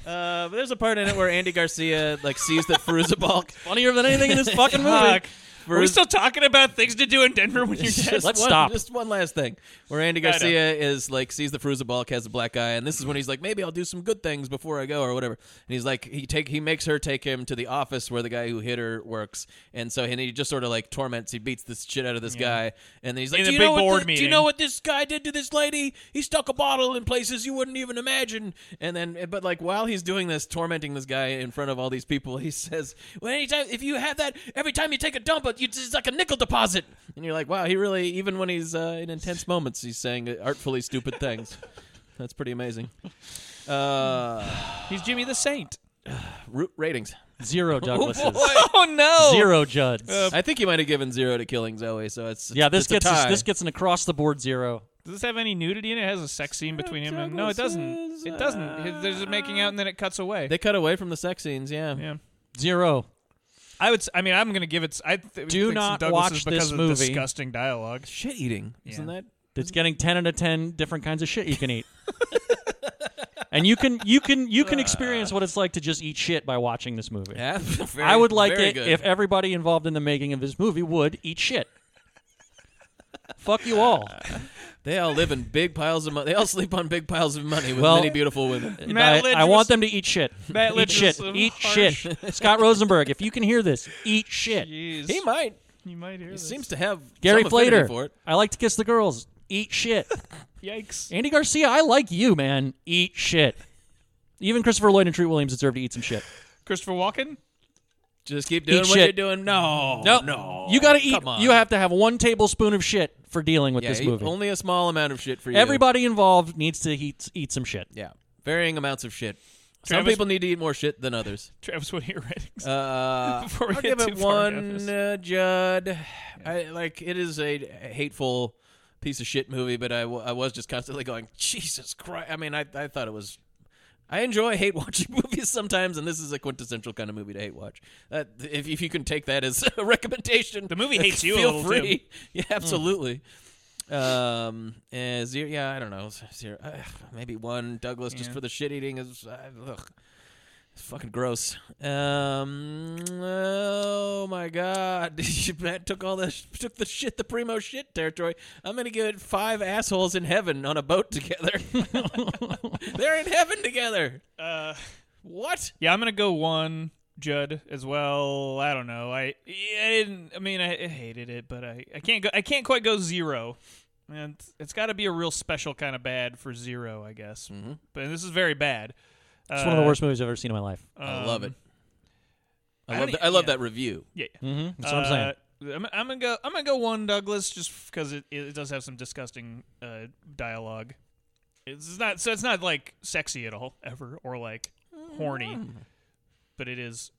[SPEAKER 2] Uh, but there's a part in it where Andy Garcia like sees that *laughs* Fruzabalk.
[SPEAKER 3] Funnier than anything in this fucking movie.
[SPEAKER 1] Fuck. Are we *laughs* still talking about things to do in Denver when you're dead?
[SPEAKER 3] Let's
[SPEAKER 2] one,
[SPEAKER 3] stop.
[SPEAKER 2] Just one last thing, where Andy
[SPEAKER 1] know.
[SPEAKER 2] Garcia is like sees the Fruzabalk has a black eye, and this is when he's like, maybe I'll do some good things before I go or whatever. And he's like, he take he makes her take him to the office where the guy who hit her works, and so and he just sort of like torments, he beats this shit out of this guy, and then he's like,
[SPEAKER 1] In
[SPEAKER 2] do
[SPEAKER 1] a
[SPEAKER 2] you
[SPEAKER 1] big
[SPEAKER 2] know what
[SPEAKER 1] board
[SPEAKER 2] thi- do you
[SPEAKER 1] meeting."
[SPEAKER 2] know what this guy did to this lady? He stuck a bottle in places you wouldn't even imagine. And then, but like while he's doing this, tormenting this guy in front of all these people, he *laughs* says, "Well, anytime if you have that, every time you take a dump, it- it's like a nickel deposit." And you're like, "Wow, he really even when he's uh, in intense moments, he's saying artfully stupid things." *laughs* That's pretty amazing. Uh,
[SPEAKER 1] He's Jimmy the Saint.
[SPEAKER 2] root ratings.
[SPEAKER 3] Zero Douglases.
[SPEAKER 1] *laughs* Oh no!
[SPEAKER 3] Zero Judds.
[SPEAKER 2] I think you might have given zero to Killing Zoe, so it's
[SPEAKER 3] yeah, this
[SPEAKER 2] Uh, it's a
[SPEAKER 3] gets us,
[SPEAKER 2] tie.
[SPEAKER 3] this gets an across the board zero.
[SPEAKER 1] Does this have any nudity in it? It has a sex scene between him and no, it doesn't. It doesn't. There's just making out and then it cuts away.
[SPEAKER 2] They cut away from the sex scenes. Yeah.
[SPEAKER 1] yeah,
[SPEAKER 3] Zero.
[SPEAKER 1] I would. s- I mean, I'm gonna give it. s- I th-
[SPEAKER 3] Do
[SPEAKER 1] think
[SPEAKER 3] not
[SPEAKER 1] some
[SPEAKER 3] watch
[SPEAKER 1] Douglas is because
[SPEAKER 3] this
[SPEAKER 1] of
[SPEAKER 3] movie.
[SPEAKER 1] Disgusting dialogue.
[SPEAKER 2] Shit eating, isn't that?
[SPEAKER 3] It's getting ten out of ten different kinds of shit you
[SPEAKER 2] *laughs*
[SPEAKER 3] can eat. and you can you can you
[SPEAKER 2] Uh.
[SPEAKER 3] can experience what it's like to just eat shit by watching this movie.
[SPEAKER 2] Yeah, *laughs*
[SPEAKER 3] I would like
[SPEAKER 2] very
[SPEAKER 3] it
[SPEAKER 2] good.
[SPEAKER 3] if everybody involved in the making of this movie would eat shit. Fuck you all.
[SPEAKER 2] they all live in big piles of money. They all sleep on big piles of money with
[SPEAKER 3] Well-
[SPEAKER 2] many beautiful women.
[SPEAKER 1] Matt
[SPEAKER 3] I,
[SPEAKER 1] Lidge
[SPEAKER 3] I
[SPEAKER 1] was-
[SPEAKER 3] want them to eat shit.
[SPEAKER 1] Matt
[SPEAKER 3] eat
[SPEAKER 1] Lidge
[SPEAKER 3] shit.
[SPEAKER 1] was, um,
[SPEAKER 3] Eat
[SPEAKER 1] harsh.
[SPEAKER 3] shit.
[SPEAKER 2] *laughs*
[SPEAKER 3] Scott Rosenberg, if you can hear this, eat shit.
[SPEAKER 1] Jeez.
[SPEAKER 2] He might.
[SPEAKER 1] You might hear
[SPEAKER 2] He
[SPEAKER 1] this.
[SPEAKER 2] seems to have
[SPEAKER 3] Gary
[SPEAKER 2] some affinity
[SPEAKER 3] Flater,
[SPEAKER 2] for it.
[SPEAKER 3] I like to kiss the girls. Eat shit.
[SPEAKER 1] Yikes.
[SPEAKER 3] Andy Garcia, I like you, man. Eat shit. Even Christopher Lloyd and Treat Williams deserve to eat some shit.
[SPEAKER 1] Christopher Walken.
[SPEAKER 2] Just keep doing
[SPEAKER 3] Eat
[SPEAKER 2] what
[SPEAKER 3] shit.
[SPEAKER 2] you're doing. No, no.
[SPEAKER 3] You got to eat.
[SPEAKER 2] Come on.
[SPEAKER 3] You have to have one tablespoon of shit for dealing with
[SPEAKER 2] yeah,
[SPEAKER 3] this
[SPEAKER 2] you-
[SPEAKER 3] movie.
[SPEAKER 2] only a small amount of shit for you.
[SPEAKER 3] Everybody involved needs to eat eat some shit.
[SPEAKER 2] Yeah, varying amounts of shit. Some
[SPEAKER 1] Travis-
[SPEAKER 2] people need to eat more shit than others.
[SPEAKER 1] Travis, what are your ratings?
[SPEAKER 2] Uh,
[SPEAKER 1] *laughs* Before we
[SPEAKER 2] I'll
[SPEAKER 1] get
[SPEAKER 2] give
[SPEAKER 1] too
[SPEAKER 2] it
[SPEAKER 1] far down
[SPEAKER 2] one
[SPEAKER 1] this.
[SPEAKER 2] uh, Judd. I, like it is a hateful piece of shit movie, but I, w- I was just constantly going, Jesus Christ! I mean, I I thought it was. I enjoy hate watching *laughs* movies sometimes, and this is a quintessential kind of movie to hate watch. Uh, if if you can take that as *laughs* a recommendation, the
[SPEAKER 1] movie hates you a
[SPEAKER 2] Feel
[SPEAKER 1] little, too.
[SPEAKER 2] free. *laughs* Yeah, absolutely. Um, uh, zero, yeah, I don't know, zero, uh, maybe one Douglas just
[SPEAKER 1] Yeah.
[SPEAKER 2] for the shit eating is uh, ugh, it's fucking gross. Um, oh my god, *laughs* Matt took all the took the shit, the primo shit territory. I'm gonna give it five assholes in heaven on a
[SPEAKER 1] *laughs*
[SPEAKER 2] boat *laughs* together. *laughs* They're in heaven together.
[SPEAKER 1] Uh,
[SPEAKER 2] What?
[SPEAKER 1] yeah, I'm gonna go one. Judd as well. I don't know. I I didn't. I mean, I, I hated it, but I, I can't go. I can't quite go zero. And it's- it's got to be a real special kind of bad for zero, I guess. Mm-hmm. But this is very bad. Uh,
[SPEAKER 3] It's one of the worst movies I've ever seen in my life.
[SPEAKER 2] I love it. I
[SPEAKER 1] um, I
[SPEAKER 2] love.
[SPEAKER 1] don't- e-
[SPEAKER 2] th- I love
[SPEAKER 1] yeah.
[SPEAKER 2] that review.
[SPEAKER 1] Yeah.
[SPEAKER 3] Mm-hmm. That's what I'm
[SPEAKER 2] Uh,
[SPEAKER 3] saying.
[SPEAKER 1] Uh, I'm, I'm gonna go. I'm gonna go one Douglas just because it, it does have some disgusting uh, dialogue. It's not so. It's not like sexy at all ever or like horny,
[SPEAKER 3] Mm.
[SPEAKER 1] but it is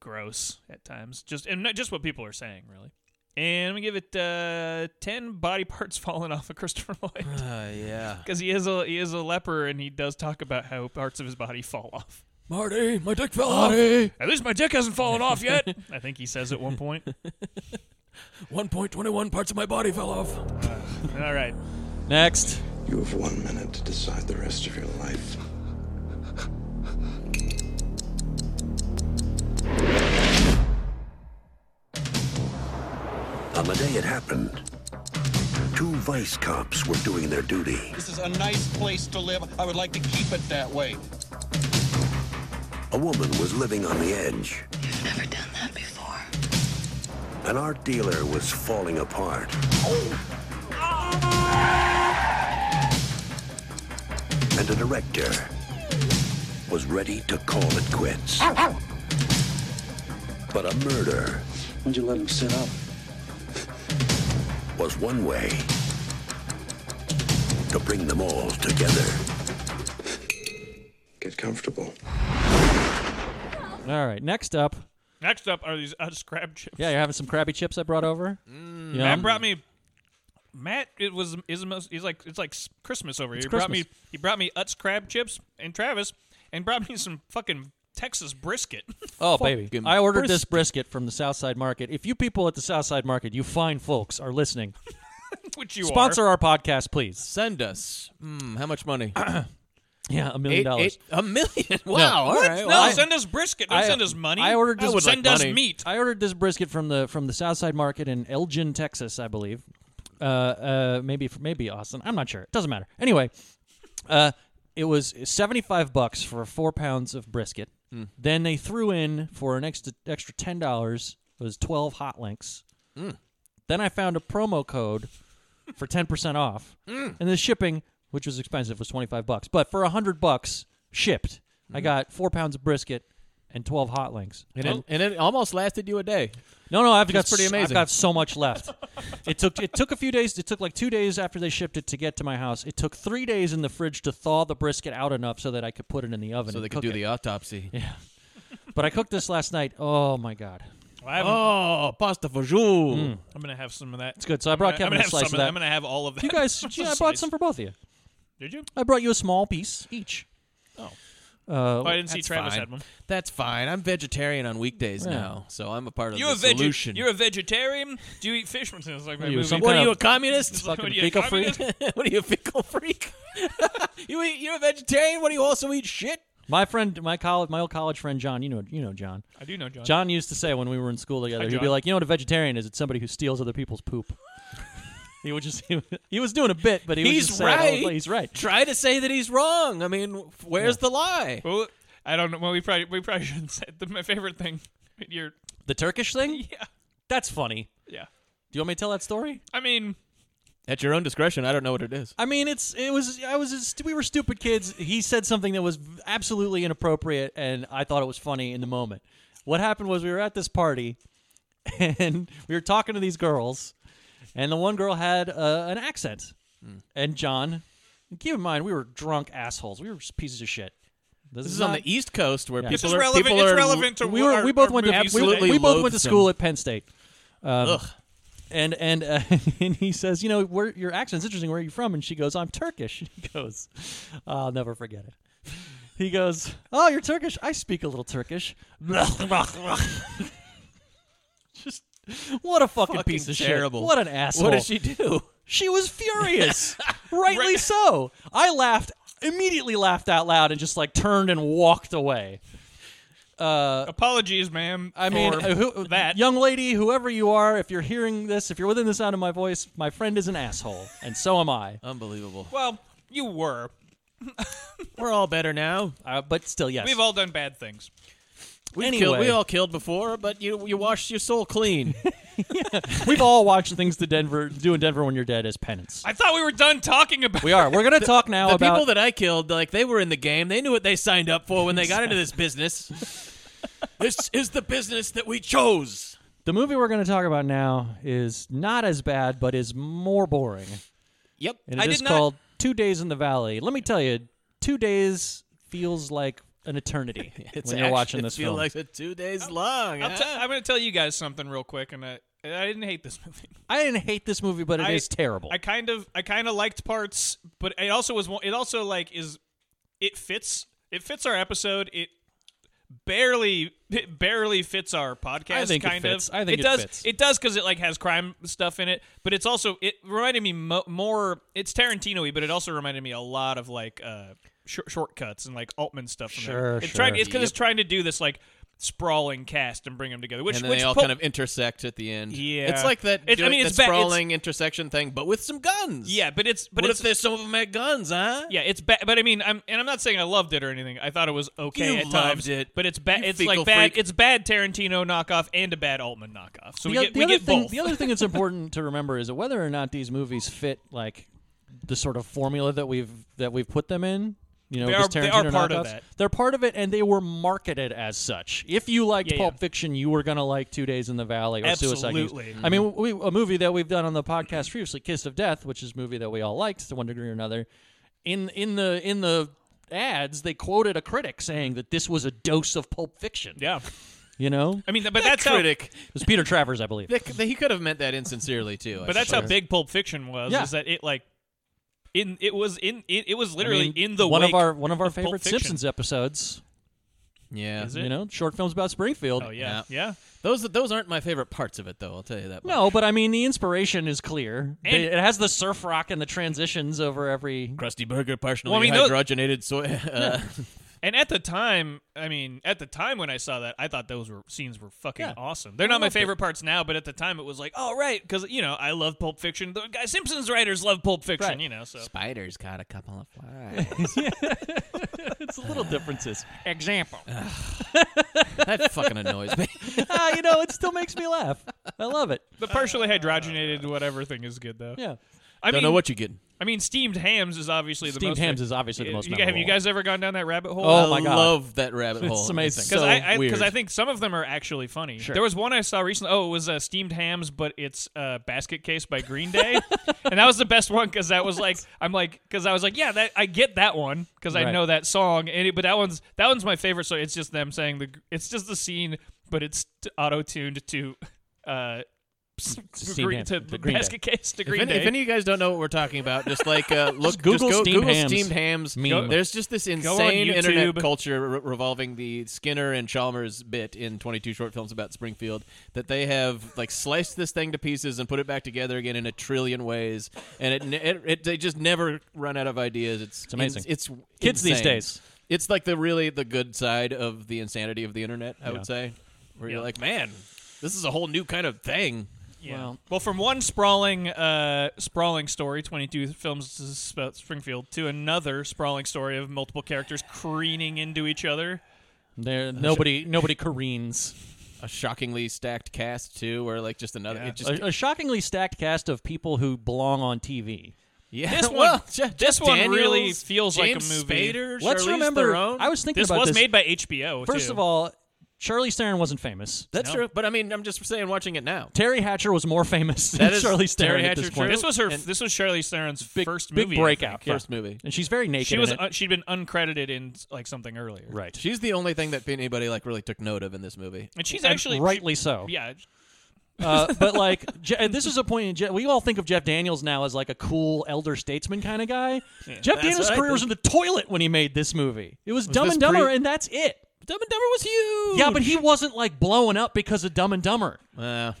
[SPEAKER 1] gross at times. Just and not just what people are saying really. And I'm gonna give it uh, ten body parts *laughs* falling off of Christopher Lloyd *laughs*
[SPEAKER 2] Uh, yeah.
[SPEAKER 1] because he is a he is a leper and he does talk about how parts of his body fall off.
[SPEAKER 2] Marty, my dick fell Marty.
[SPEAKER 1] At least my dick hasn't fallen off yet.
[SPEAKER 3] *laughs*
[SPEAKER 1] I think he says at one point.
[SPEAKER 2] 1.21 parts of my body fell off.
[SPEAKER 1] All right.
[SPEAKER 3] Next.
[SPEAKER 8] You have one minute to decide the rest of your life.
[SPEAKER 5] On the day it happened, two vice cops were doing their duty.
[SPEAKER 9] This is a nice place to live. I would like to keep it that way.
[SPEAKER 5] A woman was living on the edge.
[SPEAKER 6] You've never done that before.
[SPEAKER 5] An art dealer was falling apart. And a director was ready to call it quits. But a murder
[SPEAKER 8] When'd you let him sit up?
[SPEAKER 5] was one way to bring them all together.
[SPEAKER 8] Get comfortable.
[SPEAKER 3] All right. Next up.
[SPEAKER 1] Next up are these *laughs* us crab chips.
[SPEAKER 3] Yeah, you're having some Krabby Chips I brought over. Mm, you know,
[SPEAKER 1] Matt brought me. Matt, it was is the most. He's like it's like s- Christmas over here.
[SPEAKER 3] It's
[SPEAKER 1] he brought me
[SPEAKER 3] Christmas.
[SPEAKER 1] he brought me Utz crab chips and Travis, and brought me some fucking Texas brisket. *laughs*
[SPEAKER 3] Oh, baby.
[SPEAKER 2] Fucking
[SPEAKER 3] I ordered this brisket from the Southside Market. If you people at the Southside Market, you fine folks, are listening,
[SPEAKER 1] which you
[SPEAKER 3] sponsor
[SPEAKER 1] Are.
[SPEAKER 3] our podcast, please.
[SPEAKER 2] Send us. Mm, how much *clears throat* money?
[SPEAKER 3] Yeah, a million dollars.
[SPEAKER 2] a million. Wow. All
[SPEAKER 3] What?
[SPEAKER 2] right.
[SPEAKER 1] No,
[SPEAKER 2] well, I-
[SPEAKER 1] send us brisket. Don't
[SPEAKER 3] I-
[SPEAKER 1] send us money.
[SPEAKER 3] I ordered this.
[SPEAKER 2] would like
[SPEAKER 1] send us
[SPEAKER 2] money.
[SPEAKER 1] meat.
[SPEAKER 3] I ordered this brisket from the from the Southside Market in Elgin, Texas, I believe. Uh, uh, maybe maybe Austin. I'm not sure. It doesn't matter. Anyway, uh, it was 75 bucks for four pounds of brisket. Then they threw in for an extra extra ten dollars was 12 hot links. Then I found a promo code for 10
[SPEAKER 2] *laughs*
[SPEAKER 3] percent off,
[SPEAKER 2] Mm.
[SPEAKER 3] and the shipping, which was expensive, was 25 bucks. But for hundred bucks shipped,
[SPEAKER 2] Mm.
[SPEAKER 3] I got four pounds of brisket and 12 hot links. Oh,
[SPEAKER 2] and, it, and it almost lasted you a day.
[SPEAKER 3] No, no, I've
[SPEAKER 2] Which
[SPEAKER 3] got
[SPEAKER 2] is pretty
[SPEAKER 3] s- I've
[SPEAKER 2] amazing.
[SPEAKER 3] got so
[SPEAKER 2] *laughs*
[SPEAKER 3] much left. it took it took a few days. It took like two days after they shipped it to get to my house. It took three days in the fridge to thaw the brisket out enough so that I could put it in the oven.
[SPEAKER 2] So
[SPEAKER 3] and
[SPEAKER 2] they could
[SPEAKER 3] cook
[SPEAKER 2] do
[SPEAKER 3] it.
[SPEAKER 2] the autopsy.
[SPEAKER 3] But I cooked this last night. Oh my god,
[SPEAKER 1] Well, I haven't-
[SPEAKER 2] Oh, pasta for jour.
[SPEAKER 1] I'm gonna have some of that. It's
[SPEAKER 3] good. So I brought Kevin
[SPEAKER 1] I'm gonna
[SPEAKER 3] a
[SPEAKER 1] have
[SPEAKER 3] slice
[SPEAKER 1] some
[SPEAKER 3] of that.
[SPEAKER 1] I'm gonna *laughs* have all of that.
[SPEAKER 2] *laughs*
[SPEAKER 3] you guys!
[SPEAKER 1] Just
[SPEAKER 3] yeah,
[SPEAKER 1] a
[SPEAKER 3] I brought
[SPEAKER 1] slice.
[SPEAKER 3] some for both of you.
[SPEAKER 1] Did you?
[SPEAKER 3] I brought you a small piece each. Oh, uh,
[SPEAKER 1] Oh, I didn't see
[SPEAKER 2] That's
[SPEAKER 1] Travis
[SPEAKER 2] fine.
[SPEAKER 1] had one.
[SPEAKER 2] That's fine. I'm vegetarian on weekdays
[SPEAKER 3] Yeah.
[SPEAKER 2] now, so I'm a part of
[SPEAKER 1] You're a
[SPEAKER 2] the
[SPEAKER 1] veg.
[SPEAKER 2] solution.
[SPEAKER 1] You're a vegetarian. Do you eat fish? *laughs* It's like my
[SPEAKER 3] you,
[SPEAKER 1] movie.
[SPEAKER 3] some
[SPEAKER 2] what
[SPEAKER 3] kind
[SPEAKER 2] are you,
[SPEAKER 3] of
[SPEAKER 2] a communist?
[SPEAKER 1] What
[SPEAKER 3] fucking
[SPEAKER 1] are you,
[SPEAKER 3] fecal freak?
[SPEAKER 1] communist?
[SPEAKER 2] *laughs* what are you, a fickle freak? *laughs* you eat, you're a vegetarian? What do you also eat shit?
[SPEAKER 3] my friend, my college, my old college friend John. You know, you know John.
[SPEAKER 1] *laughs* I do know John.
[SPEAKER 3] John used to say when we were in school together,
[SPEAKER 1] Hi,
[SPEAKER 3] he'd be
[SPEAKER 1] John.
[SPEAKER 3] like, "You know what a vegetarian is? It's somebody who steals other people's poop." *laughs* he would just he, would- he was doing a bit, but he was
[SPEAKER 2] He's
[SPEAKER 3] just saying all the
[SPEAKER 2] right.
[SPEAKER 3] pla- he's right.
[SPEAKER 2] Try to say that he's wrong. I mean, where's the lie?
[SPEAKER 1] Well, I don't know. Well, we probably we probably *laughs* shouldn't say it. my favorite thing. *laughs* You're
[SPEAKER 3] The Turkish thing?
[SPEAKER 1] yeah
[SPEAKER 3] That's funny.
[SPEAKER 1] yeah.
[SPEAKER 3] Do you want me to tell that story?
[SPEAKER 1] I mean,
[SPEAKER 2] At your own discretion, I don't know what it is.
[SPEAKER 3] I mean, it's it was I was just, we were stupid kids. He said something that was absolutely inappropriate, and I thought it was funny in the moment. What happened was we were at this party, *laughs* and we were talking to these girls, and the one girl had uh, an accent,
[SPEAKER 2] Hmm.
[SPEAKER 3] and John. and keep in mind, we were drunk assholes. We were just pieces of shit.
[SPEAKER 2] This is on
[SPEAKER 3] not-
[SPEAKER 2] the East Coast where
[SPEAKER 1] this
[SPEAKER 2] people
[SPEAKER 1] is
[SPEAKER 2] are
[SPEAKER 1] relevant.
[SPEAKER 2] people
[SPEAKER 1] It's
[SPEAKER 2] are-
[SPEAKER 1] relevant to
[SPEAKER 3] we
[SPEAKER 1] what
[SPEAKER 3] were
[SPEAKER 1] our-
[SPEAKER 3] we both
[SPEAKER 1] our
[SPEAKER 3] went to
[SPEAKER 1] movies
[SPEAKER 3] we,
[SPEAKER 1] today.
[SPEAKER 2] absolutely
[SPEAKER 3] we both went to
[SPEAKER 2] loathsome.
[SPEAKER 3] school at Penn State. Um,
[SPEAKER 2] Ugh.
[SPEAKER 3] And and uh, *laughs* and he says, you know, where, your accent's interesting. Where are you from? And she goes, I'm Turkish. *laughs* And he goes, I'll never forget it. He goes, oh, you're Turkish. I speak a little Turkish. *laughs* Just what a fucking,
[SPEAKER 2] fucking
[SPEAKER 3] piece of
[SPEAKER 2] terrible.
[SPEAKER 3] shit. What an
[SPEAKER 2] *laughs*
[SPEAKER 3] asshole.
[SPEAKER 2] What did she do?
[SPEAKER 3] She
[SPEAKER 2] *laughs*
[SPEAKER 3] was furious. Rightly so. I laughed, immediately laughed out loud, and just like turned and walked away.
[SPEAKER 1] apologies, ma'am.
[SPEAKER 3] I mean,
[SPEAKER 1] for
[SPEAKER 3] uh, who,
[SPEAKER 1] that
[SPEAKER 3] young lady, whoever you are, if you're hearing this, if you're within the sound of my voice, my friend is an asshole, and so am I.
[SPEAKER 2] Unbelievable.
[SPEAKER 1] Well, you were.
[SPEAKER 2] *laughs* We're all better now.
[SPEAKER 3] Uh, but still, yes.
[SPEAKER 1] We've all done bad things.
[SPEAKER 2] We've
[SPEAKER 3] Anyway.
[SPEAKER 2] killed, we all killed before, but you you washed your soul
[SPEAKER 3] *laughs*
[SPEAKER 2] clean.
[SPEAKER 3] We've all watched things to Denver do in Denver when you're dead as penance.
[SPEAKER 1] I thought we were done talking about. *laughs*
[SPEAKER 3] we are. We're gonna talk now
[SPEAKER 2] the
[SPEAKER 3] about
[SPEAKER 2] people that I killed, like they were in the game. They knew what they signed up for when they got into
[SPEAKER 3] *laughs*
[SPEAKER 2] this business. this is the business that we chose.
[SPEAKER 3] the movie we're gonna talk about now is not as bad, but is more boring.
[SPEAKER 2] Yep.
[SPEAKER 3] And
[SPEAKER 1] I
[SPEAKER 3] it is
[SPEAKER 1] did not-
[SPEAKER 3] called Two Days in the Valley. Let me tell you, two days feels like an
[SPEAKER 2] *laughs*
[SPEAKER 3] eternity when you're
[SPEAKER 2] act-
[SPEAKER 3] watching
[SPEAKER 2] it
[SPEAKER 3] this
[SPEAKER 2] feel
[SPEAKER 3] film.
[SPEAKER 2] like a two days long.
[SPEAKER 1] I'll
[SPEAKER 2] huh?
[SPEAKER 1] te- I'm going to tell you guys something real quick, and I, I didn't hate this *laughs* movie.
[SPEAKER 3] I didn't hate this movie, but it is
[SPEAKER 1] I-
[SPEAKER 3] terrible.
[SPEAKER 1] I kind of I kind of liked parts, but it also was one- it also like is it fits it fits our episode. It barely it barely fits our podcast.
[SPEAKER 3] I think it
[SPEAKER 1] kind
[SPEAKER 3] fits.
[SPEAKER 1] of.
[SPEAKER 3] I think it
[SPEAKER 1] does.
[SPEAKER 3] fits.
[SPEAKER 1] It does because it like has crime stuff in it, but it's also it reminded me mo- more. It's Tarantino-y, but it also reminded me a lot of like uh sh- shortcuts and like Altman stuff. from there.
[SPEAKER 3] Sure,
[SPEAKER 1] it's trying.
[SPEAKER 3] sure.
[SPEAKER 1] It's because it's trying to do this like sprawling cast and bring them together, which
[SPEAKER 2] and then
[SPEAKER 1] which
[SPEAKER 2] they all
[SPEAKER 1] Pul-
[SPEAKER 2] kind of intersect at the end.
[SPEAKER 1] Yeah.
[SPEAKER 2] it's like that.
[SPEAKER 1] It's- I
[SPEAKER 2] doing
[SPEAKER 1] mean,
[SPEAKER 2] the
[SPEAKER 1] it's ba- it's-
[SPEAKER 2] sprawling intersection thing, but with some guns.
[SPEAKER 1] yeah, but it's but
[SPEAKER 2] what
[SPEAKER 1] it's
[SPEAKER 2] if there's some of them had guns, huh?
[SPEAKER 1] Yeah, it's bad, but I mean, I'm and I'm not saying I loved it or anything. I thought it was okay
[SPEAKER 2] You
[SPEAKER 1] at
[SPEAKER 2] loved
[SPEAKER 1] times,
[SPEAKER 2] it.
[SPEAKER 1] but it's bad.
[SPEAKER 2] You
[SPEAKER 1] It's like
[SPEAKER 2] fecal
[SPEAKER 1] bad.
[SPEAKER 2] freak.
[SPEAKER 1] It's bad Tarantino knockoff and a bad Altman knockoff. So we
[SPEAKER 3] o-
[SPEAKER 1] get we
[SPEAKER 3] other
[SPEAKER 1] get
[SPEAKER 3] thing,
[SPEAKER 1] both.
[SPEAKER 3] The
[SPEAKER 1] *laughs*
[SPEAKER 3] other thing that's important to remember is that whether or not these movies fit like the sort of formula that we've that we've put them in. You know,
[SPEAKER 1] They
[SPEAKER 3] these
[SPEAKER 1] are- they
[SPEAKER 3] Tarantino
[SPEAKER 1] are part of
[SPEAKER 3] knockoffs,
[SPEAKER 1] that.
[SPEAKER 3] They're part of it, and they were marketed as such. If you liked
[SPEAKER 1] Yeah,
[SPEAKER 3] Pulp
[SPEAKER 1] yeah.
[SPEAKER 3] Fiction, you were going to like Two Days in the Valley or Suicide
[SPEAKER 1] Absolutely.
[SPEAKER 3] Kings. I mean, we, a movie that we've done on the podcast previously, Kiss of Death, which is a movie that we all liked to one degree or another. In in the in the ads, they quoted a critic saying that this was a dose of Pulp Fiction.
[SPEAKER 1] yeah,
[SPEAKER 3] You know,
[SPEAKER 1] I mean, but that's how.
[SPEAKER 2] critic.
[SPEAKER 3] it was Peter Travers, I believe.
[SPEAKER 2] That c- that he could have meant that insincerely too. I
[SPEAKER 1] But that's
[SPEAKER 2] suppose.
[SPEAKER 1] how big Pulp Fiction was.
[SPEAKER 3] Yeah.
[SPEAKER 1] Is that it? Like, in it was in it, it was literally
[SPEAKER 3] I mean,
[SPEAKER 1] in the
[SPEAKER 3] one of
[SPEAKER 1] wake
[SPEAKER 3] our one of our
[SPEAKER 1] Pulp
[SPEAKER 3] favorite
[SPEAKER 1] Fiction.
[SPEAKER 3] Simpsons episodes.
[SPEAKER 2] Yeah,
[SPEAKER 1] Is it?
[SPEAKER 3] You know, short films about Springfield.
[SPEAKER 1] Oh yeah, yeah.
[SPEAKER 2] those those aren't my favorite parts of it, though. I'll tell you that. much.
[SPEAKER 3] No, but I mean the inspiration is clear.
[SPEAKER 1] And-
[SPEAKER 3] They- it has the surf rock and the transitions over every.
[SPEAKER 2] crusty burger, partially
[SPEAKER 1] Well, I mean, those-
[SPEAKER 2] hydrogenated soy.
[SPEAKER 1] *laughs*
[SPEAKER 2] Uh,
[SPEAKER 1] And at the time, I mean, at the time when I saw that, I thought those were scenes were fucking
[SPEAKER 3] Yeah.
[SPEAKER 1] awesome. They're not my favorite parts now, but at the time it was like, oh right, because you know I love Pulp Fiction. The guy Simpsons writers love Pulp Fiction,
[SPEAKER 3] Right.
[SPEAKER 1] you know. So
[SPEAKER 2] Spiders got a couple of flies.
[SPEAKER 3] It's little differences.
[SPEAKER 1] example.
[SPEAKER 3] Uh,
[SPEAKER 2] that fucking annoys me.
[SPEAKER 3] *laughs* ah, you know, it still makes me laugh. I love it.
[SPEAKER 1] The partially hydrogenated whatever thing is good though.
[SPEAKER 3] Yeah.
[SPEAKER 1] I
[SPEAKER 2] *laughs* Don't
[SPEAKER 1] mean,
[SPEAKER 2] know what you're getting.
[SPEAKER 1] I mean, steamed hams is obviously the
[SPEAKER 3] Steamed
[SPEAKER 1] most
[SPEAKER 3] hams is obviously the
[SPEAKER 1] Uh,
[SPEAKER 3] most
[SPEAKER 1] You, guys- have you
[SPEAKER 3] memorable.
[SPEAKER 1] guys ever gone down that rabbit hole?
[SPEAKER 3] Oh, my
[SPEAKER 2] I
[SPEAKER 3] God.
[SPEAKER 2] love that rabbit
[SPEAKER 3] It's
[SPEAKER 2] hole.
[SPEAKER 3] amazing.
[SPEAKER 2] It's
[SPEAKER 1] because
[SPEAKER 2] so
[SPEAKER 1] I I, 'cause
[SPEAKER 2] weird.
[SPEAKER 1] I think some of them are actually funny. There was one I saw recently. Oh, it was uh, steamed hams, but it's uh, basket case by Green
[SPEAKER 3] *laughs*
[SPEAKER 1] Day, and that was the best one because that was like I'm like because I was like yeah that I get that one because I
[SPEAKER 3] Right.
[SPEAKER 1] know that song and it, but that one's that one's my favorite. So it's just them saying the it's just the scene, but it's auto tuned to. Uh, s-
[SPEAKER 3] Steamed
[SPEAKER 1] Green-
[SPEAKER 3] Ham-
[SPEAKER 1] to
[SPEAKER 3] to Green Day.
[SPEAKER 1] basket case to
[SPEAKER 2] If
[SPEAKER 1] Green
[SPEAKER 2] any,
[SPEAKER 1] Day.
[SPEAKER 2] if any of you guys don't know what we're talking about, just like
[SPEAKER 3] *laughs*
[SPEAKER 2] uh, look,
[SPEAKER 3] Google
[SPEAKER 2] just go,
[SPEAKER 3] steamed
[SPEAKER 2] Google
[SPEAKER 3] hams
[SPEAKER 2] steamed hams.
[SPEAKER 3] meme.
[SPEAKER 2] Go- There's just this
[SPEAKER 1] on
[SPEAKER 2] insane internet
[SPEAKER 1] YouTube.
[SPEAKER 2] culture re- revolving the Skinner and Chalmers bit in 22 short films about Springfield that they have like sliced this thing to pieces and put it back together again in a trillion ways, and it, ne- it, it they just never run out of ideas. It's, it's
[SPEAKER 3] amazing.
[SPEAKER 2] It's,
[SPEAKER 3] Kids these
[SPEAKER 2] insane.
[SPEAKER 3] days.
[SPEAKER 2] It's like the really the good side of the insanity of the internet. I would say, where you're like, man, this is a whole new kind of thing.
[SPEAKER 1] Yeah. Well,
[SPEAKER 3] Well-
[SPEAKER 1] from one sprawling, uh, sprawling story, twenty-two films s- about Springfield, to another sprawling story of multiple characters careening into each other. Uh,
[SPEAKER 3] There, nobody, nobody careens.
[SPEAKER 2] a shockingly stacked cast too, where like just another. It just
[SPEAKER 3] A, a shockingly stacked cast of people who belong on TV.
[SPEAKER 2] yeah. *laughs*
[SPEAKER 1] This one-
[SPEAKER 2] well, ju-
[SPEAKER 1] this
[SPEAKER 2] just
[SPEAKER 1] one really
[SPEAKER 2] Daniels,
[SPEAKER 1] feels like a
[SPEAKER 2] James
[SPEAKER 1] movie.
[SPEAKER 2] Spader,
[SPEAKER 3] Let's
[SPEAKER 2] Charlize
[SPEAKER 3] remember.
[SPEAKER 2] Theron.
[SPEAKER 3] I was thinking
[SPEAKER 1] This
[SPEAKER 3] about
[SPEAKER 1] was
[SPEAKER 3] this.
[SPEAKER 1] made by HBO.
[SPEAKER 3] First
[SPEAKER 1] too.
[SPEAKER 3] of all, Charlie Theron wasn't famous.
[SPEAKER 2] That's true, but I mean, I'm just saying, watching it now.
[SPEAKER 3] Terry Hatcher was more famous
[SPEAKER 2] That
[SPEAKER 3] than
[SPEAKER 2] is
[SPEAKER 3] Charlie Theron
[SPEAKER 2] Terry
[SPEAKER 3] at this
[SPEAKER 2] Hatcher
[SPEAKER 3] point.
[SPEAKER 2] true.
[SPEAKER 1] this was her.
[SPEAKER 2] and-
[SPEAKER 1] This was Charlize Theron's
[SPEAKER 3] big,
[SPEAKER 1] first
[SPEAKER 3] big
[SPEAKER 1] movie, I
[SPEAKER 3] breakout,
[SPEAKER 1] think. Yeah.
[SPEAKER 2] First movie.
[SPEAKER 3] and she's very naked.
[SPEAKER 1] She
[SPEAKER 3] in
[SPEAKER 1] was.
[SPEAKER 3] it.
[SPEAKER 1] Uh, she'd been uncredited in like something earlier,
[SPEAKER 3] right.
[SPEAKER 2] She's the only thing that anybody like really took note of in this movie.
[SPEAKER 1] And she's
[SPEAKER 3] And
[SPEAKER 1] actually
[SPEAKER 3] rightly so.
[SPEAKER 1] Yeah,
[SPEAKER 3] Uh, but like, *laughs* Je- and this is a point. In Je- we all think of Jeff Daniels now as like a cool elder statesman kind of guy. Jeff Daniels'
[SPEAKER 2] what I
[SPEAKER 3] career was in
[SPEAKER 2] think.
[SPEAKER 3] the toilet when he made this movie. It was, Dumb
[SPEAKER 2] this
[SPEAKER 3] and Dumber,
[SPEAKER 2] pre-
[SPEAKER 3] and that's it.
[SPEAKER 2] Dumb and Dumber was huge.
[SPEAKER 3] Yeah, but he wasn't like blowing up because of Dumb and Dumber.
[SPEAKER 2] Uh,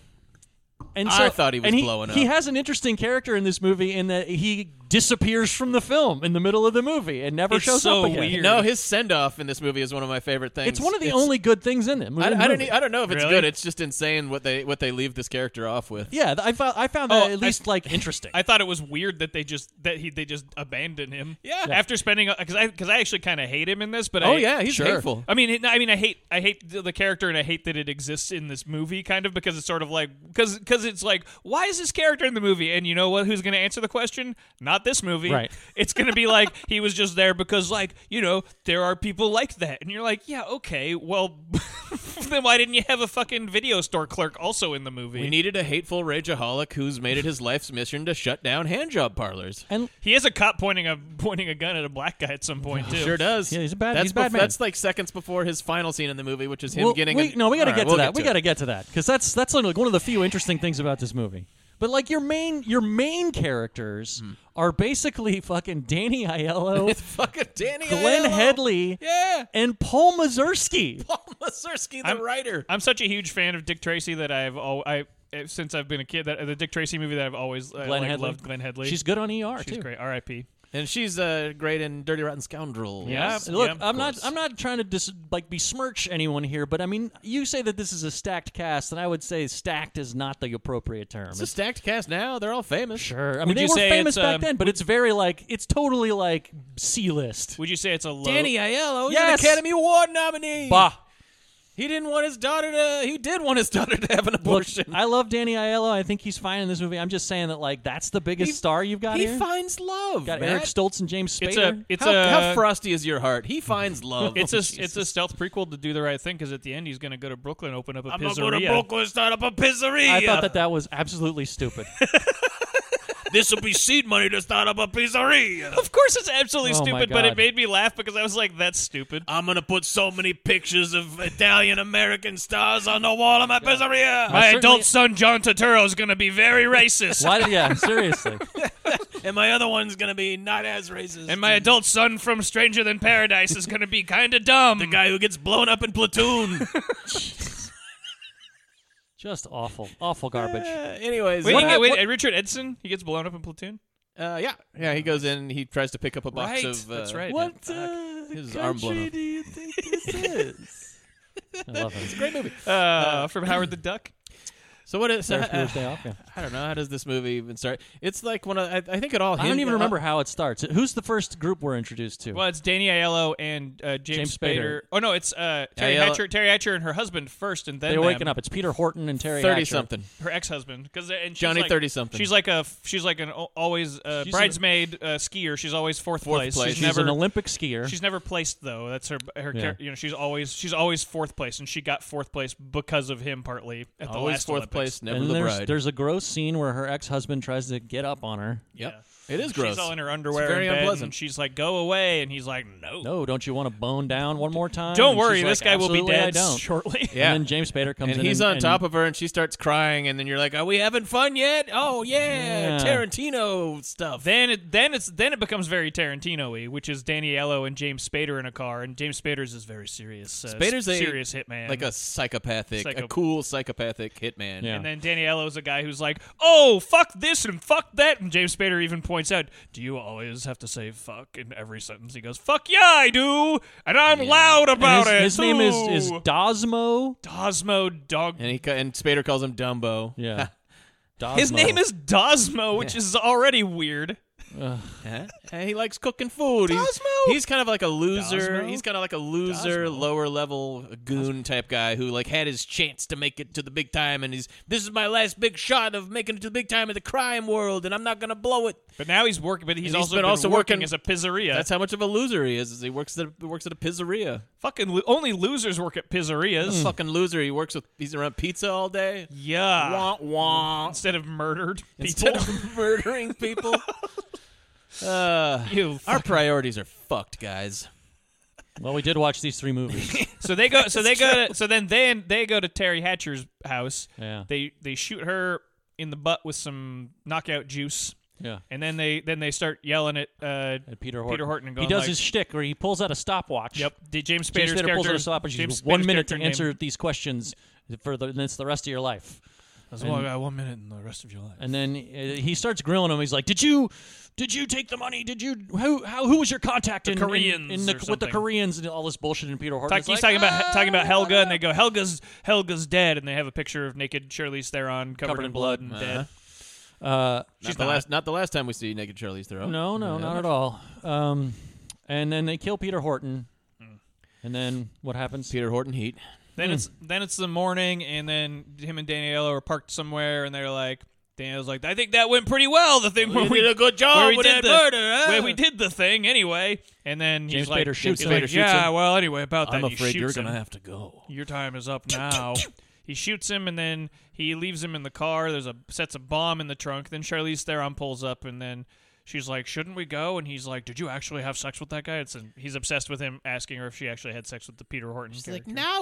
[SPEAKER 3] And so,
[SPEAKER 2] I thought he was
[SPEAKER 3] and
[SPEAKER 2] blowing
[SPEAKER 3] He
[SPEAKER 2] up.
[SPEAKER 3] has an interesting character in this movie in that he disappears from the film in the middle of the movie and never
[SPEAKER 1] It's
[SPEAKER 3] shows
[SPEAKER 1] so
[SPEAKER 3] up again.
[SPEAKER 1] weird.
[SPEAKER 2] no, his send off in this movie is one of my favorite things.
[SPEAKER 3] It's one of the only good things in it.
[SPEAKER 2] I,
[SPEAKER 3] in the
[SPEAKER 2] I don't.
[SPEAKER 3] movie.
[SPEAKER 2] e- I don't know if it's
[SPEAKER 1] Really?
[SPEAKER 2] good. It's just insane what they what they leave this character off with.
[SPEAKER 3] yeah, th- I found I found
[SPEAKER 1] Oh,
[SPEAKER 3] that at
[SPEAKER 1] I-
[SPEAKER 3] least like interesting.
[SPEAKER 1] I thought it was weird that they just that he they just abandoned him.
[SPEAKER 2] Yeah. Yeah.
[SPEAKER 1] After spending because I because I actually kind of hate him in this, but
[SPEAKER 2] Oh,
[SPEAKER 1] I-
[SPEAKER 2] yeah, he's Sure. hateful.
[SPEAKER 1] I mean, it- I mean, I hate I hate the the character and I hate that it exists in this movie kind of because it's sort of like because because it's like why is this character in the movie and you know what who's going to answer the question? Not this movie.
[SPEAKER 3] Right.
[SPEAKER 1] *laughs* It's going to be like he was just there because like you know there are people like that and you're like yeah okay well *laughs* then why didn't you have a fucking video store clerk also in the movie?
[SPEAKER 2] We needed a hateful rageaholic who's made it his life's mission to shut down handjob parlors.
[SPEAKER 3] and
[SPEAKER 1] he is a cop pointing a *laughs* pointing a gun at a black guy at some
[SPEAKER 3] *laughs*
[SPEAKER 1] point too.
[SPEAKER 2] Sure does.
[SPEAKER 3] Yeah, he's a bad-
[SPEAKER 2] That's
[SPEAKER 3] he's a bad
[SPEAKER 2] bef-
[SPEAKER 3] man.
[SPEAKER 2] That's like seconds before his final scene in the movie, which is him
[SPEAKER 3] Well,
[SPEAKER 2] getting.
[SPEAKER 3] we-
[SPEAKER 2] a,
[SPEAKER 3] no, we got to
[SPEAKER 2] All
[SPEAKER 3] get
[SPEAKER 2] right,
[SPEAKER 3] to
[SPEAKER 2] we'll
[SPEAKER 3] that. we
[SPEAKER 2] it.
[SPEAKER 3] got to get to that because that's that's like one of the few interesting things about this movie. But like your main your main characters are basically fucking Danny
[SPEAKER 2] *laughs*
[SPEAKER 3] Aiello,
[SPEAKER 2] Fucking Danny
[SPEAKER 3] Glenn
[SPEAKER 2] Aiello.
[SPEAKER 3] Headley,
[SPEAKER 2] Yeah.
[SPEAKER 3] and Paul
[SPEAKER 2] *laughs*
[SPEAKER 3] Mazursky.
[SPEAKER 2] Paul Mazursky, the
[SPEAKER 1] I'm-
[SPEAKER 2] writer.
[SPEAKER 1] I'm such a huge fan of Dick Tracy that I've all I eh, since I've been a kid that the Dick Tracy movie that I've always uh,
[SPEAKER 3] Glenn
[SPEAKER 1] like,
[SPEAKER 3] Headley.
[SPEAKER 1] loved Glenn Headley.
[SPEAKER 3] She's good on ER
[SPEAKER 1] She's
[SPEAKER 3] too.
[SPEAKER 1] great. R.I.P.
[SPEAKER 2] And she's uh, great in Dirty Rotten Scoundrels.
[SPEAKER 1] Yeah.
[SPEAKER 3] Look,
[SPEAKER 1] of
[SPEAKER 3] I'm not
[SPEAKER 1] course.
[SPEAKER 3] I'm not trying to dis- like besmirch anyone here, but I mean, you say that this is a stacked cast, and I would say stacked is not the appropriate term.
[SPEAKER 2] It's a stacked cast now. They're all famous.
[SPEAKER 3] Sure. I mean,
[SPEAKER 1] Would
[SPEAKER 3] they
[SPEAKER 1] you
[SPEAKER 3] were
[SPEAKER 1] say
[SPEAKER 3] famous
[SPEAKER 1] it's,
[SPEAKER 3] back
[SPEAKER 1] um,
[SPEAKER 3] then, but it's very like it's totally like C list.
[SPEAKER 1] Would you say it's a low?
[SPEAKER 2] Danny Aiello, he's
[SPEAKER 3] Yes.
[SPEAKER 2] an Academy Award nominee.
[SPEAKER 3] Bah.
[SPEAKER 2] He didn't want his daughter to. He did want his daughter to have an
[SPEAKER 3] Look,
[SPEAKER 2] abortion.
[SPEAKER 3] I love Danny Aiello. I think he's fine in this movie. I'm just saying that like that's the biggest
[SPEAKER 2] He-
[SPEAKER 3] star you've got
[SPEAKER 2] he
[SPEAKER 3] here.
[SPEAKER 2] finds love.
[SPEAKER 3] got
[SPEAKER 2] Matt.
[SPEAKER 3] Eric Stoltz and James Spader.
[SPEAKER 1] It's a it's
[SPEAKER 2] how,
[SPEAKER 1] a
[SPEAKER 2] how frosty is your heart? He finds love.
[SPEAKER 1] it's
[SPEAKER 2] Oh,
[SPEAKER 1] a
[SPEAKER 2] Jesus.
[SPEAKER 1] it's a stealth prequel to do the right thing because at the end he's gonna go to Brooklyn and open up a
[SPEAKER 2] I'm
[SPEAKER 1] pizzeria.
[SPEAKER 2] gonna go to Brooklyn and start up a pizzeria.
[SPEAKER 3] I thought that that was
[SPEAKER 1] *laughs*
[SPEAKER 3] absolutely stupid.
[SPEAKER 2] this will be seed money to start up a pizzeria.
[SPEAKER 1] Of course, it's absolutely
[SPEAKER 3] Oh my
[SPEAKER 1] stupid, but
[SPEAKER 3] God.
[SPEAKER 1] it made me laugh because I was like, "That's stupid."
[SPEAKER 2] I'm gonna put so many pictures of Italian American stars on the wall of my pizzeria.
[SPEAKER 1] My
[SPEAKER 3] certainly-
[SPEAKER 1] adult son John Turturro is gonna be very racist,
[SPEAKER 3] Why? Yeah, seriously.
[SPEAKER 2] and my other one's gonna be not as racist.
[SPEAKER 1] and my adult son from Stranger Than Paradise is gonna be kind of *laughs* dumb.
[SPEAKER 2] the guy who gets blown up in platoon.
[SPEAKER 3] Just awful, awful
[SPEAKER 1] *laughs*
[SPEAKER 3] garbage.
[SPEAKER 2] Uh,
[SPEAKER 1] *laughs*
[SPEAKER 2] anyways,
[SPEAKER 1] Wait,
[SPEAKER 2] what
[SPEAKER 1] you
[SPEAKER 2] hap-
[SPEAKER 1] get- wait,
[SPEAKER 2] what-
[SPEAKER 1] uh, Richard Edson, he gets blown up in platoon.
[SPEAKER 2] uh, yeah, yeah. He goes in. He tries to pick up a box
[SPEAKER 1] Right,
[SPEAKER 2] of. Uh,
[SPEAKER 1] that's right.
[SPEAKER 3] What uh,
[SPEAKER 2] His
[SPEAKER 3] country
[SPEAKER 2] arm blown off.
[SPEAKER 3] do you think this is? I love it.
[SPEAKER 2] Great movie.
[SPEAKER 1] Uh, from Howard the Duck.
[SPEAKER 2] So what is? *laughs*
[SPEAKER 3] Ferris
[SPEAKER 2] Uh,
[SPEAKER 3] Bueller's Day Off,
[SPEAKER 1] *laughs*
[SPEAKER 3] yeah.
[SPEAKER 2] I don't know. How does this movie even start? It's like one of. I, I think it all.
[SPEAKER 3] I don't
[SPEAKER 2] hin-
[SPEAKER 3] even
[SPEAKER 2] uh,
[SPEAKER 3] remember how it starts. Who's the first group we're introduced to?
[SPEAKER 1] Well, it's Danny Aiello and uh, James,
[SPEAKER 3] James Spader.
[SPEAKER 1] Oh no, it's uh, Terry
[SPEAKER 2] Aiello-
[SPEAKER 1] Hatcher, Terry Hatcher and her husband first, and then
[SPEAKER 3] They're
[SPEAKER 1] them.
[SPEAKER 3] waking up. It's Peter Horton and Terry.
[SPEAKER 2] Thirty
[SPEAKER 3] Hatcher.
[SPEAKER 2] something.
[SPEAKER 1] her ex-husband because and she's
[SPEAKER 2] Johnny
[SPEAKER 1] like-
[SPEAKER 2] 30-something.
[SPEAKER 1] She's like a she's like an al- always uh,
[SPEAKER 3] She's
[SPEAKER 1] bridesmaid uh, skier. She's always fourth, place.
[SPEAKER 2] place.
[SPEAKER 1] She's,
[SPEAKER 3] She's
[SPEAKER 1] never
[SPEAKER 3] an Olympic skier.
[SPEAKER 1] she's never placed though. That's her her
[SPEAKER 3] Yeah.
[SPEAKER 1] char- you know she's always she's always fourth place and she got fourth place because of him partly at the
[SPEAKER 2] Always
[SPEAKER 1] last
[SPEAKER 2] fourth
[SPEAKER 1] Olympics.
[SPEAKER 2] place, never
[SPEAKER 3] and
[SPEAKER 2] the
[SPEAKER 3] there's,
[SPEAKER 2] bride.
[SPEAKER 3] there's a gross scene where her ex-husband tries to get up on her.
[SPEAKER 2] Yep. It is gross.
[SPEAKER 1] She's all in her underwear
[SPEAKER 2] It's very
[SPEAKER 1] in bed,
[SPEAKER 2] unpleasant.
[SPEAKER 1] and she's like, "Go away," and he's like, "No."
[SPEAKER 3] No, don't you want to bone down one more time?
[SPEAKER 1] Don't
[SPEAKER 3] And
[SPEAKER 1] worry,
[SPEAKER 3] she's
[SPEAKER 1] this
[SPEAKER 3] like,
[SPEAKER 1] guy will be
[SPEAKER 3] "Absolutely, I
[SPEAKER 1] dead
[SPEAKER 3] don't.
[SPEAKER 1] shortly.
[SPEAKER 2] *laughs* Yeah.
[SPEAKER 3] And then James Spader comes
[SPEAKER 2] and
[SPEAKER 3] in.
[SPEAKER 2] he's
[SPEAKER 3] and,
[SPEAKER 2] on
[SPEAKER 3] and
[SPEAKER 2] top of her, and she starts crying, and then you're like, "Are we having fun yet? Oh yeah,
[SPEAKER 3] Yeah.
[SPEAKER 2] Tarantino stuff."
[SPEAKER 1] Then it then it's then it becomes very Tarantino-y, which is Danny Aiello and James Spader in a car, and James Spader's is very serious. Uh,
[SPEAKER 2] Spader's a-
[SPEAKER 1] serious hitman,
[SPEAKER 2] like a psychopathic, a
[SPEAKER 1] Psycho-
[SPEAKER 2] cool psychopathic hitman.
[SPEAKER 3] Yeah.
[SPEAKER 1] And then Danny Aiello's a guy who's like, "Oh, fuck this and fuck that." And James Spader even points out, "Do you always have to say fuck in every sentence?" He goes, "Fuck yeah, I do, and I'm loud
[SPEAKER 3] and
[SPEAKER 1] about
[SPEAKER 3] his,
[SPEAKER 1] it."
[SPEAKER 3] His name is is
[SPEAKER 1] too."
[SPEAKER 3] Dosmo.
[SPEAKER 1] Dosmo Dog.
[SPEAKER 2] And he ca- and Spader calls him Dumbo. *laughs*
[SPEAKER 3] Yeah. Dosmo.
[SPEAKER 1] His name is Dosmo, which is already weird.
[SPEAKER 2] *laughs* Huh? and he likes cooking food. He's,
[SPEAKER 1] Cosmo?
[SPEAKER 2] he's kind of like a loser.
[SPEAKER 1] Cosmo?
[SPEAKER 2] He's kind of like a loser,
[SPEAKER 1] Cosmo.
[SPEAKER 2] lower level goon type guy who like had his chance to make it to the big time, and he's this is my last big shot of making it to the big time in the crime world, and I'm not gonna blow it.
[SPEAKER 1] But now he's working. But he's,
[SPEAKER 2] he's
[SPEAKER 1] also
[SPEAKER 2] been also
[SPEAKER 1] working,
[SPEAKER 2] working-
[SPEAKER 1] as a pizzeria.
[SPEAKER 2] That's how much of a loser he is. is he works at a, works at a pizzeria.
[SPEAKER 1] fucking lo- only losers work at pizzerias.
[SPEAKER 2] This fucking loser. He works with he's around pizza all day.
[SPEAKER 1] Yeah.
[SPEAKER 2] Wah, wah.
[SPEAKER 1] Instead of murdered people.
[SPEAKER 2] Instead of *laughs* murdering people. Uh,
[SPEAKER 1] You
[SPEAKER 2] our priorities are fucked, guys.
[SPEAKER 3] Well, we did watch these
[SPEAKER 2] *laughs*
[SPEAKER 3] three movies.
[SPEAKER 1] So they go. So they go. To, so then they they go to Terry Hatcher's house.
[SPEAKER 3] Yeah.
[SPEAKER 1] They they shoot her in the butt with some knockout juice,
[SPEAKER 3] yeah.
[SPEAKER 1] and then they then they start yelling at uh,
[SPEAKER 3] At Peter Horton.
[SPEAKER 1] Peter Horton. And
[SPEAKER 3] he
[SPEAKER 1] going
[SPEAKER 3] does
[SPEAKER 1] like,
[SPEAKER 3] his shtick where he pulls out a stopwatch.
[SPEAKER 1] Yep. The James
[SPEAKER 3] James
[SPEAKER 1] Spader's
[SPEAKER 3] Spader pulls
[SPEAKER 1] character.
[SPEAKER 3] out a stopwatch. You
[SPEAKER 1] James
[SPEAKER 3] have one
[SPEAKER 1] Spader's
[SPEAKER 3] minute to
[SPEAKER 1] character name-
[SPEAKER 3] answer these questions for the, and it's the rest of your life.
[SPEAKER 1] That's all I got, one minute and the rest of your life.
[SPEAKER 3] And then uh, he starts grilling him. He's like, "Did you, did you take the money? Did you who how who was your contact in in-
[SPEAKER 1] Koreans
[SPEAKER 3] in, the,
[SPEAKER 1] or
[SPEAKER 3] with the
[SPEAKER 1] something."
[SPEAKER 3] Koreans and all this bullshit?" And Peter
[SPEAKER 1] Talk,
[SPEAKER 3] Horton's
[SPEAKER 1] he's
[SPEAKER 3] like,
[SPEAKER 1] talking about
[SPEAKER 3] "Ah,
[SPEAKER 1] talking about Helga, and they go Helga's Helga's dead, and they have a picture of naked Charlize Theron covered,
[SPEAKER 3] Covered in
[SPEAKER 1] in blood,
[SPEAKER 3] blood. Uh-huh.
[SPEAKER 1] and dead.
[SPEAKER 3] Uh,
[SPEAKER 2] She's the
[SPEAKER 1] not.
[SPEAKER 2] last, not the last time we see naked Charlize Theron.
[SPEAKER 3] no, no, not at all. Um, and then they kill Peter Horton.
[SPEAKER 1] Hmm.
[SPEAKER 3] And then what happens?
[SPEAKER 2] Peter Horton Heat.
[SPEAKER 3] Hmm.
[SPEAKER 1] Then it's then it's the morning, and then him and Daniela are parked somewhere, and they're like, Daniela's like, I think that went pretty well. The
[SPEAKER 3] Oh,
[SPEAKER 1] thing where we
[SPEAKER 2] did a good job
[SPEAKER 1] where we
[SPEAKER 2] with
[SPEAKER 1] did
[SPEAKER 2] that
[SPEAKER 1] the,
[SPEAKER 2] Oh, murder, huh?"
[SPEAKER 1] where we did the thing anyway. And then
[SPEAKER 3] James
[SPEAKER 1] he's like,
[SPEAKER 3] Spader shoots
[SPEAKER 1] he's
[SPEAKER 3] him.
[SPEAKER 1] like,
[SPEAKER 3] Spader shoots
[SPEAKER 1] yeah,
[SPEAKER 3] him.
[SPEAKER 1] well, anyway, about that.
[SPEAKER 2] I'm
[SPEAKER 1] and he
[SPEAKER 2] afraid you're
[SPEAKER 1] shoots
[SPEAKER 2] gonna
[SPEAKER 1] him.
[SPEAKER 2] have to go.
[SPEAKER 1] Your time is up now. He shoots him, and then he leaves him in the car. There's a sets a bomb in the trunk. Then Charlize Theron pulls up, and then she's like, "Shouldn't we go?" And he's like, "Did you actually have sex with that guy?" It's and he's obsessed with him asking her if she actually had sex with the Peter Horton character.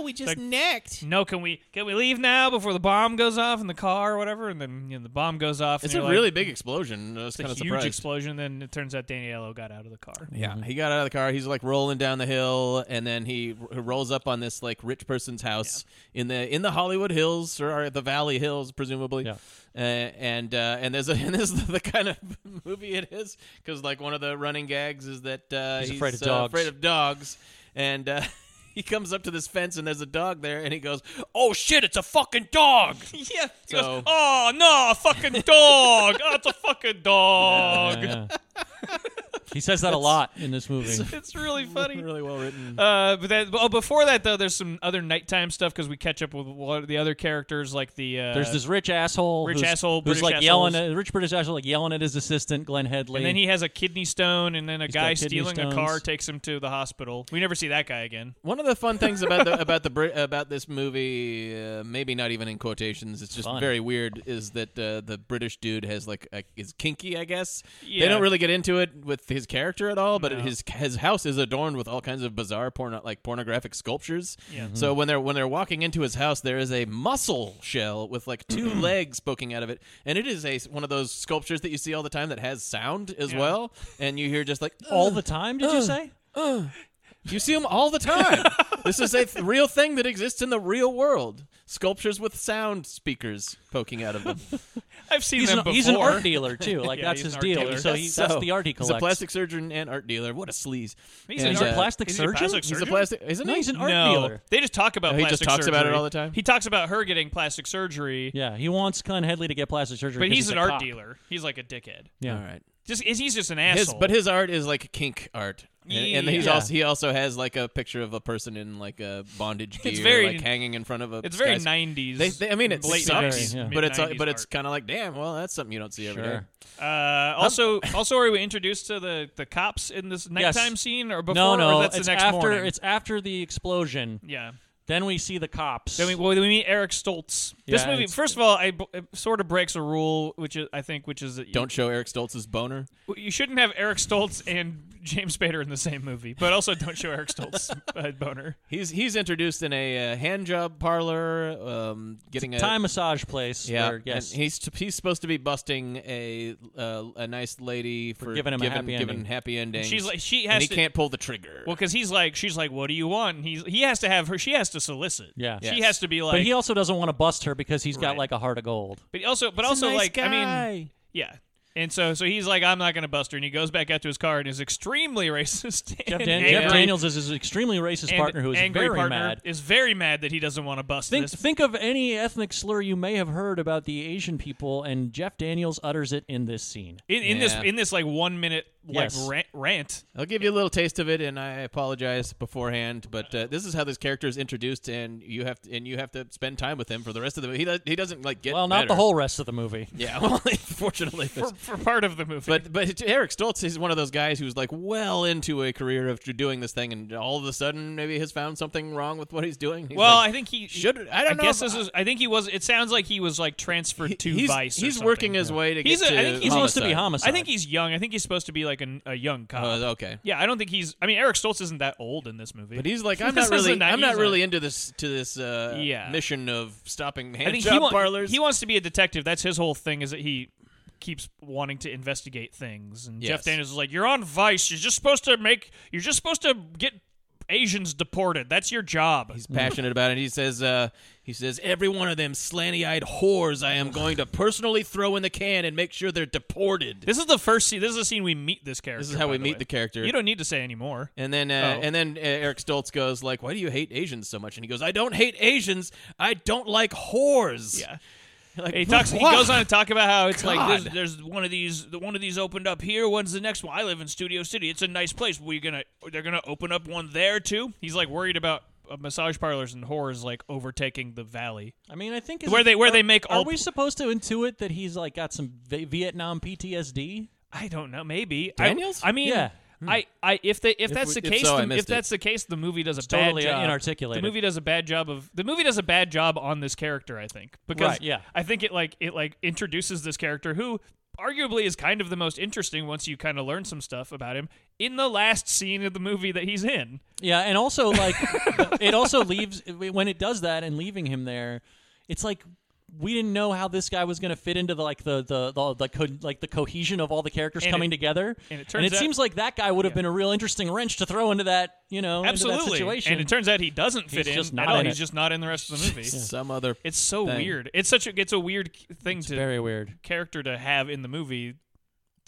[SPEAKER 2] we just
[SPEAKER 1] Like-
[SPEAKER 2] necked.
[SPEAKER 1] No, can we can we leave now before the bomb goes off in the car or whatever? And then you know, the bomb goes off.
[SPEAKER 2] It's a
[SPEAKER 1] and you're like,
[SPEAKER 2] really big explosion. I was
[SPEAKER 1] it's a
[SPEAKER 2] kind of
[SPEAKER 1] huge
[SPEAKER 2] surprised.
[SPEAKER 1] explosion. Then it turns out Daniello got out of the car.
[SPEAKER 2] yeah, he got out of the car. He's like rolling down the hill, and then he r- rolls up on this like rich person's house in the in the Hollywood Hills or the Valley Hills, presumably.
[SPEAKER 3] Yeah.
[SPEAKER 2] Uh, and uh, and there's a, *laughs* and this is the kind of *laughs* movie it is because like one of the running gags is that uh,
[SPEAKER 3] He's afraid of
[SPEAKER 2] uh,
[SPEAKER 3] dogs.
[SPEAKER 2] afraid of dogs, and uh, *laughs* he comes up to this fence and there's a dog there, and he goes, "Oh shit, it's a fucking
[SPEAKER 3] *laughs*
[SPEAKER 2] dog!"
[SPEAKER 1] Yeah. He
[SPEAKER 2] So-
[SPEAKER 1] goes, oh no, a fucking
[SPEAKER 3] *laughs*
[SPEAKER 1] dog! oh, it's a fucking dog. *laughs*
[SPEAKER 3] Yeah, yeah. he says that a lot in this movie.
[SPEAKER 1] It's
[SPEAKER 3] *laughs*
[SPEAKER 1] really funny.
[SPEAKER 2] really well written.
[SPEAKER 1] Uh, but that, oh, before that though, there's some other nighttime stuff because we catch up with one of the other characters, like the uh,
[SPEAKER 3] There's this rich asshole,
[SPEAKER 1] Rich
[SPEAKER 3] who's,
[SPEAKER 1] asshole,
[SPEAKER 3] who's
[SPEAKER 1] British
[SPEAKER 3] like yelling
[SPEAKER 1] assholes.
[SPEAKER 3] at rich British asshole, like yelling at his assistant Glenn Headley.
[SPEAKER 1] and then he has a kidney stone, and then a
[SPEAKER 3] He's got
[SPEAKER 1] guy
[SPEAKER 3] kidney
[SPEAKER 1] stealing
[SPEAKER 3] stones.
[SPEAKER 1] a car takes him to the hospital. We never see that guy again.
[SPEAKER 2] One of the fun things about the about the Brit- about this movie, uh, maybe not even in quotations, it's just
[SPEAKER 3] Fun.
[SPEAKER 2] very weird. Is that uh, the British dude has like a, is kinky? I guess
[SPEAKER 1] Yeah.
[SPEAKER 2] they don't really get into it with his character at all. But
[SPEAKER 1] No.
[SPEAKER 2] his his house is adorned with all kinds of bizarre porno like pornographic sculptures.
[SPEAKER 1] Yeah. Mhm.
[SPEAKER 2] So when they're when they're walking into his house, there is a mussel shell with like two legs poking out of it, and it is a one of those sculptures that you see all the time that has sound as
[SPEAKER 1] Yeah.
[SPEAKER 2] well, and you hear just like
[SPEAKER 3] all the
[SPEAKER 1] *gasps*
[SPEAKER 3] time. Did you say?
[SPEAKER 2] you see them all the time. this is a th- real thing that exists in the real world. Sculptures with sound speakers poking out of them.
[SPEAKER 1] I've seen
[SPEAKER 3] He's
[SPEAKER 1] them
[SPEAKER 3] an,
[SPEAKER 1] before.
[SPEAKER 3] he's an art
[SPEAKER 1] *laughs*
[SPEAKER 3] dealer too. Like
[SPEAKER 1] Yeah,
[SPEAKER 3] that's
[SPEAKER 1] he's
[SPEAKER 3] his
[SPEAKER 1] an art
[SPEAKER 3] deal.
[SPEAKER 1] dealer.
[SPEAKER 3] So, he, that's the art he collects.
[SPEAKER 2] He's a plastic surgeon and art dealer. What a sleaze!
[SPEAKER 1] He's
[SPEAKER 2] And, uh,
[SPEAKER 1] an
[SPEAKER 3] He's a
[SPEAKER 1] art-
[SPEAKER 3] plastic
[SPEAKER 1] is he a
[SPEAKER 3] surgeon?
[SPEAKER 1] plastic
[SPEAKER 2] He's
[SPEAKER 1] surgeon?
[SPEAKER 2] a plastic. Isn't
[SPEAKER 3] No,
[SPEAKER 2] he?
[SPEAKER 3] he's an art
[SPEAKER 1] no,
[SPEAKER 3] dealer. Oh,
[SPEAKER 1] they just talk about.
[SPEAKER 2] No, he just
[SPEAKER 1] plastic
[SPEAKER 2] talks about it
[SPEAKER 1] surgery.
[SPEAKER 2] all the time?
[SPEAKER 1] He talks about her getting plastic surgery,
[SPEAKER 3] Yeah, he wants Glenn Headley to get plastic surgery.
[SPEAKER 1] but
[SPEAKER 3] 'cause
[SPEAKER 1] he's, an
[SPEAKER 3] a
[SPEAKER 1] art
[SPEAKER 3] cop.
[SPEAKER 1] dealer. He's like a dickhead.
[SPEAKER 3] Yeah.
[SPEAKER 2] All right.
[SPEAKER 1] Just he's just an
[SPEAKER 2] His,
[SPEAKER 1] asshole.
[SPEAKER 2] but his art is like kink art, and, and he's
[SPEAKER 3] Yeah.
[SPEAKER 2] also he also has like a picture of a person in like a bondage gear,
[SPEAKER 1] It's very-
[SPEAKER 2] like hanging in front of a.
[SPEAKER 1] it's very
[SPEAKER 2] skyscraper.
[SPEAKER 1] nineties.
[SPEAKER 2] They, they, I mean, it
[SPEAKER 1] late
[SPEAKER 2] sucks,
[SPEAKER 1] 90s,
[SPEAKER 2] but it's uh,
[SPEAKER 1] mid-nineties
[SPEAKER 2] but it's
[SPEAKER 1] art.
[SPEAKER 2] kind of like, damn, well, that's something you don't see every day.
[SPEAKER 3] Sure.
[SPEAKER 1] Uh, also, also, are we introduced to the, the cops in this nighttime scene or before?
[SPEAKER 3] no, no,
[SPEAKER 1] or that's
[SPEAKER 3] it's
[SPEAKER 1] the next
[SPEAKER 3] after.
[SPEAKER 1] morning.
[SPEAKER 3] It's after the explosion.
[SPEAKER 1] yeah.
[SPEAKER 3] Then we see the cops.
[SPEAKER 1] Then we, well, then we meet Eric Stoltz. this
[SPEAKER 3] Yeah,
[SPEAKER 1] movie,
[SPEAKER 3] it's-
[SPEAKER 1] first of all, I, b- it sort of breaks a rule, which is, I think, which is that you,
[SPEAKER 2] Don't show Eric Stoltz's boner.
[SPEAKER 1] you shouldn't have Eric Stoltz and James Spader in the same movie, but also don't show Eric *laughs* Stoltz uh, boner.
[SPEAKER 2] He's he's introduced in a uh, hand job parlor, um, getting a
[SPEAKER 3] Time massage place.
[SPEAKER 2] Yeah,
[SPEAKER 3] where- yes.
[SPEAKER 2] and he's he's supposed to be busting a uh, a nice lady for,
[SPEAKER 3] giving him a happy
[SPEAKER 2] giving
[SPEAKER 3] ending.
[SPEAKER 2] happy endings.
[SPEAKER 1] She's like- she
[SPEAKER 2] and
[SPEAKER 1] has
[SPEAKER 2] he
[SPEAKER 1] to-
[SPEAKER 2] can't pull the trigger.
[SPEAKER 1] Well, because he's like, she's like, what do you want? And he's he has to have her. She has to solicit.
[SPEAKER 3] Yeah.
[SPEAKER 1] she
[SPEAKER 2] Yes.
[SPEAKER 1] has to be like.
[SPEAKER 3] but he also doesn't want to bust her because he's got
[SPEAKER 1] Right.
[SPEAKER 3] like a heart of gold.
[SPEAKER 1] but also, but also, like, I mean, yeah. And so, so he's like, I'm not going to bust her, and he goes back out to his car and is extremely *laughs* racist.
[SPEAKER 3] Jeff,
[SPEAKER 1] and
[SPEAKER 3] Dan-
[SPEAKER 1] angry,
[SPEAKER 3] Jeff Daniels is his extremely racist
[SPEAKER 1] and
[SPEAKER 3] partner who is
[SPEAKER 1] angry
[SPEAKER 3] very
[SPEAKER 1] partner
[SPEAKER 3] mad.
[SPEAKER 1] Is very mad that he doesn't want to bust
[SPEAKER 3] Think,
[SPEAKER 1] this.
[SPEAKER 3] think of any ethnic slur you may have heard about the Asian people, and Jeff Daniels utters it in this scene.
[SPEAKER 1] in, in this
[SPEAKER 2] Yeah.
[SPEAKER 1] in this like one minute like
[SPEAKER 3] Yes.
[SPEAKER 1] rant, rant.
[SPEAKER 2] I'll give you a little taste of it, and I apologize beforehand. But uh, this is how this character is introduced, and you have to, and you have to spend time with him for the rest of the. He does, he doesn't like get
[SPEAKER 3] well, not the
[SPEAKER 2] better.
[SPEAKER 3] whole rest of the movie.
[SPEAKER 1] *laughs*
[SPEAKER 2] Yeah, well,
[SPEAKER 3] *laughs*
[SPEAKER 2] fortunately,
[SPEAKER 1] For, for part of the movie.
[SPEAKER 2] But but *laughs* Eric Stoltz is one of those guys who's like well into a career of doing this thing, and all of a sudden maybe has found something wrong with what he's doing. He's
[SPEAKER 1] well,
[SPEAKER 2] like,
[SPEAKER 1] I think he
[SPEAKER 2] should- I don't know
[SPEAKER 1] guess
[SPEAKER 2] if
[SPEAKER 1] this is. I think he was. It sounds like he was like transferred to
[SPEAKER 2] he's,
[SPEAKER 1] Vice. or
[SPEAKER 2] He's
[SPEAKER 1] something.
[SPEAKER 2] working his way to
[SPEAKER 1] He's
[SPEAKER 2] get
[SPEAKER 1] a-
[SPEAKER 2] to.
[SPEAKER 1] I think
[SPEAKER 3] He's supposed to be homicide.
[SPEAKER 1] I think he's young. I think he's supposed to be like an, a young cop.
[SPEAKER 2] Oh, okay.
[SPEAKER 1] Yeah, I don't think he's. I mean, Eric Stoltz isn't that old in this movie.
[SPEAKER 2] But
[SPEAKER 1] *laughs*
[SPEAKER 2] he's like, I'm
[SPEAKER 1] This
[SPEAKER 2] not really,
[SPEAKER 1] isn't that-
[SPEAKER 2] I'm not
[SPEAKER 1] he's
[SPEAKER 2] really
[SPEAKER 1] a-
[SPEAKER 2] into this to this uh,
[SPEAKER 1] Yeah.
[SPEAKER 2] mission of stopping
[SPEAKER 1] I
[SPEAKER 2] hand
[SPEAKER 1] think
[SPEAKER 2] job
[SPEAKER 1] he, wa-
[SPEAKER 2] parlors.
[SPEAKER 1] he wants to be a detective. That's his whole thing. Is that he keeps wanting to investigate things. And
[SPEAKER 2] Yes.
[SPEAKER 1] Jeff Daniels is like, "You're on Vice. You're just supposed to make. You're just supposed to get Asians deported. That's your job."
[SPEAKER 2] he's passionate about it. He says, uh, he says, every one of them slanty-eyed whores, I am going to personally throw in the can and make sure they're deported.
[SPEAKER 1] this is the first scene. This is the scene we meet this character.
[SPEAKER 2] This is how
[SPEAKER 1] by
[SPEAKER 2] we
[SPEAKER 1] the
[SPEAKER 2] meet
[SPEAKER 1] way.
[SPEAKER 2] the character.
[SPEAKER 1] You don't need to say any more.
[SPEAKER 2] And then, uh,
[SPEAKER 1] Oh.
[SPEAKER 2] and then uh, Eric Stoltz goes like, "Why do you hate Asians so much?" And he goes, "I don't hate Asians. I don't like whores."
[SPEAKER 1] Yeah.
[SPEAKER 2] Like,
[SPEAKER 1] He talks. He goes on to talk about how it's like
[SPEAKER 2] God.
[SPEAKER 1] there's, there's one of these. The one of these opened up here. One's the next one. I live in Studio City. It's a nice place. We're gonna. They're gonna open up one there too. He's like worried about uh, massage parlors and whores like overtaking the valley.
[SPEAKER 3] I mean, I think is
[SPEAKER 1] Where
[SPEAKER 3] it-
[SPEAKER 1] they- where
[SPEAKER 3] are-
[SPEAKER 1] they make
[SPEAKER 3] Are
[SPEAKER 1] all-
[SPEAKER 3] we supposed to intuit that he's like got some v- Vietnam PTSD?
[SPEAKER 1] I don't know. Maybe I-
[SPEAKER 2] Daniels?
[SPEAKER 1] I, mean,
[SPEAKER 3] Yeah. Hmm.
[SPEAKER 1] I, I, if they, if, that's
[SPEAKER 2] we-
[SPEAKER 1] the
[SPEAKER 2] if
[SPEAKER 1] case,
[SPEAKER 2] so, I
[SPEAKER 1] the,
[SPEAKER 2] missed
[SPEAKER 1] if
[SPEAKER 2] it.
[SPEAKER 1] that's the case, the movie does a bad
[SPEAKER 3] totally
[SPEAKER 1] job.
[SPEAKER 3] inarticulated.
[SPEAKER 1] The movie does a bad job of the movie does a bad job on this character. I think because
[SPEAKER 3] Right, yeah.
[SPEAKER 1] I think it like it like introduces this character who arguably is kind of the most interesting once you kind of learn some stuff about him in the last scene of the movie that he's in.
[SPEAKER 3] Yeah, and
[SPEAKER 1] *laughs*
[SPEAKER 3] also like it also leaves when it does that and leaving him there, it's like we didn't know how this guy was going to fit into the like the the the, the co- like the cohesion of all the characters
[SPEAKER 1] And
[SPEAKER 3] coming
[SPEAKER 1] it-
[SPEAKER 3] together.
[SPEAKER 1] and it turns out-
[SPEAKER 3] seems like that guy would have been a real interesting wrench to throw into that you know into that
[SPEAKER 1] Absolutely.
[SPEAKER 3] situation.
[SPEAKER 1] And it turns out he doesn't fit
[SPEAKER 3] He's
[SPEAKER 1] in
[SPEAKER 3] just
[SPEAKER 1] at
[SPEAKER 3] not
[SPEAKER 1] all.
[SPEAKER 3] in
[SPEAKER 1] He's
[SPEAKER 3] it.
[SPEAKER 1] just not in the rest of the
[SPEAKER 3] *laughs*
[SPEAKER 1] movie.
[SPEAKER 2] Some other.
[SPEAKER 1] It's so
[SPEAKER 2] thing.
[SPEAKER 1] weird. It's such a it's a weird thing to
[SPEAKER 3] very weird.
[SPEAKER 1] character to have in the movie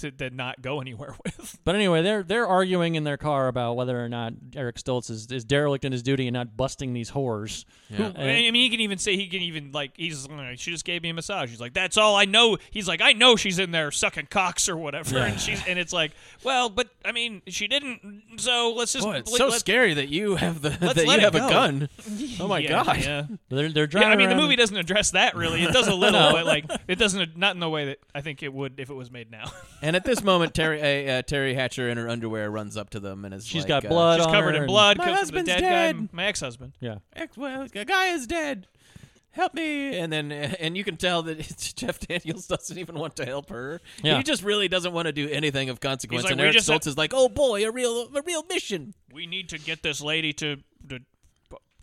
[SPEAKER 1] to, to not go anywhere *laughs* with.
[SPEAKER 3] But anyway, they're they're arguing in their car about whether or not Eric Stoltz is, is derelict in his duty and not busting these whores.
[SPEAKER 2] Yeah.
[SPEAKER 1] I mean, he can even say he can even like he's just like, she just gave me a massage. He's like, that's all I know. He's like, I know she's in there sucking cocks or whatever, and she's and it's like, well, but I mean, she didn't. So let's just
[SPEAKER 2] Boy, it's
[SPEAKER 1] let-
[SPEAKER 2] so
[SPEAKER 1] let-
[SPEAKER 2] scary that you have the that you
[SPEAKER 1] let it
[SPEAKER 2] have
[SPEAKER 1] go.
[SPEAKER 2] a
[SPEAKER 3] *laughs*
[SPEAKER 2] gun. Oh my
[SPEAKER 1] Yeah,
[SPEAKER 2] god! *laughs*
[SPEAKER 1] Yeah.
[SPEAKER 3] They're they're
[SPEAKER 1] Yeah,
[SPEAKER 3] driving.
[SPEAKER 1] I mean, the
[SPEAKER 3] around-
[SPEAKER 1] movie doesn't address that really. It does a little, but like it doesn't not in the way that I think it would if it was made now.
[SPEAKER 2] And at this moment, Terry uh, uh, Terry Hatcher in her underwear runs up to them and is uh,
[SPEAKER 3] She's
[SPEAKER 2] she's
[SPEAKER 3] got blood
[SPEAKER 1] She's
[SPEAKER 3] on
[SPEAKER 1] covered
[SPEAKER 3] her
[SPEAKER 1] in
[SPEAKER 3] and-
[SPEAKER 1] blood.
[SPEAKER 2] My
[SPEAKER 1] comes to the
[SPEAKER 2] husband's
[SPEAKER 1] dead, guy,
[SPEAKER 2] dead.
[SPEAKER 1] my ex-husband.
[SPEAKER 3] Yeah.
[SPEAKER 2] Ex- well, a guy is dead. Help me! And then, uh, and you can tell that *laughs* it's Jeff Daniels doesn't even want to help her.
[SPEAKER 3] Yeah.
[SPEAKER 2] He just really doesn't want to do anything of consequence.
[SPEAKER 1] like,
[SPEAKER 2] and
[SPEAKER 1] "We
[SPEAKER 2] Eric
[SPEAKER 1] just
[SPEAKER 2] Stoltz
[SPEAKER 1] have-
[SPEAKER 2] is like, "Oh boy, a real, a real mission."
[SPEAKER 1] we need to get this lady to the,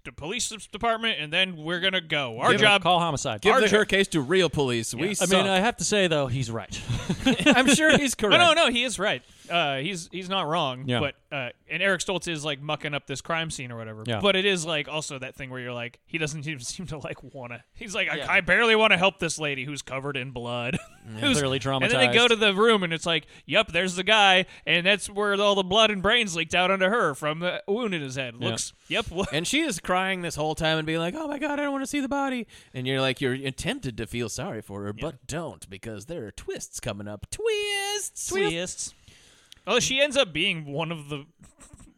[SPEAKER 1] the police department, and then we're gonna go. Our
[SPEAKER 3] Give it a
[SPEAKER 1] job.
[SPEAKER 3] Call homicide.
[SPEAKER 2] Give
[SPEAKER 3] Our
[SPEAKER 2] the,
[SPEAKER 3] jo-
[SPEAKER 2] her case to real police. We,
[SPEAKER 3] I
[SPEAKER 2] suck.
[SPEAKER 3] mean, I have to say though, he's right. *laughs*
[SPEAKER 2] I'm sure *laughs* he's correct.
[SPEAKER 1] No, no, no. He is right. Uh, he's he's not wrong.
[SPEAKER 3] Yeah.
[SPEAKER 1] But uh, and Eric Stoltz is like mucking up this crime scene or whatever.
[SPEAKER 3] Yeah.
[SPEAKER 1] But it is like also that thing where you're like, he doesn't *laughs* even seem to like wanna. He's like, I, I barely want to help this lady who's covered in blood, *laughs* who's
[SPEAKER 3] Clearly traumatized.
[SPEAKER 1] And then they go to the room and it's like, yep, there's the guy, and that's where all the blood and brains leaked out onto her from the wound in his head. Looks, yep. Well,
[SPEAKER 2] And she is crying this whole time and being like, "Oh my god, I don't want to see the body." And you're like, you're tempted to feel sorry for her, but don't because there are twists coming up. Twists.
[SPEAKER 1] twists. Oh, she ends up being one of the,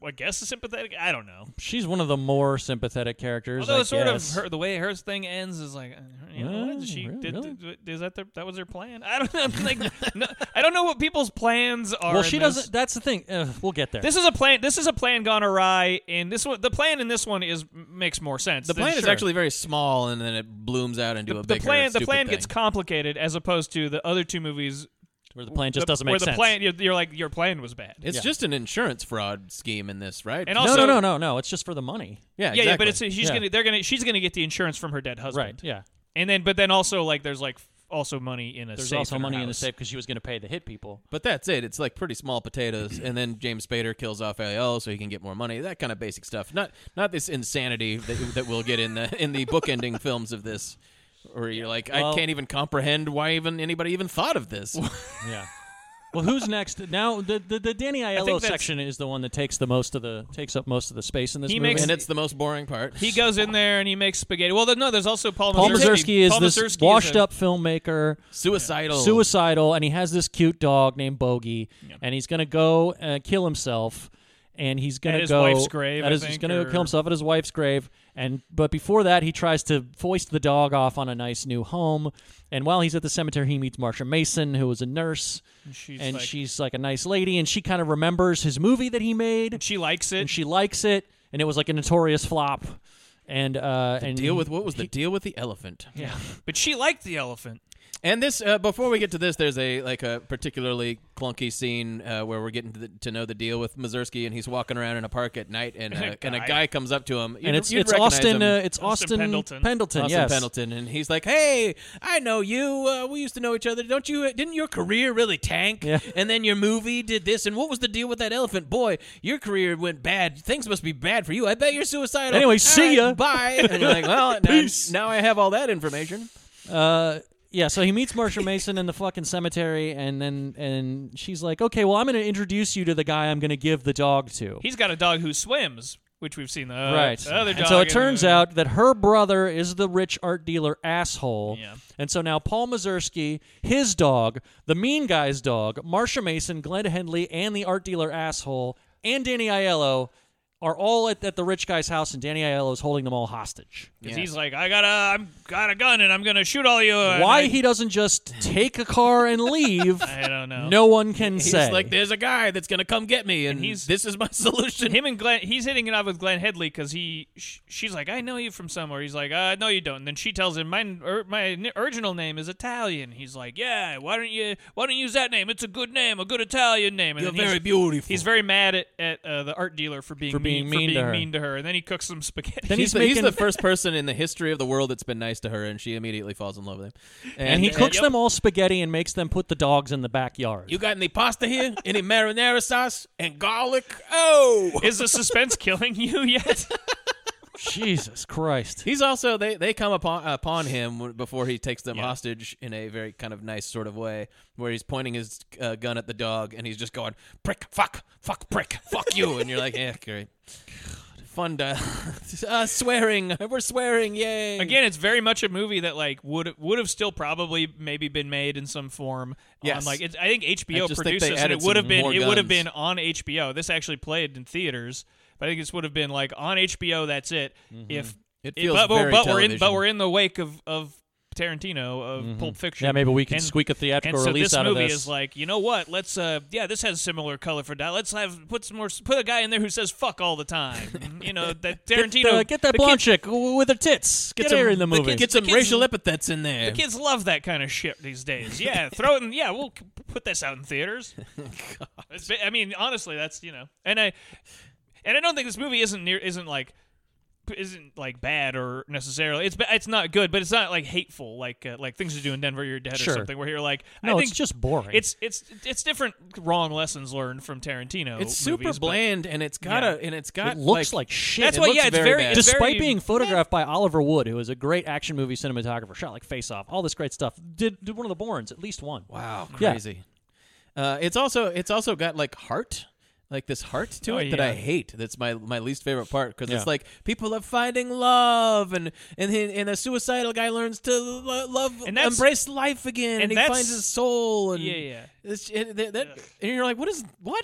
[SPEAKER 1] I guess, the sympathetic. I don't know.
[SPEAKER 3] She's one of the more sympathetic characters.
[SPEAKER 1] Although
[SPEAKER 3] I
[SPEAKER 1] it's sort
[SPEAKER 3] guess.
[SPEAKER 1] of her, the way her thing ends is like, uh, you know, what
[SPEAKER 3] Yeah,
[SPEAKER 1] did she
[SPEAKER 3] really,
[SPEAKER 1] did.
[SPEAKER 3] really.
[SPEAKER 1] th- Is that their, that was their plan? I don't *laughs* know. Like, no, I don't know what people's plans are.
[SPEAKER 3] Well,
[SPEAKER 1] in
[SPEAKER 3] she
[SPEAKER 1] this.
[SPEAKER 3] doesn't. That's the thing. Uh, we'll get there.
[SPEAKER 1] This is a plan. This is a plan gone awry, and this one, the plan in this one is makes more sense.
[SPEAKER 2] The
[SPEAKER 1] than-
[SPEAKER 2] plan is
[SPEAKER 1] sure.
[SPEAKER 2] actually very small, and then it blooms out into
[SPEAKER 1] the,
[SPEAKER 2] a
[SPEAKER 1] the
[SPEAKER 2] bigger.
[SPEAKER 1] plan. The
[SPEAKER 2] stupid
[SPEAKER 1] plan
[SPEAKER 2] thing.
[SPEAKER 1] gets complicated as opposed to the other two movies.
[SPEAKER 3] where the plan just
[SPEAKER 1] the-
[SPEAKER 3] doesn't make
[SPEAKER 1] where
[SPEAKER 3] sense.
[SPEAKER 1] the plan, you're, you're like your plan was bad.
[SPEAKER 2] It's just an insurance fraud scheme in this, right?
[SPEAKER 1] And
[SPEAKER 3] no,
[SPEAKER 1] also-
[SPEAKER 3] no, no, no, no. It's just for the money.
[SPEAKER 2] yeah,
[SPEAKER 1] yeah, yeah,
[SPEAKER 2] exactly.
[SPEAKER 1] but it's she's
[SPEAKER 3] Yeah.
[SPEAKER 1] gonna they're gonna she's gonna get the insurance from her dead husband.
[SPEAKER 3] Right. Yeah.
[SPEAKER 1] And then, but then also like there's like f- also money in a
[SPEAKER 3] There's
[SPEAKER 1] safe
[SPEAKER 3] also
[SPEAKER 1] in her
[SPEAKER 3] money in the
[SPEAKER 1] house.
[SPEAKER 3] safe because she was going to pay the hit people.
[SPEAKER 2] But that's it. It's like pretty small potatoes, and then James Spader kills off Al so he can get more money. That kind of basic stuff. Not not this insanity that that we'll get in the in the bookending films of this, where you're like, I
[SPEAKER 3] Well-
[SPEAKER 2] can't even comprehend why even anybody even thought of this.
[SPEAKER 3] Yeah. well, who's next? Now the the, the Danny Aiello
[SPEAKER 1] that's-
[SPEAKER 3] section is the one that takes the most of the takes up most of the space in this
[SPEAKER 1] He
[SPEAKER 3] movie.
[SPEAKER 1] makes-
[SPEAKER 2] and it's the most boring part.
[SPEAKER 1] He goes in there and he makes spaghetti. Well, there- no, there's also Paul,
[SPEAKER 3] Paul Mazursky is
[SPEAKER 1] Paul
[SPEAKER 3] this
[SPEAKER 1] Mazursky is
[SPEAKER 3] washed
[SPEAKER 1] a-
[SPEAKER 3] up filmmaker.
[SPEAKER 2] suicidal.
[SPEAKER 3] suicidal, and he has this cute dog named Bogey, and he's gonna go uh, kill himself, and he's gonna
[SPEAKER 1] At his
[SPEAKER 3] go
[SPEAKER 1] wife's grave, I
[SPEAKER 3] at his- he's
[SPEAKER 1] think,
[SPEAKER 3] gonna go
[SPEAKER 1] or-
[SPEAKER 3] kill himself at his wife's grave, and but before that, he tries to foist the dog off on a nice new home, and while he's at the cemetery, he meets Marsha Mason, who is a nurse,
[SPEAKER 1] she's
[SPEAKER 3] and
[SPEAKER 1] like-
[SPEAKER 3] she's like a nice lady, and she kind of remembers his movie that he made,
[SPEAKER 1] She likes it.
[SPEAKER 3] and she likes it, and it was like a notorious flop, and uh, and
[SPEAKER 2] deal with what was the deal with the elephant?
[SPEAKER 1] yeah, but she liked the elephant.
[SPEAKER 2] And this, uh, before we get to this, there's a like a particularly clunky scene uh, where we're getting to, the, to know the deal with Mazursky, and he's walking around in a park at night, and a, and a
[SPEAKER 1] Guy.
[SPEAKER 2] guy comes up to him, You'd-
[SPEAKER 3] and it's
[SPEAKER 2] you'd
[SPEAKER 3] it's
[SPEAKER 2] recognize
[SPEAKER 3] Austin
[SPEAKER 2] him.
[SPEAKER 3] uh, it's
[SPEAKER 1] Austin
[SPEAKER 3] Austin
[SPEAKER 1] Pendleton.
[SPEAKER 3] Pendleton
[SPEAKER 2] Austin
[SPEAKER 3] yes
[SPEAKER 2] Pendleton, and he's like, "Hey, I know you. Uh, we used to know each other. Don't you? Didn't your career really tank?
[SPEAKER 3] Yeah.
[SPEAKER 2] And then your movie did this. And what was the deal with that elephant boy? Your career went bad. Things must be bad for you. I bet you're suicidal.
[SPEAKER 3] Anyway,
[SPEAKER 2] All
[SPEAKER 3] see ya.
[SPEAKER 2] Bye." And you're like,
[SPEAKER 3] *laughs*
[SPEAKER 2] "Well, now,
[SPEAKER 3] Peace.
[SPEAKER 2] now I have all that information."
[SPEAKER 3] Uh, yeah, so he meets Marsha Mason in the fucking cemetery, and then and she's like, "Okay, well, I'm going to introduce you to the guy I'm going to give the dog to."
[SPEAKER 1] He's got a dog who swims, which we've seen the other-
[SPEAKER 3] right.
[SPEAKER 1] the other
[SPEAKER 3] and
[SPEAKER 1] dog.
[SPEAKER 3] so it
[SPEAKER 1] in-
[SPEAKER 3] turns out that her brother is the rich art dealer asshole.
[SPEAKER 1] Yeah.
[SPEAKER 3] And so now Paul Mazursky, his dog, the mean guy's dog, Marsha Mason, Glenn Hendley, and the art dealer asshole, and Danny Aiello are all at, at the rich guy's house, and Danny Aiello is holding them all hostage.
[SPEAKER 1] Because he's like, I got a, I'm got a gun, and I'm gonna shoot all you. and
[SPEAKER 3] Why
[SPEAKER 1] I-
[SPEAKER 3] he doesn't just take a car and
[SPEAKER 1] *laughs*
[SPEAKER 3] leave?
[SPEAKER 1] I don't know.
[SPEAKER 3] No one can
[SPEAKER 2] He's
[SPEAKER 3] say.
[SPEAKER 2] like, there's a guy that's gonna come get me, and,
[SPEAKER 1] he's-
[SPEAKER 2] this is my *laughs* solution.
[SPEAKER 1] him and Glenn, he's hitting it off with Glenn Headley because he, sh- she's like, I know you from somewhere. He's like, uh, no, you don't. And then she tells him, my er, my n- original name is Italian. He's like, yeah, why don't you why don't you use that name? It's a good name, a good Italian name. And
[SPEAKER 2] You're
[SPEAKER 1] then he's-
[SPEAKER 2] very beautiful.
[SPEAKER 1] He's very mad at, at uh, the art dealer for being
[SPEAKER 3] For being mean
[SPEAKER 1] for
[SPEAKER 3] to
[SPEAKER 1] being
[SPEAKER 3] her.
[SPEAKER 1] mean to her. And then he cooks some spaghetti.
[SPEAKER 3] Then
[SPEAKER 2] he's,
[SPEAKER 3] he's
[SPEAKER 2] the, he's
[SPEAKER 3] making-
[SPEAKER 2] the first person in the history of the world that's been nice to her, and she immediately falls in love with him. uh,
[SPEAKER 3] and he cooks
[SPEAKER 1] uh, yep.
[SPEAKER 3] them all spaghetti and makes them put the dogs in the backyard.
[SPEAKER 2] You got any pasta here? any marinara sauce and garlic? Oh,
[SPEAKER 1] *laughs* is the suspense killing you yet?
[SPEAKER 3] Jesus Christ.
[SPEAKER 2] he's also they they come upon upon him w- before he takes them hostage in a very kind of nice sort of way, where he's pointing his uh, gun at the dog and he's just going prick, fuck, fuck, prick, fuck you, and you're like, *laughs* yeah, great. Fun dial. *laughs* uh, swearing. We're swearing. Yay.
[SPEAKER 1] Again, it's very much a movie that like would would have still probably maybe been made in some form.
[SPEAKER 2] Yes.
[SPEAKER 1] on, like it's, I think HBO
[SPEAKER 2] I just think
[SPEAKER 1] produced
[SPEAKER 2] they
[SPEAKER 1] this, and
[SPEAKER 2] added
[SPEAKER 1] it would
[SPEAKER 2] some
[SPEAKER 1] have been
[SPEAKER 2] more
[SPEAKER 1] it would have
[SPEAKER 2] guns.
[SPEAKER 1] been on HBO. This actually played in theaters, but I think this would have been like on HBO. That's it.
[SPEAKER 3] Mm-hmm.
[SPEAKER 1] If
[SPEAKER 2] It feels
[SPEAKER 1] but, but-
[SPEAKER 2] very
[SPEAKER 1] but we're in but
[SPEAKER 2] television.
[SPEAKER 1] we're in the wake of of Tarantino of Pulp Fiction.
[SPEAKER 3] Mm-hmm. Yeah, maybe we can
[SPEAKER 1] And-
[SPEAKER 3] squeak a theatrical
[SPEAKER 1] and so
[SPEAKER 3] release
[SPEAKER 1] this
[SPEAKER 3] out of
[SPEAKER 1] movie
[SPEAKER 3] this.
[SPEAKER 1] is like, you know what? Let's uh, yeah, this has similar color for dial. Let's have put some more, put a guy in there who says fuck all the time. *laughs* *laughs* you know that
[SPEAKER 3] Get,
[SPEAKER 1] Tarantino
[SPEAKER 3] uh, get that
[SPEAKER 1] the
[SPEAKER 3] blonde
[SPEAKER 1] kids-
[SPEAKER 3] chick w- with her tits. Get,
[SPEAKER 2] some-
[SPEAKER 3] her in the movie.
[SPEAKER 2] Get some
[SPEAKER 1] The kids-
[SPEAKER 2] racial epithets in there.
[SPEAKER 1] The kids love that kind of shit these
[SPEAKER 2] *laughs*
[SPEAKER 1] days. Yeah, throw it in. Yeah, we'll c- put this out in theaters. It's ba- I mean, honestly, that's you know, and I and I don't think this movie isn't near isn't like isn't like bad or necessarily it's ba- it's not good, but it's not like hateful like uh, like things you do in Denver, you're dead
[SPEAKER 3] Sure.
[SPEAKER 1] or something. Where you're like,
[SPEAKER 3] No,
[SPEAKER 1] I
[SPEAKER 3] it's
[SPEAKER 1] think
[SPEAKER 3] just boring.
[SPEAKER 1] It's it's it's different wrong lessons learned from Tarantino.
[SPEAKER 2] It's super
[SPEAKER 1] Oh, movies, but-
[SPEAKER 2] bland, and it's got
[SPEAKER 1] Yeah.
[SPEAKER 2] a and it's got
[SPEAKER 3] it looks like, shit.
[SPEAKER 1] That's
[SPEAKER 2] It
[SPEAKER 1] why,
[SPEAKER 2] looks
[SPEAKER 1] yeah, it's
[SPEAKER 2] very
[SPEAKER 1] very,
[SPEAKER 2] bad.
[SPEAKER 1] it's
[SPEAKER 3] Despite
[SPEAKER 1] very-
[SPEAKER 3] being photographed by Oliver Wood, who is a great action movie cinematographer, shot like Face Off, all this great stuff. Did did one of the Bournes, at least one.
[SPEAKER 2] wow,
[SPEAKER 3] Yeah.
[SPEAKER 2] crazy. Uh, it's also it's also got like heart, like this heart to
[SPEAKER 1] Oh,
[SPEAKER 2] it that I
[SPEAKER 1] yeah.
[SPEAKER 2] hate. That's my my least favorite part because
[SPEAKER 3] Yeah.
[SPEAKER 2] it's like people are finding love, and and he, and a suicidal guy learns to lo- love,
[SPEAKER 1] And that's-
[SPEAKER 2] embrace life again,
[SPEAKER 1] and
[SPEAKER 2] and, he
[SPEAKER 1] that's-
[SPEAKER 2] finds his soul, and
[SPEAKER 1] Yeah, yeah.
[SPEAKER 2] it's- it- that- that- and you're like, what is what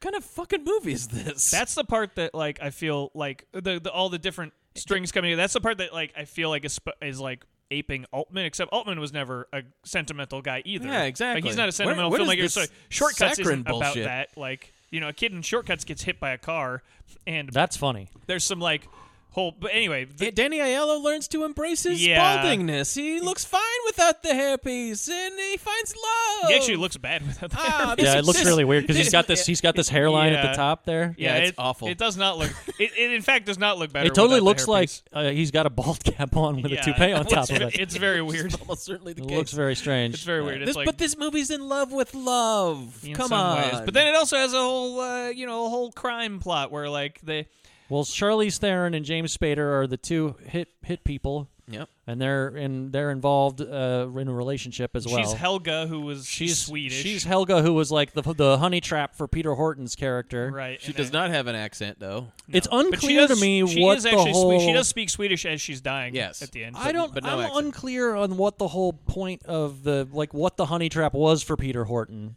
[SPEAKER 2] kind of fucking movie is this?
[SPEAKER 1] That's the part that like I feel like the, the all the different strings coming. together. That's the part that like I feel like is, sp- is like aping Altman. Except Altman was never a sentimental guy either.
[SPEAKER 2] Yeah, exactly.
[SPEAKER 1] Like, he's not
[SPEAKER 2] Where-
[SPEAKER 1] a sentimental
[SPEAKER 2] where does
[SPEAKER 1] filmmaker.
[SPEAKER 2] this
[SPEAKER 1] So shortcuts
[SPEAKER 2] saccharine
[SPEAKER 1] isn't about
[SPEAKER 2] bullshit-
[SPEAKER 1] that. Like you know, a kid in shortcuts gets hit by a car, and
[SPEAKER 3] That's funny.
[SPEAKER 1] there's some like whole. But anyway, the,
[SPEAKER 2] Yeah, Danny Aiello learns to embrace his
[SPEAKER 1] Yeah.
[SPEAKER 2] baldingness. He looks fine without the hairpiece, and he finds love.
[SPEAKER 1] he actually looks bad without that.
[SPEAKER 2] Ah, this
[SPEAKER 3] Yeah, it
[SPEAKER 2] is-
[SPEAKER 3] looks
[SPEAKER 2] this-
[SPEAKER 3] really weird because
[SPEAKER 2] *laughs*
[SPEAKER 3] he's got this he's got this hairline
[SPEAKER 1] *laughs*
[SPEAKER 3] at
[SPEAKER 1] Yeah.
[SPEAKER 3] the top there.
[SPEAKER 2] Yeah, it's
[SPEAKER 1] it,
[SPEAKER 2] awful.
[SPEAKER 1] It does
[SPEAKER 2] *laughs*
[SPEAKER 1] not look. It, it in fact does not look better.
[SPEAKER 3] It
[SPEAKER 1] without
[SPEAKER 3] totally
[SPEAKER 1] the
[SPEAKER 3] looks like
[SPEAKER 1] hairpiece.
[SPEAKER 3] uh, he's got a bald *laughs* cap on with
[SPEAKER 1] Yeah,
[SPEAKER 3] a toupee on
[SPEAKER 1] it's
[SPEAKER 3] top of
[SPEAKER 1] ve-
[SPEAKER 3] it. It
[SPEAKER 1] It's very weird.
[SPEAKER 2] *laughs* It's almost certainly the case.
[SPEAKER 3] looks very strange.
[SPEAKER 1] It's very weird. It's
[SPEAKER 2] This-
[SPEAKER 1] like,
[SPEAKER 2] but this movie's in love with love.
[SPEAKER 1] in
[SPEAKER 2] Come
[SPEAKER 1] some
[SPEAKER 2] on.
[SPEAKER 1] ways. But then it also has a whole, uh, you know, a whole crime plot where like they,
[SPEAKER 3] Well, Charlize Theron and James Spader are the two hit hit people,
[SPEAKER 2] yep.
[SPEAKER 3] and they're in they're involved uh, in a relationship as well.
[SPEAKER 1] she's Helga who was
[SPEAKER 3] She's
[SPEAKER 1] Swedish.
[SPEAKER 3] She's Helga, who was like the the honey trap for Peter Horton's character.
[SPEAKER 1] right.
[SPEAKER 2] She
[SPEAKER 1] and
[SPEAKER 2] does
[SPEAKER 1] then-
[SPEAKER 2] not have an accent though.
[SPEAKER 3] It's
[SPEAKER 1] But she
[SPEAKER 3] unclear
[SPEAKER 1] does,
[SPEAKER 3] to me
[SPEAKER 1] she
[SPEAKER 3] what
[SPEAKER 1] is
[SPEAKER 3] the
[SPEAKER 1] actually swe-
[SPEAKER 3] whole.
[SPEAKER 1] she does speak Swedish as she's dying.
[SPEAKER 2] Yes.
[SPEAKER 1] At the end,
[SPEAKER 3] I don't.
[SPEAKER 2] but no
[SPEAKER 3] I'm
[SPEAKER 2] accent.
[SPEAKER 3] unclear on what the whole point of the like what the honey trap was for Peter Horton.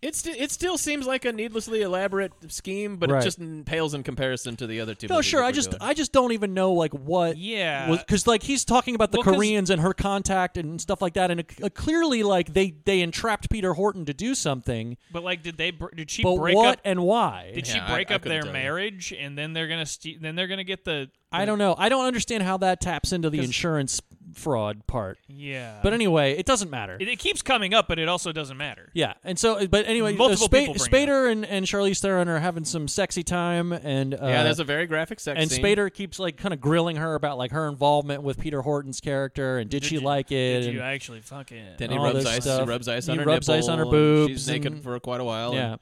[SPEAKER 2] It's it still seems like a needlessly elaborate scheme, but
[SPEAKER 3] Right.
[SPEAKER 2] it just n- pales in comparison to the other two.
[SPEAKER 3] No,
[SPEAKER 2] movies
[SPEAKER 3] sure.
[SPEAKER 2] that
[SPEAKER 3] I
[SPEAKER 2] we're
[SPEAKER 3] just
[SPEAKER 2] doing.
[SPEAKER 3] I just don't even know like what.
[SPEAKER 1] Yeah.
[SPEAKER 3] Because like he's talking about the
[SPEAKER 1] Well, 'cause-
[SPEAKER 3] Koreans and her contact and stuff like that, and it, uh, clearly like they they entrapped Peter Horton to do something.
[SPEAKER 1] But like, did they? br- Did she
[SPEAKER 3] But
[SPEAKER 1] break
[SPEAKER 3] what
[SPEAKER 1] up?
[SPEAKER 3] and why?
[SPEAKER 1] Did
[SPEAKER 2] Yeah,
[SPEAKER 1] she
[SPEAKER 2] I-
[SPEAKER 1] break
[SPEAKER 2] I
[SPEAKER 1] up
[SPEAKER 2] couldn't
[SPEAKER 1] their
[SPEAKER 2] tell you.
[SPEAKER 1] marriage, and then they're gonna st- then they're gonna get the
[SPEAKER 3] I don't know. I don't understand how that taps into the insurance fraud part.
[SPEAKER 1] yeah.
[SPEAKER 3] But anyway, it doesn't matter.
[SPEAKER 1] it, it keeps coming up, but it also doesn't matter.
[SPEAKER 3] yeah, and so, but anyway, uh,
[SPEAKER 1] Multiple
[SPEAKER 3] Spa-
[SPEAKER 1] people bring it
[SPEAKER 3] Spader and and Charlize Theron are having some sexy time, and uh,
[SPEAKER 2] yeah, there's a very graphic sex
[SPEAKER 3] and
[SPEAKER 2] scene.
[SPEAKER 3] Spader keeps like kind of grilling her about like her involvement with Peter Horton's character, and did, she
[SPEAKER 1] you-
[SPEAKER 3] like it?
[SPEAKER 1] Did
[SPEAKER 3] and-
[SPEAKER 1] you actually fuck it?
[SPEAKER 2] Then he
[SPEAKER 3] all
[SPEAKER 2] rubs
[SPEAKER 3] this
[SPEAKER 2] ice. He
[SPEAKER 3] stuff.
[SPEAKER 2] rubs ice
[SPEAKER 3] He
[SPEAKER 2] on her
[SPEAKER 3] rubs ice
[SPEAKER 2] nipple,
[SPEAKER 3] on her
[SPEAKER 2] and
[SPEAKER 3] boobs
[SPEAKER 2] She's naked
[SPEAKER 3] and-
[SPEAKER 2] for quite a while.
[SPEAKER 3] yeah,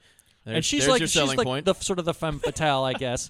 [SPEAKER 2] and,
[SPEAKER 3] and she's
[SPEAKER 2] there's
[SPEAKER 3] like
[SPEAKER 2] your
[SPEAKER 3] she's
[SPEAKER 2] selling
[SPEAKER 3] like
[SPEAKER 2] point.
[SPEAKER 3] the sort of the femme fatale,
[SPEAKER 1] *laughs*
[SPEAKER 3] I guess.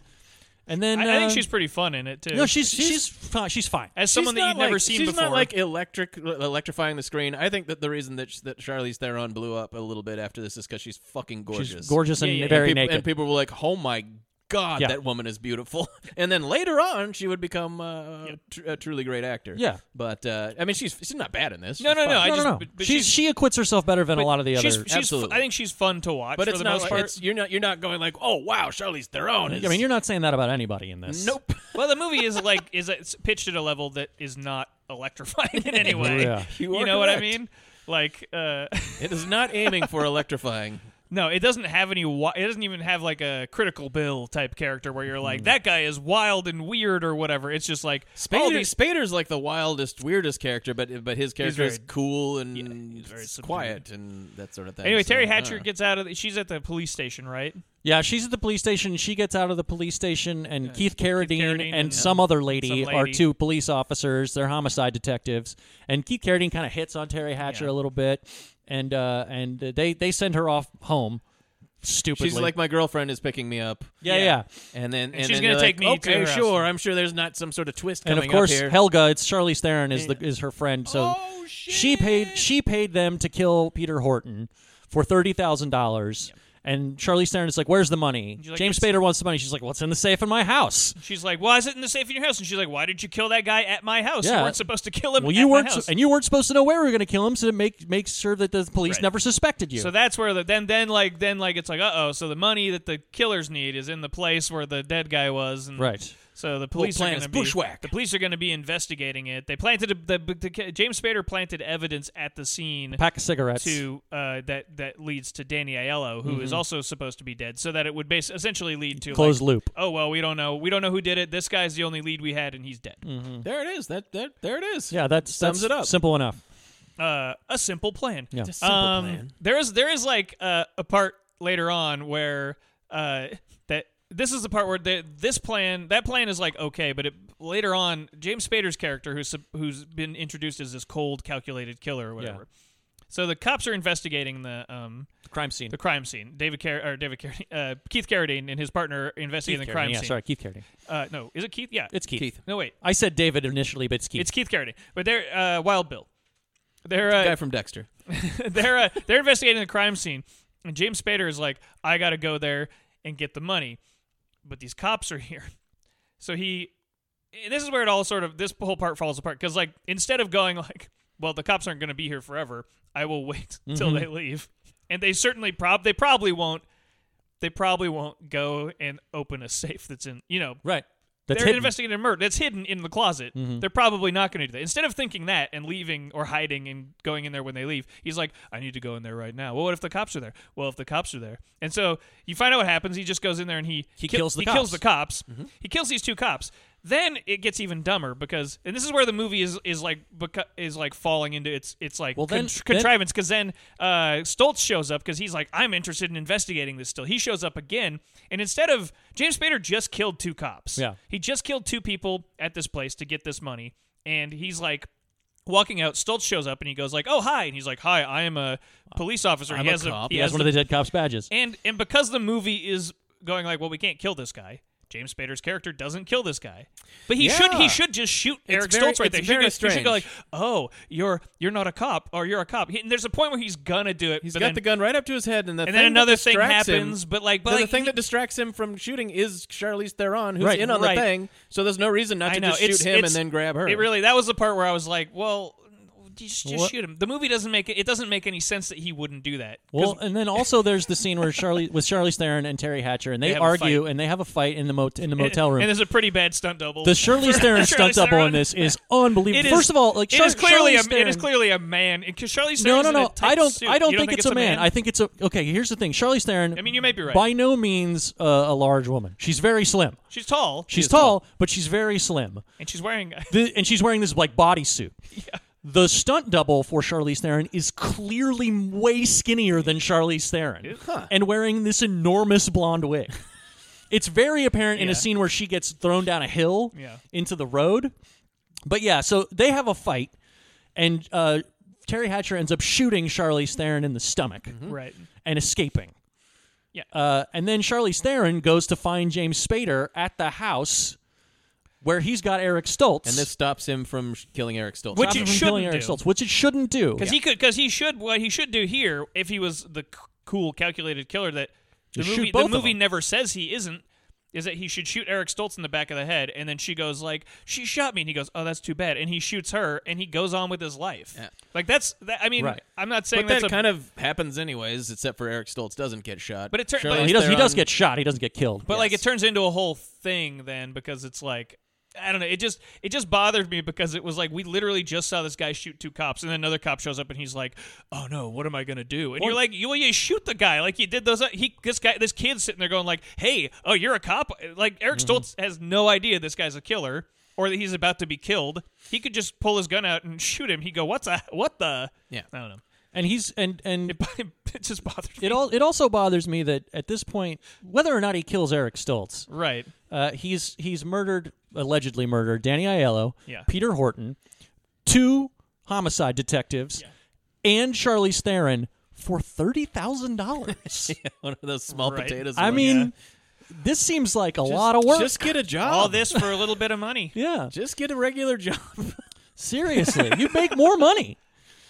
[SPEAKER 3] And then
[SPEAKER 1] I, I think
[SPEAKER 3] uh,
[SPEAKER 1] she's pretty fun in it too.
[SPEAKER 3] no, she's she's she's fine. She's fine.
[SPEAKER 1] as
[SPEAKER 2] She's
[SPEAKER 1] someone that
[SPEAKER 2] not
[SPEAKER 1] you've never
[SPEAKER 2] like-
[SPEAKER 1] seen
[SPEAKER 2] she's
[SPEAKER 1] before.
[SPEAKER 2] not like electric uh, electrifying the screen. I think that the reason that sh- that Charlize Theron blew up a little bit after this is because she's fucking gorgeous.
[SPEAKER 3] She's gorgeous and
[SPEAKER 1] Yeah, yeah,
[SPEAKER 3] very
[SPEAKER 2] and people,
[SPEAKER 3] naked.
[SPEAKER 2] and people were like, "Oh my God,
[SPEAKER 3] Yeah.
[SPEAKER 2] that woman is beautiful. *laughs* And then later on, she would become uh, tr- a truly great actor.
[SPEAKER 3] Yeah.
[SPEAKER 2] but uh, I mean, she's she's not bad in this.
[SPEAKER 1] No,
[SPEAKER 2] She's
[SPEAKER 1] no, no,
[SPEAKER 2] fine.
[SPEAKER 1] I
[SPEAKER 3] no,
[SPEAKER 1] just-
[SPEAKER 3] no, no.
[SPEAKER 1] but- but
[SPEAKER 3] she's,
[SPEAKER 1] she's-
[SPEAKER 3] she acquits herself better than a lot of the
[SPEAKER 1] she's,
[SPEAKER 3] other.
[SPEAKER 1] she's fu-
[SPEAKER 2] Absolutely.
[SPEAKER 1] I think she's fun to watch,
[SPEAKER 2] but
[SPEAKER 1] for
[SPEAKER 2] it's
[SPEAKER 1] the
[SPEAKER 2] not
[SPEAKER 1] most
[SPEAKER 2] like
[SPEAKER 1] part.
[SPEAKER 2] it's, you're not you're not going like, oh wow, Charlize Theron. Is,
[SPEAKER 3] I mean, you're not saying that about anybody in this.
[SPEAKER 2] nope.
[SPEAKER 1] *laughs* well, the movie is like is it's pitched at a level that is not electrifying in
[SPEAKER 3] *laughs*
[SPEAKER 1] any way.
[SPEAKER 3] Yeah.
[SPEAKER 2] You are
[SPEAKER 1] know what I
[SPEAKER 2] correct.
[SPEAKER 1] mean? Like, uh, *laughs*
[SPEAKER 2] it is not aiming for electrifying.
[SPEAKER 1] no, it doesn't have any. Wi- it doesn't even have like a critical bill type character where you're
[SPEAKER 3] Hmm.
[SPEAKER 1] like, that guy is wild and weird or whatever. It's just like all
[SPEAKER 2] Spader,
[SPEAKER 1] these
[SPEAKER 2] Spader's like the wildest, weirdest character, but but his character is
[SPEAKER 1] very-
[SPEAKER 2] cool and
[SPEAKER 1] very
[SPEAKER 2] s-
[SPEAKER 1] subdued.
[SPEAKER 2] quiet and that sort of thing.
[SPEAKER 1] Anyway,
[SPEAKER 2] so, uh,
[SPEAKER 1] Terry
[SPEAKER 2] I don't
[SPEAKER 1] Hatcher
[SPEAKER 2] know.
[SPEAKER 1] gets out of. The, she's at the police station, right?
[SPEAKER 3] Yeah, she's at the police station. She gets out of the police station, and Keith Carradine,
[SPEAKER 1] Carradine
[SPEAKER 3] and,
[SPEAKER 1] and
[SPEAKER 3] some other lady,
[SPEAKER 1] some
[SPEAKER 3] are
[SPEAKER 1] lady.
[SPEAKER 3] two police officers. They're homicide detectives, and Keith Carradine kind of hits on Terry Hatcher
[SPEAKER 1] Yeah.
[SPEAKER 3] a little bit, and uh, and they they send her off home. Stupidly,
[SPEAKER 2] She's like, my girlfriend is picking me up.
[SPEAKER 3] yeah,
[SPEAKER 1] yeah.
[SPEAKER 3] yeah,
[SPEAKER 2] And then and,
[SPEAKER 1] she's
[SPEAKER 2] then
[SPEAKER 1] gonna
[SPEAKER 2] they're
[SPEAKER 1] take
[SPEAKER 2] like,
[SPEAKER 1] me to
[SPEAKER 2] Okay,
[SPEAKER 1] her house."
[SPEAKER 2] sure. I'm sure there's not some sort of twist.
[SPEAKER 3] and of
[SPEAKER 2] coming
[SPEAKER 3] course
[SPEAKER 2] up here.
[SPEAKER 3] Helga. It's Charlize Theron is the is her friend. So
[SPEAKER 1] Oh,
[SPEAKER 3] she paid she paid them to kill Peter Horton for thirty thousand dollars. And Charlize Theron is like, "Where's the money?"
[SPEAKER 1] She's like,
[SPEAKER 3] James
[SPEAKER 1] "It's-
[SPEAKER 3] Spader wants the money. She's like, "What's in the safe in
[SPEAKER 1] *laughs*
[SPEAKER 3] my house?"
[SPEAKER 1] She's like, "Why is it in the safe in your house?" And she's like, "Why did you kill that guy at my house? You
[SPEAKER 3] Yeah.
[SPEAKER 1] weren't supposed to kill him."
[SPEAKER 3] Well,
[SPEAKER 1] at
[SPEAKER 3] you
[SPEAKER 1] my
[SPEAKER 3] weren't,
[SPEAKER 1] house."
[SPEAKER 3] and you weren't supposed to know where we were going to kill him, so to make make sure that the police
[SPEAKER 1] Right.
[SPEAKER 3] never suspected you.
[SPEAKER 1] so that's where the then then like then like it's like uh oh. So the money that the killers need is in the place where the dead guy was. And
[SPEAKER 3] right.
[SPEAKER 1] So the police
[SPEAKER 2] plan
[SPEAKER 1] are
[SPEAKER 2] is
[SPEAKER 1] going to be
[SPEAKER 2] bushwhack.
[SPEAKER 1] the police are going to be investigating it. They planted a, the, the James Spader planted evidence at the scene.
[SPEAKER 3] Pack of cigarettes.
[SPEAKER 1] to uh, that that leads to Danny Aiello, who is also supposed to be dead, so that it would base essentially lead to
[SPEAKER 3] Closed
[SPEAKER 1] like,
[SPEAKER 3] loop.
[SPEAKER 1] Oh well, we don't know. We don't know who did it. This guy's the only lead we had, and he's dead.
[SPEAKER 2] there it is. That that there it is.
[SPEAKER 3] Yeah, that's
[SPEAKER 2] sums
[SPEAKER 3] that's
[SPEAKER 2] it up.
[SPEAKER 3] Simple enough.
[SPEAKER 1] Uh, a simple plan.
[SPEAKER 3] Yeah.
[SPEAKER 2] Simple
[SPEAKER 1] um,
[SPEAKER 2] plan.
[SPEAKER 1] There is there is like uh, a part later on where uh, that this is the part where the, this plan that plan is like okay, but it, later on James Spader's character who's sup- who's been introduced as this cold, calculated killer or whatever. So the cops are investigating the um,
[SPEAKER 3] Crime scene.
[SPEAKER 1] the crime scene. David Car- or David Car- uh, Keith Carradine and his partner investigating the crime
[SPEAKER 3] yeah,
[SPEAKER 1] scene.
[SPEAKER 3] sorry, Keith Carradine.
[SPEAKER 1] Uh, no, is it Keith? Yeah,
[SPEAKER 3] It's Keith.
[SPEAKER 2] Keith.
[SPEAKER 1] no wait,
[SPEAKER 3] I said David initially, but it's Keith.
[SPEAKER 1] it's Keith Carradine. But they're uh, Wild Bill. They're uh,
[SPEAKER 2] guy from Dexter.
[SPEAKER 1] *laughs* they're uh, they're investigating the crime scene, and James Spader is like, I gotta go there and get the money, but these cops are *laughs* here, so he. And this is where it all sort of this whole part falls apart because like instead of going like, well, the cops aren't going to be here forever. I will wait *laughs* till they leave, and they certainly prob they probably won't. They probably won't go and open a safe that's in you know
[SPEAKER 3] right. That's
[SPEAKER 1] they're
[SPEAKER 3] hidden. Mm-hmm.
[SPEAKER 1] investigating a murder that's hidden in the closet. They're probably not going to do that. Instead of thinking that and leaving or hiding and going in there when they leave, he's like, I need to go in there right now. Well, what if the cops are there? Well, if the cops are there. And so you find out what happens. He just goes in there and he,
[SPEAKER 3] He
[SPEAKER 1] kill-
[SPEAKER 3] kills the
[SPEAKER 1] he kills
[SPEAKER 3] cops. Mm-hmm.
[SPEAKER 1] the cops. He kills these two cops. Then it gets even dumber because, and this is where the movie is is like beca- is like falling into its it's like
[SPEAKER 3] Well, then-
[SPEAKER 1] contr-
[SPEAKER 3] then-
[SPEAKER 1] contrivance because then uh, Stoltz shows up because he's like I'm interested in investigating this still. He shows up again, and instead of James Spader just killed two cops.
[SPEAKER 3] Yeah.
[SPEAKER 1] He just killed two people at this place to get this money, and he's like walking out. Stoltz shows up and he goes like, "Oh hi," and he's like, "Hi, I am a police officer."
[SPEAKER 2] I'm
[SPEAKER 1] he
[SPEAKER 2] a
[SPEAKER 1] has
[SPEAKER 2] cop.
[SPEAKER 1] A,
[SPEAKER 3] He has one of the dead cops' badges.
[SPEAKER 1] and and because the movie is going like, "Well, we can't kill this guy." James Spader's character doesn't kill this guy, but he should.
[SPEAKER 2] Yeah.
[SPEAKER 1] He should just shoot Eric
[SPEAKER 2] very-
[SPEAKER 1] Stoltz right
[SPEAKER 2] it's
[SPEAKER 1] there. He
[SPEAKER 2] very
[SPEAKER 1] should, go, he should go like,
[SPEAKER 2] strange.
[SPEAKER 1] "Oh, you're you're not a cop, or you're a cop." He- and there's a point where he's gonna do it.
[SPEAKER 2] He's
[SPEAKER 1] but
[SPEAKER 2] got
[SPEAKER 1] then,
[SPEAKER 2] the gun right up to his head, and the
[SPEAKER 1] and
[SPEAKER 2] thing
[SPEAKER 1] then another
[SPEAKER 2] that
[SPEAKER 1] thing
[SPEAKER 2] distracts him-
[SPEAKER 1] happens. But like, but
[SPEAKER 2] the- the
[SPEAKER 1] like,
[SPEAKER 2] thing
[SPEAKER 1] he-
[SPEAKER 2] that distracts him from shooting is Charlize Theron, who's
[SPEAKER 3] Right,
[SPEAKER 2] in on the
[SPEAKER 1] right.
[SPEAKER 2] thing. So there's no reason not
[SPEAKER 1] I
[SPEAKER 2] to
[SPEAKER 1] know
[SPEAKER 2] just
[SPEAKER 1] it's,
[SPEAKER 2] shoot him
[SPEAKER 1] it's-
[SPEAKER 2] and then grab her.
[SPEAKER 1] It really that was the part where I was like, "Well, just, just
[SPEAKER 3] What-
[SPEAKER 1] shoot him." The movie doesn't make it. It doesn't make any sense that he wouldn't do that. 'Cause
[SPEAKER 3] Well, and then also there's the scene where Charlie with Charlize Theron and Terry Hatcher, and they,
[SPEAKER 1] have a
[SPEAKER 3] argue
[SPEAKER 1] fight.
[SPEAKER 3] and they have a fight in the mot- in the motel room.
[SPEAKER 1] And there's a pretty bad stunt double. *laughs*
[SPEAKER 3] the Shirley Theron
[SPEAKER 1] Charlize
[SPEAKER 3] stunt double
[SPEAKER 1] Theron.
[SPEAKER 3] in
[SPEAKER 1] *laughs*
[SPEAKER 3] this is unbelievable.
[SPEAKER 1] It is-
[SPEAKER 3] First of all, like
[SPEAKER 1] it
[SPEAKER 3] Char-
[SPEAKER 1] is clearly
[SPEAKER 3] Charlize
[SPEAKER 1] a, it is
[SPEAKER 3] Theron-
[SPEAKER 1] clearly a man. And 'cause Charlize
[SPEAKER 3] No,
[SPEAKER 1] Theron's
[SPEAKER 3] no,
[SPEAKER 1] in a
[SPEAKER 3] no.
[SPEAKER 1] tight
[SPEAKER 3] I don't.
[SPEAKER 1] suit.
[SPEAKER 3] I don't,
[SPEAKER 1] You
[SPEAKER 3] think, it's, a man. I
[SPEAKER 1] man?
[SPEAKER 3] think it's a. Okay, here's the thing. Charlize Theron.
[SPEAKER 1] I mean, you may be right.
[SPEAKER 3] By no means uh, a large woman. She's very slim.
[SPEAKER 1] She's tall.
[SPEAKER 3] She's tall, but she's very slim.
[SPEAKER 1] and she's wearing. *laughs*
[SPEAKER 3] The, and she's wearing this like bodysuit. The stunt double for Charlize Theron is clearly way skinnier than Charlize Theron, and wearing this enormous
[SPEAKER 1] *laughs*
[SPEAKER 3] blonde wig. it's very apparent in
[SPEAKER 1] Yeah.
[SPEAKER 3] a scene where she gets thrown down a hill
[SPEAKER 1] Yeah.
[SPEAKER 3] into the road. But yeah, so they have a fight, and uh, Terry Hatcher ends up shooting Charlize Theron in the stomach
[SPEAKER 1] right.
[SPEAKER 3] and escaping.
[SPEAKER 1] Mm-hmm. Yeah.
[SPEAKER 3] Uh, and then Charlize Theron goes to find James Spader at the house where he's got Eric Stoltz.
[SPEAKER 2] and this stops him from sh- killing Eric Stoltz.
[SPEAKER 1] Which
[SPEAKER 3] stops
[SPEAKER 1] it
[SPEAKER 3] him from killing
[SPEAKER 1] shouldn't
[SPEAKER 3] Eric
[SPEAKER 1] do.
[SPEAKER 3] Stoltz, which it shouldn't do.
[SPEAKER 1] Because he could. Because he should. What he should do here, if he was the c- cool, calculated killer that the
[SPEAKER 3] You shoot
[SPEAKER 1] movie
[SPEAKER 3] both
[SPEAKER 1] the
[SPEAKER 3] of
[SPEAKER 1] movie
[SPEAKER 3] them.
[SPEAKER 1] never says he isn't, is that he should shoot Eric Stoltz in the back of the head, and then she goes like, "She shot me," and he goes, "Oh, that's too bad," and he shoots her, and he goes on with his life. Like that's that. I mean,
[SPEAKER 3] Right.
[SPEAKER 1] I'm not saying
[SPEAKER 2] But
[SPEAKER 1] that's
[SPEAKER 2] that
[SPEAKER 1] a,
[SPEAKER 2] kind of happens anyways, except for Eric Stoltz doesn't get shot.
[SPEAKER 1] But it tur- but
[SPEAKER 2] Charlize
[SPEAKER 1] He
[SPEAKER 3] He does. He
[SPEAKER 2] Theron-
[SPEAKER 3] does get shot. He doesn't get killed.
[SPEAKER 1] But like it turns into a whole thing then because it's like I don't know. It just it just bothered me because it was like we literally just saw this guy shoot two cops and then another cop shows up and he's like, "Oh no, what am I gonna do?" And you're like, "You well, you shoot the guy like you did those." uh, He this guy this kid's sitting there going like, "Hey, oh you're a cop." Like Eric Stoltz has no idea this guy's a killer or that he's about to be killed. He could just pull his gun out and shoot him. He go, "What's a what the?"
[SPEAKER 2] Yeah.
[SPEAKER 1] I don't know.
[SPEAKER 3] and he's and and
[SPEAKER 1] It, *laughs* it just bothered me.
[SPEAKER 3] it all it also bothers me that at this point, whether or not he kills Eric Stoltz,
[SPEAKER 1] right.
[SPEAKER 3] uh, he's he's murdered allegedly murdered Danny Aiello,
[SPEAKER 1] Yeah.
[SPEAKER 3] Peter Horton, two homicide detectives, and Charlize Theron for thirty thousand *laughs* dollars.
[SPEAKER 2] *laughs* one of those small
[SPEAKER 1] Right.
[SPEAKER 2] potatoes.
[SPEAKER 3] I
[SPEAKER 2] ones.
[SPEAKER 3] mean,
[SPEAKER 2] Yeah.
[SPEAKER 3] this seems like a lot of work.
[SPEAKER 2] Just get a job.
[SPEAKER 1] All this for a little bit of money.
[SPEAKER 3] yeah,
[SPEAKER 2] Just get a
[SPEAKER 1] *laughs*
[SPEAKER 2] regular job.
[SPEAKER 3] seriously, you'd make more money.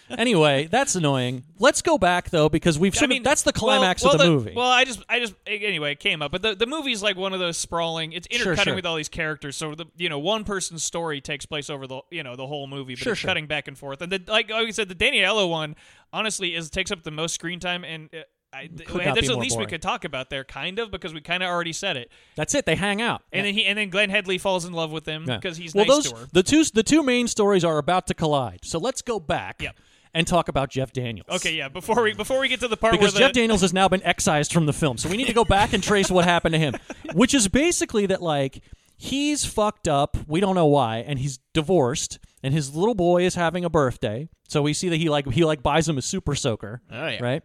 [SPEAKER 3] Anyway, that's annoying. Let's go back though, because we've sort of- that's the
[SPEAKER 1] well-
[SPEAKER 3] climax
[SPEAKER 1] well,
[SPEAKER 3] of the, movie.
[SPEAKER 1] Well, I just, I just, anyway, it came up, but the, the movie's like one of those sprawling. It's intercutting
[SPEAKER 3] Sure, sure.
[SPEAKER 1] with all these characters, so the you know one person's story takes place over the you know the whole movie, but
[SPEAKER 3] Sure,
[SPEAKER 1] it's
[SPEAKER 3] sure.
[SPEAKER 1] cutting back and forth. And the, like, like you said, the Daniello one honestly is takes up the most screen time, and uh, I,
[SPEAKER 3] Could
[SPEAKER 1] there's
[SPEAKER 3] not
[SPEAKER 1] at
[SPEAKER 3] be
[SPEAKER 1] least
[SPEAKER 3] more
[SPEAKER 1] we
[SPEAKER 3] boring.
[SPEAKER 1] could talk about there, kind of, because we kind of already said it.
[SPEAKER 3] that's it. They hang out.
[SPEAKER 1] And then he, and then Glenn Headley falls in love with him because he's
[SPEAKER 3] well,
[SPEAKER 1] nice
[SPEAKER 3] those
[SPEAKER 1] to her.
[SPEAKER 3] the two the two main stories are about to collide. So let's go back
[SPEAKER 1] Yep.
[SPEAKER 3] and talk about Jeff Daniels.
[SPEAKER 1] Okay, yeah. Before
[SPEAKER 3] *laughs*
[SPEAKER 1] we before we get to the part where
[SPEAKER 3] Because
[SPEAKER 1] the,
[SPEAKER 3] Jeff Daniels has now been excised from the film, so we need to go back and trace what
[SPEAKER 1] *laughs*
[SPEAKER 3] happened to him, which is basically that like he's fucked up. We don't know why, and he's divorced, and his little boy is having a birthday. So we see that he like he like buys him a super soaker,
[SPEAKER 2] Oh, yeah.
[SPEAKER 3] right,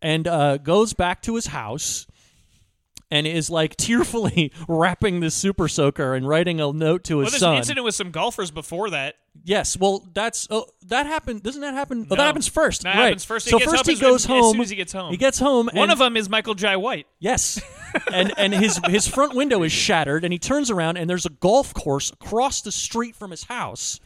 [SPEAKER 3] and uh, goes back to his house. And is like tearfully *laughs* wrapping this super soaker and writing a note to his
[SPEAKER 1] well, there's
[SPEAKER 3] son.
[SPEAKER 1] an incident with some golfers before that.
[SPEAKER 3] Yes, well, that's oh, that happened. Doesn't that happen? Oh,
[SPEAKER 1] No.
[SPEAKER 3] that happens first.
[SPEAKER 1] That
[SPEAKER 3] right.
[SPEAKER 1] happens first. He
[SPEAKER 3] So
[SPEAKER 1] gets
[SPEAKER 3] first
[SPEAKER 1] up
[SPEAKER 3] he
[SPEAKER 1] as-
[SPEAKER 3] goes
[SPEAKER 1] as soon
[SPEAKER 3] home.
[SPEAKER 1] as he gets home.
[SPEAKER 3] he gets home.
[SPEAKER 1] One
[SPEAKER 3] and-
[SPEAKER 1] of them is Michael Jai White.
[SPEAKER 3] Yes. and and his his front window is shattered, and he turns around, and there's a golf course across the street from his house.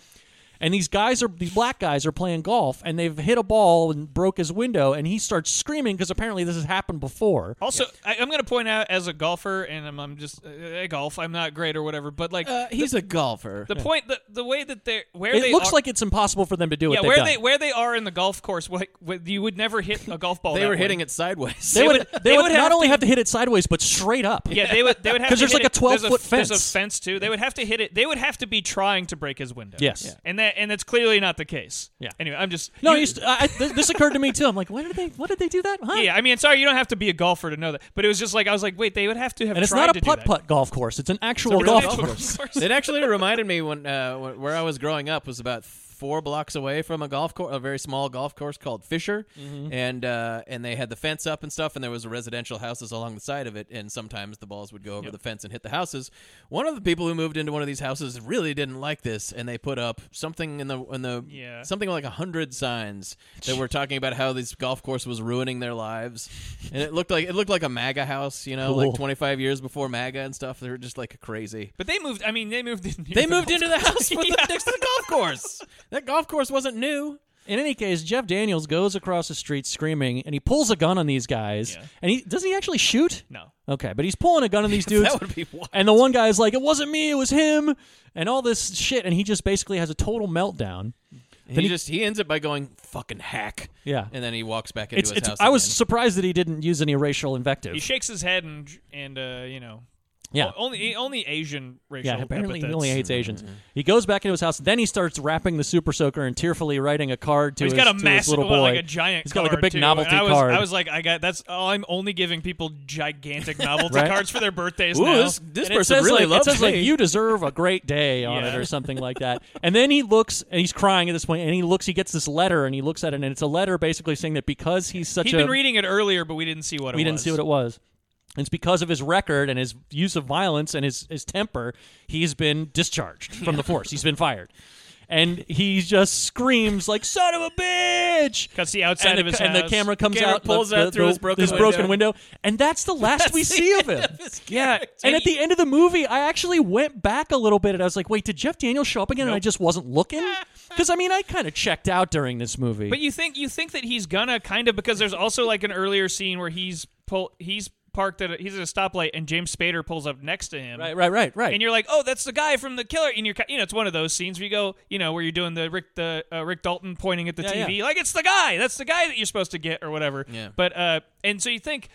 [SPEAKER 3] And these guys are these black guys are playing golf, and they've hit a ball and broke his window, and he starts screaming because apparently this has happened before.
[SPEAKER 1] Also, I, I'm going to point out as a golfer, and I'm, I'm just uh, I golf. I'm not great or whatever, but like
[SPEAKER 2] he's a golfer.
[SPEAKER 1] the point, the, the way that they're where
[SPEAKER 3] Uh, It
[SPEAKER 1] they
[SPEAKER 3] looks
[SPEAKER 1] are,
[SPEAKER 3] like it's impossible for them to do
[SPEAKER 1] yeah,
[SPEAKER 3] what
[SPEAKER 1] where
[SPEAKER 3] they've
[SPEAKER 1] they
[SPEAKER 3] done.
[SPEAKER 1] where they are in the golf course, like what- you would never hit a golf ball.
[SPEAKER 2] they
[SPEAKER 1] that
[SPEAKER 2] were
[SPEAKER 1] way.
[SPEAKER 2] hitting it sideways. *laughs*
[SPEAKER 3] They would they,
[SPEAKER 1] they
[SPEAKER 3] would,
[SPEAKER 1] would
[SPEAKER 3] not
[SPEAKER 1] have
[SPEAKER 3] only
[SPEAKER 1] to-
[SPEAKER 3] have to hit it sideways, but straight up.
[SPEAKER 1] Yeah, they would. They
[SPEAKER 3] *laughs*
[SPEAKER 1] would have
[SPEAKER 3] 'Cause
[SPEAKER 1] to
[SPEAKER 3] there's
[SPEAKER 1] hit
[SPEAKER 3] like a
[SPEAKER 1] it- there's
[SPEAKER 3] 12-foot
[SPEAKER 1] There's
[SPEAKER 3] fence.
[SPEAKER 1] a fence too. They would have to hit it. They would have to be trying to break his window.
[SPEAKER 3] Yes. Yeah.
[SPEAKER 1] and that and that's clearly not the case.
[SPEAKER 3] Yeah.
[SPEAKER 1] Anyway, I'm just
[SPEAKER 3] No,
[SPEAKER 1] you-
[SPEAKER 3] I used to, I, I- this this occurred to me too. I'm like, why did they? What did they do that? Huh?
[SPEAKER 1] yeah. I mean, sorry, you don't have to be a golfer to know that, but it was just like I was like, wait, they would have to have.
[SPEAKER 3] and it's
[SPEAKER 1] tried
[SPEAKER 3] not
[SPEAKER 1] to
[SPEAKER 3] a
[SPEAKER 1] do
[SPEAKER 3] putt
[SPEAKER 1] that.
[SPEAKER 3] putt golf course. It's an actual
[SPEAKER 1] It's a
[SPEAKER 3] golf
[SPEAKER 1] golf *laughs*
[SPEAKER 3] course.
[SPEAKER 1] course.
[SPEAKER 2] *laughs* it actually reminded me when uh, wh- where I was growing up was about four blocks away from a golf course, a very small golf course called Fisher, and uh, and they had the fence up and stuff, and there was residential houses along the side of it, and sometimes the balls would go over the fence and hit the houses. One of the people who moved into one of these houses really didn't like this, and they put up something in the in the
[SPEAKER 1] Yeah.
[SPEAKER 2] something like a hundred signs that were talking about how this golf course was ruining their lives, and it looked like it looked like a MAGA house, you know, like
[SPEAKER 3] Cool.
[SPEAKER 2] twenty five years before MAGA and stuff. They were just like crazy.
[SPEAKER 1] But they moved. I mean, they moved in.
[SPEAKER 2] They moved into the house *laughs* with
[SPEAKER 1] Yeah.
[SPEAKER 2] the, next to the golf course. That golf course wasn't new.
[SPEAKER 3] In any case, Jeff Daniels goes across the street screaming, and he pulls a gun on these guys.
[SPEAKER 1] Yeah.
[SPEAKER 3] And he does he actually shoot?
[SPEAKER 1] No.
[SPEAKER 3] Okay, but he's pulling a gun
[SPEAKER 1] *laughs*
[SPEAKER 3] on these dudes.
[SPEAKER 2] That would be wild.
[SPEAKER 3] And the one guy is like, "It wasn't me. It was him." And all this shit, and he just basically has a total meltdown.
[SPEAKER 2] He, just he ends it by going fucking hack.
[SPEAKER 3] Yeah.
[SPEAKER 2] and then he walks back into
[SPEAKER 3] It's,
[SPEAKER 2] his
[SPEAKER 3] it's
[SPEAKER 2] house.
[SPEAKER 3] I was
[SPEAKER 2] again.
[SPEAKER 3] surprised that he didn't use any racial invective.
[SPEAKER 1] He shakes his head and and uh, you know.
[SPEAKER 3] Yeah.
[SPEAKER 1] o- Only only Asian racial.
[SPEAKER 3] yeah, apparently he
[SPEAKER 1] epithets.
[SPEAKER 3] only hates Asians. He goes back into his house, then he starts wrapping the Super Soaker and tearfully writing a card to,
[SPEAKER 1] He's
[SPEAKER 3] his,
[SPEAKER 1] got a
[SPEAKER 3] to his
[SPEAKER 1] massive,
[SPEAKER 3] little boy.
[SPEAKER 1] well, like a giant.
[SPEAKER 3] He's got like a
[SPEAKER 1] card,
[SPEAKER 3] big
[SPEAKER 1] too.
[SPEAKER 3] novelty
[SPEAKER 1] and I was,
[SPEAKER 3] card.
[SPEAKER 1] I was like, I got that's. Oh, I'm only giving people gigantic novelty
[SPEAKER 3] Right?
[SPEAKER 1] cards for their birthdays
[SPEAKER 2] Ooh,
[SPEAKER 1] now.
[SPEAKER 2] this, this
[SPEAKER 3] And it
[SPEAKER 2] person
[SPEAKER 3] says,
[SPEAKER 2] really
[SPEAKER 3] like,
[SPEAKER 2] loves
[SPEAKER 3] it says like
[SPEAKER 2] me.
[SPEAKER 3] you deserve a great day on it
[SPEAKER 1] Yeah.
[SPEAKER 3] or something like that. And then he looks and he's crying at this point and he looks he gets this letter and he looks at it and it's a letter basically saying that because he's such
[SPEAKER 1] He'd
[SPEAKER 3] a
[SPEAKER 1] been reading it earlier, but we didn't see what it
[SPEAKER 3] we
[SPEAKER 1] was.
[SPEAKER 3] didn't see what it was. It's because of his record and his use of violence and his, his temper, he's been discharged from the force. He's been fired. And he just screams like "son of a bitch!"
[SPEAKER 1] Cuts the outside
[SPEAKER 3] and
[SPEAKER 1] of his
[SPEAKER 3] and the
[SPEAKER 1] house.
[SPEAKER 3] camera comes
[SPEAKER 2] Camera
[SPEAKER 3] out,
[SPEAKER 2] pulls
[SPEAKER 3] the,
[SPEAKER 2] out
[SPEAKER 3] the-
[SPEAKER 2] through
[SPEAKER 3] the-
[SPEAKER 2] his broken
[SPEAKER 3] window. and that's the last we see of him. yeah, and at the end of the movie, I actually went back a little bit and I was like, "Wait, did Jeff Daniels show up again?" And I just wasn't looking because I mean, I kind of checked out during this movie.
[SPEAKER 1] But you think you think that he's gonna kind of because there's also like an earlier scene where he's pull he's parked at a, he's at a stoplight and James Spader pulls up next to him.
[SPEAKER 3] Right, right, right,
[SPEAKER 1] *laughs*
[SPEAKER 3] right.
[SPEAKER 1] And you're like, oh, that's the guy from the killer. And you're, ki- you know, it's one of those scenes where you go, you know, where you're doing the Rick, the uh, Rick Dalton pointing at the
[SPEAKER 3] Yeah,
[SPEAKER 1] TV,
[SPEAKER 3] yeah.
[SPEAKER 1] like it's the guy. That's the guy that you're supposed to get or whatever.
[SPEAKER 2] Yeah.
[SPEAKER 1] But uh, and so you think,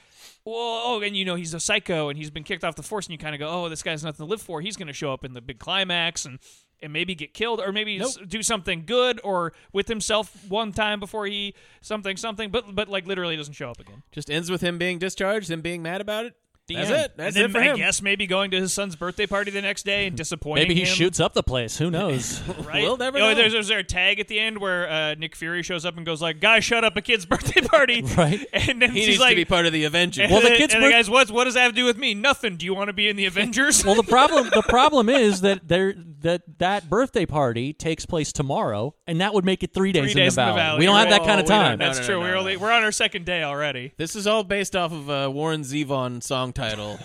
[SPEAKER 1] well, oh, and you know, he's a psycho and he's been kicked off the force, and you kind of go, oh, this guy's nothing to live for. He's going to show up in the big climax and. And maybe get killed, or maybe s- do something good, or with himself one time before he something something. But but like literally doesn't show up again.
[SPEAKER 2] Just ends with him being discharged, him being mad about it. That's
[SPEAKER 1] Yeah.
[SPEAKER 2] it. That's
[SPEAKER 1] and then
[SPEAKER 2] it for
[SPEAKER 1] I
[SPEAKER 2] him.
[SPEAKER 1] guess maybe going to his son's birthday party the next day and disappointing.
[SPEAKER 3] Maybe he
[SPEAKER 1] him,
[SPEAKER 3] shoots up the place. Who knows?
[SPEAKER 1] Right?
[SPEAKER 2] We'll never
[SPEAKER 1] You know,
[SPEAKER 2] know.
[SPEAKER 1] There's, there's there a tag at the end where uh, Nick Fury shows up and goes like, "Guy shut up a kid's *laughs* birthday party,"
[SPEAKER 3] *laughs* Right.
[SPEAKER 1] And then
[SPEAKER 2] He
[SPEAKER 1] she's
[SPEAKER 2] needs
[SPEAKER 1] like,
[SPEAKER 2] to be part of the Avengers.
[SPEAKER 1] and
[SPEAKER 3] *laughs* Well, the
[SPEAKER 1] then-
[SPEAKER 3] kid's
[SPEAKER 1] and the
[SPEAKER 3] birth-
[SPEAKER 1] guy's what? What does that have to do with me? Nothing. Do you want to be in the Avengers?
[SPEAKER 3] well, the problem the problem is that there that that birthday party takes place tomorrow, and that would make it three
[SPEAKER 1] *laughs*
[SPEAKER 3] days,
[SPEAKER 1] Three days
[SPEAKER 3] in, the
[SPEAKER 1] valley.
[SPEAKER 3] We don't have
[SPEAKER 1] You're
[SPEAKER 3] that kind of
[SPEAKER 1] right.
[SPEAKER 3] time.
[SPEAKER 2] No,
[SPEAKER 1] That's
[SPEAKER 2] no,
[SPEAKER 1] true.
[SPEAKER 2] no,
[SPEAKER 1] we're
[SPEAKER 2] no,
[SPEAKER 1] only we're on our second day already.
[SPEAKER 2] *laughs* this is all based off of uh, Warren Zevon song *laughs* title.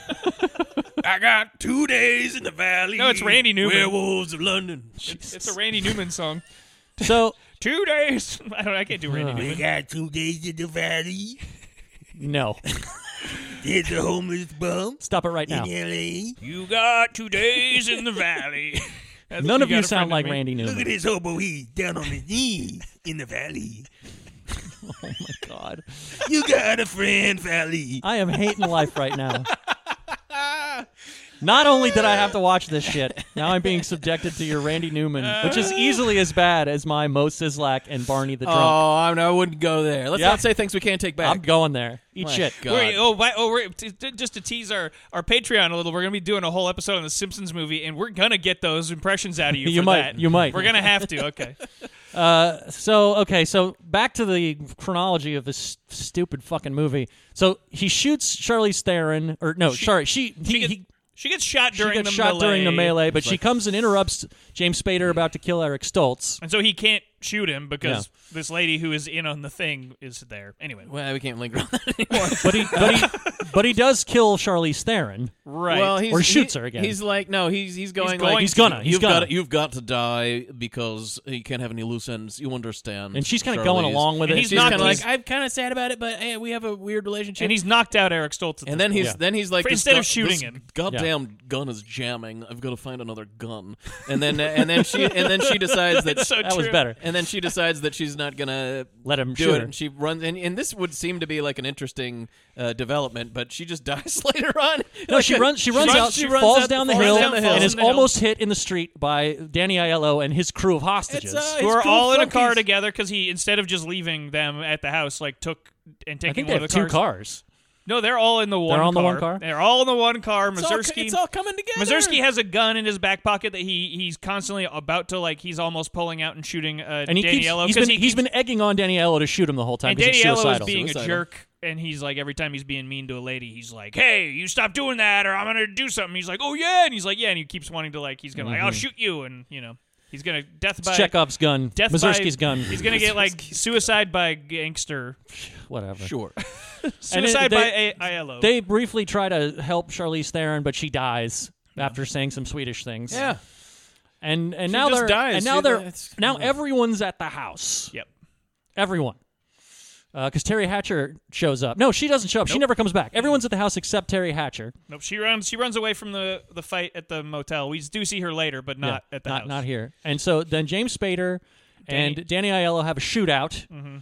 [SPEAKER 5] I got two days in the valley.
[SPEAKER 1] No, it's Randy Newman.
[SPEAKER 5] Werewolves of London.
[SPEAKER 1] It's a Randy Newman song.
[SPEAKER 3] So
[SPEAKER 1] Two days. *laughs* I don't. I can't do Randy Newman.
[SPEAKER 5] We got two days in the valley.
[SPEAKER 3] no, *laughs*
[SPEAKER 5] There's a homeless bum
[SPEAKER 3] stop it right now.
[SPEAKER 5] in L.A.
[SPEAKER 1] You got two days in the valley. *laughs* That's-
[SPEAKER 3] None of
[SPEAKER 1] got
[SPEAKER 3] you
[SPEAKER 1] a friend
[SPEAKER 3] sound
[SPEAKER 1] in
[SPEAKER 3] like
[SPEAKER 1] me.
[SPEAKER 3] Randy
[SPEAKER 5] Look at
[SPEAKER 3] Newman.
[SPEAKER 5] this hobo. He's down on his knees in the valley.
[SPEAKER 3] Oh my god,
[SPEAKER 5] You got a friend, Valley.
[SPEAKER 3] I am hating life right now. Not only did I have to watch this shit, now I'm being subjected to your Randy Newman, which is easily as bad as my Mo Sizlak and Barney the Drunk.
[SPEAKER 2] oh, I'm, I wouldn't go there. Let's
[SPEAKER 3] Yeah.
[SPEAKER 2] not say things we can't take back.
[SPEAKER 3] I'm going there. Eat
[SPEAKER 2] Oh. My
[SPEAKER 3] shit.
[SPEAKER 2] God.
[SPEAKER 1] Wait, oh, why, oh, we're, t- t- just to tease our, our Patreon a little, we're gonna be doing a whole episode on the Simpsons movie, and we're gonna get those impressions out of you.
[SPEAKER 3] *laughs* You
[SPEAKER 1] for
[SPEAKER 3] might,
[SPEAKER 1] that.
[SPEAKER 3] you might.
[SPEAKER 1] We're gonna have
[SPEAKER 3] *laughs*
[SPEAKER 1] to. Okay.
[SPEAKER 3] So okay, so back to the chronology of this stupid fucking movie. So he shoots Charlize Theron, or no, sorry, she he,
[SPEAKER 1] She gets,
[SPEAKER 3] he,
[SPEAKER 1] she gets shot
[SPEAKER 3] she
[SPEAKER 1] during
[SPEAKER 3] gets
[SPEAKER 1] the
[SPEAKER 3] shot
[SPEAKER 1] melee,
[SPEAKER 3] during the melee, but she comes and interrupts James Spader about to kill
[SPEAKER 1] *laughs*
[SPEAKER 3] Eric Stoltz.
[SPEAKER 1] and so he can't shoot him because this lady who is in on the thing is there. Anyway,
[SPEAKER 2] Well, we can't linger on that anymore.
[SPEAKER 3] But he but he but he does kill Charlize Theron.
[SPEAKER 1] right.
[SPEAKER 2] Well, he's,
[SPEAKER 3] Or shoots
[SPEAKER 2] he-
[SPEAKER 3] her again.
[SPEAKER 2] He's like, no, he's he's going.
[SPEAKER 1] going
[SPEAKER 2] like,
[SPEAKER 1] He's
[SPEAKER 3] gonna, to. he's
[SPEAKER 2] you've
[SPEAKER 3] gonna.
[SPEAKER 2] Got, you've got to die because you can't have any loose ends. You understand?
[SPEAKER 3] And she's
[SPEAKER 2] kind of
[SPEAKER 3] going along with
[SPEAKER 1] And
[SPEAKER 3] it.
[SPEAKER 1] he's
[SPEAKER 2] She's
[SPEAKER 1] not-
[SPEAKER 2] kind of
[SPEAKER 1] he's-
[SPEAKER 2] like, I'm kind of sad about it, but hey, we have a weird relationship.
[SPEAKER 1] and he's knocked out Eric Stoltz. At
[SPEAKER 2] And
[SPEAKER 1] this
[SPEAKER 2] then he's
[SPEAKER 1] point.
[SPEAKER 2] then he's like
[SPEAKER 1] For-
[SPEAKER 2] this
[SPEAKER 1] instead of
[SPEAKER 2] gun-
[SPEAKER 1] shooting
[SPEAKER 2] this
[SPEAKER 1] him.
[SPEAKER 2] Goddamn gun is jamming. I've got to find another gun. And then and then she and then she decides that
[SPEAKER 1] It's so
[SPEAKER 3] that was
[SPEAKER 1] true.
[SPEAKER 3] better.
[SPEAKER 2] and then she decides that she's not gonna
[SPEAKER 3] Let him
[SPEAKER 2] do
[SPEAKER 3] shoot
[SPEAKER 2] it.
[SPEAKER 3] her.
[SPEAKER 2] And she runs and, and this would seem to be like an interesting uh, development, but she just *laughs* dies later on.
[SPEAKER 3] No,
[SPEAKER 2] Like
[SPEAKER 3] she
[SPEAKER 2] a-
[SPEAKER 3] runs. She runs out.
[SPEAKER 2] she
[SPEAKER 3] She
[SPEAKER 2] runs
[SPEAKER 3] falls
[SPEAKER 2] out-
[SPEAKER 3] down the
[SPEAKER 2] falls
[SPEAKER 3] hill
[SPEAKER 1] down the hill.
[SPEAKER 3] and
[SPEAKER 1] Falls
[SPEAKER 3] is
[SPEAKER 1] down the hill.
[SPEAKER 3] almost hit in the street by Danny Aiello and his crew of hostages.
[SPEAKER 2] It's, uh,
[SPEAKER 1] Who are
[SPEAKER 2] It's cool
[SPEAKER 1] all in a
[SPEAKER 2] funkies.
[SPEAKER 1] car together because he instead of just leaving them at the house, like took and taking
[SPEAKER 3] I think they
[SPEAKER 1] one
[SPEAKER 3] have
[SPEAKER 1] of the
[SPEAKER 3] two
[SPEAKER 1] cars.
[SPEAKER 3] cars.
[SPEAKER 1] No, they're all in the one.
[SPEAKER 3] on
[SPEAKER 1] car.
[SPEAKER 3] the one car?
[SPEAKER 1] They're all in the one car.
[SPEAKER 2] It's all,
[SPEAKER 1] Mazursky.
[SPEAKER 2] it's all coming together.
[SPEAKER 1] Mazursky
[SPEAKER 3] Mm-hmm.
[SPEAKER 1] has a gun in his back pocket that he he's constantly about to like he's almost pulling out and shooting uh,
[SPEAKER 3] And he keeps,
[SPEAKER 1] Daniello
[SPEAKER 3] he's
[SPEAKER 1] because
[SPEAKER 3] been
[SPEAKER 1] he
[SPEAKER 3] he's
[SPEAKER 1] keeps-
[SPEAKER 3] been egging on Daniello to shoot him the whole time.
[SPEAKER 1] and
[SPEAKER 3] 'cause he's
[SPEAKER 1] Daniello is
[SPEAKER 3] suicidal.
[SPEAKER 1] being a
[SPEAKER 2] Suicidal.
[SPEAKER 1] jerk and he's like every time he's being mean to a lady he's like hey you stop doing that or I'm gonna do something he's like oh yeah and he's like yeah and he keeps wanting to like he's gonna
[SPEAKER 3] Mm-hmm.
[SPEAKER 1] like I'll shoot you and you know he's gonna death by
[SPEAKER 3] Chekhov's gun,
[SPEAKER 1] death
[SPEAKER 3] Mazursky's
[SPEAKER 1] by, *laughs*
[SPEAKER 3] gun.
[SPEAKER 1] he's gonna get like suicide by gangster
[SPEAKER 3] whatever.
[SPEAKER 2] sure.
[SPEAKER 3] And it-
[SPEAKER 1] suicide
[SPEAKER 3] they-
[SPEAKER 1] by a- Aiello
[SPEAKER 3] They briefly try to help Charlize Theron, but she dies after saying some Swedish things.
[SPEAKER 2] Yeah.
[SPEAKER 3] and and now
[SPEAKER 2] just
[SPEAKER 3] they're
[SPEAKER 2] dies.
[SPEAKER 3] and now
[SPEAKER 2] She-
[SPEAKER 3] they're
[SPEAKER 2] that's-
[SPEAKER 3] now everyone's at the house.
[SPEAKER 1] yep
[SPEAKER 3] Everyone. Because Terry Hatcher shows up. No, she doesn't show up. She never comes back. Everyone's at the house except Terry Hatcher.
[SPEAKER 1] nope she runs she runs away from the the fight at the motel we do see her later but not
[SPEAKER 3] Yeah,
[SPEAKER 1] at the
[SPEAKER 3] not,
[SPEAKER 1] house
[SPEAKER 3] Not here. And so then James Spader and Danny Aiello have a shootout,
[SPEAKER 1] Mm-hmm.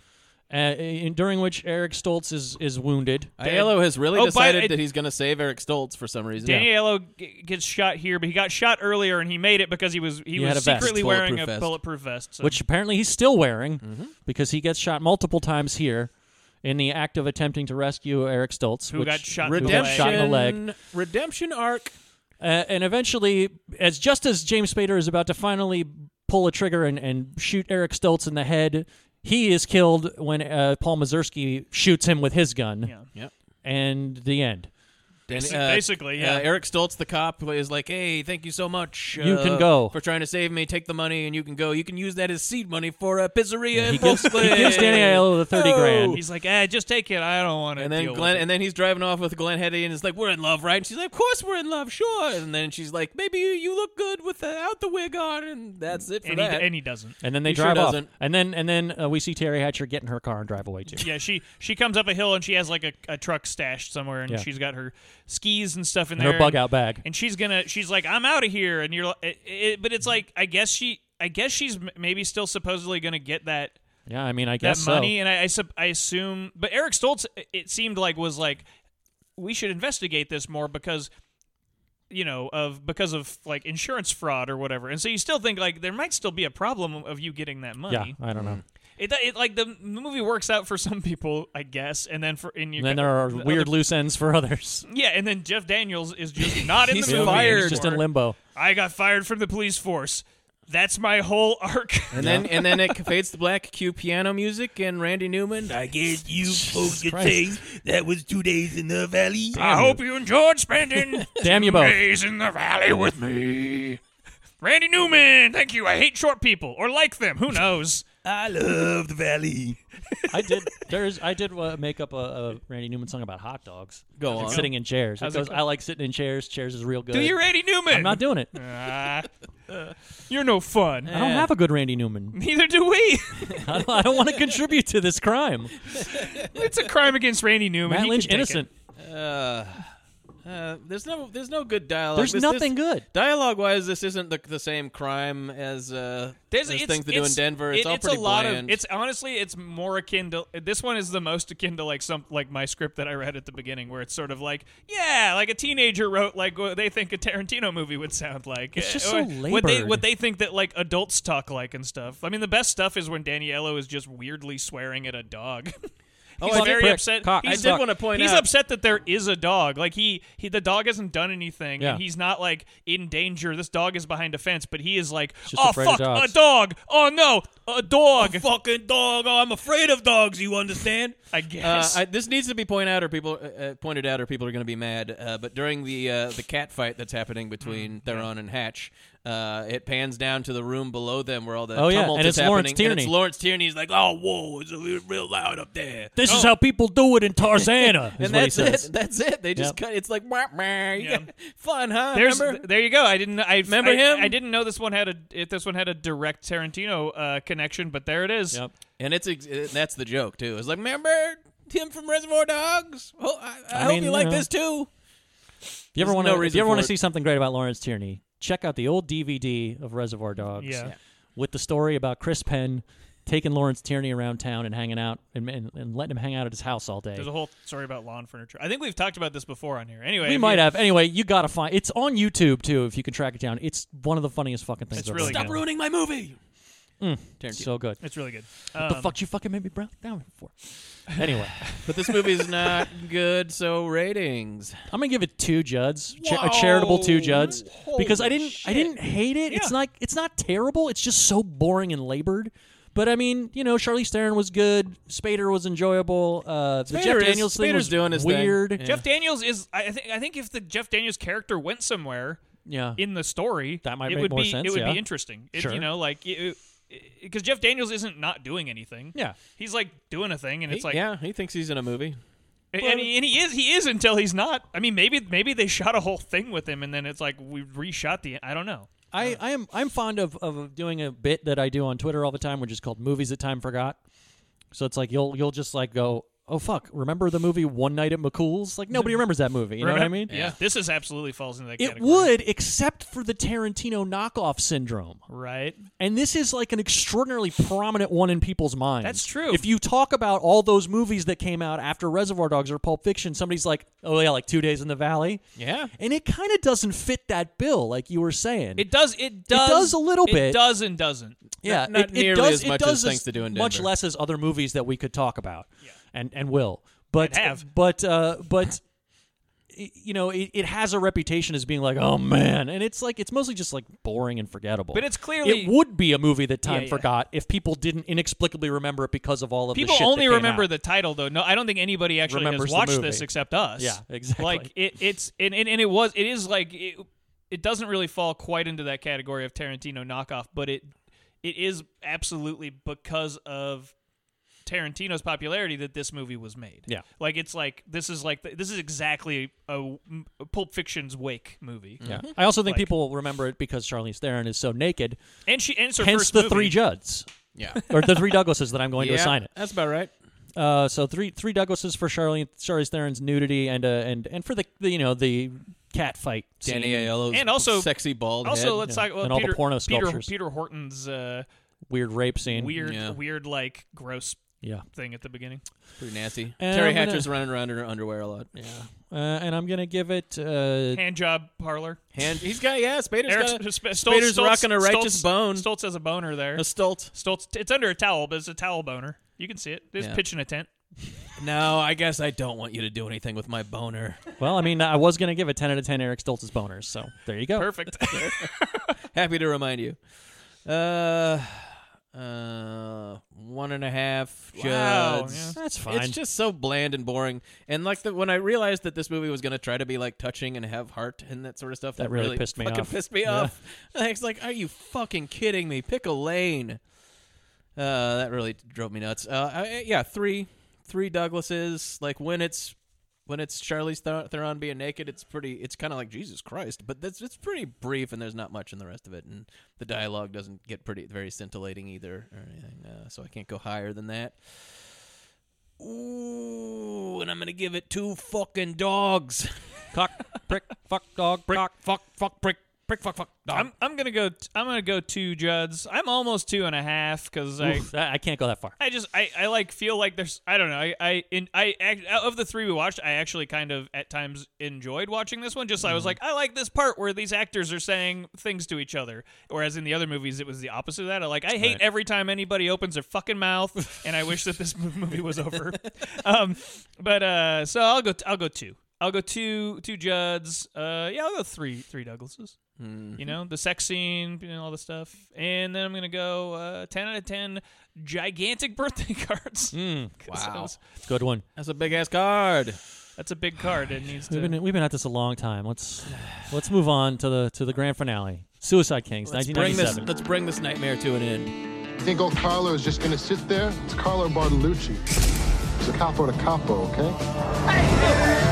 [SPEAKER 3] uh, in- during which Eric Stoltz is, is wounded.
[SPEAKER 2] Aiello has really
[SPEAKER 1] Oh, by-
[SPEAKER 2] decided
[SPEAKER 1] it-
[SPEAKER 2] that he's going to save Eric Stoltz for some reason.
[SPEAKER 1] Daniello g- gets shot here, but he got shot earlier, and he made it because he was he,
[SPEAKER 3] He had
[SPEAKER 1] was
[SPEAKER 3] a vest.
[SPEAKER 1] secretly wearing
[SPEAKER 2] Bulletproof
[SPEAKER 1] a
[SPEAKER 2] vest.
[SPEAKER 1] bulletproof vest. So.
[SPEAKER 3] which apparently he's still wearing because he gets shot multiple times here in the act of attempting to rescue Eric Stoltz,
[SPEAKER 1] Who
[SPEAKER 3] which-
[SPEAKER 1] got shot in the
[SPEAKER 3] who
[SPEAKER 1] leg.
[SPEAKER 3] got shot in the leg.
[SPEAKER 2] Redemption arc.
[SPEAKER 3] Uh, and eventually, as just as James Spader is about to finally pull a trigger and, and shoot Eric Stoltz in the head, he is killed when uh, Paul Mazursky shoots him with his gun.
[SPEAKER 1] Yeah.
[SPEAKER 2] Yep.
[SPEAKER 3] And the end.
[SPEAKER 2] And,
[SPEAKER 1] Basi- basically, yeah.
[SPEAKER 2] uh, Eric Stoltz, the cop, is like, "Hey, thank you so much.
[SPEAKER 3] You
[SPEAKER 2] uh,
[SPEAKER 3] can go."
[SPEAKER 2] for trying to save me. Take the money, and you can go. You can use that as seed money for a pizzeria in
[SPEAKER 3] he gives- he
[SPEAKER 2] Brooklyn." Oh,
[SPEAKER 3] gives Danny Aiello the 30 grand.
[SPEAKER 1] He's like, eh, just take it. I don't want to.
[SPEAKER 2] And then Glenn, and then he's driving off with Glenn Hetty, and it's like, "We're in love, right?" And she's like, "Of course we're in love, sure." And then she's like, "Maybe you, you look good without the wig on," and that's it for
[SPEAKER 1] and he,
[SPEAKER 2] that.
[SPEAKER 1] and he doesn't.
[SPEAKER 3] And then they
[SPEAKER 2] He sure
[SPEAKER 3] drive off.
[SPEAKER 2] doesn't.
[SPEAKER 3] And then and then uh, we see Terry Hatcher get in her car and drive away too.
[SPEAKER 1] Yeah, she she comes up a hill and she has like a, a truck stashed somewhere, and
[SPEAKER 3] Yeah.
[SPEAKER 1] she's got her skis and stuff in
[SPEAKER 3] And
[SPEAKER 1] there.
[SPEAKER 3] her bug
[SPEAKER 1] and-
[SPEAKER 3] out bag.
[SPEAKER 1] and she's gonna she's like i'm out of here and you're like it, it, but it's like i guess she i guess she's m- maybe still supposedly gonna get that
[SPEAKER 3] Yeah, I mean, I
[SPEAKER 1] that
[SPEAKER 3] guess
[SPEAKER 1] money
[SPEAKER 3] so.
[SPEAKER 1] and I, I sup- I assume but eric stoltz it- it seemed like was like we should investigate this more because you know of because of like insurance fraud or whatever and so you still think like there might still be a problem of you getting that money
[SPEAKER 3] Yeah, I don't know.
[SPEAKER 1] it, it like the, the movie works out for some people i guess and then for in you
[SPEAKER 3] And then there are
[SPEAKER 1] the
[SPEAKER 3] weird
[SPEAKER 1] other-
[SPEAKER 3] loose ends for others.
[SPEAKER 1] yeah and then jeff daniels is
[SPEAKER 3] *laughs*
[SPEAKER 1] just not in
[SPEAKER 2] He's
[SPEAKER 1] the movie
[SPEAKER 2] fired.
[SPEAKER 1] anymore.
[SPEAKER 3] He's just in limbo.
[SPEAKER 1] I got fired from the police force. That's my whole arc.
[SPEAKER 2] And
[SPEAKER 1] *laughs*
[SPEAKER 2] then and then it fades to black. Cue piano music and Randy Newman. I guess you folks could say that was two days in the valley.
[SPEAKER 1] I hope you enjoyed
[SPEAKER 3] *laughs*
[SPEAKER 1] spending
[SPEAKER 3] *laughs* Damn you both.
[SPEAKER 1] days in the valley with me. Randy Newman, thank you. I hate short people or like them. Who knows?
[SPEAKER 2] I love the valley.
[SPEAKER 3] I did. There's. I did uh, make up a, a Randy Newman song about hot dogs.
[SPEAKER 2] Go on.
[SPEAKER 3] It's Sitting in chairs. It
[SPEAKER 1] How's it
[SPEAKER 3] goes,
[SPEAKER 1] go?
[SPEAKER 3] I like sitting in chairs. Chairs is real good.
[SPEAKER 1] Do you, Randy Newman?
[SPEAKER 3] I'm not doing it.
[SPEAKER 1] Ah, you're no fun.
[SPEAKER 3] I don't have a good
[SPEAKER 1] *laughs*
[SPEAKER 3] Randy Newman.
[SPEAKER 1] Neither do we.
[SPEAKER 3] I don't, I don't want to contribute to this crime.
[SPEAKER 1] it's a crime against Randy Newman.
[SPEAKER 3] Matt
[SPEAKER 1] He
[SPEAKER 3] Lynch
[SPEAKER 1] can take
[SPEAKER 3] innocent.
[SPEAKER 2] Uh, uh, there's no there's no good dialogue.
[SPEAKER 3] There's
[SPEAKER 2] This-
[SPEAKER 3] nothing
[SPEAKER 2] this-
[SPEAKER 3] good.
[SPEAKER 2] Dialogue wise, this isn't the, the same crime as uh,
[SPEAKER 1] There's,
[SPEAKER 2] as
[SPEAKER 1] it's,
[SPEAKER 2] things they do in
[SPEAKER 1] it's-
[SPEAKER 2] Denver. It's
[SPEAKER 1] it-
[SPEAKER 2] all pretty
[SPEAKER 1] a lot
[SPEAKER 2] bland.
[SPEAKER 1] of. It's honestly, it's more akin to. This one is the most akin to like some like my script that I read at the beginning, where it's sort of like, yeah, like a teenager wrote like what they think a Tarantino movie would sound like.
[SPEAKER 3] It's just
[SPEAKER 1] Uh,
[SPEAKER 3] so
[SPEAKER 1] or What they
[SPEAKER 3] labored.
[SPEAKER 1] what they think that like adults talk like and stuff. I mean, the best stuff is when Daniello is just weirdly swearing at a dog. *laughs* He's
[SPEAKER 2] Oh, I did-
[SPEAKER 1] very
[SPEAKER 3] prick,
[SPEAKER 1] upset.
[SPEAKER 3] cock,
[SPEAKER 1] he's,
[SPEAKER 2] I did want to point
[SPEAKER 1] he's
[SPEAKER 2] out.
[SPEAKER 1] upset that there is a dog. Like he, he the dog hasn't done anything,
[SPEAKER 3] Yeah.
[SPEAKER 1] and he's not like in danger. This dog is behind a fence, but he is like,
[SPEAKER 3] just
[SPEAKER 1] oh
[SPEAKER 3] afraid
[SPEAKER 1] fuck,
[SPEAKER 3] of
[SPEAKER 1] a
[SPEAKER 3] dogs."
[SPEAKER 1] dog. Oh no, a dog.
[SPEAKER 2] fucking dog. Oh, I'm afraid of dogs. You understand?
[SPEAKER 1] I
[SPEAKER 2] Uh,
[SPEAKER 1] guess.
[SPEAKER 2] I, this needs to be pointed out, or people uh, uh, pointed out, or people are going to be mad. Uh, but during the uh, the cat fight that's happening
[SPEAKER 3] Mm,
[SPEAKER 2] between Theron and Hatch, uh, it pans down to the room below them where all the
[SPEAKER 3] Oh, yeah,
[SPEAKER 2] tumult
[SPEAKER 3] and
[SPEAKER 2] is
[SPEAKER 3] it's Lawrence
[SPEAKER 2] happening. And it's
[SPEAKER 3] Tierney.
[SPEAKER 2] Lawrence Tierney. He's like, "Oh, whoa, it's a little- real loud up there."
[SPEAKER 3] This is how people do it in Tarzana. is
[SPEAKER 2] and
[SPEAKER 3] what he
[SPEAKER 2] that's
[SPEAKER 3] says.
[SPEAKER 2] it. That's it. They just
[SPEAKER 3] Yep.
[SPEAKER 2] cut. It's like, wah, wah, you
[SPEAKER 1] Yeah.
[SPEAKER 2] got- fun, huh?
[SPEAKER 1] *laughs* There's,
[SPEAKER 2] Remember?
[SPEAKER 1] there you go. I didn't. I
[SPEAKER 2] Remember
[SPEAKER 1] I-
[SPEAKER 2] him?
[SPEAKER 1] I didn't know this one had a if this one had a direct Tarantino uh, connection, but there it is.
[SPEAKER 3] Yep.
[SPEAKER 2] and it's ex- uh, that's the joke too. It's like, remember Tim from Reservoir Dogs? Oh, I, I,
[SPEAKER 3] I
[SPEAKER 2] hope
[SPEAKER 3] mean,
[SPEAKER 2] you
[SPEAKER 3] you
[SPEAKER 2] like
[SPEAKER 3] know.
[SPEAKER 2] this too.
[SPEAKER 3] If you ever
[SPEAKER 2] There's
[SPEAKER 3] want
[SPEAKER 2] no
[SPEAKER 3] to, if
[SPEAKER 2] reason
[SPEAKER 3] you ever
[SPEAKER 2] for
[SPEAKER 3] want to
[SPEAKER 2] it.
[SPEAKER 3] see something great about Lawrence Tierney, check out the old DVD of Reservoir Dogs.
[SPEAKER 1] Yeah. Yeah.
[SPEAKER 3] With the story about Chris Penn taking Lawrence Tierney around town and hanging out and, and, and letting him hang out at his house all day.
[SPEAKER 1] There's a whole story about lawn furniture. I think we've talked about this before on here. Anyway,
[SPEAKER 3] we
[SPEAKER 1] if
[SPEAKER 3] might
[SPEAKER 1] you-
[SPEAKER 3] have. Anyway, you gotta find. It's on YouTube too. If you can track it down, it's one of the funniest fucking things.
[SPEAKER 1] It's
[SPEAKER 3] I've
[SPEAKER 1] really
[SPEAKER 3] ever
[SPEAKER 2] Stop
[SPEAKER 3] seen.
[SPEAKER 1] good.
[SPEAKER 2] ruining my movie. Tarantino.
[SPEAKER 3] So good.
[SPEAKER 1] It's really good. Um,
[SPEAKER 3] what the fuck you fucking made me brown down for? Anyway,
[SPEAKER 2] But this movie is *laughs* not good, so ratings.
[SPEAKER 3] I'm gonna give it two Juds, cha- a charitable two Juds, because I
[SPEAKER 2] Holy
[SPEAKER 3] didn't I didn't hate it. It's not it's not terrible. It's just so boring and labored. But I mean, you know, Charlize Theron was good. Spader was enjoyable. Uh, the
[SPEAKER 2] Spader
[SPEAKER 3] Jeff
[SPEAKER 2] is-
[SPEAKER 3] Daniels thing
[SPEAKER 2] Spader's
[SPEAKER 3] was
[SPEAKER 2] doing his thing.
[SPEAKER 3] weird.
[SPEAKER 2] Yeah.
[SPEAKER 1] Jeff Daniels is. I I think. I think if the Jeff Daniels character went somewhere
[SPEAKER 3] Yeah.
[SPEAKER 1] in the story,
[SPEAKER 3] That might
[SPEAKER 1] it
[SPEAKER 3] make
[SPEAKER 1] would
[SPEAKER 3] more
[SPEAKER 1] be,
[SPEAKER 3] sense,
[SPEAKER 1] It would
[SPEAKER 3] yeah.
[SPEAKER 1] be interesting. It,
[SPEAKER 3] Sure.
[SPEAKER 1] You know, like because Jeff Daniels isn't not doing anything.
[SPEAKER 3] Yeah.
[SPEAKER 1] he's like doing a thing, and it's
[SPEAKER 2] He-
[SPEAKER 1] like
[SPEAKER 2] yeah, he thinks he's in a movie.
[SPEAKER 1] And, and he, and he is he is until he's not. I mean, maybe maybe they shot a whole thing with him, and then it's like we reshot the. I don't know.
[SPEAKER 3] I, I am I'm fond of, of doing a bit that I do on Twitter all the time, which is called movies that time forgot. So it's like you'll you'll just like go, oh fuck, remember the movie One Night at McCool's?
[SPEAKER 2] *laughs*
[SPEAKER 3] Like nobody remembers that movie. You know what I mean?
[SPEAKER 1] Yeah. this is absolutely falls into that.
[SPEAKER 3] It
[SPEAKER 1] category.
[SPEAKER 3] would, except for the Tarantino knockoff syndrome.
[SPEAKER 1] right.
[SPEAKER 3] And this is like an extraordinarily prominent one in people's minds.
[SPEAKER 1] That's true.
[SPEAKER 3] If you talk about all those movies that came out after Reservoir Dogs or Pulp Fiction, somebody's like, oh, yeah, like Two Days in the Valley.
[SPEAKER 2] Yeah.
[SPEAKER 3] And it kind of doesn't fit that bill, like you were saying.
[SPEAKER 1] It does. It does.
[SPEAKER 3] does a little
[SPEAKER 1] it
[SPEAKER 3] bit.
[SPEAKER 1] does and doesn't.
[SPEAKER 3] Yeah,
[SPEAKER 2] not
[SPEAKER 3] it,
[SPEAKER 2] nearly
[SPEAKER 3] it does,
[SPEAKER 2] as
[SPEAKER 3] it
[SPEAKER 2] much
[SPEAKER 3] does
[SPEAKER 2] as Things to Do in
[SPEAKER 3] much
[SPEAKER 2] Denver.
[SPEAKER 3] less as other movies that we could talk about, and and will, but
[SPEAKER 1] And have.
[SPEAKER 3] but uh, but y- you know, it, it has a reputation as being like, oh man, and it's like it's mostly just like boring and forgettable.
[SPEAKER 1] But it's clearly-
[SPEAKER 3] it would be a movie that time
[SPEAKER 1] Yeah, yeah.
[SPEAKER 3] forgot if people didn't inexplicably remember it because of all of
[SPEAKER 1] People
[SPEAKER 3] the shit
[SPEAKER 1] only
[SPEAKER 3] that came
[SPEAKER 1] remember
[SPEAKER 3] out.
[SPEAKER 1] the title though. No, I don't think anybody actually has
[SPEAKER 3] Remembers the
[SPEAKER 1] watched
[SPEAKER 3] movie.
[SPEAKER 1] this except us.
[SPEAKER 3] Yeah, exactly.
[SPEAKER 1] Like it, it's and, and, and it was it is like it, it doesn't really fall quite into that category of Tarantino knockoff, but it it is absolutely because of Tarantino's popularity that this movie was made.
[SPEAKER 3] Yeah.
[SPEAKER 1] Like it's like this is like the, this is exactly a, a Pulp Fiction's Wake movie.
[SPEAKER 3] Yeah. I also think
[SPEAKER 1] Mhm. Like-
[SPEAKER 3] people will remember it because Charlize Theron is so naked.
[SPEAKER 1] And she and it's her
[SPEAKER 3] Hence
[SPEAKER 1] first
[SPEAKER 3] the
[SPEAKER 1] movie.
[SPEAKER 3] three Judds
[SPEAKER 2] *laughs* Yeah.
[SPEAKER 3] or the
[SPEAKER 1] *laughs*
[SPEAKER 3] three Douglases that I'm going
[SPEAKER 2] Yeah,
[SPEAKER 3] to assign it.
[SPEAKER 2] That's about right.
[SPEAKER 3] Uh, so three three Douglases for Charlie Charlize Theron's nudity and uh, and and for the, the you know the cat fight. scene.
[SPEAKER 2] Danny Aiello's
[SPEAKER 1] And also-
[SPEAKER 2] sexy bald
[SPEAKER 1] Also,
[SPEAKER 2] head.
[SPEAKER 1] let's talk well,
[SPEAKER 3] And all the
[SPEAKER 1] Peter-
[SPEAKER 3] porno
[SPEAKER 1] Peter,
[SPEAKER 3] sculptures.
[SPEAKER 1] Peter Horton's uh,
[SPEAKER 3] weird rape scene.
[SPEAKER 1] weird,
[SPEAKER 2] Yeah.
[SPEAKER 1] weird, like gross
[SPEAKER 3] Yeah.
[SPEAKER 1] thing at the beginning.
[SPEAKER 2] pretty nasty.
[SPEAKER 3] And
[SPEAKER 2] Terry
[SPEAKER 3] I'm gonna-
[SPEAKER 2] Hatcher's running around in her underwear a lot. Yeah.
[SPEAKER 3] Uh, and I'm gonna give it. Uh,
[SPEAKER 1] Hand job parlor.
[SPEAKER 2] Hand, he's got yeah. Spader's
[SPEAKER 1] Eric
[SPEAKER 2] got a,
[SPEAKER 1] Sp- Stoltz-
[SPEAKER 2] Spader's
[SPEAKER 1] Stoltz-
[SPEAKER 2] rocking a righteous
[SPEAKER 1] Stoltz-
[SPEAKER 2] bone.
[SPEAKER 1] Stoltz has a boner there.
[SPEAKER 2] A stolt.
[SPEAKER 1] Stoltz, it's under a towel, but it's a towel boner. You can see it. It's
[SPEAKER 2] Yeah.
[SPEAKER 1] pitching a tent.
[SPEAKER 2] No, I guess I don't want you to do anything with my boner.
[SPEAKER 3] well, I mean, I was gonna give it ten out of ten. Eric Stoltz's boners. So there you go.
[SPEAKER 1] Perfect.
[SPEAKER 2] *laughs*
[SPEAKER 1] *laughs*
[SPEAKER 2] Happy to remind you. Uh, uh, one and a half.
[SPEAKER 1] Wow,
[SPEAKER 2] Judds.
[SPEAKER 1] yeah.
[SPEAKER 3] That's fine.
[SPEAKER 2] It's just so bland and boring. And like the, when I realized that this movie was going to try to be like touching and have heart and that sort of stuff, that,
[SPEAKER 3] That really pissed me
[SPEAKER 2] fucking
[SPEAKER 3] off.
[SPEAKER 2] Pissed me
[SPEAKER 3] Yeah.
[SPEAKER 2] off. *laughs* I was like, "Are you fucking kidding me? Pick a lane." Uh, that really drove me nuts. Uh, I- I- yeah, three, three Douglases. Like when it's when it's Charlie's Theron being naked, it's pretty. It's kind of like Jesus Christ, but that's it's pretty brief, and there's not much in the rest of it, and the dialogue doesn't get pretty very scintillating either, or anything. Uh, so I can't go higher than that. Ooh, and I'm gonna give it two fucking dogs. *laughs*
[SPEAKER 3] cock, prick, fuck, dog, prick, cock, fuck, fuck, prick, prick, fuck, fuck, dog.
[SPEAKER 1] I'm, I'm gonna go. T- I'm gonna go two Judds. I'm almost two and a half because I.
[SPEAKER 3] Oof, I I can't go that far.
[SPEAKER 1] I just I, I like feel like there's I don't know I I in I act, out of the three we watched I actually kind of at times enjoyed watching this one just I was like I like this part where these actors are saying things to each other whereas in the other movies it was the opposite of that I like I hate every time anybody opens their fucking mouth and I wish that this mo- movie was over um but uh so I'll go t- I'll go two I'll go two two Judds uh yeah I'll go three three Douglases you know the sex scene you know all the stuff and then i'm gonna go uh, 10 out of 10 gigantic *laughs* birthday cards Mm, wow
[SPEAKER 3] Good one.
[SPEAKER 2] That's a big ass card.
[SPEAKER 1] that's a big card it needs
[SPEAKER 3] We've
[SPEAKER 1] to
[SPEAKER 3] been we've been at this a long time. Let's let's move on to the to the grand finale. Suicide Kings,
[SPEAKER 2] Let's bring this.
[SPEAKER 3] 1997.
[SPEAKER 2] Let's bring this nightmare to an end.
[SPEAKER 11] You think old Carlo is just gonna sit there? It's Carlo Bartolucci. He's a capo to capo, okay?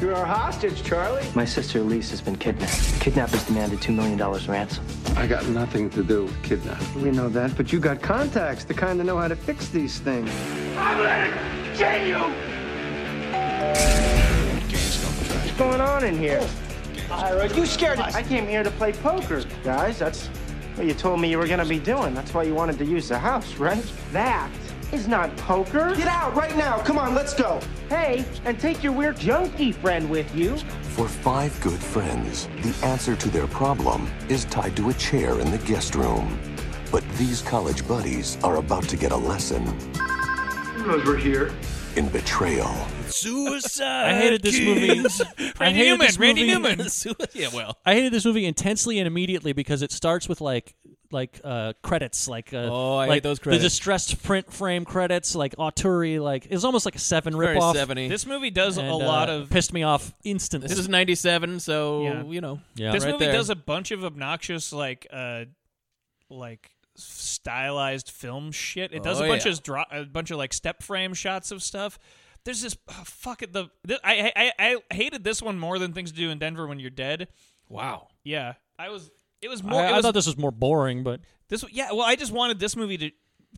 [SPEAKER 9] You're our hostage, Charlie.
[SPEAKER 10] My sister Elise has been kidnapped. Kidnappers demanded $2 million ransom.
[SPEAKER 4] I got nothing to do with kidnapping.
[SPEAKER 9] We know that, but you got contacts, the kind that know how to fix these things. I'm gonna kill you! What's going on in here? Ira, you scared us. I came here to play poker, guys. That's what you told me you were gonna be doing. That's why you wanted to use the house, right? That is not poker. Get out right now. Come on, let's go. Hey, and take your weird junkie friend with you.
[SPEAKER 5] For five good friends, the answer to their problem is tied to a chair in the guest room. But these college buddies are about to get a lesson. In betrayal.
[SPEAKER 2] Suicide.
[SPEAKER 3] I hated this movie.
[SPEAKER 1] *laughs*
[SPEAKER 3] I
[SPEAKER 1] Randy
[SPEAKER 3] hated
[SPEAKER 1] Newman,
[SPEAKER 3] this
[SPEAKER 1] Randy
[SPEAKER 3] movie.
[SPEAKER 1] Newman.
[SPEAKER 2] yeah, well,
[SPEAKER 3] I hated this movie intensely and immediately because it starts with like like uh credits like uh,
[SPEAKER 2] Oh, I hate
[SPEAKER 3] like
[SPEAKER 2] those
[SPEAKER 3] the
[SPEAKER 2] credits.
[SPEAKER 3] distressed print frame credits like Auturi like it's almost like a seven
[SPEAKER 2] very
[SPEAKER 3] ripoff.
[SPEAKER 2] seventy. This,
[SPEAKER 1] *laughs* this movie does
[SPEAKER 3] and,
[SPEAKER 1] a lot
[SPEAKER 3] uh,
[SPEAKER 1] of
[SPEAKER 3] pissed me off instantly.
[SPEAKER 2] is ninety-seven, so
[SPEAKER 1] Yeah.
[SPEAKER 2] you know.
[SPEAKER 3] yeah,
[SPEAKER 1] this
[SPEAKER 2] right
[SPEAKER 1] movie
[SPEAKER 2] there.
[SPEAKER 1] does a bunch of obnoxious like uh like stylized film shit it does
[SPEAKER 2] Oh,
[SPEAKER 1] a bunch
[SPEAKER 2] yeah.
[SPEAKER 1] of dro- a bunch of like step frame shots of stuff there's this oh, fuck it the th- I, I I I hated this one more than things to do in Denver when you're dead
[SPEAKER 2] Wow.
[SPEAKER 1] yeah I was it was more it
[SPEAKER 3] I, I
[SPEAKER 1] was
[SPEAKER 3] thought this was more boring, but
[SPEAKER 1] This, yeah. Well, I just wanted this movie to.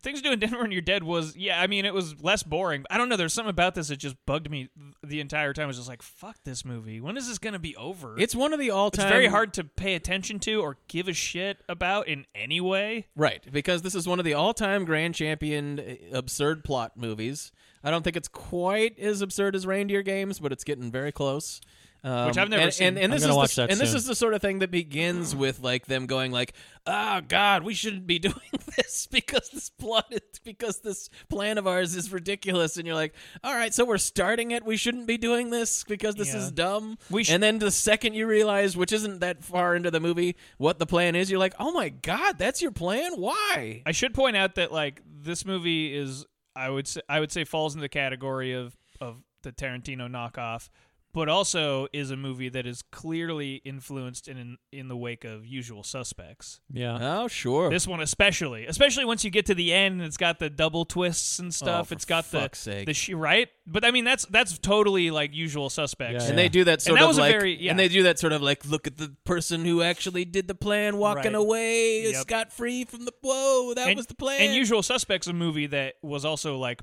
[SPEAKER 1] Things to do in Denver when you're dead was, yeah. I mean, it was less boring. I don't know. There's something about this that just bugged me th- the entire time. I was just like, "Fuck this movie. When is this gonna be over?"
[SPEAKER 2] It's one of the
[SPEAKER 1] It's
[SPEAKER 2] all-time.
[SPEAKER 1] very hard to pay attention to or give a shit about in any way.
[SPEAKER 2] Right, because this is one of the all-time grand champion uh, absurd plot movies. I don't think it's quite as absurd as Reindeer Games, but it's getting very close. Um,
[SPEAKER 1] Which I've never
[SPEAKER 2] and,
[SPEAKER 1] seen.
[SPEAKER 2] And, and
[SPEAKER 1] I'm
[SPEAKER 2] this
[SPEAKER 3] gonna
[SPEAKER 2] is
[SPEAKER 3] watch
[SPEAKER 2] the,
[SPEAKER 3] that
[SPEAKER 2] and this
[SPEAKER 3] soon.
[SPEAKER 2] is the sort of thing that begins with like them going like, "Oh God, we shouldn't be *laughs* doing this because this plot, is- because this plan of ours is ridiculous." And you're like, "All right, so we're starting it. We shouldn't be doing this because this
[SPEAKER 1] Yeah.
[SPEAKER 2] is dumb."
[SPEAKER 1] We sh-
[SPEAKER 2] and then the second you realize, which isn't that far into the movie, what the plan is, you're like, "Oh my God, that's your plan? Why?"
[SPEAKER 1] I should point out that like this movie is I would say I would say falls in the category of of the Tarantino knockoff, but also is a movie that is clearly influenced in in, in the wake of Usual Suspects.
[SPEAKER 3] Yeah.
[SPEAKER 2] oh sure.
[SPEAKER 1] This one especially, especially once you get to the end and it's got the double twists and stuff.
[SPEAKER 2] Oh, for
[SPEAKER 1] it's got the
[SPEAKER 2] fuck's sake.
[SPEAKER 1] the sh- right, but I mean that's that's totally like Usual Suspects.
[SPEAKER 3] Yeah,
[SPEAKER 2] And
[SPEAKER 3] yeah.
[SPEAKER 2] they do that sort
[SPEAKER 1] that
[SPEAKER 2] of
[SPEAKER 1] was a
[SPEAKER 2] like,
[SPEAKER 1] very- yeah.
[SPEAKER 2] and they do that sort of like, look at the person who actually did the plan
[SPEAKER 1] Right.
[SPEAKER 2] walking away
[SPEAKER 1] Yep.
[SPEAKER 2] scot free from the whoa, that
[SPEAKER 1] and,
[SPEAKER 2] was the plan.
[SPEAKER 1] And Usual Suspects, a movie that was also like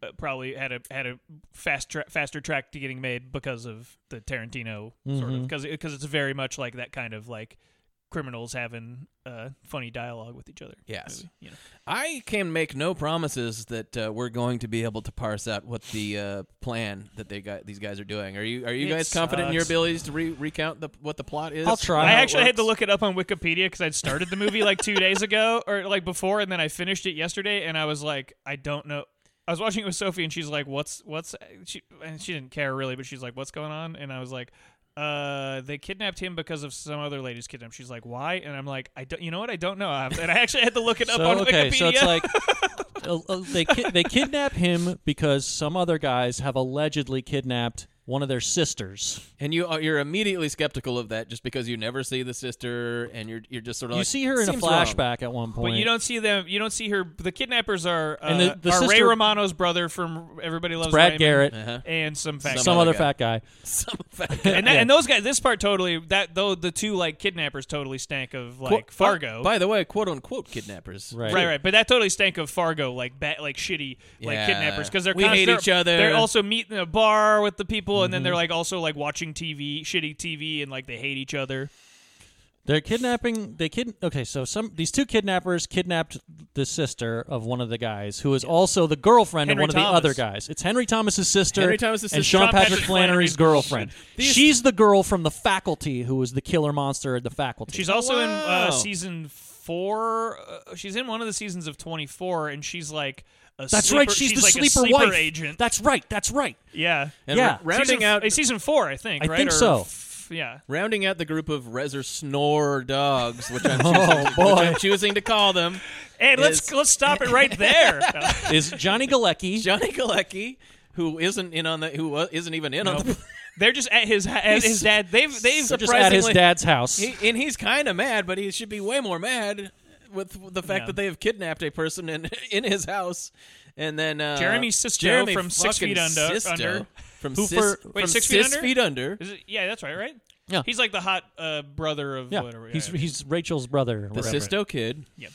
[SPEAKER 1] uh, probably had a had a fast tra- faster track to getting made because of the Tarantino sort
[SPEAKER 2] Mm-hmm.
[SPEAKER 1] of because because it's very much like that kind of like criminals having uh, funny dialogue with each other.
[SPEAKER 2] Yes.
[SPEAKER 1] movie, you know.
[SPEAKER 2] I can make no promises that uh, we're going to be able to parse out what the uh, plan that they got these guys are doing. Are you are you
[SPEAKER 1] It
[SPEAKER 2] guys confident in your
[SPEAKER 1] sucks.
[SPEAKER 2] abilities to re- recount the, what the plot is?
[SPEAKER 3] I'll try.
[SPEAKER 1] I
[SPEAKER 3] how it
[SPEAKER 1] actually had to
[SPEAKER 3] works.
[SPEAKER 1] look it up on Wikipedia because I'd started the movie like two days ago or like before, and then I finished it yesterday, and I was like, I don't know. I was watching it with Sophie, and she's like, "What's what's?" She and she didn't care really, but she's like, "What's going on?" And I was like, "Uh, they kidnapped him because of some other lady's kidnap." She's like, "Why?" And I'm like, "I don't. You know what? I don't know." And I actually had to look it up
[SPEAKER 3] So,
[SPEAKER 1] on
[SPEAKER 3] okay,
[SPEAKER 1] Wikipedia.
[SPEAKER 3] so it's like uh, uh, they ki- they kidnap him because some other guys have allegedly kidnapped one of their sisters.
[SPEAKER 2] And you are, you're immediately skeptical of that just because you never see the sister, and you're you're just sort of
[SPEAKER 3] You
[SPEAKER 2] like,
[SPEAKER 3] see her in a
[SPEAKER 2] "Seems wrong."
[SPEAKER 3] flashback at one point.
[SPEAKER 1] but you don't see them. You don't see her. The kidnappers are uh,
[SPEAKER 3] And the- the
[SPEAKER 1] are Ray
[SPEAKER 3] sister-
[SPEAKER 1] Romano's brother from Everybody Loves
[SPEAKER 3] Brad
[SPEAKER 1] Raymond
[SPEAKER 3] Garrett.
[SPEAKER 2] Uh-huh.
[SPEAKER 1] and some fact
[SPEAKER 3] some other fat guy.
[SPEAKER 2] *laughs* Some fact.
[SPEAKER 1] and, that, and those guys, this part totally that though the two like kidnappers totally stank of like
[SPEAKER 2] Quote-
[SPEAKER 3] uh,
[SPEAKER 1] Fargo,
[SPEAKER 2] By, by the way, quote unquote kidnappers.
[SPEAKER 3] Right.
[SPEAKER 1] right, right, but that totally stank of Fargo, like ba- like shitty like
[SPEAKER 2] Yeah.
[SPEAKER 1] kidnappers because they're
[SPEAKER 2] We
[SPEAKER 1] const-
[SPEAKER 2] hate
[SPEAKER 1] they're-
[SPEAKER 2] each other.
[SPEAKER 1] They're also meeting in a bar with the people, and then they're
[SPEAKER 3] Mm-hmm.
[SPEAKER 1] like also like watching TV, shitty TV, and like they hate each other.
[SPEAKER 3] They're kidnapping. They kid. Okay, so some these two kidnappers kidnapped the sister of one of the guys, who is also the girlfriend
[SPEAKER 1] Henry
[SPEAKER 3] of one of
[SPEAKER 1] Thomas.
[SPEAKER 3] the other guys. It's Henry Thomas's sister.
[SPEAKER 2] Henry Thomas's
[SPEAKER 3] and
[SPEAKER 2] sister.
[SPEAKER 3] Sean
[SPEAKER 1] Sean
[SPEAKER 3] Patrick,
[SPEAKER 1] Patrick
[SPEAKER 3] Flannery's
[SPEAKER 1] Flannery's
[SPEAKER 3] girlfriend.
[SPEAKER 2] These-
[SPEAKER 3] She's the girl from the faculty who was the killer monster at the faculty.
[SPEAKER 1] She's also in
[SPEAKER 2] wow.
[SPEAKER 1] uh, season four. Uh, she's in one of the seasons of Twenty Four, and she's like. A
[SPEAKER 3] that's
[SPEAKER 1] sleeper,
[SPEAKER 3] right. She's, the
[SPEAKER 1] like a
[SPEAKER 3] sleeper,
[SPEAKER 1] sleeper
[SPEAKER 3] wife.
[SPEAKER 1] agent.
[SPEAKER 3] That's right. That's right.
[SPEAKER 1] yeah,
[SPEAKER 2] And
[SPEAKER 3] Yeah.
[SPEAKER 2] ra- rounding
[SPEAKER 1] season,
[SPEAKER 2] out
[SPEAKER 1] uh, season four, I think.
[SPEAKER 3] I
[SPEAKER 1] right?
[SPEAKER 3] think
[SPEAKER 1] Or
[SPEAKER 3] so.
[SPEAKER 1] f- yeah,
[SPEAKER 2] rounding out the group of Rezzer Snore dogs,
[SPEAKER 1] *laughs*
[SPEAKER 2] which I'm,
[SPEAKER 3] Oh,
[SPEAKER 2] choosing,
[SPEAKER 3] boy.
[SPEAKER 2] which I'm choosing to call them
[SPEAKER 1] And
[SPEAKER 2] is-
[SPEAKER 1] let's let's stop it
[SPEAKER 3] *laughs*
[SPEAKER 1] right there.
[SPEAKER 3] Is *laughs* Johnny Galecki?
[SPEAKER 2] Johnny Galecki, who isn't in on the who wa- isn't even in on the.
[SPEAKER 1] They're just at his at his dad. They've they've
[SPEAKER 3] so just at his
[SPEAKER 2] surprisingly-
[SPEAKER 3] dad's house.
[SPEAKER 2] He, and he's kind of mad, but he should be way more mad with the fact
[SPEAKER 1] Yeah.
[SPEAKER 2] that they have kidnapped a person in *laughs* in his house, and then uh,
[SPEAKER 1] Jeremy Sisto
[SPEAKER 2] Jeremy
[SPEAKER 1] from Six
[SPEAKER 2] fucking
[SPEAKER 1] Feet Under-
[SPEAKER 2] Sisto
[SPEAKER 1] Under.
[SPEAKER 2] from
[SPEAKER 3] Who
[SPEAKER 2] Sis-
[SPEAKER 3] for-
[SPEAKER 1] Wait,
[SPEAKER 2] from
[SPEAKER 1] Six Feet
[SPEAKER 2] Sis
[SPEAKER 1] Under?
[SPEAKER 2] Feet under.
[SPEAKER 1] Is it, yeah, that's right, right?
[SPEAKER 3] Yeah.
[SPEAKER 1] he's like the hot uh, brother of
[SPEAKER 3] yeah,
[SPEAKER 1] whatever.
[SPEAKER 3] he's
[SPEAKER 1] yeah,
[SPEAKER 3] he's Rachel's brother. or
[SPEAKER 2] the
[SPEAKER 3] whatever.
[SPEAKER 2] Sisto kid,
[SPEAKER 1] yep.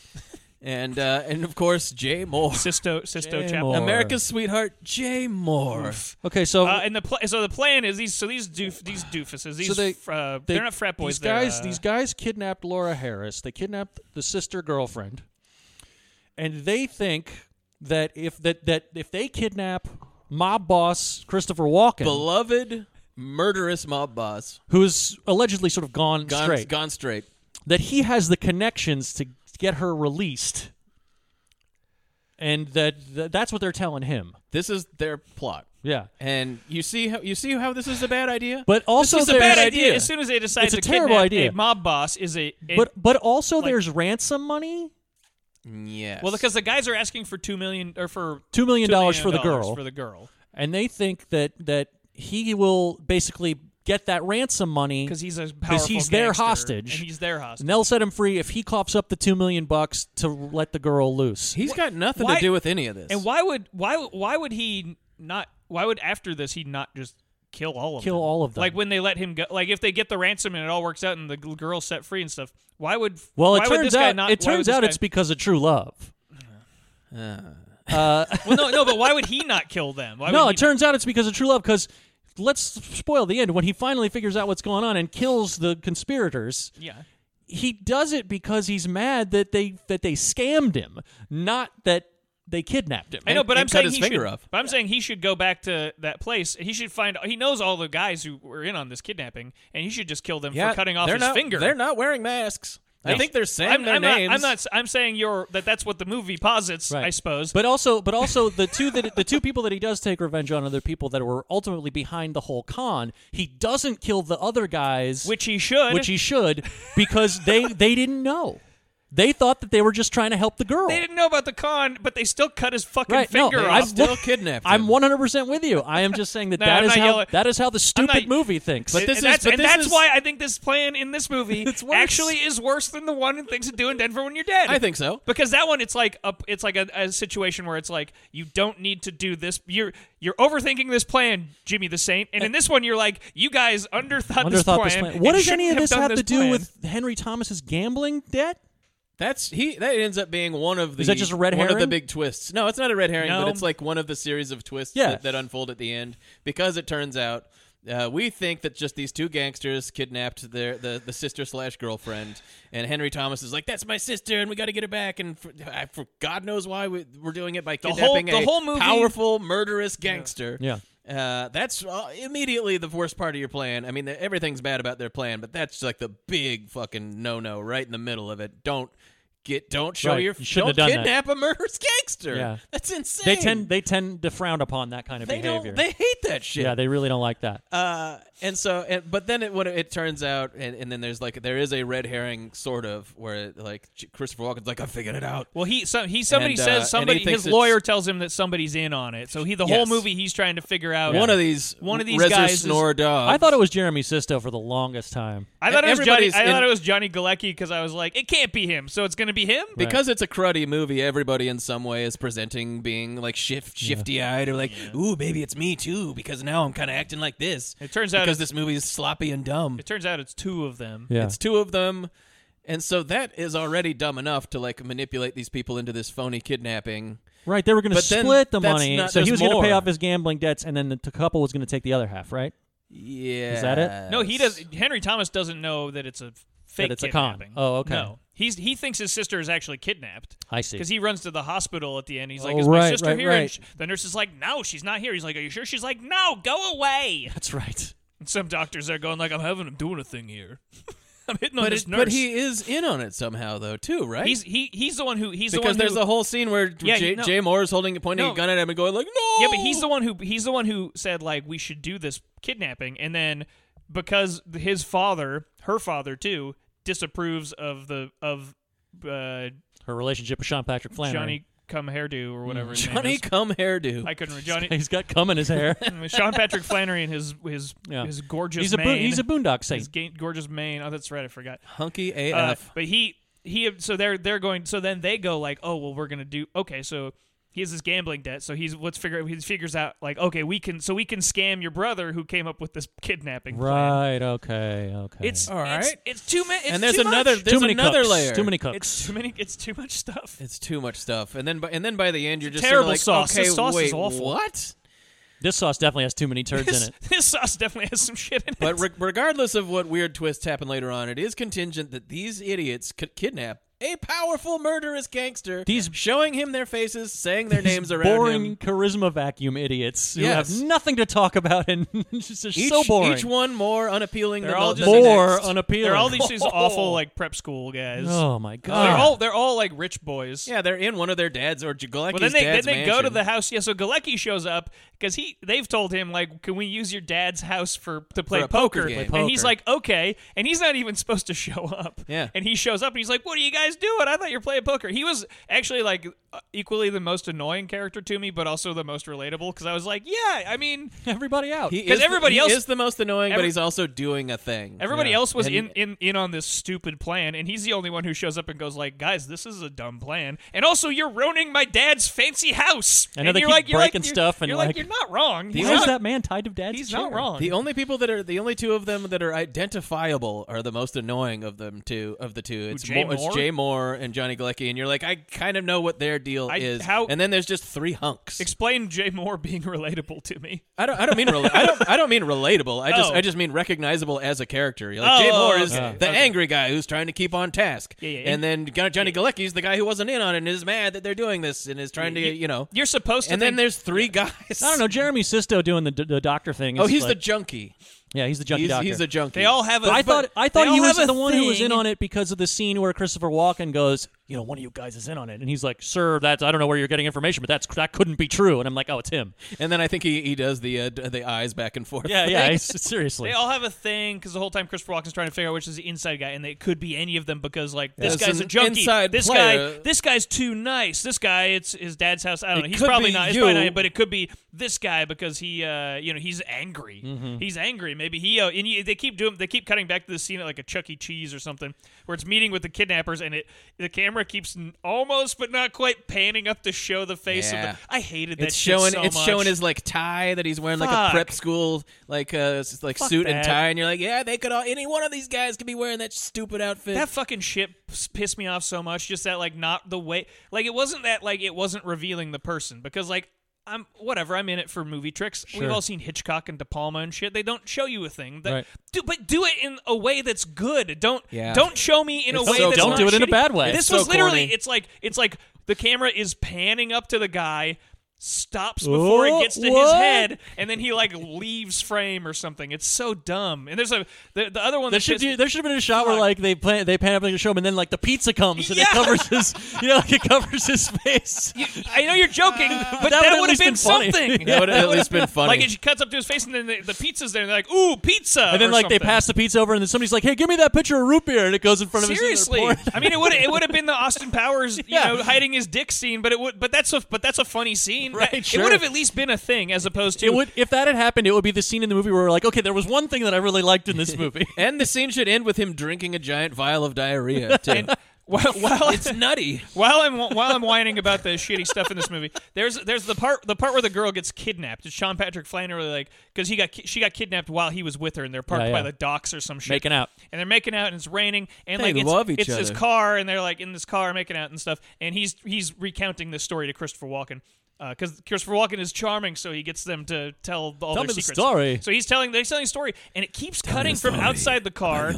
[SPEAKER 2] and uh, and of course Jay Moore,
[SPEAKER 1] Sisto Sisto
[SPEAKER 3] Jay
[SPEAKER 1] Chapel.
[SPEAKER 3] Moore.
[SPEAKER 2] America's sweetheart Jay Moore.
[SPEAKER 3] Okay, so
[SPEAKER 1] Uh, and the pl- so the plan is these so these doof these doofuses these
[SPEAKER 3] they-
[SPEAKER 1] fr- uh,
[SPEAKER 3] they-
[SPEAKER 1] they, are not frat boys
[SPEAKER 3] These guys,
[SPEAKER 1] they're, uh,
[SPEAKER 3] these guys kidnapped Laura Harris. They kidnapped the sister girlfriend, and they think that if that that if they kidnap mob boss Christopher Walken,
[SPEAKER 2] Beloved murderous mob boss,
[SPEAKER 3] who's allegedly sort of gone,
[SPEAKER 2] gone
[SPEAKER 3] straight,
[SPEAKER 2] gone straight.
[SPEAKER 3] that he has the connections to get her released, and that, that that's what they're telling him.
[SPEAKER 2] This is their plot,
[SPEAKER 3] Yeah,
[SPEAKER 2] and you see how you see how this is a bad idea.
[SPEAKER 3] but also
[SPEAKER 2] is a
[SPEAKER 3] there's,
[SPEAKER 1] bad
[SPEAKER 2] there's-
[SPEAKER 1] idea. As soon as they decide
[SPEAKER 3] It's a
[SPEAKER 1] to
[SPEAKER 3] terrible
[SPEAKER 1] kidnap
[SPEAKER 3] idea.
[SPEAKER 1] a mob boss is a, a-
[SPEAKER 3] But but also
[SPEAKER 1] like-
[SPEAKER 3] there's ransom money,
[SPEAKER 2] yes,
[SPEAKER 1] well because the guys are asking for two million or for
[SPEAKER 3] two million dollars
[SPEAKER 1] $2
[SPEAKER 3] for the
[SPEAKER 1] million
[SPEAKER 3] girl
[SPEAKER 1] for the girl
[SPEAKER 3] and they think that that he will basically get that ransom money
[SPEAKER 1] because he's a
[SPEAKER 3] because
[SPEAKER 1] powerful
[SPEAKER 3] he's their
[SPEAKER 1] gangster,
[SPEAKER 3] hostage,
[SPEAKER 1] and he's their hostage.
[SPEAKER 3] and they'll set him free if he coughs up the two million bucks to let the girl loose.
[SPEAKER 2] he's got nothing
[SPEAKER 1] why-
[SPEAKER 2] to do with any of this.
[SPEAKER 1] And why would why why would he not? Why would after this he not just kill all of
[SPEAKER 3] Kill
[SPEAKER 1] them?
[SPEAKER 3] all of them.
[SPEAKER 1] Like when they let him go. Like if they get the ransom and it all works out and the g- girl's set free and stuff. Why would
[SPEAKER 3] well, it
[SPEAKER 1] why would
[SPEAKER 3] turns
[SPEAKER 1] this guy
[SPEAKER 3] out
[SPEAKER 1] not,
[SPEAKER 3] it
[SPEAKER 1] why would
[SPEAKER 3] turns
[SPEAKER 1] this
[SPEAKER 3] out
[SPEAKER 1] guy-
[SPEAKER 3] it's because of true love.
[SPEAKER 1] well no no but why would he not kill them?
[SPEAKER 3] *laughs*
[SPEAKER 1] Why
[SPEAKER 3] no,
[SPEAKER 1] would
[SPEAKER 3] it turns out it's because of true love because. Let's spoil the end. When he finally figures out what's going on and kills the conspirators,
[SPEAKER 1] he, yeah.
[SPEAKER 3] he does it because he's mad that they that they scammed him, not that They kidnapped him.
[SPEAKER 1] I know, but
[SPEAKER 2] and
[SPEAKER 1] I'm
[SPEAKER 2] cut
[SPEAKER 1] saying
[SPEAKER 2] his
[SPEAKER 1] he
[SPEAKER 2] finger
[SPEAKER 1] should,
[SPEAKER 2] off.
[SPEAKER 1] But I'm saying he should go back to that place. He should find. He knows all the guys who were in on this kidnapping, and he should just kill them for cutting off
[SPEAKER 2] they're
[SPEAKER 1] his
[SPEAKER 2] not,
[SPEAKER 1] finger.
[SPEAKER 2] They're not wearing masks. I
[SPEAKER 1] They-
[SPEAKER 2] think they're saying
[SPEAKER 1] I'm,
[SPEAKER 2] their
[SPEAKER 1] I'm not-
[SPEAKER 2] names.
[SPEAKER 1] I'm not. s- I'm saying you're that. That's what the movie posits.
[SPEAKER 3] Right.
[SPEAKER 1] I suppose.
[SPEAKER 3] But also, but also the two that the two people that he does take revenge on are the people that were ultimately behind the whole con. He doesn't kill the other guys,
[SPEAKER 1] which he should.
[SPEAKER 3] which he should, because they they didn't know. They thought that they were just trying to help the girl.
[SPEAKER 1] they didn't know about the con, but they still cut his fucking
[SPEAKER 3] Right, no,
[SPEAKER 1] finger
[SPEAKER 3] they-
[SPEAKER 1] off.
[SPEAKER 3] *laughs* I'm-
[SPEAKER 2] still kidnapped.
[SPEAKER 3] I'm
[SPEAKER 2] him.
[SPEAKER 3] 100 percent with you. I am just saying *laughs* that
[SPEAKER 1] No,
[SPEAKER 3] that
[SPEAKER 1] I'm
[SPEAKER 3] is
[SPEAKER 1] not
[SPEAKER 3] how
[SPEAKER 1] yelling-
[SPEAKER 3] that is how the stupid
[SPEAKER 1] not-
[SPEAKER 3] movie thinks.
[SPEAKER 2] But this
[SPEAKER 1] and
[SPEAKER 2] is-
[SPEAKER 1] that's,
[SPEAKER 2] but
[SPEAKER 1] and
[SPEAKER 2] this
[SPEAKER 1] that's
[SPEAKER 2] is-
[SPEAKER 1] why I think this plan in this movie
[SPEAKER 3] It's worse.
[SPEAKER 1] actually is worse than the one in Things to Do and Dead for When You're Dead.
[SPEAKER 2] I think so.
[SPEAKER 1] because that one it's like a it's like a, a situation where it's like you don't need to do this. You're you're overthinking this plan, Jimmy the Saint. And in this one, you're like you guys underthought, this,
[SPEAKER 3] Underthought
[SPEAKER 1] plan
[SPEAKER 3] this plan.
[SPEAKER 1] and
[SPEAKER 3] What does
[SPEAKER 1] shouldn't
[SPEAKER 3] any of
[SPEAKER 1] have
[SPEAKER 3] this
[SPEAKER 1] done
[SPEAKER 3] have to do
[SPEAKER 1] plan.
[SPEAKER 3] with Henry Thomas's gambling debt?
[SPEAKER 2] That's he. That ends up being one of the.
[SPEAKER 3] Is that just a red
[SPEAKER 2] One of the
[SPEAKER 3] herring?
[SPEAKER 2] big twists. No, it's not a red herring,
[SPEAKER 1] No.
[SPEAKER 2] but it's like one of the series of twists
[SPEAKER 3] Yeah.
[SPEAKER 2] that, that unfold at the end because it turns out. Uh, we think that just these two gangsters kidnapped their the, the sister slash girlfriend, and Henry Thomas is like, "That's my sister, and we got to get her back." And for, I, for God knows why we, we're doing it by
[SPEAKER 1] The whole-
[SPEAKER 2] kidnapping
[SPEAKER 1] the
[SPEAKER 2] a
[SPEAKER 1] whole movie-
[SPEAKER 2] powerful murderous gangster.
[SPEAKER 3] Yeah.
[SPEAKER 2] Uh, that's uh, immediately the worst part of your plan. I mean, the, everything's bad about their plan, but that's like the big fucking no no right in the middle of it. Don't get, don't show
[SPEAKER 3] Right.
[SPEAKER 2] your,
[SPEAKER 3] You shouldn't
[SPEAKER 2] don't
[SPEAKER 3] have done that.
[SPEAKER 2] kidnap a murderous gangster.
[SPEAKER 3] Yeah.
[SPEAKER 2] That's insane.
[SPEAKER 3] They tend they tend to frown upon that kind of
[SPEAKER 2] they
[SPEAKER 3] behavior.
[SPEAKER 2] don't, they hate that shit.
[SPEAKER 3] yeah, they Um, really don't like that.
[SPEAKER 2] Uh, and so, and, but then it when it turns out, and, and then there's like there is a red herring sort of where like Christopher Walken's like I figured it out.
[SPEAKER 1] Well, he so, he somebody
[SPEAKER 2] And, uh, and he
[SPEAKER 1] says somebody
[SPEAKER 2] thinks
[SPEAKER 1] his
[SPEAKER 2] it's-
[SPEAKER 1] lawyer tells him that somebody's in on it. So he the whole
[SPEAKER 2] Yes.
[SPEAKER 1] movie he's trying to figure out
[SPEAKER 2] One of these,
[SPEAKER 1] one of these
[SPEAKER 2] Rezzer
[SPEAKER 1] guys is-
[SPEAKER 2] snore dogs.
[SPEAKER 3] I thought it was Jeremy Sisto for the longest time.
[SPEAKER 1] I thought it was Johnny.
[SPEAKER 2] everybody's
[SPEAKER 1] I thought
[SPEAKER 2] in-
[SPEAKER 1] it was Johnny Galecki because I was like, it can't be him. So it's gonna be him.
[SPEAKER 2] because it's a cruddy movie, everybody in some way is presenting being like shift shifty eyed or like, ooh, maybe it's me too, because now I'm kind of acting like this.
[SPEAKER 1] It turns out it's-
[SPEAKER 2] because this movie is sloppy and dumb.
[SPEAKER 1] It turns out it's two of them.
[SPEAKER 3] Yeah.
[SPEAKER 2] It's two of them, and so that is already dumb enough to like manipulate these people into this phony kidnapping.
[SPEAKER 3] Right, they were going to
[SPEAKER 2] But then
[SPEAKER 3] split the
[SPEAKER 2] that's
[SPEAKER 3] money,
[SPEAKER 2] not-
[SPEAKER 3] so he
[SPEAKER 2] there's
[SPEAKER 3] was going to pay
[SPEAKER 2] more.
[SPEAKER 3] off his gambling debts, and then the t- couple was going to take the other half. Right?
[SPEAKER 2] Yeah,
[SPEAKER 3] that it?
[SPEAKER 1] No, he does. Henry Thomas doesn't know that it's a fake.
[SPEAKER 3] That it's a con.
[SPEAKER 1] kidnapping.
[SPEAKER 3] Oh, okay.
[SPEAKER 1] No, he's he thinks his sister is actually kidnapped.
[SPEAKER 3] I see.
[SPEAKER 1] Because he runs to the hospital at the end. He's like,
[SPEAKER 3] Oh,
[SPEAKER 1] "Is my
[SPEAKER 3] right,
[SPEAKER 1] sister
[SPEAKER 3] right,
[SPEAKER 1] here?"
[SPEAKER 3] right.
[SPEAKER 1] And sh- the nurse is like, "No, she's not here." He's like, "Are you sure?" She's like, "No, go away." *laughs*
[SPEAKER 3] That's right.
[SPEAKER 1] And some doctors are going like, "I'm having him doing a thing here. *laughs* I'm hitting on
[SPEAKER 2] But,
[SPEAKER 1] this
[SPEAKER 2] it,
[SPEAKER 1] nurse."
[SPEAKER 2] but he is in on it somehow though too, right?
[SPEAKER 1] he's he he's the one who he's the
[SPEAKER 2] because
[SPEAKER 1] one
[SPEAKER 2] there's
[SPEAKER 1] who,
[SPEAKER 2] a whole scene where
[SPEAKER 1] Yeah,
[SPEAKER 2] Jay,
[SPEAKER 1] no.
[SPEAKER 2] Jay Moore is holding pointing
[SPEAKER 1] No.
[SPEAKER 2] a gun at him and going like, no.
[SPEAKER 1] Yeah, but he's the one who he's the one who said like we should do this kidnapping, and then because his father, her father too, disapproves of the of uh,
[SPEAKER 3] Her relationship with Sean Patrick Flannery. *laughs*
[SPEAKER 1] Johnny Come Hairdo or whatever
[SPEAKER 3] Mm.
[SPEAKER 1] his name
[SPEAKER 2] Johnny
[SPEAKER 1] is.
[SPEAKER 2] Come Hairdo.
[SPEAKER 1] I couldn't re- Johnny
[SPEAKER 3] He's got cum in his *laughs* hair.
[SPEAKER 1] *laughs* Sean Patrick Flannery and his his
[SPEAKER 3] Yeah.
[SPEAKER 1] his gorgeous
[SPEAKER 3] he's a bo-
[SPEAKER 1] mane.
[SPEAKER 3] he's a boondock
[SPEAKER 1] his
[SPEAKER 3] saint.
[SPEAKER 1] ga- gorgeous mane. Oh, that's right, I forgot.
[SPEAKER 2] Hunky
[SPEAKER 1] Uh,
[SPEAKER 2] AF.
[SPEAKER 1] but he he so they're they're going so then they go like oh well we're gonna do okay so he has this gambling debt so he's let's figure he figures out like okay we can so we can scam your brother who came up with this kidnapping plan.
[SPEAKER 3] Right. Okay. Okay.
[SPEAKER 1] It's
[SPEAKER 2] All right.
[SPEAKER 1] It's, it's too many.
[SPEAKER 2] and there's another
[SPEAKER 3] too
[SPEAKER 2] there's
[SPEAKER 3] many
[SPEAKER 2] another
[SPEAKER 3] cooks.
[SPEAKER 2] layer.
[SPEAKER 3] Too many cooks.
[SPEAKER 1] It's *laughs* too many. It's too much stuff.
[SPEAKER 2] It's too much stuff, and then by, and then by the end you're just
[SPEAKER 1] terrible
[SPEAKER 2] sort of like,
[SPEAKER 1] sauce.
[SPEAKER 2] Okay,
[SPEAKER 1] This sauce
[SPEAKER 2] wait,
[SPEAKER 1] is awful." *laughs*
[SPEAKER 2] what?
[SPEAKER 3] this sauce definitely has too many turds
[SPEAKER 1] This,
[SPEAKER 3] in it.
[SPEAKER 1] *laughs* this sauce definitely has some shit in
[SPEAKER 2] But
[SPEAKER 1] it.
[SPEAKER 2] re- regardless of what weird twists happen later on, it is contingent that these idiots could kidnap a powerful murderous gangster.
[SPEAKER 3] These-
[SPEAKER 2] showing him their faces, saying their names *laughs* around
[SPEAKER 3] boring
[SPEAKER 2] him.
[SPEAKER 3] charisma vacuum idiots who
[SPEAKER 2] Yes.
[SPEAKER 3] have nothing to talk about and *laughs* it's just they're
[SPEAKER 2] Each,
[SPEAKER 3] so boring.
[SPEAKER 2] Each one more unappealing
[SPEAKER 1] They're
[SPEAKER 2] than
[SPEAKER 1] all
[SPEAKER 2] the,
[SPEAKER 1] just
[SPEAKER 2] than the
[SPEAKER 3] more
[SPEAKER 2] next.
[SPEAKER 3] unappealing.
[SPEAKER 1] they're all these, these
[SPEAKER 2] *laughs*
[SPEAKER 1] awful like prep school guys.
[SPEAKER 3] Oh my god!
[SPEAKER 1] They're all they're all like rich boys.
[SPEAKER 2] Yeah, they're in one of their dads or Jagulecki's
[SPEAKER 1] Well, then they then
[SPEAKER 2] dad's
[SPEAKER 1] they go to
[SPEAKER 2] mansion.
[SPEAKER 1] the house. Yeah, so Galecki shows up because he they've told him like, can we use your dad's house for to play
[SPEAKER 2] a poker
[SPEAKER 1] poker?
[SPEAKER 2] game.
[SPEAKER 3] Play
[SPEAKER 1] And he's
[SPEAKER 3] poker.
[SPEAKER 1] like, okay. And he's not even supposed to *laughs* show up.
[SPEAKER 2] Yeah.
[SPEAKER 1] And he shows up and he's like, what are you guys doing? I thought you were playing poker. He was actually like uh, equally the most annoying character to me, but also the most relatable because I was like, yeah. I mean,
[SPEAKER 3] *laughs* everybody out.
[SPEAKER 2] He
[SPEAKER 1] 'Cause
[SPEAKER 2] is the-
[SPEAKER 1] everybody
[SPEAKER 2] he
[SPEAKER 1] else-
[SPEAKER 2] is the most annoying, but
[SPEAKER 1] every-
[SPEAKER 2] he's also doing a thing.
[SPEAKER 1] everybody
[SPEAKER 2] Yeah.
[SPEAKER 1] else was
[SPEAKER 2] And-
[SPEAKER 1] in, in in on this stupid plan, and he's the only one who shows up and goes like, guys, this is a dumb plan. And also, you're ruining my dad's fancy house.
[SPEAKER 3] I know
[SPEAKER 1] and
[SPEAKER 3] they
[SPEAKER 1] you're
[SPEAKER 3] keep
[SPEAKER 1] like, you're like-
[SPEAKER 3] breaking
[SPEAKER 1] you're-
[SPEAKER 3] stuff and
[SPEAKER 1] you're like,
[SPEAKER 3] like-
[SPEAKER 1] you're not wrong.
[SPEAKER 3] Why
[SPEAKER 1] He's
[SPEAKER 3] is
[SPEAKER 1] not-
[SPEAKER 3] that man tied to dad's
[SPEAKER 1] He's
[SPEAKER 3] chair?
[SPEAKER 1] not wrong.
[SPEAKER 2] The only people that are the only two of them that are identifiable are the most annoying of them two of the two. It's
[SPEAKER 1] Jay
[SPEAKER 2] Mo- it's
[SPEAKER 1] Moore?
[SPEAKER 2] Jay Moore and Johnny Galecki, and you're like, I kind of know what their deal
[SPEAKER 1] I-
[SPEAKER 2] is.
[SPEAKER 1] how-
[SPEAKER 2] and then there's just three hunks.
[SPEAKER 1] Explain Jay Moore being *laughs* relatable to me.
[SPEAKER 2] I don't. I don't mean. Rela- I don't. I don't mean relatable. I just.
[SPEAKER 1] Oh.
[SPEAKER 2] I just mean recognizable as a character. You're Like Jay
[SPEAKER 1] Oh,
[SPEAKER 2] Moore is
[SPEAKER 1] okay.
[SPEAKER 2] the angry guy who's trying to keep on task.
[SPEAKER 1] Yeah, yeah,
[SPEAKER 2] And then Gu- Johnny Galecki's the guy who wasn't in on it and is mad that they're doing this and is trying to. You know.
[SPEAKER 1] You're supposed to.
[SPEAKER 2] And then
[SPEAKER 1] think-
[SPEAKER 2] there's three guys.
[SPEAKER 3] I don't know. Jeremy Sisto doing the, the doctor thing.
[SPEAKER 2] Oh,
[SPEAKER 3] is
[SPEAKER 2] he's the
[SPEAKER 3] like-
[SPEAKER 2] junkie.
[SPEAKER 3] yeah, he's the junkie
[SPEAKER 2] He's,
[SPEAKER 3] doctor.
[SPEAKER 2] he's a junkie.
[SPEAKER 1] They all have. A,
[SPEAKER 3] I thought I thought
[SPEAKER 1] they
[SPEAKER 3] he
[SPEAKER 1] all
[SPEAKER 3] was
[SPEAKER 1] have
[SPEAKER 3] the
[SPEAKER 1] a
[SPEAKER 3] one who was in
[SPEAKER 1] thing.
[SPEAKER 3] on it because of the scene where Christopher Walken goes, you know, one of you guys is in on it, and he's like, "Sir, that's I don't know where you're getting information, but that's that couldn't be true." And I'm like, "Oh, it's him."
[SPEAKER 2] And then I think he, he does the uh, d- the eyes back and forth.
[SPEAKER 1] *laughs*
[SPEAKER 3] Yeah,
[SPEAKER 2] thing. *laughs*
[SPEAKER 3] yeah. it's- seriously,
[SPEAKER 1] They all have a thing because the whole time Christopher Walken's trying to figure out which is the inside guy, and it could be any of them because like this
[SPEAKER 2] As
[SPEAKER 1] guy's a
[SPEAKER 2] an
[SPEAKER 1] junkie,
[SPEAKER 2] inside
[SPEAKER 1] this
[SPEAKER 2] player-
[SPEAKER 1] guy, this guy's too nice, this guy, it's his dad's house. I don't
[SPEAKER 2] It
[SPEAKER 1] know. He's
[SPEAKER 2] could
[SPEAKER 1] probably
[SPEAKER 2] be
[SPEAKER 1] not. It's probably
[SPEAKER 2] you.
[SPEAKER 1] not, but it could be this guy because he, uh, you know, he's angry.
[SPEAKER 2] Mm-hmm.
[SPEAKER 1] He's angry. Maybe he. Uh, and you, they keep doing. They keep cutting back to the scene at like a Chuck E. Cheese or something where it's meeting with the kidnappers, and it the camera keeps n- almost but not quite panning up to show the face
[SPEAKER 2] Yeah.
[SPEAKER 1] of the. I hated that.
[SPEAKER 2] It's
[SPEAKER 1] shit
[SPEAKER 2] showing.
[SPEAKER 1] so
[SPEAKER 2] it's
[SPEAKER 1] much.
[SPEAKER 2] showing his like tie that he's wearing, like a
[SPEAKER 1] Fuck.
[SPEAKER 2] prep school like uh s- like
[SPEAKER 1] Fuck
[SPEAKER 2] suit and
[SPEAKER 1] that.
[SPEAKER 2] tie, and you're like, yeah, they could all any one of these guys could be wearing that stupid outfit.
[SPEAKER 1] That fucking shit s- pissed me off so much. Just that, like, not the way. Like, it wasn't that, like, it wasn't revealing the person because, like, I'm whatever. I'm in it for movie tricks. We've all seen Hitchcock and De Palma and shit. They don't show you a thing. That,
[SPEAKER 3] Right.
[SPEAKER 1] do, but do it in a way that's good. Don't
[SPEAKER 2] Yeah.
[SPEAKER 1] don't show me in
[SPEAKER 2] It's
[SPEAKER 1] a way
[SPEAKER 2] so
[SPEAKER 1] that's
[SPEAKER 2] corny.
[SPEAKER 1] not
[SPEAKER 2] Don't
[SPEAKER 3] do it in a
[SPEAKER 1] shitty.
[SPEAKER 3] bad way.
[SPEAKER 1] This
[SPEAKER 2] It's
[SPEAKER 1] was
[SPEAKER 2] so
[SPEAKER 1] literally.
[SPEAKER 2] corny.
[SPEAKER 1] It's like it's like the camera is panning up to the guy. Stops before
[SPEAKER 3] Oh,
[SPEAKER 1] it gets to his
[SPEAKER 3] what?
[SPEAKER 1] head, and then he like leaves frame or something. It's so dumb. And there's a the, the other one
[SPEAKER 3] There
[SPEAKER 1] that
[SPEAKER 3] should
[SPEAKER 1] pissed-
[SPEAKER 3] be, there should have been a shot where
[SPEAKER 1] Fuck.
[SPEAKER 3] like they plan, they pan up and show him, and then like the pizza comes and
[SPEAKER 1] Yeah.
[SPEAKER 3] it covers his you know *laughs* like, it covers his face.
[SPEAKER 1] *laughs* I know you're joking, but
[SPEAKER 3] Uh,
[SPEAKER 1] that,
[SPEAKER 3] that would've at
[SPEAKER 1] would have
[SPEAKER 3] least
[SPEAKER 1] been,
[SPEAKER 3] been funny. *laughs*
[SPEAKER 1] something.
[SPEAKER 2] That would've at least been funny.
[SPEAKER 1] Like it cuts up to his face, and then the, the pizza's there, and they're like, "Ooh, pizza!"
[SPEAKER 3] and then
[SPEAKER 1] or
[SPEAKER 3] like they
[SPEAKER 1] something.
[SPEAKER 3] pass the pizza over, and then somebody's like, "Hey, give me that picture of root beer," and it goes in front
[SPEAKER 1] Seriously,
[SPEAKER 3] of his.
[SPEAKER 1] I mean, it would it would have been the Austin Powers, you
[SPEAKER 3] Yeah.
[SPEAKER 1] know, hiding his dick scene, but it would, but that's a but that's a funny scene,
[SPEAKER 3] Right,
[SPEAKER 1] That-
[SPEAKER 3] sure.
[SPEAKER 1] It would have at least been a thing, as opposed to
[SPEAKER 3] *laughs* It would if that had happened, it would be the scene in the movie where we're like, okay, there was one thing that I really liked
[SPEAKER 1] *laughs*
[SPEAKER 3] in this movie. *laughs*
[SPEAKER 2] and the scene should end with him drinking a giant vial of
[SPEAKER 1] *laughs*
[SPEAKER 2] diarrhea. Too.
[SPEAKER 1] *laughs* while, while
[SPEAKER 2] it's
[SPEAKER 1] *laughs*
[SPEAKER 2] nutty.
[SPEAKER 1] while I'm while I'm whining about the shitty stuff in this movie, there's there's the part the part where the girl gets kidnapped. It's Sean Patrick Flannery like because he got ki- she got kidnapped while he was with her, and they're parked
[SPEAKER 3] Yeah, yeah.
[SPEAKER 1] by the docks or some shit,
[SPEAKER 3] Making out.
[SPEAKER 1] and they're making out, and it's raining, and
[SPEAKER 2] They
[SPEAKER 1] like it's,
[SPEAKER 2] love each
[SPEAKER 1] it's this
[SPEAKER 2] other.
[SPEAKER 1] car, and they're like in this car making out and stuff, and he's he's recounting this story to Christopher Walken. Because Christopher Walken is charming, so he gets them to tell all their
[SPEAKER 3] me the
[SPEAKER 1] secrets.
[SPEAKER 3] story.
[SPEAKER 1] So he's telling, they're telling a story, and it keeps cutting from outside the car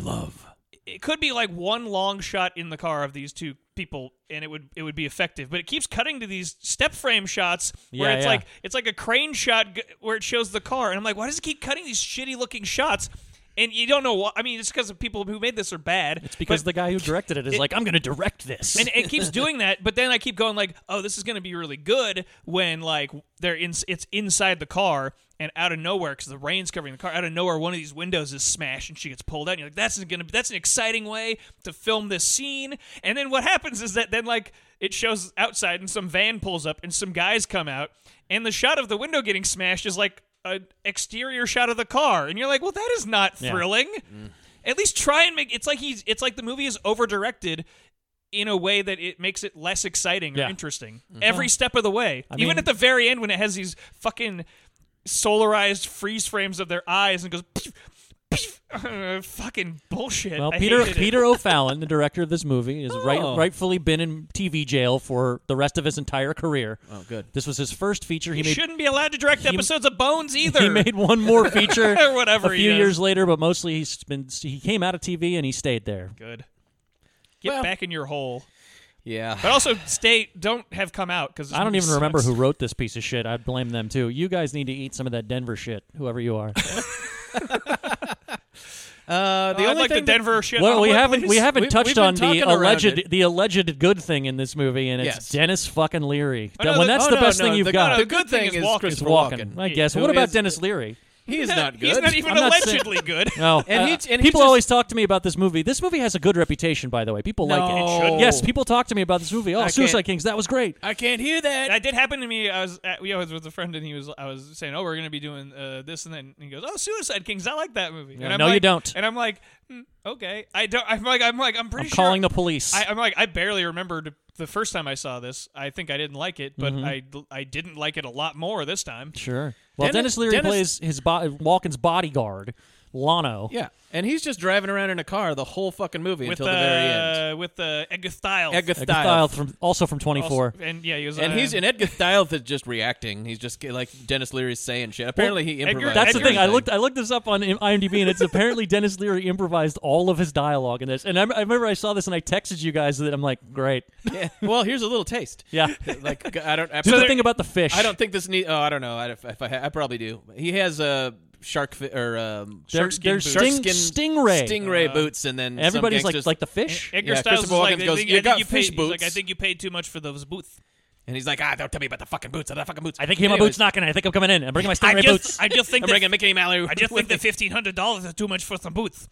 [SPEAKER 1] it could be like one long shot in the car of these two people and it would it would be effective but it keeps cutting to these step frame shots where
[SPEAKER 3] Yeah,
[SPEAKER 1] it's
[SPEAKER 3] yeah.
[SPEAKER 1] like it's like a crane shot g- where it shows the car and i'm like why does it keep cutting these shitty looking shots and you don't know why i mean it's because the people who made this are bad
[SPEAKER 3] It's because
[SPEAKER 1] but-
[SPEAKER 3] the guy who directed it is like, I'm going to direct this.
[SPEAKER 1] and it keeps doing that but then i keep going like oh this is going to be really good when like they're in it's inside the car and out of nowhere because the rain's covering the car out of nowhere one of these windows is smashed and she gets pulled out and you're like that's going to that's an exciting way to film this scene and then what happens is that then like it shows outside and some van pulls up and some guys come out and the shot of the window getting smashed is like an exterior shot of the car and you're like well that is not thrilling at least try and make it's like he's it's like the movie is over directed in a way that it makes it less exciting or
[SPEAKER 3] Yeah. Mm-hmm.
[SPEAKER 1] interesting every step of the way. Even
[SPEAKER 3] mean-
[SPEAKER 1] at the very end when it has these fucking solarized freeze frames of their eyes and goes "Pew, pew," *laughs* fucking bullshit.
[SPEAKER 3] well,
[SPEAKER 1] I
[SPEAKER 3] Peter
[SPEAKER 1] hated it.
[SPEAKER 3] Peter O'Fallon, the director of this movie, is right,
[SPEAKER 2] Oh.
[SPEAKER 3] rightfully been in TV jail for the rest of his entire career.
[SPEAKER 2] Oh, good.
[SPEAKER 3] This was his first feature. He,
[SPEAKER 1] He
[SPEAKER 3] made
[SPEAKER 1] shouldn't be allowed to direct episodes of Bones either.
[SPEAKER 3] he made one more
[SPEAKER 2] *laughs*
[SPEAKER 3] feature
[SPEAKER 1] Or whatever
[SPEAKER 3] a
[SPEAKER 1] he
[SPEAKER 3] few
[SPEAKER 1] does.
[SPEAKER 3] years later, but mostly he's been he came out of TV and he stayed there.
[SPEAKER 1] good. Get
[SPEAKER 2] Well-
[SPEAKER 1] back in your hole,
[SPEAKER 2] Yeah.
[SPEAKER 1] but also stay. Don't have come out because
[SPEAKER 3] I don't even remember who wrote this piece of shit. I blame them too. You guys need to eat some of that Denver shit, whoever
[SPEAKER 2] *laughs*
[SPEAKER 3] you are.
[SPEAKER 2] Uh, the
[SPEAKER 1] The
[SPEAKER 2] only
[SPEAKER 1] like the
[SPEAKER 2] thing that- *laughs*
[SPEAKER 1] Denver shit.
[SPEAKER 3] well,
[SPEAKER 1] on
[SPEAKER 3] we
[SPEAKER 1] one,
[SPEAKER 3] haven't we
[SPEAKER 1] please.
[SPEAKER 3] haven't
[SPEAKER 2] We- we've
[SPEAKER 3] touched
[SPEAKER 2] been
[SPEAKER 3] on the
[SPEAKER 2] talking around
[SPEAKER 3] alleged
[SPEAKER 2] it.
[SPEAKER 3] the alleged good thing in this movie, and it's
[SPEAKER 2] Yes.
[SPEAKER 3] Dennis fucking Leary.
[SPEAKER 1] no,
[SPEAKER 3] when
[SPEAKER 1] the-
[SPEAKER 3] that's
[SPEAKER 1] oh,
[SPEAKER 3] the
[SPEAKER 1] no,
[SPEAKER 3] best
[SPEAKER 1] no,
[SPEAKER 3] thing you've
[SPEAKER 2] the,
[SPEAKER 3] got.
[SPEAKER 2] The good thing is,
[SPEAKER 1] walking.
[SPEAKER 3] It's
[SPEAKER 2] Christopher
[SPEAKER 3] walking,
[SPEAKER 2] Walken.
[SPEAKER 3] I guess.
[SPEAKER 2] Who
[SPEAKER 3] What about
[SPEAKER 2] is-
[SPEAKER 3] Dennis Leary?
[SPEAKER 2] He
[SPEAKER 1] *laughs*
[SPEAKER 2] is not good.
[SPEAKER 1] He's not even
[SPEAKER 3] I'm not saying-
[SPEAKER 1] allegedly good.
[SPEAKER 3] No,
[SPEAKER 2] And
[SPEAKER 3] I-
[SPEAKER 2] he-
[SPEAKER 3] I-
[SPEAKER 2] and he
[SPEAKER 3] uh, people
[SPEAKER 2] just-
[SPEAKER 3] always talk to me about this movie. This movie has a good reputation, by the way. People like it.
[SPEAKER 2] No. It shouldn't.
[SPEAKER 3] Yes, people talk to me about this movie. Oh,
[SPEAKER 2] can't-
[SPEAKER 3] Suicide Kings, that was great.
[SPEAKER 2] *laughs* I can't hear
[SPEAKER 1] *laughs*
[SPEAKER 2] that.
[SPEAKER 1] that did happen to me. I was at, you know, I was with a friend, and he was I was saying, "Oh, we're gonna be doing uh, this," and then he goes, "Oh, Suicide Kings. I like that movie." And I'm
[SPEAKER 3] no, you
[SPEAKER 1] like-
[SPEAKER 3] don't.
[SPEAKER 1] And I'm like, "Hmm, okay, I don't. I'm like, I'm like, I'm pretty
[SPEAKER 3] I'm
[SPEAKER 1] sure
[SPEAKER 3] calling the police.
[SPEAKER 1] I, I'm like, I barely remembered the first time I saw this. I think I didn't like it, but
[SPEAKER 2] Mm-hmm.
[SPEAKER 1] I I didn't like it a lot more this time.
[SPEAKER 3] Sure. Well,
[SPEAKER 2] Dennis-
[SPEAKER 3] Dennis, Leary
[SPEAKER 2] Dennis-
[SPEAKER 3] plays his bo- Walken's bodyguard, Lano.
[SPEAKER 2] Yeah, and he's just driving around in a car the whole fucking movie
[SPEAKER 1] with
[SPEAKER 2] until the very end.
[SPEAKER 1] uh, with uh, Edgar Stiles.
[SPEAKER 2] Edgar
[SPEAKER 3] Style from also from 24.
[SPEAKER 1] Also- and yeah, he was.
[SPEAKER 2] And
[SPEAKER 1] uh,
[SPEAKER 2] he's and Edgar Stiles is just reacting. He's just like Dennis Leary's saying shit. Apparently he
[SPEAKER 1] Edgar-
[SPEAKER 2] improvised.
[SPEAKER 3] That's the thing. I
[SPEAKER 2] everything.
[SPEAKER 3] looked. I looked this up on IMDb, and it's apparently *laughs* Dennis Leary improvised all of his dialogue in this. And I, I remember I saw this, and I texted you guys that I'm like, great.
[SPEAKER 2] Yeah. Well, here's a little taste.
[SPEAKER 3] *laughs* Yeah.
[SPEAKER 2] Like I don't. I,
[SPEAKER 3] Do the thing about the fish.
[SPEAKER 2] I don't think this need. Oh, I don't know. I, if, if I, ha- I probably do. He has a shark fi- or um,
[SPEAKER 3] They're-
[SPEAKER 2] shark skin
[SPEAKER 3] they're
[SPEAKER 2] boots.
[SPEAKER 3] sting-
[SPEAKER 2] shark skin
[SPEAKER 3] stingray. Uh,
[SPEAKER 2] stingray boots, and then some
[SPEAKER 3] Everybody's like
[SPEAKER 2] gangsters-
[SPEAKER 3] like the fish.
[SPEAKER 1] Edgar
[SPEAKER 2] Yeah,
[SPEAKER 1] Stiles is
[SPEAKER 2] Christopher
[SPEAKER 1] like,
[SPEAKER 2] Walken
[SPEAKER 1] I
[SPEAKER 2] goes,
[SPEAKER 1] think,
[SPEAKER 2] "You
[SPEAKER 1] I think
[SPEAKER 2] got
[SPEAKER 1] you
[SPEAKER 2] fish
[SPEAKER 1] paid, he's like,
[SPEAKER 2] boots."
[SPEAKER 1] I think you paid too much for those
[SPEAKER 2] *laughs*
[SPEAKER 1] boots.
[SPEAKER 2] and he's like, ah, don't tell me about the fucking boots. Are the fucking boots?
[SPEAKER 3] I think Hima
[SPEAKER 2] Anyways,
[SPEAKER 3] Boot's knocking. I think I'm coming in. I'm bringing my
[SPEAKER 1] I
[SPEAKER 3] stingray
[SPEAKER 1] just,
[SPEAKER 3] boots.
[SPEAKER 1] I just think
[SPEAKER 2] I'm
[SPEAKER 1] that,
[SPEAKER 2] bringing Mickey Mallory.
[SPEAKER 1] I just
[SPEAKER 2] *laughs* with
[SPEAKER 1] think that
[SPEAKER 2] me.
[SPEAKER 1] fifteen hundred dollars is too much for some boots.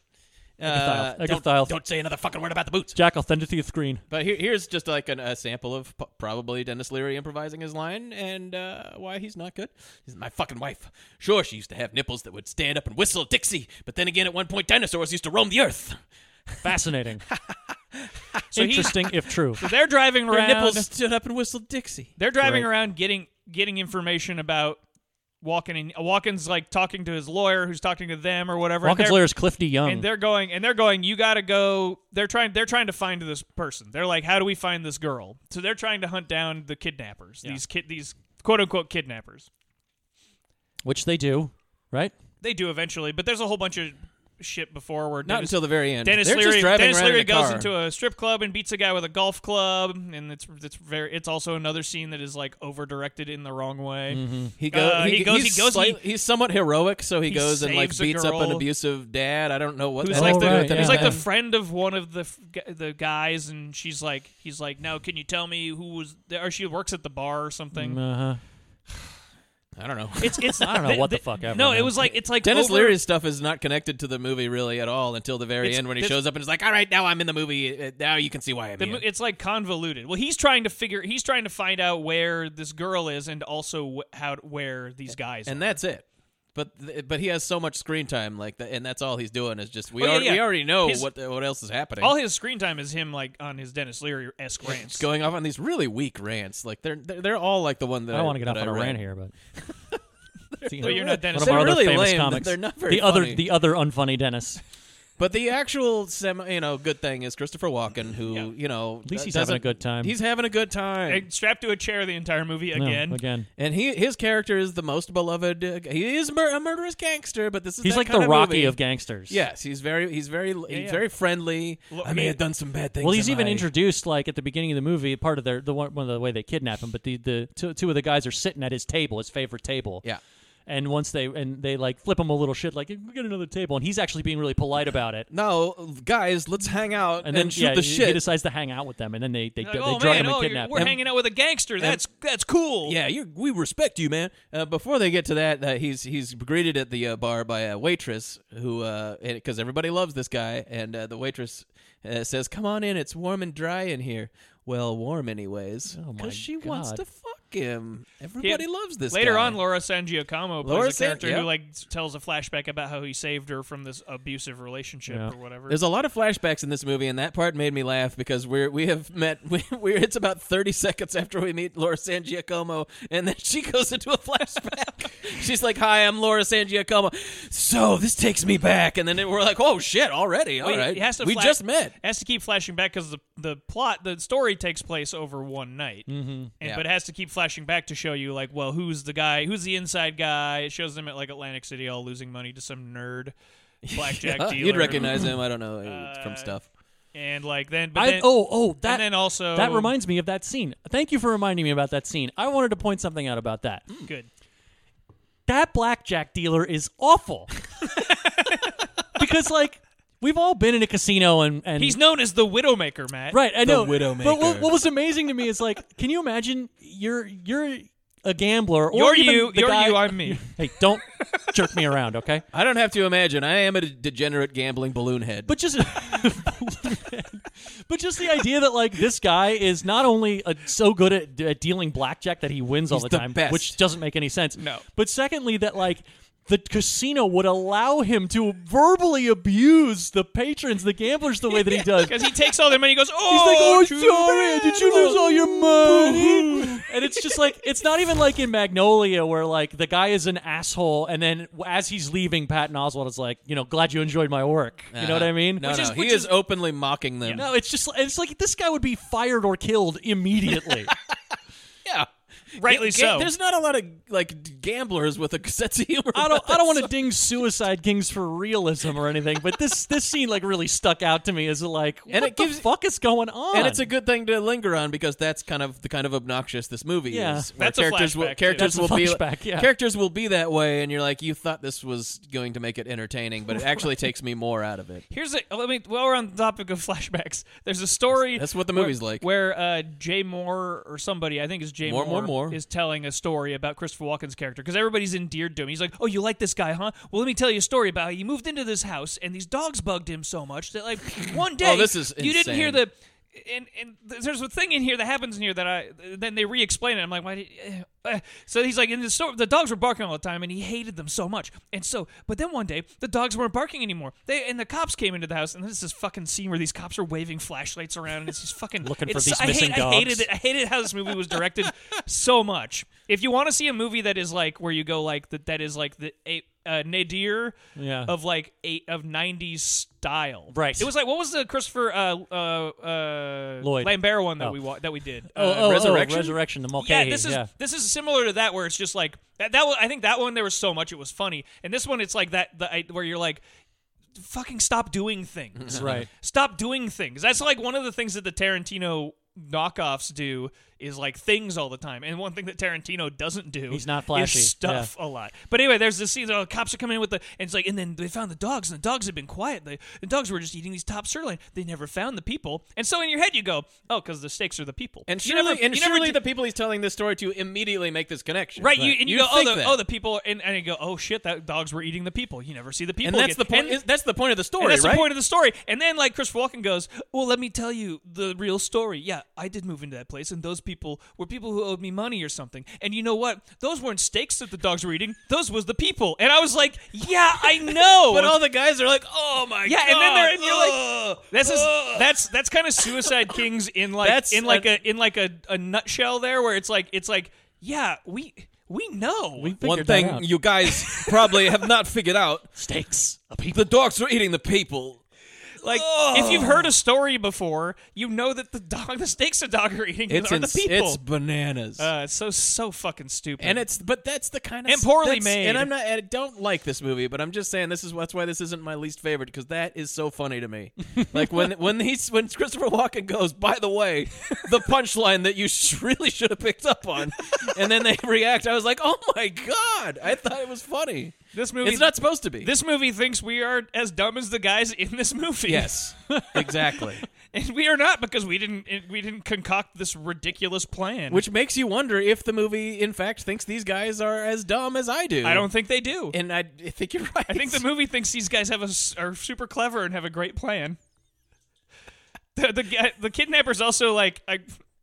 [SPEAKER 2] Uh,
[SPEAKER 3] Eggerthyle.
[SPEAKER 2] don't,
[SPEAKER 3] Eggerthyle.
[SPEAKER 2] don't say another fucking word about the boots.
[SPEAKER 3] *laughs* Jack, I'll send it to you screen.
[SPEAKER 2] But here, here's just like an, a sample of p- probably Dennis Leary improvising his line and uh, why he's not good. He's my fucking wife. Sure, she used to have nipples that would stand up and whistle Dixie, but then again, at one point, dinosaurs used to roam the earth.
[SPEAKER 3] Fascinating.
[SPEAKER 1] he-
[SPEAKER 3] Interesting if true.
[SPEAKER 1] So they're driving
[SPEAKER 2] Her
[SPEAKER 1] around.
[SPEAKER 2] nipples stood up and whistled Dixie.
[SPEAKER 1] They're driving
[SPEAKER 3] Right.
[SPEAKER 1] around getting getting information about Walken and Walken's like talking to his lawyer, who's talking to them or whatever. and
[SPEAKER 3] Walken's
[SPEAKER 1] they're-
[SPEAKER 3] lawyer is Clifty Young.
[SPEAKER 1] and they're going and they're going you gotta go they're trying they're trying to find this person they're like how do we find this girl so they're trying to hunt down the kidnappers these kid these quote unquote kidnappers
[SPEAKER 3] which they do, right?
[SPEAKER 1] they do eventually but there's a whole bunch of shit before where
[SPEAKER 2] Not
[SPEAKER 1] Dennis,
[SPEAKER 2] until the very end.
[SPEAKER 1] Dennis
[SPEAKER 2] They're
[SPEAKER 1] Leary,
[SPEAKER 2] just driving
[SPEAKER 1] Dennis
[SPEAKER 2] around
[SPEAKER 1] Leary
[SPEAKER 2] in a
[SPEAKER 1] goes
[SPEAKER 2] car.
[SPEAKER 1] into a strip club and beats a guy with a golf club, and it's it's very it's also another scene that is like over directed in the wrong way.
[SPEAKER 2] He,
[SPEAKER 1] go- Uh, he he- goes-
[SPEAKER 2] He's,
[SPEAKER 1] he's he goes- slight-
[SPEAKER 2] somewhat heroic, so he,
[SPEAKER 1] he
[SPEAKER 2] goes and like
[SPEAKER 1] saves a
[SPEAKER 2] beats up an
[SPEAKER 1] girl.
[SPEAKER 2] abusive dad. I don't know what.
[SPEAKER 1] who's
[SPEAKER 2] that
[SPEAKER 1] like
[SPEAKER 2] has
[SPEAKER 1] the
[SPEAKER 2] to do
[SPEAKER 3] right,
[SPEAKER 2] with
[SPEAKER 3] yeah.
[SPEAKER 1] he's like the
[SPEAKER 2] anything.
[SPEAKER 1] friend of one of the f- gu- the guys, and she's like he's like now can you tell me who was there? or she works at the bar or something.
[SPEAKER 3] Uh huh.
[SPEAKER 2] *laughs* I don't know.
[SPEAKER 1] It's it's
[SPEAKER 3] I don't know
[SPEAKER 1] they-
[SPEAKER 3] what the
[SPEAKER 1] they-
[SPEAKER 3] fuck ever,
[SPEAKER 1] No,
[SPEAKER 3] man.
[SPEAKER 1] it was like it's like
[SPEAKER 2] Dennis
[SPEAKER 1] over-
[SPEAKER 2] Leary's stuff is not connected to the movie really at all until the very
[SPEAKER 1] It's-
[SPEAKER 2] end when he
[SPEAKER 1] that's-
[SPEAKER 2] shows up and is like, "All right, now I'm in the movie. Uh, Now you can see why I'm
[SPEAKER 1] The,
[SPEAKER 2] here."
[SPEAKER 1] mo- it's like convoluted. Well, he's trying to figure. He's trying to find out where this girl is, and also wh- how where these guys.
[SPEAKER 2] and
[SPEAKER 1] are.
[SPEAKER 2] that's it. But th- but he has so much screen time, like, the, and that's all he's doing is just we,
[SPEAKER 1] Oh, yeah,
[SPEAKER 2] already,
[SPEAKER 1] yeah.
[SPEAKER 2] we already know
[SPEAKER 1] His-
[SPEAKER 2] what what else is happening.
[SPEAKER 1] all his screen time is him like on his Dennis Leary esque rants.
[SPEAKER 2] He's going off on these really weak rants, like they're they're, they're all like the one that I,
[SPEAKER 3] I don't want to get off
[SPEAKER 2] that
[SPEAKER 3] on
[SPEAKER 2] I
[SPEAKER 3] a
[SPEAKER 2] read.
[SPEAKER 3] rant here, but.
[SPEAKER 2] *laughs*
[SPEAKER 1] Well, you're not Dennis
[SPEAKER 3] One of our
[SPEAKER 2] They're
[SPEAKER 3] other
[SPEAKER 2] really
[SPEAKER 3] famous
[SPEAKER 2] lame, but
[SPEAKER 3] comics.
[SPEAKER 2] they're not very
[SPEAKER 3] the other,
[SPEAKER 2] funny.
[SPEAKER 3] the other
[SPEAKER 2] *laughs*
[SPEAKER 3] unfunny Dennis.
[SPEAKER 2] But the actual semi, you know, good thing is Christopher Walken, who
[SPEAKER 1] Yeah.
[SPEAKER 2] you know, at
[SPEAKER 3] least he's having a good time.
[SPEAKER 2] He's having a good time.
[SPEAKER 1] And strapped to a chair the entire movie
[SPEAKER 3] No,
[SPEAKER 1] again.
[SPEAKER 3] again.
[SPEAKER 2] And he his character is the most beloved. Uh, he is mur- a murderous gangster, but this is
[SPEAKER 3] He's
[SPEAKER 2] that
[SPEAKER 3] like the
[SPEAKER 2] kind of
[SPEAKER 3] Rocky
[SPEAKER 2] movie.
[SPEAKER 3] of gangsters.
[SPEAKER 2] Yes, he's very he's very he's
[SPEAKER 1] yeah.
[SPEAKER 2] very friendly.
[SPEAKER 1] Look,
[SPEAKER 2] I may
[SPEAKER 1] he-
[SPEAKER 2] have done some bad things.
[SPEAKER 3] Well, he's
[SPEAKER 2] in
[SPEAKER 3] even
[SPEAKER 2] my-
[SPEAKER 3] introduced like at the beginning of the movie. Part of their the one, one of the way they kidnap him, but the, the two, two of the guys are sitting at his table, his favorite table.
[SPEAKER 2] Yeah.
[SPEAKER 3] And once they and they like flip him a little shit, like "We get another table, and he's actually being really polite about it.
[SPEAKER 2] No, guys, let's hang out and,
[SPEAKER 3] And then
[SPEAKER 2] shoot
[SPEAKER 3] yeah,
[SPEAKER 2] the
[SPEAKER 3] he, he
[SPEAKER 2] shit.
[SPEAKER 3] decides to hang out with them, and then they they,
[SPEAKER 1] Like,
[SPEAKER 3] they
[SPEAKER 1] oh
[SPEAKER 3] drug
[SPEAKER 1] man,
[SPEAKER 3] him and
[SPEAKER 1] oh, you're-
[SPEAKER 3] kidnap
[SPEAKER 1] we're
[SPEAKER 3] him.
[SPEAKER 1] hanging out with a gangster. That's that's
[SPEAKER 3] Oh.
[SPEAKER 1] cool.
[SPEAKER 2] yeah, you we respect you, man. Uh, before they get to that, uh, he's he's greeted at the uh, bar by a waitress who, because everybody loves this guy, and uh, the waitress uh, says, "Come on in, it's warm and dry in here." Well, warm anyways,
[SPEAKER 3] Oh, my
[SPEAKER 2] because she wants
[SPEAKER 3] God.
[SPEAKER 2] to fuck him.
[SPEAKER 1] He-
[SPEAKER 2] Everybody loves this.
[SPEAKER 1] Later
[SPEAKER 2] guy.
[SPEAKER 1] on, Laura San Giacomo
[SPEAKER 2] Laura
[SPEAKER 1] plays a
[SPEAKER 2] San-
[SPEAKER 1] character
[SPEAKER 2] yeah.
[SPEAKER 1] who like s- tells a flashback about how he saved her from this abusive relationship
[SPEAKER 3] Yeah.
[SPEAKER 1] or whatever.
[SPEAKER 2] There's a lot of flashbacks in this movie, and that part made me laugh because we're we have met. *laughs* We, we're it's about 30 seconds after we meet Laura San Giacomo, and then she goes into a flashback. *laughs* She's like, "Hi, I'm Laura San Giacomo." So this takes me back, and then it- we're like, "Oh shit, already? All
[SPEAKER 1] Well,
[SPEAKER 2] right,
[SPEAKER 1] he- he has to
[SPEAKER 2] we
[SPEAKER 1] flash-
[SPEAKER 2] just met."
[SPEAKER 1] Has to keep flashing back because the the plot, the story takes place over one night, mm-hmm. and,
[SPEAKER 2] Yeah.
[SPEAKER 1] but it has to keep flashing back to show you like, well, who's the guy? Who's the inside guy? It shows them at like Atlantic City, all losing money to some
[SPEAKER 2] *laughs*
[SPEAKER 1] nerd blackjack
[SPEAKER 2] Huh,
[SPEAKER 1] dealer.
[SPEAKER 2] You'd recognize him. I don't know uh, from
[SPEAKER 1] Uh,
[SPEAKER 2] stuff.
[SPEAKER 1] And like then, but
[SPEAKER 3] I,
[SPEAKER 1] then,
[SPEAKER 3] oh, oh, that
[SPEAKER 1] and then also
[SPEAKER 3] that reminds me of that scene. Thank you for reminding me about that scene. I wanted to point something out about that.
[SPEAKER 1] good.
[SPEAKER 3] that blackjack dealer is
[SPEAKER 1] *laughs*
[SPEAKER 3] awful. because like we've all been in a casino and and
[SPEAKER 1] He's known as the Widowmaker, Matt.
[SPEAKER 3] right. I know.
[SPEAKER 2] Widowmaker.
[SPEAKER 3] But what, what was amazing to me is like, can you imagine? You're you're a gambler, or
[SPEAKER 1] You're
[SPEAKER 3] even
[SPEAKER 1] you,
[SPEAKER 3] the
[SPEAKER 1] you're
[SPEAKER 3] guy-
[SPEAKER 1] you, I'm me.
[SPEAKER 3] Hey, don't jerk me around, okay?
[SPEAKER 2] I don't have to imagine. I am a degenerate gambling balloon head.
[SPEAKER 3] But just, *laughs* but just the idea that like this guy is not only a, so good at, at dealing blackjack that he wins all
[SPEAKER 2] He's
[SPEAKER 3] the
[SPEAKER 2] the
[SPEAKER 3] time,
[SPEAKER 2] best.
[SPEAKER 3] which doesn't make any sense.
[SPEAKER 1] No.
[SPEAKER 3] But secondly, that like the casino would allow him to verbally abuse the patrons, the gamblers, the
[SPEAKER 2] *laughs*
[SPEAKER 3] way that he does.
[SPEAKER 1] Because he takes all their money, he goes,
[SPEAKER 3] He's like,
[SPEAKER 1] "Oh,
[SPEAKER 3] oh,
[SPEAKER 1] too
[SPEAKER 3] sorry,
[SPEAKER 1] bad."
[SPEAKER 3] did you lose all your money? *laughs* and it's just like, it's not even like in Magnolia where like the guy is an asshole, and then as he's leaving, Patton Oswald is like, you know, glad you enjoyed my work. You know what I mean?
[SPEAKER 2] Uh-huh. No,
[SPEAKER 3] Which
[SPEAKER 2] no,
[SPEAKER 3] is-
[SPEAKER 2] he
[SPEAKER 3] which
[SPEAKER 2] is openly mocking them.
[SPEAKER 3] *laughs* no, it's just it's like this guy would be fired or killed immediately.
[SPEAKER 2] Yeah.
[SPEAKER 1] Rightly
[SPEAKER 2] Ga-
[SPEAKER 1] so.
[SPEAKER 2] There's not a lot of like gamblers with a
[SPEAKER 1] *laughs*
[SPEAKER 2] sense of humor.
[SPEAKER 3] I don't I don't want to ding Suicide Kings for realism or anything, but this this scene like really stuck out to me as like what
[SPEAKER 2] And it
[SPEAKER 3] the
[SPEAKER 2] gives-
[SPEAKER 3] fuck is going on?
[SPEAKER 2] And it's a good thing to linger on because that's kind of the kind of obnoxious this movie
[SPEAKER 3] Yeah.
[SPEAKER 2] is. where
[SPEAKER 1] That's a
[SPEAKER 2] characters
[SPEAKER 1] flashback,
[SPEAKER 2] will
[SPEAKER 1] too.
[SPEAKER 2] characters
[SPEAKER 3] That's a
[SPEAKER 2] will be
[SPEAKER 3] flashback, yeah.
[SPEAKER 2] characters will be that way, and you're like, you thought this was going to make it entertaining, but it
[SPEAKER 1] *laughs*
[SPEAKER 2] actually takes me more out of it.
[SPEAKER 1] Here's a let me while we're on the topic of *laughs* flashbacks. There's a story.
[SPEAKER 2] That's what the
[SPEAKER 1] where-
[SPEAKER 2] movie's like.
[SPEAKER 1] Where uh, Jay Moore or somebody, I think is Jay
[SPEAKER 2] Moore, Moore, Moore.
[SPEAKER 1] is telling a story about Christopher Walken's character because everybody's endeared to him. He's like, "Oh, you like this guy, huh? Well, let me tell you a story about how he moved into this house and these dogs bugged him so much that like *laughs* one
[SPEAKER 3] Oh,
[SPEAKER 1] day,
[SPEAKER 2] this is
[SPEAKER 1] you didn't hear
[SPEAKER 2] insane.
[SPEAKER 1] the." And, and th- there's a thing in here that happens in here that I then they re-explain it. I'm like, why? Did, eh, eh. So he's like, in the store, the dogs were barking all the time, and he hated them so much. And so, but then one day the dogs weren't barking anymore. They and the cops came into the house, and this is this fucking scene where these cops are waving flashlights around, and it's just fucking
[SPEAKER 3] *laughs* Looking for
[SPEAKER 1] it's-
[SPEAKER 3] these
[SPEAKER 1] I hate-
[SPEAKER 3] missing
[SPEAKER 1] I hated
[SPEAKER 3] dogs.
[SPEAKER 1] it. I hated how this movie was directed *laughs* so much. If you want to see a movie that is like where you go like that, that is like the a, uh, nadir
[SPEAKER 3] Yeah.
[SPEAKER 1] of like eight of '90s style.
[SPEAKER 3] Right.
[SPEAKER 1] It was like what was the Christopher uh, uh, uh,
[SPEAKER 3] Lloyd.
[SPEAKER 1] Lambert one that
[SPEAKER 3] Oh.
[SPEAKER 1] we wa- that we did?
[SPEAKER 3] oh,
[SPEAKER 1] Uh,
[SPEAKER 3] oh,
[SPEAKER 2] Resurrection?
[SPEAKER 3] Oh, resurrection, the Mulcahy.
[SPEAKER 1] yeah, this is this is similar to that where it's just like that. that one, I think that one there was so much it was funny, and this one it's like that the, I- where you're like, fucking stop doing things,
[SPEAKER 3] *laughs* Right.
[SPEAKER 1] Stop doing things. That's like one of the things that the Tarantino knockoffs do is like things all the time. And one thing that Tarantino doesn't do
[SPEAKER 3] He's not flashy.
[SPEAKER 1] is stuff a lot. But anyway, there's this scene. The cops are coming in with the and it's like, and then they found the dogs, and the dogs had been quiet. The, the dogs were just eating these top sirloin. They never found the people. And so in your head you go, oh, because the stakes are the people.
[SPEAKER 2] And
[SPEAKER 1] You
[SPEAKER 2] surely,
[SPEAKER 1] never-
[SPEAKER 2] and
[SPEAKER 1] you never
[SPEAKER 2] surely
[SPEAKER 1] did-
[SPEAKER 2] the people he's telling this story to immediately make this connection.
[SPEAKER 1] Right, you and you,
[SPEAKER 2] You'd
[SPEAKER 1] go, oh
[SPEAKER 2] think
[SPEAKER 1] the,
[SPEAKER 2] that.
[SPEAKER 1] oh the people, and, and you go, oh shit, that dogs were eating the people. You never see the people.
[SPEAKER 2] and that's the
[SPEAKER 1] again.
[SPEAKER 2] point.
[SPEAKER 1] And-
[SPEAKER 2] is- that's the point of the story,
[SPEAKER 1] and that's
[SPEAKER 2] right?
[SPEAKER 1] the point of the story. And then like Chris Walken goes, well, let me tell you the real story. Yeah, I did move into that place, and those people were people who owed me money or something. And you know what? Those weren't steaks that the dogs were eating. Those was the people. And I was like, yeah,
[SPEAKER 2] *laughs*
[SPEAKER 1] I know.
[SPEAKER 2] but all the guys are like, "Oh my
[SPEAKER 1] yeah,
[SPEAKER 2] god!"
[SPEAKER 1] and then they're and you're
[SPEAKER 2] ugh,
[SPEAKER 1] like, this is
[SPEAKER 2] ugh."
[SPEAKER 1] that's that's kind of
[SPEAKER 2] *laughs*
[SPEAKER 1] Suicide Kings in like
[SPEAKER 2] That's
[SPEAKER 1] in like
[SPEAKER 2] a-
[SPEAKER 1] a, in like a, a nutshell there, where it's like it's like yeah, we we know we
[SPEAKER 2] one thing you guys probably have not
[SPEAKER 1] *laughs*
[SPEAKER 2] figured out:
[SPEAKER 3] stakes.
[SPEAKER 2] the dogs are eating the people.
[SPEAKER 1] Like if you've heard a story before, you know that the dog, the steaks the dog are eating
[SPEAKER 2] It's
[SPEAKER 1] are
[SPEAKER 2] ins-
[SPEAKER 1] the people.
[SPEAKER 2] it's bananas.
[SPEAKER 1] uh, it's so so fucking stupid.
[SPEAKER 2] and it's but that's the kind of
[SPEAKER 1] And poorly
[SPEAKER 2] that's-
[SPEAKER 1] made.
[SPEAKER 2] And I'm not. I don't like this movie, but I'm just saying this is that's why this isn't my least favorite because that is so funny
[SPEAKER 1] *laughs*
[SPEAKER 2] to me. like when when he's when Christopher Walken goes, by the way, the punchline that you sh- really should have picked up on, and then they *laughs* react. I was like, oh my god, I thought it was funny.
[SPEAKER 1] this movie.
[SPEAKER 2] it's not supposed to be.
[SPEAKER 1] this movie thinks we are as dumb as the guys in this movie.
[SPEAKER 2] *laughs* yes, exactly.
[SPEAKER 1] *laughs* and we are not because we didn't we didn't concoct this ridiculous plan.
[SPEAKER 2] Which makes you wonder if the movie, in fact, thinks these guys are as dumb as I do.
[SPEAKER 1] I don't think they do.
[SPEAKER 2] and I, I think you're right.
[SPEAKER 1] I think the movie thinks these guys have a s are super clever and have a great plan. The the, guy- the kidnappers also like I,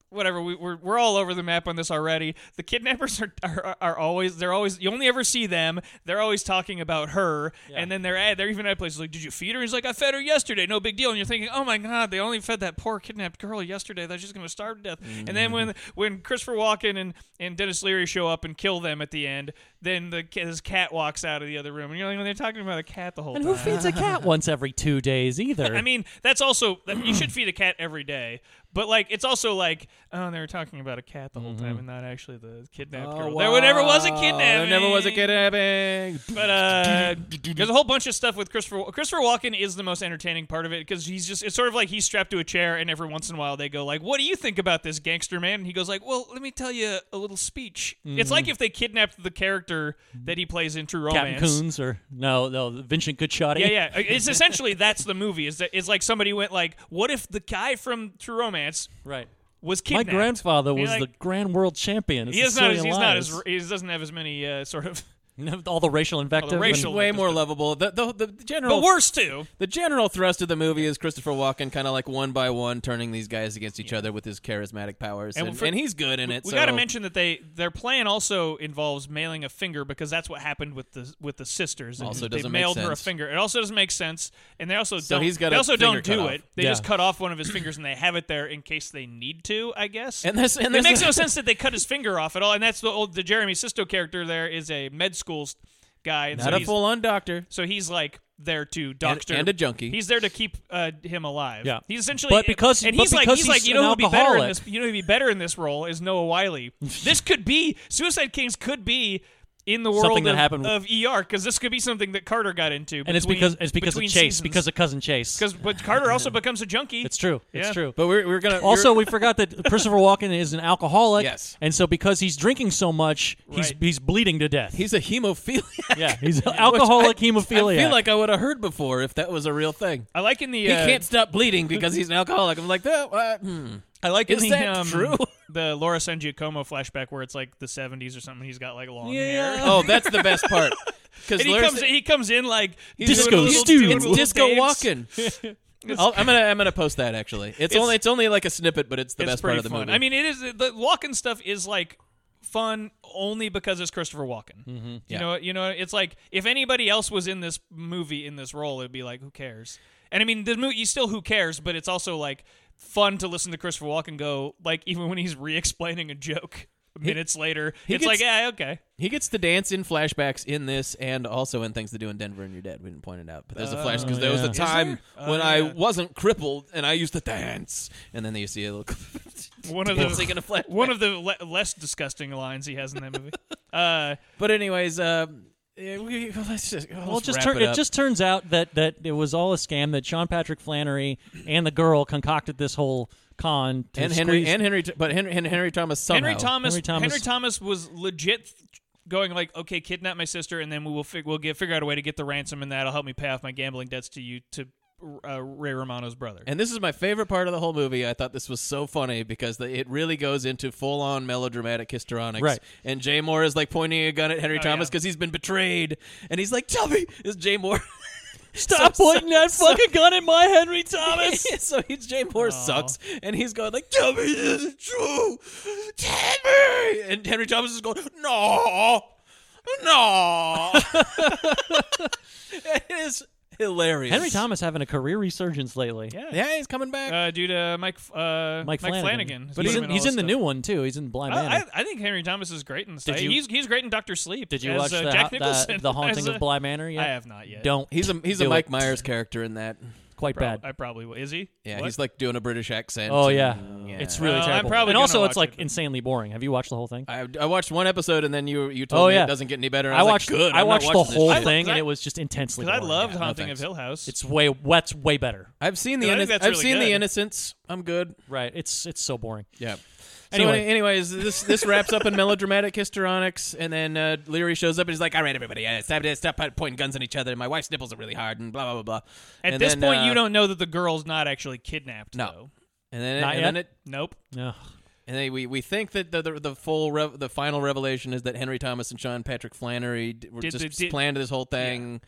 [SPEAKER 1] whatever we, we're we're all over the map on this already. The kidnappers are, are are always they're always you only ever see them. They're always talking about her, and then they're at they're even at places like, did you feed her? He's like, I fed her yesterday, no big deal. And you're thinking, oh my god, they only fed that poor kidnapped girl yesterday. That's just gonna starve to death. And
[SPEAKER 3] Mm-hmm.
[SPEAKER 1] then when when Christopher Walken and and Dennis Leary show up and kill them at the end, then the ca- this cat walks out of the other room, and you're like, well, they're talking about a cat the whole
[SPEAKER 3] And
[SPEAKER 1] time.
[SPEAKER 3] who feeds a cat once every two days either?
[SPEAKER 1] I mean, that's also that- you should feed a cat every day, but like it's also like oh, they were talking about a cat the whole time and not actually the kidnapped girl. There never was a kidnapping.
[SPEAKER 2] Oh, There never was a kidnapping.
[SPEAKER 1] But
[SPEAKER 2] *laughs*
[SPEAKER 1] uh, there's a whole bunch of stuff with Christopher. Christopher Walken is the most entertaining part of it because he's just it's sort of like he's strapped to a chair and every once in a while they go like, "What do you think about this gangster man?" And he goes like, "Well, let me tell you a little speech." It's
[SPEAKER 2] Mm-hmm.
[SPEAKER 1] like if they kidnapped the character that he plays in True Romance.
[SPEAKER 3] Captain Coons or no, no, Vincent Cucciotti.
[SPEAKER 1] Yeah, yeah. Uh, It's essentially that's the movie. Is that it's like somebody went like, "What if the guy from True Romance
[SPEAKER 3] Right.
[SPEAKER 1] was
[SPEAKER 3] My
[SPEAKER 1] kidnapped?"
[SPEAKER 3] grandfather
[SPEAKER 1] You're
[SPEAKER 3] was
[SPEAKER 1] like,
[SPEAKER 3] the grand world champion.
[SPEAKER 1] He is not. He's not
[SPEAKER 3] as
[SPEAKER 2] *laughs*
[SPEAKER 1] as. He doesn't have as many uh, sort of
[SPEAKER 3] *laughs* all the racial invective. and-
[SPEAKER 1] racial
[SPEAKER 2] way more lovable. The, the, the general
[SPEAKER 1] But worse too.
[SPEAKER 2] The general thrust of the movie is Christopher Walken kind of like one by one turning these guys against each other with his charismatic powers, and,
[SPEAKER 1] And for-
[SPEAKER 2] and he's good in it.
[SPEAKER 1] We
[SPEAKER 2] so-
[SPEAKER 1] got to mention that they their plan also involves mailing a finger because that's what happened with the with the sisters.
[SPEAKER 2] Also
[SPEAKER 1] they
[SPEAKER 2] doesn't make
[SPEAKER 1] mailed her a
[SPEAKER 2] sense.
[SPEAKER 1] finger. It also doesn't make sense, and they also
[SPEAKER 2] So
[SPEAKER 1] don't.
[SPEAKER 2] he's got
[SPEAKER 1] they
[SPEAKER 2] a
[SPEAKER 1] also
[SPEAKER 2] finger
[SPEAKER 1] don't do
[SPEAKER 2] cut off.
[SPEAKER 1] it. They
[SPEAKER 3] Yeah.
[SPEAKER 1] just cut off one of his fingers and they have it there in case they need to. I guess.
[SPEAKER 2] And this- and
[SPEAKER 1] it
[SPEAKER 2] this-
[SPEAKER 1] makes no sense that they cut his finger off at all. And that's the old the Jeremy Sisto character. There is a med school s- guy. and so
[SPEAKER 2] *laughs* not a
[SPEAKER 1] he's-
[SPEAKER 2] full on doctor.
[SPEAKER 1] So he's like there to doctor
[SPEAKER 2] and a junkie.
[SPEAKER 1] He's there to keep uh, him alive.
[SPEAKER 3] Yeah.
[SPEAKER 1] he's essentially.
[SPEAKER 3] But because-
[SPEAKER 1] and
[SPEAKER 3] but
[SPEAKER 1] he's like
[SPEAKER 3] because
[SPEAKER 1] he's,
[SPEAKER 3] he's
[SPEAKER 1] like you
[SPEAKER 3] an
[SPEAKER 1] know who'd be better in
[SPEAKER 3] alcoholic.
[SPEAKER 1] this you know who'd be better in this role is Noah
[SPEAKER 3] *laughs*
[SPEAKER 1] Wiley. this could be Suicide Kings could be in the world
[SPEAKER 3] Something that
[SPEAKER 1] of,
[SPEAKER 3] happened with-
[SPEAKER 1] of ER because this could be something that Carter got into.
[SPEAKER 3] and it's
[SPEAKER 1] between-
[SPEAKER 3] because it's because of
[SPEAKER 1] between
[SPEAKER 3] Chase,
[SPEAKER 1] seasons.
[SPEAKER 3] because of cousin
[SPEAKER 1] *laughs*
[SPEAKER 3] Chase.
[SPEAKER 1] 'Cause- but Carter
[SPEAKER 3] *laughs*
[SPEAKER 1] also becomes a junkie.
[SPEAKER 3] It's true.
[SPEAKER 1] Yeah.
[SPEAKER 3] It's true.
[SPEAKER 2] But we're, we're gonna
[SPEAKER 3] also,
[SPEAKER 2] we're-
[SPEAKER 3] we forgot that Christopher Walken is an alcoholic.
[SPEAKER 2] Yes.
[SPEAKER 3] And so because he's drinking so much, he's
[SPEAKER 1] Right.
[SPEAKER 3] he's bleeding to death.
[SPEAKER 2] he's a *laughs* hemophiliac.
[SPEAKER 3] yeah, he's alcoholic
[SPEAKER 2] I
[SPEAKER 3] hemophiliac.
[SPEAKER 2] feel like I would have heard before if that was a real thing.
[SPEAKER 1] I like in the
[SPEAKER 2] He
[SPEAKER 1] uh,
[SPEAKER 2] can't stop bleeding because he's an alcoholic. I'm like, that. uh, hmm.
[SPEAKER 1] I like
[SPEAKER 2] Is
[SPEAKER 1] in the,
[SPEAKER 2] that *laughs*
[SPEAKER 1] um,
[SPEAKER 2] true?
[SPEAKER 1] the Laura San Giacomo flashback where it's like the 70s or something. He's got like long hair.
[SPEAKER 2] Oh, that's the best part. Because
[SPEAKER 1] And he comes, he comes in like
[SPEAKER 3] Disco
[SPEAKER 1] doing a little-
[SPEAKER 3] stew.
[SPEAKER 1] doing a
[SPEAKER 2] It's
[SPEAKER 1] little
[SPEAKER 2] disco
[SPEAKER 1] dance.
[SPEAKER 2] *laughs* walking. I'll, I'm gonna I'm gonna post that actually. It's, only it's only like a snippet, but it's the
[SPEAKER 1] it's
[SPEAKER 2] best
[SPEAKER 1] pretty
[SPEAKER 2] part of the
[SPEAKER 1] fun.
[SPEAKER 2] movie.
[SPEAKER 1] I mean, it is the Walken stuff is like fun only because it's Christopher Walken. Mm-hmm. You
[SPEAKER 2] Yeah.
[SPEAKER 1] know, you know, it's like if anybody else was in this movie in this role, it'd be like who cares. And I mean, the movie you still who cares, but it's also like fun to listen to Christopher Walken go like even when he's re-explaining a joke minutes later.
[SPEAKER 2] he
[SPEAKER 1] it's like
[SPEAKER 2] gets-
[SPEAKER 1] yeah, okay.
[SPEAKER 2] He gets to dance in flashbacks in this and also in Things to Do in Denver and You're Dead. We didn't point it out, but there's a flash because there was a
[SPEAKER 3] Oh, yeah. Is
[SPEAKER 2] time
[SPEAKER 1] there?
[SPEAKER 2] when
[SPEAKER 1] Oh,
[SPEAKER 2] I
[SPEAKER 1] yeah.
[SPEAKER 2] wasn't crippled and I used to dance. And then you see a little.
[SPEAKER 1] One of
[SPEAKER 2] Dancing in a
[SPEAKER 1] the *laughs*
[SPEAKER 2] flashback.
[SPEAKER 1] one of the le- less disgusting lines he has in that
[SPEAKER 3] *laughs*
[SPEAKER 1] movie. uh,
[SPEAKER 2] *laughs* but anyways, um, yeah, we, well, let's just
[SPEAKER 3] well, it
[SPEAKER 2] let's
[SPEAKER 3] just
[SPEAKER 2] wrap
[SPEAKER 3] tur-
[SPEAKER 2] it,
[SPEAKER 3] it,
[SPEAKER 2] up.
[SPEAKER 3] just turns out that that it was all a scam. That Sean Patrick Flannery and the girl concocted this whole con to
[SPEAKER 2] and Henry
[SPEAKER 3] squeeze-
[SPEAKER 2] and Henry, but Henry, Henry, Henry Thomas somehow.
[SPEAKER 1] Henry Thomas,
[SPEAKER 3] Oh, Henry
[SPEAKER 1] Henry
[SPEAKER 3] Thomas-
[SPEAKER 1] Thomas was legit th- going like, okay, kidnap my sister, and then we will fig- we'll get figure out a way to get the ransom, and that'll help me pay off my gambling debts to you to uh, Ray Romano's brother.
[SPEAKER 2] And this is my favorite part of the whole movie. I thought this was so funny because the, it really goes into full on melodramatic histrionics.
[SPEAKER 3] Right.
[SPEAKER 2] And Jay Moore is like pointing a gun at Henry Thomas because he's been betrayed. And he's like, Tell me, is Jay Moore. *laughs*
[SPEAKER 3] Stop
[SPEAKER 2] So-
[SPEAKER 3] pointing that fucking gun at my
[SPEAKER 2] *laughs*
[SPEAKER 3] Henry Thomas.
[SPEAKER 2] so he's Jay Moore sucks, and he's going like, "Tell me this is true, tell me." And Henry Thomas is going, "No,
[SPEAKER 3] *laughs*
[SPEAKER 2] no." *laughs* it is hilarious.
[SPEAKER 3] Henry Thomas having a career resurgence lately.
[SPEAKER 1] yeah,
[SPEAKER 2] yeah, he's coming back.
[SPEAKER 1] Uh, due to Mike F- uh,
[SPEAKER 3] Mike, Flanagan.
[SPEAKER 1] has
[SPEAKER 3] But
[SPEAKER 1] put
[SPEAKER 3] he's
[SPEAKER 1] him
[SPEAKER 3] in,
[SPEAKER 1] all
[SPEAKER 3] he's
[SPEAKER 1] this
[SPEAKER 3] in the
[SPEAKER 1] stuff.
[SPEAKER 3] new one too. He's in Blind Man.
[SPEAKER 1] I, I, I think Henry Thomas is great in this.
[SPEAKER 3] Did
[SPEAKER 1] I-
[SPEAKER 3] you-
[SPEAKER 1] he's he's great in Doctor Sleep.
[SPEAKER 3] Did you
[SPEAKER 1] as,
[SPEAKER 3] watch
[SPEAKER 1] uh,
[SPEAKER 3] the,
[SPEAKER 1] Jack
[SPEAKER 3] the-
[SPEAKER 1] Nicholson
[SPEAKER 3] the
[SPEAKER 1] *laughs*
[SPEAKER 3] haunting
[SPEAKER 1] as, uh,
[SPEAKER 3] of Bly Manor yet?
[SPEAKER 1] I have not yet.
[SPEAKER 3] Don't.
[SPEAKER 2] he's a he's a
[SPEAKER 3] do
[SPEAKER 2] Mike
[SPEAKER 3] it.
[SPEAKER 2] Myers character in that.
[SPEAKER 3] Quite
[SPEAKER 1] Prob-
[SPEAKER 3] bad.
[SPEAKER 1] I probably will. Is he?
[SPEAKER 2] Yeah,
[SPEAKER 1] What?
[SPEAKER 2] he's like doing a British accent.
[SPEAKER 3] Oh
[SPEAKER 2] and-
[SPEAKER 3] yeah. it's really
[SPEAKER 1] Well, I'm
[SPEAKER 3] terrible.
[SPEAKER 1] probably
[SPEAKER 3] and
[SPEAKER 1] gonna
[SPEAKER 3] also,
[SPEAKER 1] watch
[SPEAKER 3] it's like
[SPEAKER 1] it, but-
[SPEAKER 3] insanely boring. Have you watched the whole thing?
[SPEAKER 2] I, I watched one episode and then you you told
[SPEAKER 3] Oh,
[SPEAKER 2] me
[SPEAKER 3] yeah.
[SPEAKER 2] it doesn't get any better. And
[SPEAKER 3] I
[SPEAKER 2] was
[SPEAKER 3] watched.
[SPEAKER 2] like, good.
[SPEAKER 3] I
[SPEAKER 2] I'm not
[SPEAKER 3] watched the
[SPEAKER 2] watching this
[SPEAKER 3] whole
[SPEAKER 2] shit."
[SPEAKER 3] thing,
[SPEAKER 1] I-
[SPEAKER 3] and it was just intensely.
[SPEAKER 1] 'Cause
[SPEAKER 3] Boring.
[SPEAKER 1] I loved
[SPEAKER 2] no
[SPEAKER 1] Haunting
[SPEAKER 2] thanks.
[SPEAKER 1] of Hill House.
[SPEAKER 3] It's way. What's way better?
[SPEAKER 2] I've seen the
[SPEAKER 1] I think
[SPEAKER 2] Innoc-
[SPEAKER 1] that's
[SPEAKER 2] I've
[SPEAKER 1] really
[SPEAKER 2] seen the
[SPEAKER 1] good.
[SPEAKER 2] Innocents. I'm good.
[SPEAKER 3] Right. It's it's so boring.
[SPEAKER 2] Yeah.
[SPEAKER 3] Anyway.
[SPEAKER 2] Anyway, anyways, this this wraps up in melodramatic histrionics, and then uh, Leary shows up and he's like, "All right, everybody, uh, stop, stop pointing guns at each other. My wife's nipples are really hard, and blah blah blah blah."
[SPEAKER 1] At
[SPEAKER 2] And
[SPEAKER 1] this
[SPEAKER 2] then,
[SPEAKER 1] point,
[SPEAKER 2] uh,
[SPEAKER 1] you don't know that the girl's not actually kidnapped.
[SPEAKER 2] No.
[SPEAKER 1] though.
[SPEAKER 2] And then,
[SPEAKER 3] Not
[SPEAKER 2] and
[SPEAKER 3] yet?
[SPEAKER 2] then it,
[SPEAKER 1] Nope.
[SPEAKER 3] Ugh.
[SPEAKER 2] and then we, we think that the the, the full rev- the final revelation is that Henry Thomas and Sean Patrick Flannery d- were
[SPEAKER 1] Did
[SPEAKER 2] just
[SPEAKER 1] the- did-
[SPEAKER 2] planned this whole thing,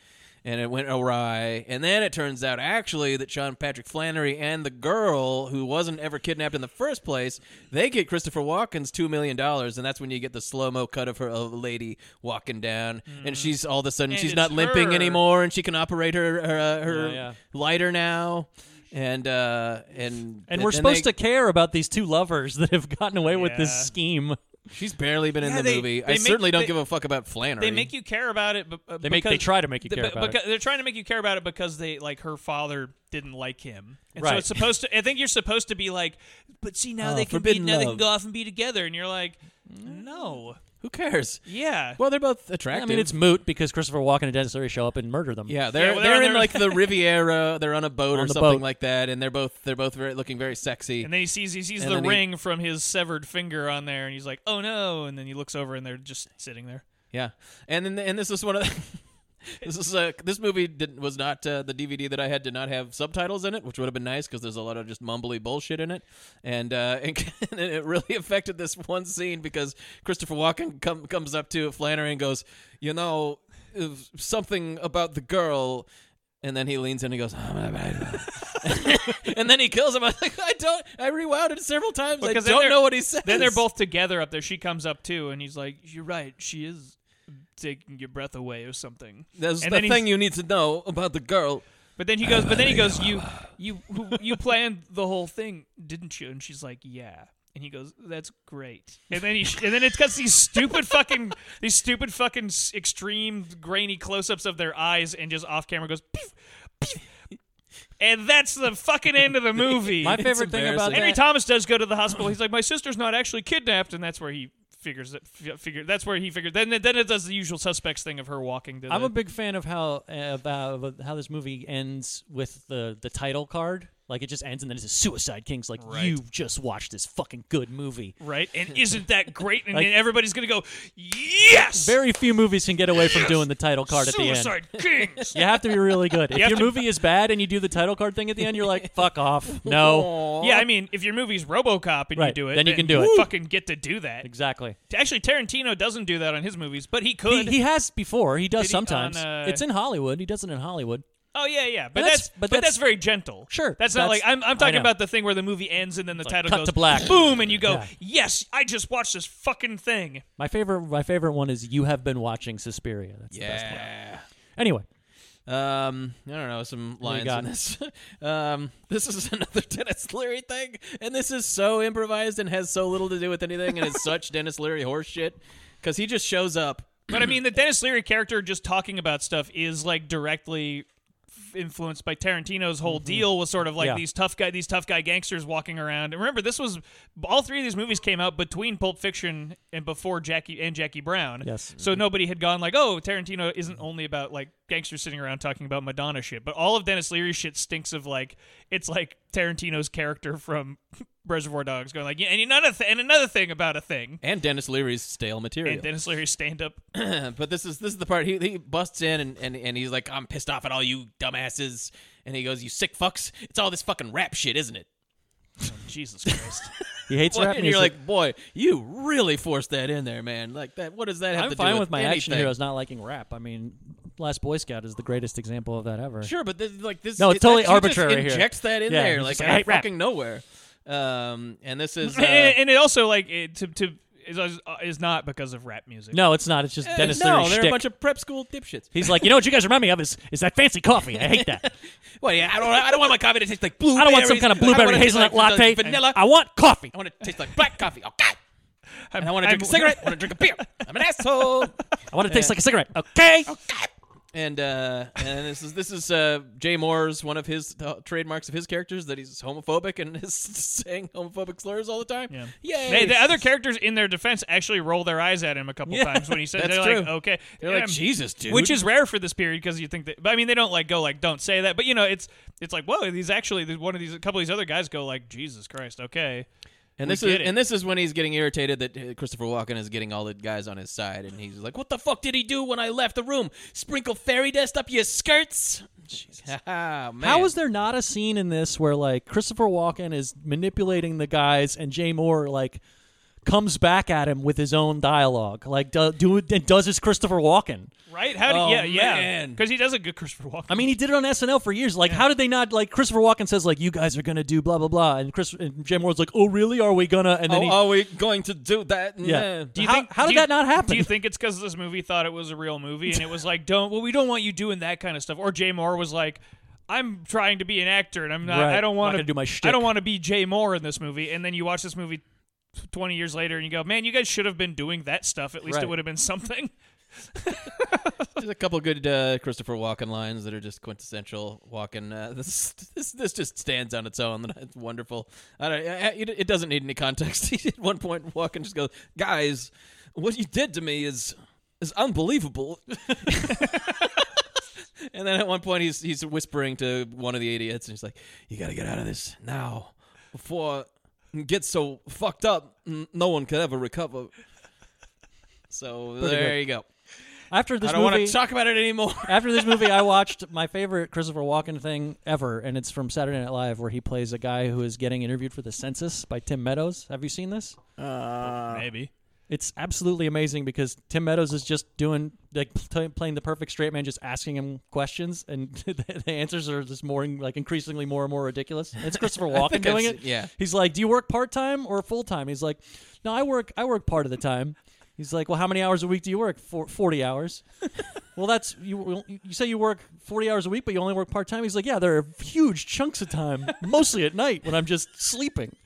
[SPEAKER 2] and it went awry. And then it turns out actually that Sean Patrick Flannery and the girl who wasn't ever kidnapped in the first place, they get Christopher Walken's two million dollars, and that's when you get the slow mo cut of her of a lady walking down, and she's all of a sudden
[SPEAKER 1] And
[SPEAKER 2] she's
[SPEAKER 1] it's
[SPEAKER 2] not limping
[SPEAKER 1] her.
[SPEAKER 2] anymore, and she can operate her her, uh, her
[SPEAKER 3] Yeah, yeah.
[SPEAKER 2] lighter now. And uh, and
[SPEAKER 3] And we're
[SPEAKER 2] then
[SPEAKER 3] supposed
[SPEAKER 2] they-
[SPEAKER 3] to care about these two lovers *laughs* that have gotten away with this
[SPEAKER 1] Yeah.
[SPEAKER 3] scheme.
[SPEAKER 2] She's barely been in
[SPEAKER 1] Yeah,
[SPEAKER 2] the
[SPEAKER 1] they-
[SPEAKER 2] movie.
[SPEAKER 1] they
[SPEAKER 2] I
[SPEAKER 1] make-
[SPEAKER 2] certainly don't
[SPEAKER 1] they-
[SPEAKER 2] give a fuck about Flannery.
[SPEAKER 1] They make you care about it. But, uh,
[SPEAKER 3] They make- they
[SPEAKER 1] because,
[SPEAKER 3] try to make you
[SPEAKER 1] the-
[SPEAKER 3] care
[SPEAKER 1] but-
[SPEAKER 3] about it.
[SPEAKER 1] because- They're trying to make you care about it because they like her father didn't like him, and so
[SPEAKER 3] Right.
[SPEAKER 1] it's supposed to. I think you're supposed to be like, but see now
[SPEAKER 2] Oh,
[SPEAKER 1] they can be
[SPEAKER 2] forbidden
[SPEAKER 1] now they
[SPEAKER 2] love.
[SPEAKER 1] can go off and be together, and you're like, no,
[SPEAKER 2] Who cares?
[SPEAKER 1] yeah.
[SPEAKER 2] Well, they're both attractive.
[SPEAKER 3] I mean, it's moot because Christopher Walken and Dennis Leary show up and murder them.
[SPEAKER 2] *laughs* yeah, they're
[SPEAKER 1] well,
[SPEAKER 2] they're,
[SPEAKER 1] they're on
[SPEAKER 2] in
[SPEAKER 1] their- *laughs*
[SPEAKER 2] like the Riviera. They're on a boat
[SPEAKER 3] On
[SPEAKER 2] or
[SPEAKER 3] the
[SPEAKER 2] something
[SPEAKER 3] boat.
[SPEAKER 2] like that, and they're both they're both very looking very sexy.
[SPEAKER 1] and then he sees he sees
[SPEAKER 2] and
[SPEAKER 1] the
[SPEAKER 2] then he-
[SPEAKER 1] ring from his severed finger on there, and he's like, oh no. And then he looks over, and they're just sitting there.
[SPEAKER 2] yeah, and then and this is one of the *laughs* This is uh, this movie did, was not uh, the DVD that I had did not have subtitles in it, which would have been nice because there's a lot of just mumbly bullshit in it, and uh, *laughs* and, and it really affected this one scene because Christopher Walken come, comes up to Flannery and goes, you know, if something about the girl, and then he leans in and goes, *laughs* and then he kills him. *laughs* I was like, I don't. I rewound it several times.
[SPEAKER 1] Because
[SPEAKER 2] I
[SPEAKER 1] then
[SPEAKER 2] don't
[SPEAKER 1] they're-
[SPEAKER 2] know what he says.
[SPEAKER 1] Then they're both together up there. She comes up too, and he's like, "You're right. She is taking your breath away or something."
[SPEAKER 2] That's
[SPEAKER 1] and
[SPEAKER 2] the
[SPEAKER 1] then
[SPEAKER 2] thing
[SPEAKER 1] he's-
[SPEAKER 2] you need to know about the girl.
[SPEAKER 1] But then he goes. But then
[SPEAKER 3] Uh,
[SPEAKER 1] he goes. You, you, who- you planned the whole thing, didn't you? And she's like, "Yeah." And he goes, "That's great." And then he, and then it's got these stupid fucking, these stupid fucking s- extreme grainy close-ups of their eyes, and just off camera goes, "Pew, pew." and that's the fucking end of the movie.
[SPEAKER 3] My favorite thing about
[SPEAKER 2] embarrassing.
[SPEAKER 1] Henry
[SPEAKER 3] that,
[SPEAKER 1] Thomas does go to the hospital. He's like, my sister's not actually kidnapped, and that's where he figures it. F- figure that's where he figures. Then then it does the usual suspects thing of her walking. To
[SPEAKER 3] I'm
[SPEAKER 1] the,
[SPEAKER 3] a big fan of how about how this movie ends with the the title card. Like it just ends and then it says Suicide Kings. Like
[SPEAKER 1] Right.
[SPEAKER 3] you just watched this fucking good movie.
[SPEAKER 1] right,
[SPEAKER 3] *laughs*
[SPEAKER 1] and isn't that great? And
[SPEAKER 3] Like-
[SPEAKER 1] then everybody's gonna go, yes,
[SPEAKER 3] Very few movies can get away from doing the title card at the end.
[SPEAKER 1] Suicide
[SPEAKER 3] *laughs*
[SPEAKER 1] Kings.
[SPEAKER 3] You have to be really good. If
[SPEAKER 1] have
[SPEAKER 3] your
[SPEAKER 1] to-
[SPEAKER 3] movie is bad and you do the title card thing at the end, you're like, fuck
[SPEAKER 1] *laughs*
[SPEAKER 3] off. No.
[SPEAKER 1] Yeah, I mean, if your movie's RoboCop and you
[SPEAKER 3] Right,
[SPEAKER 1] do it,
[SPEAKER 3] then you can do it.
[SPEAKER 1] Fucking get to do that.
[SPEAKER 3] Exactly.
[SPEAKER 1] Actually, Tarantino doesn't do that on his movies, but he
[SPEAKER 3] He,
[SPEAKER 1] could.
[SPEAKER 3] he has before. He does
[SPEAKER 1] Did he on,
[SPEAKER 3] sometimes.
[SPEAKER 1] uh,
[SPEAKER 3] it's in Hollywood. He does it in Hollywood.
[SPEAKER 1] oh yeah, yeah, but,
[SPEAKER 3] But
[SPEAKER 1] that's,
[SPEAKER 3] that's- but
[SPEAKER 1] but that's,
[SPEAKER 3] that's-
[SPEAKER 1] very gentle.
[SPEAKER 3] Sure,
[SPEAKER 1] that's not
[SPEAKER 3] that's-
[SPEAKER 1] like I'm.
[SPEAKER 3] I
[SPEAKER 1] I'm talking
[SPEAKER 3] know.
[SPEAKER 1] about the thing where the movie ends and then the
[SPEAKER 3] It's like,
[SPEAKER 1] title
[SPEAKER 3] cut
[SPEAKER 1] goes
[SPEAKER 3] to black.
[SPEAKER 1] boom, and you go,
[SPEAKER 3] Yeah.
[SPEAKER 1] yes, I just watched this fucking thing.
[SPEAKER 3] My favorite my favorite one is You Have Been Watching Suspiria. That's the best one.
[SPEAKER 2] Yeah.
[SPEAKER 3] Anyway,
[SPEAKER 2] Um, I don't know some lines in
[SPEAKER 3] got?
[SPEAKER 2] this. *laughs* um, this is *laughs* another Dennis Leary thing, and this is so improvised and has so little to do with anything, and
[SPEAKER 3] *laughs*
[SPEAKER 2] it's such Dennis Leary horseshit because he just shows up.
[SPEAKER 1] But I mean, the Dennis Leary character just talking about stuff is like directly f- influenced by Tarantino's whole deal was sort of like
[SPEAKER 3] Mm-hmm. Yeah.
[SPEAKER 1] these tough guy these tough guy gangsters walking around. And remember this was all three of these movies came out between Pulp Fiction and before Jackie and Jackie Brown.
[SPEAKER 3] Yes. Mm-hmm.
[SPEAKER 1] So nobody had gone like, "Oh, Tarantino isn't only about like gangsters sitting around talking about Madonna shit." But all of Dennis Leary's shit stinks of like it's like Tarantino's character from *laughs* Reservoir Dogs going like, "Yeah, and another th- and another thing about a thing."
[SPEAKER 2] And Dennis Leary's stale material.
[SPEAKER 1] And Dennis Leary's stand up
[SPEAKER 2] but this is this is the part he, he busts in and, and and he's like, "I'm pissed off at all you dumbasses," and he goes, "You sick fucks! It's all this fucking rap shit, isn't it?"
[SPEAKER 1] Jesus Christ.
[SPEAKER 3] *laughs* he hates
[SPEAKER 2] Boy,
[SPEAKER 3] rap
[SPEAKER 2] and you're
[SPEAKER 3] music.
[SPEAKER 2] like, "Boy, you really forced that in there, man! Like that. What does that have
[SPEAKER 3] I'm
[SPEAKER 2] to do
[SPEAKER 3] fine with
[SPEAKER 2] with
[SPEAKER 3] my action
[SPEAKER 2] anything?"
[SPEAKER 3] heroes not liking rap. I mean, Last Boy Scout is the greatest example of that ever.
[SPEAKER 2] Sure, but this, like this.
[SPEAKER 3] No, it's
[SPEAKER 2] it-
[SPEAKER 3] totally
[SPEAKER 2] that- she
[SPEAKER 3] arbitrary
[SPEAKER 2] Just
[SPEAKER 3] here.
[SPEAKER 2] injects that in
[SPEAKER 3] Yeah,
[SPEAKER 2] there
[SPEAKER 3] he's
[SPEAKER 2] like
[SPEAKER 3] just like,
[SPEAKER 2] out
[SPEAKER 3] "Hey,
[SPEAKER 2] of
[SPEAKER 3] rap."
[SPEAKER 2] fucking nowhere. Um, and this
[SPEAKER 3] *laughs*
[SPEAKER 2] is
[SPEAKER 1] *laughs*
[SPEAKER 2] uh,
[SPEAKER 1] and, and it also like it, to to is, uh, is not because of rap music.
[SPEAKER 3] No, it's not. It's just Dennis
[SPEAKER 2] Uh, no,
[SPEAKER 3] Leary
[SPEAKER 2] they're
[SPEAKER 3] shtick.
[SPEAKER 2] a bunch of prep school dipshits.
[SPEAKER 3] He's like, you know what you guys remind me of is, is that fancy coffee. I
[SPEAKER 2] *laughs*
[SPEAKER 3] hate that.
[SPEAKER 2] Well, yeah, I don't, I don't want my coffee to taste like blue.
[SPEAKER 3] I don't want some kind of blueberry hazelnut latte.
[SPEAKER 2] vanilla.
[SPEAKER 3] I want coffee.
[SPEAKER 2] I want it to taste like black coffee.
[SPEAKER 3] *laughs*
[SPEAKER 2] Oh God!
[SPEAKER 1] I'm,
[SPEAKER 2] And I want to drink a cigarette. I want to drink a beer. I'm an asshole.
[SPEAKER 3] I want it to taste like a cigarette. Okay.
[SPEAKER 2] And uh, and this is this is uh, Jay Moore's one of his uh, trademarks of his characters that he's homophobic and *laughs* is saying homophobic slurs all the time.
[SPEAKER 1] Yeah.
[SPEAKER 2] Yay.
[SPEAKER 1] They- the other characters in their defense actually roll their eyes at him a couple
[SPEAKER 2] Yeah,
[SPEAKER 1] times when he says
[SPEAKER 2] that's
[SPEAKER 1] they're like,
[SPEAKER 2] true.
[SPEAKER 1] okay,
[SPEAKER 2] They're
[SPEAKER 1] Yeah,
[SPEAKER 2] like Jesus, dude.
[SPEAKER 1] Which is rare for this period because you think that. But I mean, they don't like go like, don't say that. But you know, it's it's like, whoa, these actually, there's one of these, a couple of these other guys go like, Jesus Christ, okay.
[SPEAKER 2] And
[SPEAKER 1] We
[SPEAKER 2] this is
[SPEAKER 1] get it.
[SPEAKER 2] and this is when he's getting irritated that uh, Christopher Walken is getting all the guys on his side, and he's like, "What the fuck did he do when I left the room? Sprinkle fairy dust up your skirts?" *laughs* Jesus, man.
[SPEAKER 3] How is there not a scene in this where like Christopher Walken is manipulating the guys and Jay Moore like comes back at him with his own dialogue, like do, do and does his Christopher Walken?
[SPEAKER 1] Right? How? Do,
[SPEAKER 2] Oh,
[SPEAKER 1] yeah, yeah.
[SPEAKER 2] man.
[SPEAKER 1] Because he does a good Christopher Walken.
[SPEAKER 3] I mean, he did it on SNL for years. Like, how did they not like Christopher Walken says like you guys are gonna do blah blah blah, and Chris and Jay Moore's like, oh really? Are we gonna? And
[SPEAKER 2] Oh,
[SPEAKER 3] then he,
[SPEAKER 2] are we going to do that?
[SPEAKER 3] Yeah.
[SPEAKER 1] Do you
[SPEAKER 3] How-
[SPEAKER 1] think,
[SPEAKER 3] how
[SPEAKER 1] do
[SPEAKER 3] did
[SPEAKER 1] you-
[SPEAKER 3] that not happen?
[SPEAKER 1] Do you think it's because this movie thought it was a real movie and it was like, don't, well, we don't want you doing that kind of stuff? Or Jay Moore was like, I'm trying to be an actor and I'm not,
[SPEAKER 3] Right.
[SPEAKER 1] I don't
[SPEAKER 3] I'm not
[SPEAKER 1] want to
[SPEAKER 3] gonna do my
[SPEAKER 1] I
[SPEAKER 3] shtick.
[SPEAKER 1] don't want to be Jay Moore in this movie. And then you watch this movie 20 years later and you go, man, you guys should have been doing that stuff. At least it
[SPEAKER 3] Right.
[SPEAKER 1] would have been something.
[SPEAKER 2] There's a couple good uh, Christopher Walken lines that are just quintessential Walken. Uh, *laughs* this, this this just stands on its own. It's wonderful. I don't, I, I- it, it doesn't need any context. *laughs* At one point, Walken just goes, "Guys, what you did to me is is unbelievable." *laughs* and then at one point, he's he's whispering to one of the idiots, and he's like, "You got to get out of this now before it gets so fucked up, n- no one could ever recover." So there you go.
[SPEAKER 3] After this
[SPEAKER 2] I don't
[SPEAKER 3] movie,
[SPEAKER 2] want to talk about it anymore. *laughs*
[SPEAKER 3] after this movie, I watched my favorite Christopher Walken thing ever, and it's from Saturday Night Live, where he plays a guy who is getting interviewed for the census by Tim Meadows. Have you seen this?
[SPEAKER 1] Maybe.
[SPEAKER 3] It's absolutely amazing because Tim Meadows is just doing like pl- playing the perfect straight man, just asking him questions, and *laughs* the, the answers are just more and- like increasingly more and more ridiculous.
[SPEAKER 2] *laughs*
[SPEAKER 3] It's Christopher Walken
[SPEAKER 2] think I've
[SPEAKER 3] doing
[SPEAKER 2] seen-
[SPEAKER 3] it.
[SPEAKER 2] yeah.
[SPEAKER 3] he's like, "Do you work part time or full time?" He's like, "No, I work I work part of the time." He's like, "Well, how many hours a week do you work?" For, Forty hours. well, that's you. You say you work forty hours a week, but you only work part time. He's like, "Yeah, there are huge chunks of time, *laughs* mostly at night when I'm just sleeping."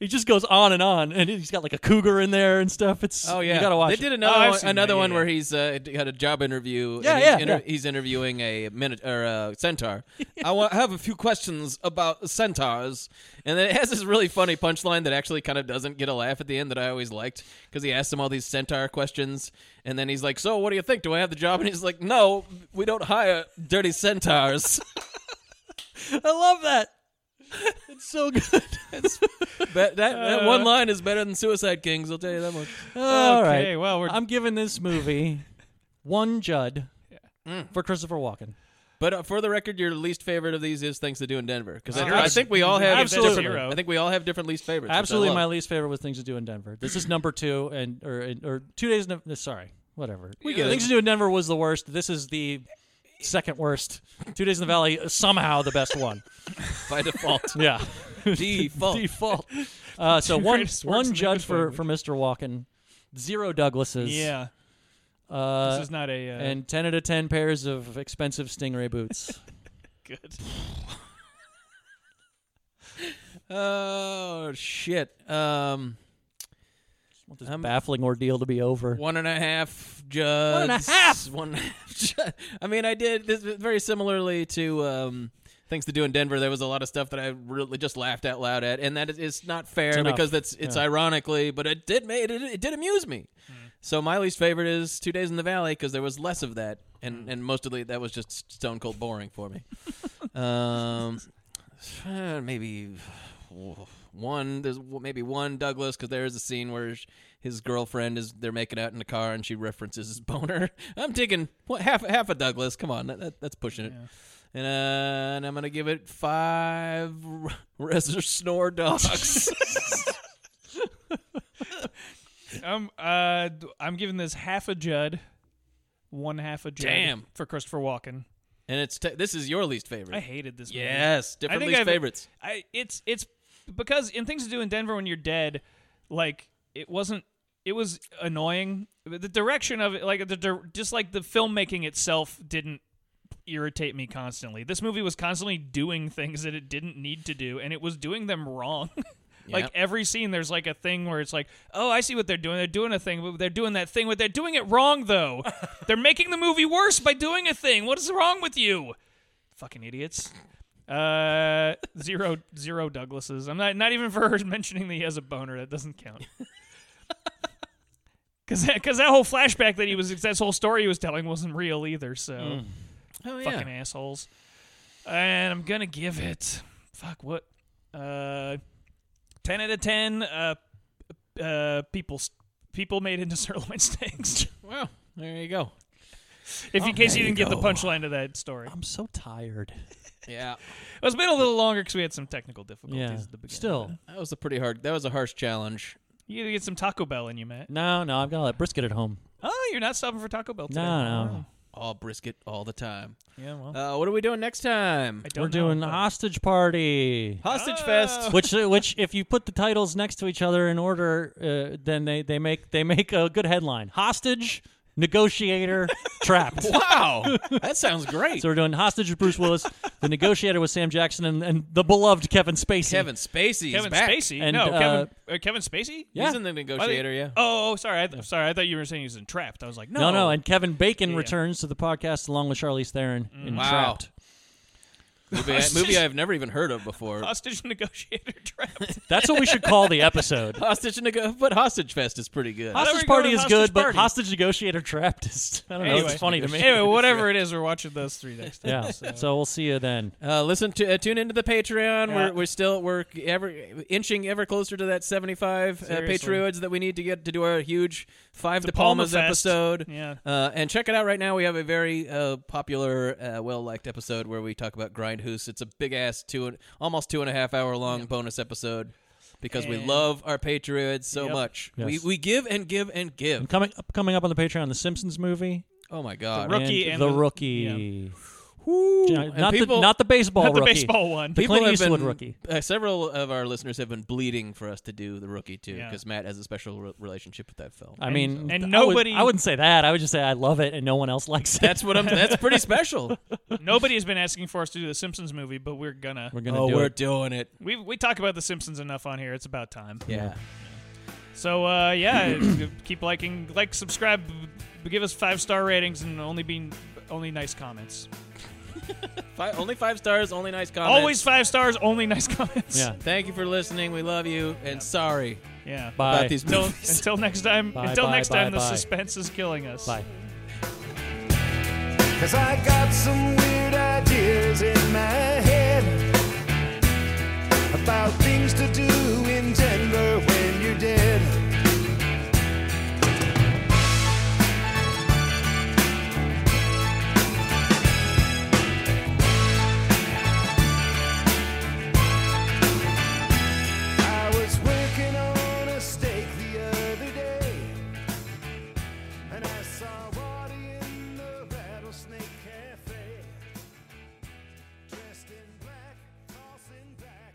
[SPEAKER 3] He just goes on and on, and he's got like a cougar in there and stuff. It's
[SPEAKER 2] Oh yeah,
[SPEAKER 3] you gotta watch.
[SPEAKER 2] They
[SPEAKER 3] it.
[SPEAKER 2] did
[SPEAKER 1] Oh,
[SPEAKER 2] another
[SPEAKER 1] I've
[SPEAKER 2] one
[SPEAKER 1] seen
[SPEAKER 2] another
[SPEAKER 1] that, yeah,
[SPEAKER 2] one
[SPEAKER 1] yeah.
[SPEAKER 2] where he's uh, d- had a job interview.
[SPEAKER 3] Yeah,
[SPEAKER 2] and
[SPEAKER 3] yeah,
[SPEAKER 2] he's, inter-
[SPEAKER 3] yeah.
[SPEAKER 2] he's interviewing a minute or a centaur. *laughs* I want have a few questions about centaurs, and then it has this really funny punchline that actually kind of doesn't get a laugh at the end that I always liked because he asks him all these centaur questions, and then he's like, "So, what do you think? Do I have the job?" And he's like, "No, we don't hire dirty centaurs."
[SPEAKER 3] I love that. It's *laughs* so good.
[SPEAKER 2] that, that, that one line is better than Suicide Kings. I'll tell you that much.
[SPEAKER 3] All right.
[SPEAKER 1] Okay, well, we're-
[SPEAKER 3] I'm giving
[SPEAKER 2] *laughs*
[SPEAKER 3] this movie one Judd
[SPEAKER 2] Mm.
[SPEAKER 3] for Christopher Walken.
[SPEAKER 2] But uh, for the record, your least favorite of these is Things to Do in Denver
[SPEAKER 3] Uh,
[SPEAKER 2] because
[SPEAKER 1] Zero.
[SPEAKER 2] I, I think we all have
[SPEAKER 1] Absolutely.
[SPEAKER 2] different- I think we all have different least favorites. which I
[SPEAKER 3] Absolutely,
[SPEAKER 2] love.
[SPEAKER 3] my least favorite was Things to Do in Denver. This is number two, and or or two days. In, sorry, whatever. We
[SPEAKER 2] get it.
[SPEAKER 3] Things to Do in Denver was the worst. This is the second worst. Two Days in the Valley somehow the best one.
[SPEAKER 1] *laughs*
[SPEAKER 2] by
[SPEAKER 3] *laughs*
[SPEAKER 2] default.
[SPEAKER 3] Yeah.
[SPEAKER 2] Default.
[SPEAKER 3] Default. Uh, so one
[SPEAKER 1] greatest works in
[SPEAKER 3] one
[SPEAKER 1] *laughs* the
[SPEAKER 3] Judd
[SPEAKER 1] English
[SPEAKER 3] for, for Mr. Walken, zero Douglases.
[SPEAKER 1] *laughs* Yeah.
[SPEAKER 3] Uh,
[SPEAKER 1] This is not a uh,
[SPEAKER 3] and 10 out of 10 pairs of expensive
[SPEAKER 1] *laughs*
[SPEAKER 3] stingray boots.
[SPEAKER 1] good.
[SPEAKER 2] Oh shit. Um,
[SPEAKER 3] Want this baffling ordeal to be over.
[SPEAKER 2] one and a half juds.
[SPEAKER 3] One and a
[SPEAKER 2] *laughs*
[SPEAKER 3] half!
[SPEAKER 2] One and a half Judd. I mean, I did this is very similarly to um, things to do in Denver. There was a lot of stuff that I really just laughed out loud at, and that is it's not fair
[SPEAKER 3] enough.
[SPEAKER 2] because that's it's ironically, but it did made it, it did amuse me.
[SPEAKER 3] Hmm.
[SPEAKER 2] So my least favorite is Two Days in the Valley because there was less of that,
[SPEAKER 3] Hmm.
[SPEAKER 2] and and mostly that was just stone cold boring for
[SPEAKER 3] *laughs*
[SPEAKER 2] me. um, *sighs* uh, maybe one there's w- maybe one Douglas because there is a scene where sh- his girlfriend is they're making out in the car and she references his boner. *laughs* I'm digging what half half a Douglas. Come on, that, that, that's pushing it. And, uh, and I'm gonna give it five r- Reser
[SPEAKER 1] *laughs*
[SPEAKER 2] Snore Dogs.
[SPEAKER 1] I'm uh d- I'm giving this half a Judd, one half a Judd.
[SPEAKER 2] Damn.
[SPEAKER 1] for Christopher Walken.
[SPEAKER 2] and it's t- this is your least favorite.
[SPEAKER 1] I hated this. movie.
[SPEAKER 2] Yes,
[SPEAKER 1] I
[SPEAKER 2] different
[SPEAKER 1] think
[SPEAKER 2] least
[SPEAKER 1] I've-
[SPEAKER 2] favorites.
[SPEAKER 1] I it's it's because in things to do in Denver when you're dead, like it wasn't. It was annoying. The the direction of it, like the dir- just like the filmmaking itself, didn't irritate me constantly. This movie was constantly doing things that it didn't need to do, and it was doing them wrong. *laughs* like
[SPEAKER 2] Yep.
[SPEAKER 1] every scene, there's like a thing where it's like, oh, I see what they're doing. They're doing a thing, but they're doing that thing, but they're doing it wrong though. they're making the movie worse by doing a thing. What is wrong with you? Fucking idiots. Uh, zero, zero Douglases. I'm not not even for *laughs* her mentioning that he has a boner. That doesn't count. Because that, 'cause that whole flashback that he was, that whole story he was telling wasn't real either. So
[SPEAKER 2] Oh
[SPEAKER 1] fucking assholes. And I'm gonna give it fuck what uh, ten out of ten uh, uh, people people made into *laughs* sirloin steaks.
[SPEAKER 2] Well, there you go.
[SPEAKER 1] if in case you
[SPEAKER 2] there
[SPEAKER 1] didn't
[SPEAKER 2] you
[SPEAKER 1] get the
[SPEAKER 2] go.
[SPEAKER 1] punchline to that story,
[SPEAKER 3] I'm so tired.
[SPEAKER 2] Yeah,
[SPEAKER 1] it's been a little longer because we had some technical difficulties
[SPEAKER 3] Yeah.
[SPEAKER 1] at the beginning.
[SPEAKER 3] Still.
[SPEAKER 2] that was a pretty hard. That was a harsh challenge.
[SPEAKER 1] you gotta get some Taco Bell in you, Matt.
[SPEAKER 3] No, no, I've got all that brisket at home.
[SPEAKER 1] Oh, you're not stopping for Taco Bell today.
[SPEAKER 3] No, no.
[SPEAKER 2] All brisket, all the time.
[SPEAKER 1] Yeah, well,
[SPEAKER 2] Uh, what are we doing next time?
[SPEAKER 1] I don't
[SPEAKER 3] We're
[SPEAKER 1] know,
[SPEAKER 3] doing
[SPEAKER 1] but-
[SPEAKER 3] hostage party.
[SPEAKER 2] Hostage
[SPEAKER 1] Oh.
[SPEAKER 2] fest. *laughs*
[SPEAKER 3] *laughs* which uh, which if you put the titles next to each other in order, uh, then they, they make they make a good headline. Hostage,
[SPEAKER 1] *laughs*
[SPEAKER 3] negotiator, trapped.
[SPEAKER 2] Wow, that sounds great.
[SPEAKER 3] So we're doing hostage with Bruce Willis, the negotiator with Sam Jackson, and, and the beloved Kevin Spacey.
[SPEAKER 2] Kevin Spacey.
[SPEAKER 1] Kevin
[SPEAKER 2] back.
[SPEAKER 1] Spacey.
[SPEAKER 3] And,
[SPEAKER 1] no,
[SPEAKER 3] uh,
[SPEAKER 1] Kevin uh, Kevin Spacey.
[SPEAKER 3] Yeah.
[SPEAKER 2] He's in the
[SPEAKER 1] Why they-
[SPEAKER 2] negotiator, *laughs* yeah.
[SPEAKER 1] Oh, oh, sorry. I th- sorry, I thought you were saying he was entrapped. I was like, no,
[SPEAKER 3] No, no, and Kevin Bacon
[SPEAKER 1] Oh. Yeah. Mm.
[SPEAKER 3] returns to the podcast along with Charlize Theron in
[SPEAKER 2] Wow.
[SPEAKER 3] Trapped.
[SPEAKER 2] Movie, I, movie I've never even heard of before.
[SPEAKER 1] Hostage *laughs* negotiator
[SPEAKER 3] *laughs*
[SPEAKER 1] trapped.
[SPEAKER 3] That's what we should call
[SPEAKER 1] *laughs*
[SPEAKER 3] the episode.
[SPEAKER 2] Hostage Nego- but Hostage Fest is pretty good.
[SPEAKER 1] Hostage
[SPEAKER 3] Hostage party
[SPEAKER 1] going
[SPEAKER 3] is
[SPEAKER 1] to
[SPEAKER 3] good,
[SPEAKER 1] hostage
[SPEAKER 3] but
[SPEAKER 1] party?
[SPEAKER 3] hostage negotiator trapped is. *laughs* I don't know.
[SPEAKER 1] Anyway.
[SPEAKER 3] It's funny to me.
[SPEAKER 1] Anyway, whatever it is, we're watching those three next time.
[SPEAKER 3] yeah. So. we'll see you then.
[SPEAKER 2] Uh, listen to uh, tune into the Patreon.
[SPEAKER 1] Yeah.
[SPEAKER 2] We're we're still we're ever inching ever closer to that seventy five uh,
[SPEAKER 1] Seriously.
[SPEAKER 2] Patreons that we need to get to do our huge five De,
[SPEAKER 1] Palma
[SPEAKER 2] Palmas
[SPEAKER 1] Fest.
[SPEAKER 2] episode.
[SPEAKER 1] Yeah.
[SPEAKER 2] Uh, and check it out right now. We have a very uh, popular, uh, well liked episode where we talk about Grindhouse. It's a big ass two and almost two and a half hour long bonus episode because we
[SPEAKER 1] And-
[SPEAKER 2] love our Patreons so
[SPEAKER 1] Yep.
[SPEAKER 2] much. We
[SPEAKER 3] Yes.
[SPEAKER 2] we give and give and give.
[SPEAKER 3] And coming up, coming up on the Patreon, the Simpsons movie.
[SPEAKER 2] Oh my god.
[SPEAKER 1] The Rookie and
[SPEAKER 3] the,
[SPEAKER 1] the-
[SPEAKER 3] rookie. Yeah,
[SPEAKER 2] And
[SPEAKER 3] Not
[SPEAKER 2] people-
[SPEAKER 3] the not the
[SPEAKER 1] *laughs*
[SPEAKER 3] baseball
[SPEAKER 1] Not the
[SPEAKER 3] rookie.
[SPEAKER 1] baseball one.
[SPEAKER 3] The
[SPEAKER 2] People
[SPEAKER 3] Clint
[SPEAKER 2] have
[SPEAKER 3] Eastwood
[SPEAKER 2] been-
[SPEAKER 3] rookie.
[SPEAKER 2] Uh, several of our listeners have been bleeding for us to do the rookie too,
[SPEAKER 1] Yeah.
[SPEAKER 2] because Matt has a special re- relationship with that
[SPEAKER 3] *laughs*
[SPEAKER 2] film.
[SPEAKER 3] I
[SPEAKER 1] and
[SPEAKER 3] mean, I would-
[SPEAKER 1] nobody-
[SPEAKER 3] I wouldn't say that. I would just say I love it, and no one else likes it.
[SPEAKER 2] that's what I'm. That's pretty
[SPEAKER 3] *laughs*
[SPEAKER 2] special.
[SPEAKER 1] *laughs* Nobody has been asking for us to do the Simpsons movie, but we're gonna.
[SPEAKER 3] we're gonna
[SPEAKER 2] oh,
[SPEAKER 3] do
[SPEAKER 2] we're
[SPEAKER 3] it.
[SPEAKER 2] doing it.
[SPEAKER 1] We we talk about the Simpsons enough on here. It's about time.
[SPEAKER 2] Yeah.
[SPEAKER 1] So uh, yeah, *coughs* keep liking, like, subscribe, b- give us five star ratings, and only be only nice comments.
[SPEAKER 2] Five, only five stars. Only nice comments.
[SPEAKER 1] Always five stars, only nice *laughs* comments.
[SPEAKER 3] Yeah.
[SPEAKER 2] Thank you for listening. We love you, and sorry
[SPEAKER 1] yeah.
[SPEAKER 3] Bye.
[SPEAKER 2] about these
[SPEAKER 1] Until,
[SPEAKER 2] movies.
[SPEAKER 1] until next time.
[SPEAKER 3] Bye,
[SPEAKER 1] until
[SPEAKER 3] bye,
[SPEAKER 1] next
[SPEAKER 3] bye,
[SPEAKER 1] time, the
[SPEAKER 3] bye.
[SPEAKER 1] suspense is killing us.
[SPEAKER 3] Bye.
[SPEAKER 12] Cause I got some weird ideas in my head about things to do in Denver.